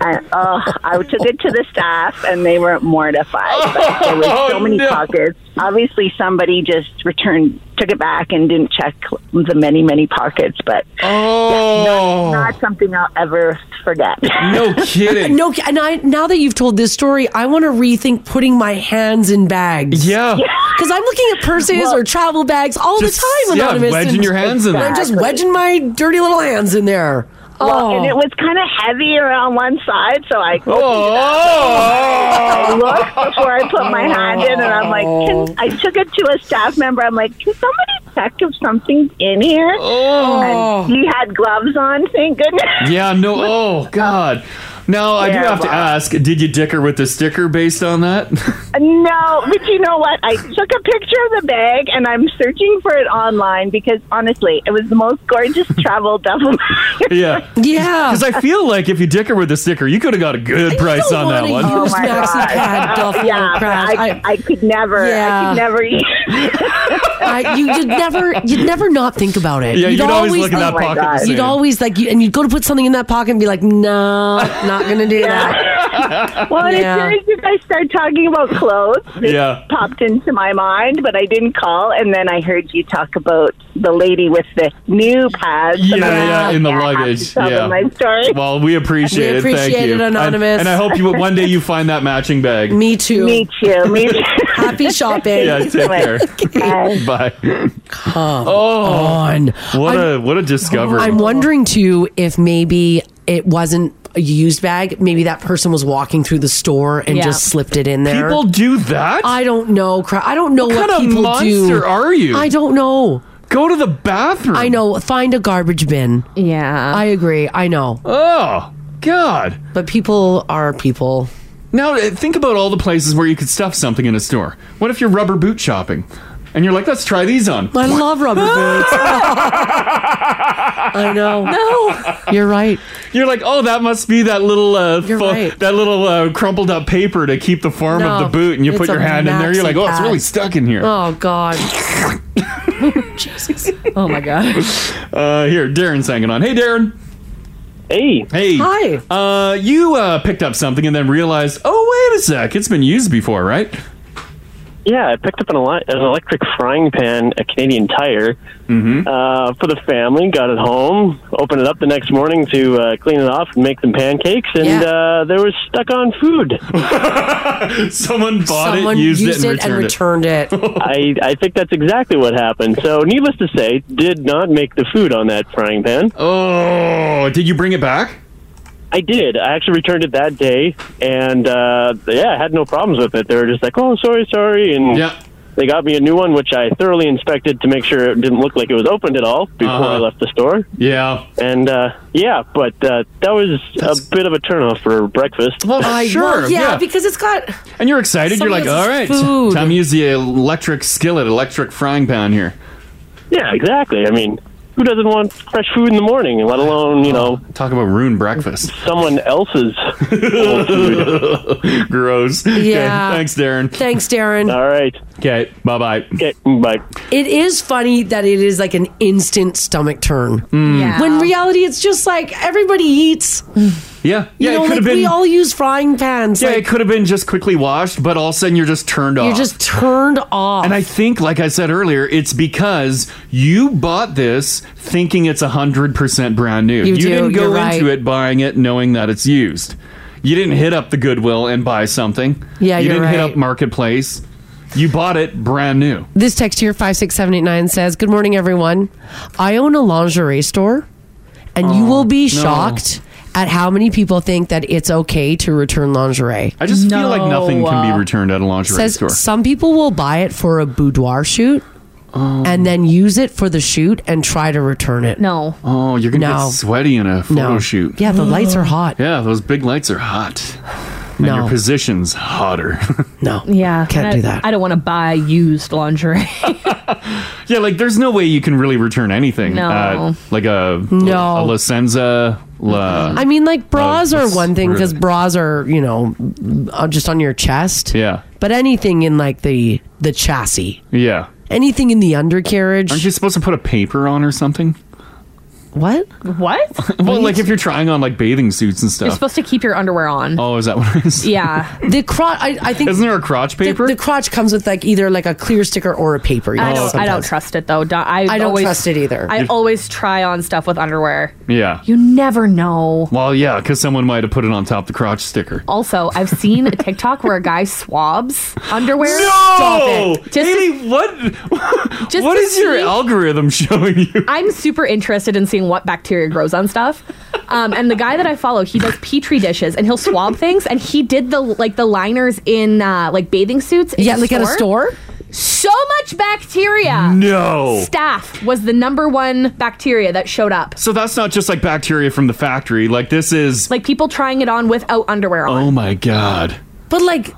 [SPEAKER 4] no!
[SPEAKER 15] And, oh, I took it to the staff, and they were mortified. But there was
[SPEAKER 4] Oh,
[SPEAKER 15] so many pockets. Obviously, somebody just returned, took it back, and didn't check the many, many pockets. But
[SPEAKER 4] oh,
[SPEAKER 15] not, something I'll ever forget. [laughs]
[SPEAKER 4] No kidding.
[SPEAKER 5] no, ki- and I now that you've told this story, I want to rethink putting my hands in bags.
[SPEAKER 4] Yeah.
[SPEAKER 5] Because I'm looking at purses
[SPEAKER 15] Well,
[SPEAKER 5] or travel bags all
[SPEAKER 15] just,
[SPEAKER 5] the time,
[SPEAKER 15] yeah,
[SPEAKER 5] anonymous.
[SPEAKER 15] wedging
[SPEAKER 5] and-
[SPEAKER 15] your hands in there.
[SPEAKER 5] I'm just wedging my dirty little hands in there. Oh,
[SPEAKER 15] Well, and it was kind of heavier on one side, so I opened [laughs]
[SPEAKER 4] Oh.
[SPEAKER 15] it up. I looked before I put my hand in, and I'm like,
[SPEAKER 5] Oh.
[SPEAKER 15] can, I took it to a staff member. I'm like, can somebody check if something's in here?
[SPEAKER 4] Oh.
[SPEAKER 15] And he had gloves on, thank goodness.
[SPEAKER 4] Yeah. No. Oh God. Now I do
[SPEAKER 15] Yeah,
[SPEAKER 4] have to
[SPEAKER 15] well-
[SPEAKER 4] ask: Did you dick her with the sticker based on that? [laughs]
[SPEAKER 15] No, but you know what? I took a picture of the bag and I'm searching for it online because honestly, it was the most gorgeous travel duffel.
[SPEAKER 4] yeah.
[SPEAKER 5] Yeah.
[SPEAKER 4] Because I feel like if you dick her with the sticker, you could have got a good price on that one.
[SPEAKER 15] oh my god!
[SPEAKER 5] pad duffel
[SPEAKER 15] yeah,
[SPEAKER 5] crap.
[SPEAKER 15] I, I, could never. I
[SPEAKER 5] Yeah.
[SPEAKER 15] could never eat.
[SPEAKER 5] [laughs] I, you, you'd never, you'd never not think about it.
[SPEAKER 4] Yeah, you'd always look in that Oh my pocket the God. same.
[SPEAKER 5] You'd always like, you, and you'd go to put something in that pocket and be like, "No, not
[SPEAKER 15] [laughs]
[SPEAKER 5] gonna do that."
[SPEAKER 15] Well, and
[SPEAKER 5] Yeah.
[SPEAKER 15] as soon as you guys started talking about clothes, it
[SPEAKER 5] Yeah.
[SPEAKER 15] popped into my mind, but I didn't call. And then I heard you talk about the lady with the new pads.
[SPEAKER 4] [laughs] Yeah,
[SPEAKER 15] and I'm like,
[SPEAKER 4] yeah, in the
[SPEAKER 15] I have to
[SPEAKER 4] luggage.
[SPEAKER 15] tell
[SPEAKER 4] Yeah.
[SPEAKER 15] them my story.
[SPEAKER 4] Well, we appreciate
[SPEAKER 15] We
[SPEAKER 4] it. Thank
[SPEAKER 15] appreciate
[SPEAKER 4] you,
[SPEAKER 15] it,
[SPEAKER 4] And-
[SPEAKER 15] Anonymous.
[SPEAKER 4] And, I
[SPEAKER 15] [laughs]
[SPEAKER 4] hope you one day you find that matching bag.
[SPEAKER 5] Me too.
[SPEAKER 15] Me too. Me too.
[SPEAKER 5] Happy shopping.
[SPEAKER 4] Yeah,
[SPEAKER 15] [laughs]
[SPEAKER 4] take care. [laughs] Bye. oh,
[SPEAKER 5] on.
[SPEAKER 4] What
[SPEAKER 5] I'm-
[SPEAKER 4] a what a discovery.
[SPEAKER 5] I'm wondering too if maybe it wasn't a used bag. Maybe that person was walking through the store and
[SPEAKER 4] Yeah.
[SPEAKER 5] just slipped it in there.
[SPEAKER 4] People do that?
[SPEAKER 5] I don't know. Cra- I don't know
[SPEAKER 4] What
[SPEAKER 5] what,
[SPEAKER 4] kind of
[SPEAKER 5] people do.
[SPEAKER 4] monster are you?
[SPEAKER 5] I don't know.
[SPEAKER 4] Go to the bathroom.
[SPEAKER 5] I know. Find a garbage bin.
[SPEAKER 6] Yeah,
[SPEAKER 5] I agree. I know.
[SPEAKER 4] Oh God!
[SPEAKER 5] But people are people.
[SPEAKER 4] Now uh, think about all the places where you could stuff something in a store. What if you're rubber boot shopping, and you're like, let's try these on.
[SPEAKER 5] I
[SPEAKER 4] [laughs]
[SPEAKER 5] love rubber boots. I know. No, you're right.
[SPEAKER 4] You're like, oh, that must be that little uh, fo- that little uh, crumpled up paper to keep the form of
[SPEAKER 5] No,
[SPEAKER 4] the boot, and you put
[SPEAKER 5] it's a
[SPEAKER 4] your hand in there. You're like, oh, it's
[SPEAKER 5] maxi-pad.
[SPEAKER 4] really stuck in here.
[SPEAKER 5] Oh
[SPEAKER 4] [laughs]
[SPEAKER 5] God. [laughs] Jesus. Oh my God.
[SPEAKER 4] Uh, here, Darren's hanging on. Hey, Darren. Hey. Hey. Hi. Uh, you uh, picked up something and then realized, oh, wait a sec, it's been used before, right? [laughs]
[SPEAKER 22] Yeah, I picked up an, ele- an electric frying pan, a Canadian Tire, uh, for the family. Got it home, opened it up the next morning to uh, clean it off and make some pancakes, and uh, there was stuck on food.
[SPEAKER 4] Someone
[SPEAKER 22] bought it, used it, and returned
[SPEAKER 5] it.
[SPEAKER 22] I, I think that's exactly what happened. So, needless to say, did not make the food on that frying pan.
[SPEAKER 4] Oh, did you bring it back?
[SPEAKER 22] I did. I actually returned it that day, and uh, yeah, I had no problems with it. They were just like, "Oh, sorry, sorry," and they got me a new one, which I thoroughly inspected to make sure it didn't look like it was opened at all before I left the store.
[SPEAKER 4] Yeah.
[SPEAKER 22] And uh, yeah, but uh, that was a bit of a turnoff for breakfast.
[SPEAKER 4] Well, sure.
[SPEAKER 5] yeah, because it's got.
[SPEAKER 4] And you're excited.
[SPEAKER 5] Someone
[SPEAKER 4] you're like, all right,
[SPEAKER 5] else's food."
[SPEAKER 4] time to use the electric skillet, electric frying pan here.
[SPEAKER 22] Yeah, exactly. I mean, who doesn't want fresh food in the morning, let alone, you know,
[SPEAKER 4] Talk about ruined breakfast.
[SPEAKER 22] someone
[SPEAKER 4] [laughs]
[SPEAKER 22] else's [laughs] old food.
[SPEAKER 4] Gross.
[SPEAKER 5] Yeah.
[SPEAKER 4] Okay, thanks, Darren.
[SPEAKER 5] Thanks, Darren.
[SPEAKER 22] All right.
[SPEAKER 4] Okay. Bye bye.
[SPEAKER 22] Okay. Bye.
[SPEAKER 5] It is funny that it is like an instant stomach turn.
[SPEAKER 4] Yeah.
[SPEAKER 5] When reality, it's just like everybody eats. You
[SPEAKER 4] Yeah. Yeah.
[SPEAKER 5] know,
[SPEAKER 4] it could
[SPEAKER 5] like
[SPEAKER 4] have been.
[SPEAKER 5] we all use frying pans.
[SPEAKER 4] yeah,
[SPEAKER 5] like,
[SPEAKER 4] it could have been just quickly washed, but all of a sudden you're just turned off.
[SPEAKER 5] you're just turned off.
[SPEAKER 4] And I think, like I said earlier, it's because you bought this thinking it's 100% brand new.
[SPEAKER 5] You do,
[SPEAKER 4] didn't go
[SPEAKER 5] you're right.
[SPEAKER 4] into it buying it knowing that it's used. You didn't hit up the Goodwill and buy something.
[SPEAKER 5] Yeah,
[SPEAKER 4] You
[SPEAKER 5] you're
[SPEAKER 4] didn't hit
[SPEAKER 5] right.
[SPEAKER 4] up Marketplace. You bought it brand new.
[SPEAKER 5] This text here, 56789, says, Good morning, everyone. I own a lingerie store, and you will be
[SPEAKER 4] Oh, no.
[SPEAKER 5] shocked at how many people think that it's okay to return lingerie.
[SPEAKER 4] I just feel like nothing can be returned at a lingerie
[SPEAKER 5] says
[SPEAKER 4] store.
[SPEAKER 5] some people will buy it for a boudoir shoot
[SPEAKER 4] Oh.
[SPEAKER 5] and then use it for the shoot and try to return it.
[SPEAKER 6] No.
[SPEAKER 4] Oh, you're going to
[SPEAKER 5] No.
[SPEAKER 4] get sweaty in a photo shoot.
[SPEAKER 5] Yeah, the lights are hot.
[SPEAKER 4] [gasps] Yeah, those big lights are hot. And
[SPEAKER 5] No.
[SPEAKER 4] your position's hotter. [laughs]
[SPEAKER 5] no.
[SPEAKER 6] Yeah.
[SPEAKER 4] Can't
[SPEAKER 6] I-
[SPEAKER 4] do that.
[SPEAKER 6] I don't want to buy used lingerie. [laughs]
[SPEAKER 4] Yeah, like there's no way you can really return anything.
[SPEAKER 5] No.
[SPEAKER 4] Uh, like a
[SPEAKER 5] No.
[SPEAKER 4] a licenza. La,
[SPEAKER 5] I mean, like bras
[SPEAKER 4] Oh,
[SPEAKER 5] are
[SPEAKER 4] that's
[SPEAKER 5] one thing because
[SPEAKER 4] rude.
[SPEAKER 5] bras are, you know, uh, just on your chest.
[SPEAKER 4] yeah,
[SPEAKER 5] But anything in like the the chassis,
[SPEAKER 4] yeah.
[SPEAKER 5] anything in the undercarriage.
[SPEAKER 4] Aren't you supposed to put a paper on or something?
[SPEAKER 5] What?
[SPEAKER 6] What?
[SPEAKER 4] [laughs] Well, like if you're trying on like bathing suits and
[SPEAKER 6] You're
[SPEAKER 4] stuff.
[SPEAKER 6] supposed to keep your underwear
[SPEAKER 4] [laughs]
[SPEAKER 6] on.
[SPEAKER 4] Oh, is that what it is?
[SPEAKER 6] Yeah.
[SPEAKER 5] The crotch. I, I think.
[SPEAKER 4] Isn't there a crotch paper?
[SPEAKER 5] The, crotch comes with like either like a clear sticker or a paper.
[SPEAKER 6] I don't. I don't
[SPEAKER 5] sometimes.
[SPEAKER 6] trust it though. Don't- I,
[SPEAKER 5] I don't
[SPEAKER 6] always,
[SPEAKER 5] trust it either.
[SPEAKER 6] I
[SPEAKER 4] You've-
[SPEAKER 6] always try on stuff with underwear.
[SPEAKER 4] yeah.
[SPEAKER 6] You never know.
[SPEAKER 4] Well, yeah, because someone might have put it on top of the crotch sticker.
[SPEAKER 6] Also, I've seen a TikTok where a guy swabs underwear.
[SPEAKER 4] [laughs] No!
[SPEAKER 6] Stop it. Just
[SPEAKER 4] Katie, what?
[SPEAKER 6] Just
[SPEAKER 4] what
[SPEAKER 6] to
[SPEAKER 4] is your
[SPEAKER 6] see-
[SPEAKER 4] algorithm [laughs] showing you?
[SPEAKER 6] I'm super interested in seeing what bacteria grows on stuff. Um, and the guy that I follow, he does petri dishes and he'll swab things. And he did the like the liners in uh, like bathing suits. in
[SPEAKER 5] Yeah, like at a store?
[SPEAKER 6] So much bacteria.
[SPEAKER 4] No.
[SPEAKER 6] Staph was the number one bacteria that showed up.
[SPEAKER 4] So that's not just like bacteria from the factory. Like this is.
[SPEAKER 6] Like people trying it on without underwear on.
[SPEAKER 4] oh my god.
[SPEAKER 5] But like,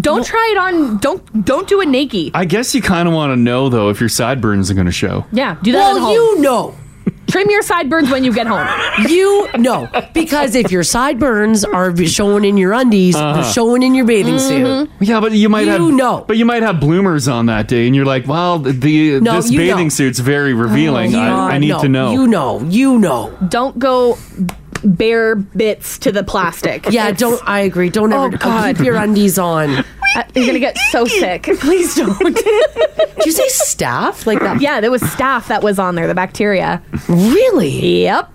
[SPEAKER 6] don't try it on. Don't don't do it naked.
[SPEAKER 4] I guess you kind of want to know though if your sideburns are going to show.
[SPEAKER 6] Yeah, do that.
[SPEAKER 5] Well,
[SPEAKER 6] at home.
[SPEAKER 5] you know.
[SPEAKER 6] Trim your sideburns when you get home.
[SPEAKER 5] [laughs] You know, because if your sideburns are showing in your undies,
[SPEAKER 4] Uh-huh.
[SPEAKER 5] they're showing in your bathing
[SPEAKER 6] Mm-hmm.
[SPEAKER 5] suit.
[SPEAKER 4] Yeah, but you might
[SPEAKER 5] You
[SPEAKER 4] have
[SPEAKER 5] know.
[SPEAKER 4] but you might have bloomers on that day, and you're like, "Well, the
[SPEAKER 5] No,
[SPEAKER 4] this
[SPEAKER 5] you
[SPEAKER 4] bathing
[SPEAKER 5] know.
[SPEAKER 4] suit's very revealing.
[SPEAKER 5] you
[SPEAKER 4] I, I need
[SPEAKER 5] know.
[SPEAKER 4] to know."
[SPEAKER 5] You know, you know.
[SPEAKER 6] Don't go bare bits to the plastic.
[SPEAKER 5] Yeah,
[SPEAKER 6] It's- Oh,
[SPEAKER 5] don't. I agree. Don't ever uh,
[SPEAKER 6] God.
[SPEAKER 5] keep your undies on.
[SPEAKER 6] I- you're gonna get so sick. [laughs]
[SPEAKER 5] Please don't. [laughs] Did you say staff like that?
[SPEAKER 6] Yeah, there was staff that was on there. The bacteria.
[SPEAKER 5] Really?
[SPEAKER 6] Yep.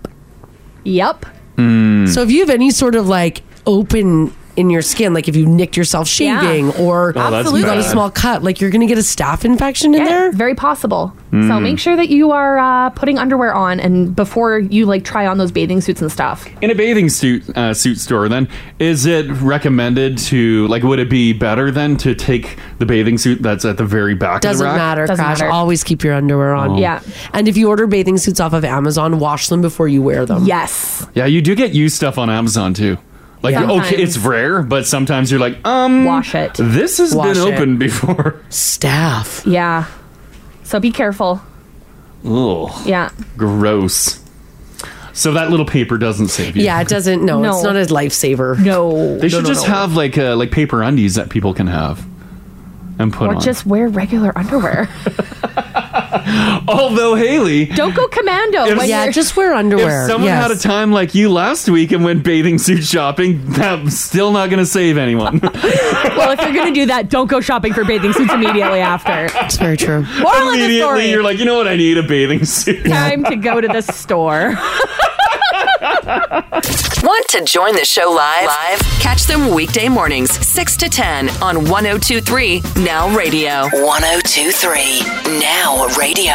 [SPEAKER 6] Yep.
[SPEAKER 4] Mm.
[SPEAKER 5] So if you have any sort of like open in your skin, like if you nicked yourself shaving
[SPEAKER 6] Yeah.
[SPEAKER 5] or
[SPEAKER 4] Oh, that's
[SPEAKER 5] you got a
[SPEAKER 4] bad.
[SPEAKER 5] small cut, Uh, like you're gonna get a staph infection in there.
[SPEAKER 6] Very possible. So
[SPEAKER 4] Mm.
[SPEAKER 6] make sure that you are uh, putting underwear on and before you like try on those bathing suits and stuff.
[SPEAKER 4] In a bathing suit uh, suit store, then is it recommended to like? Would it be better then to take the bathing suit that's at the very back?
[SPEAKER 5] Doesn't
[SPEAKER 4] of the rack?
[SPEAKER 5] matter, Crash. Always keep your underwear on.
[SPEAKER 4] Oh. Yeah.
[SPEAKER 5] And if you order bathing suits off of Amazon, wash them before you wear them.
[SPEAKER 6] Yes.
[SPEAKER 4] Yeah, you do get used stuff on Amazon too. Like
[SPEAKER 5] Yeah.
[SPEAKER 4] okay, it's rare, but sometimes you're like, um,
[SPEAKER 6] wash it.
[SPEAKER 4] This has
[SPEAKER 6] Wash
[SPEAKER 4] been
[SPEAKER 6] it.
[SPEAKER 4] open before.
[SPEAKER 5] Staff.
[SPEAKER 6] Yeah. So be careful.
[SPEAKER 4] Ugh.
[SPEAKER 6] Yeah.
[SPEAKER 4] Gross. So that little paper doesn't save you.
[SPEAKER 5] Yeah, it doesn't. No,
[SPEAKER 6] No.
[SPEAKER 5] it's not a lifesaver.
[SPEAKER 6] No.
[SPEAKER 4] They should just have like uh, like paper undies that people can have and put
[SPEAKER 6] or
[SPEAKER 4] on.
[SPEAKER 6] just wear regular
[SPEAKER 5] [laughs]
[SPEAKER 6] underwear.
[SPEAKER 4] Although Haley,
[SPEAKER 6] Don't go commando.
[SPEAKER 4] If-
[SPEAKER 6] when
[SPEAKER 4] Yeah,
[SPEAKER 6] you're-
[SPEAKER 4] just
[SPEAKER 5] wear
[SPEAKER 4] if someone had a time like you last week and went bathing suit shopping, that's still not going to
[SPEAKER 6] [laughs]
[SPEAKER 4] save anyone.
[SPEAKER 6] well, if you're gonna do that, don't go shopping for bathing suits immediately after.
[SPEAKER 5] It's very true.
[SPEAKER 6] Moral of the
[SPEAKER 4] Immediately,
[SPEAKER 6] story.
[SPEAKER 4] you're like, you know what? I need a bathing suit.
[SPEAKER 6] Time to go to the store.
[SPEAKER 1] Want to join the show live? Live? Catch them weekday mornings, 6 to 10 on 1023 Now Radio. 1023 Now Radio.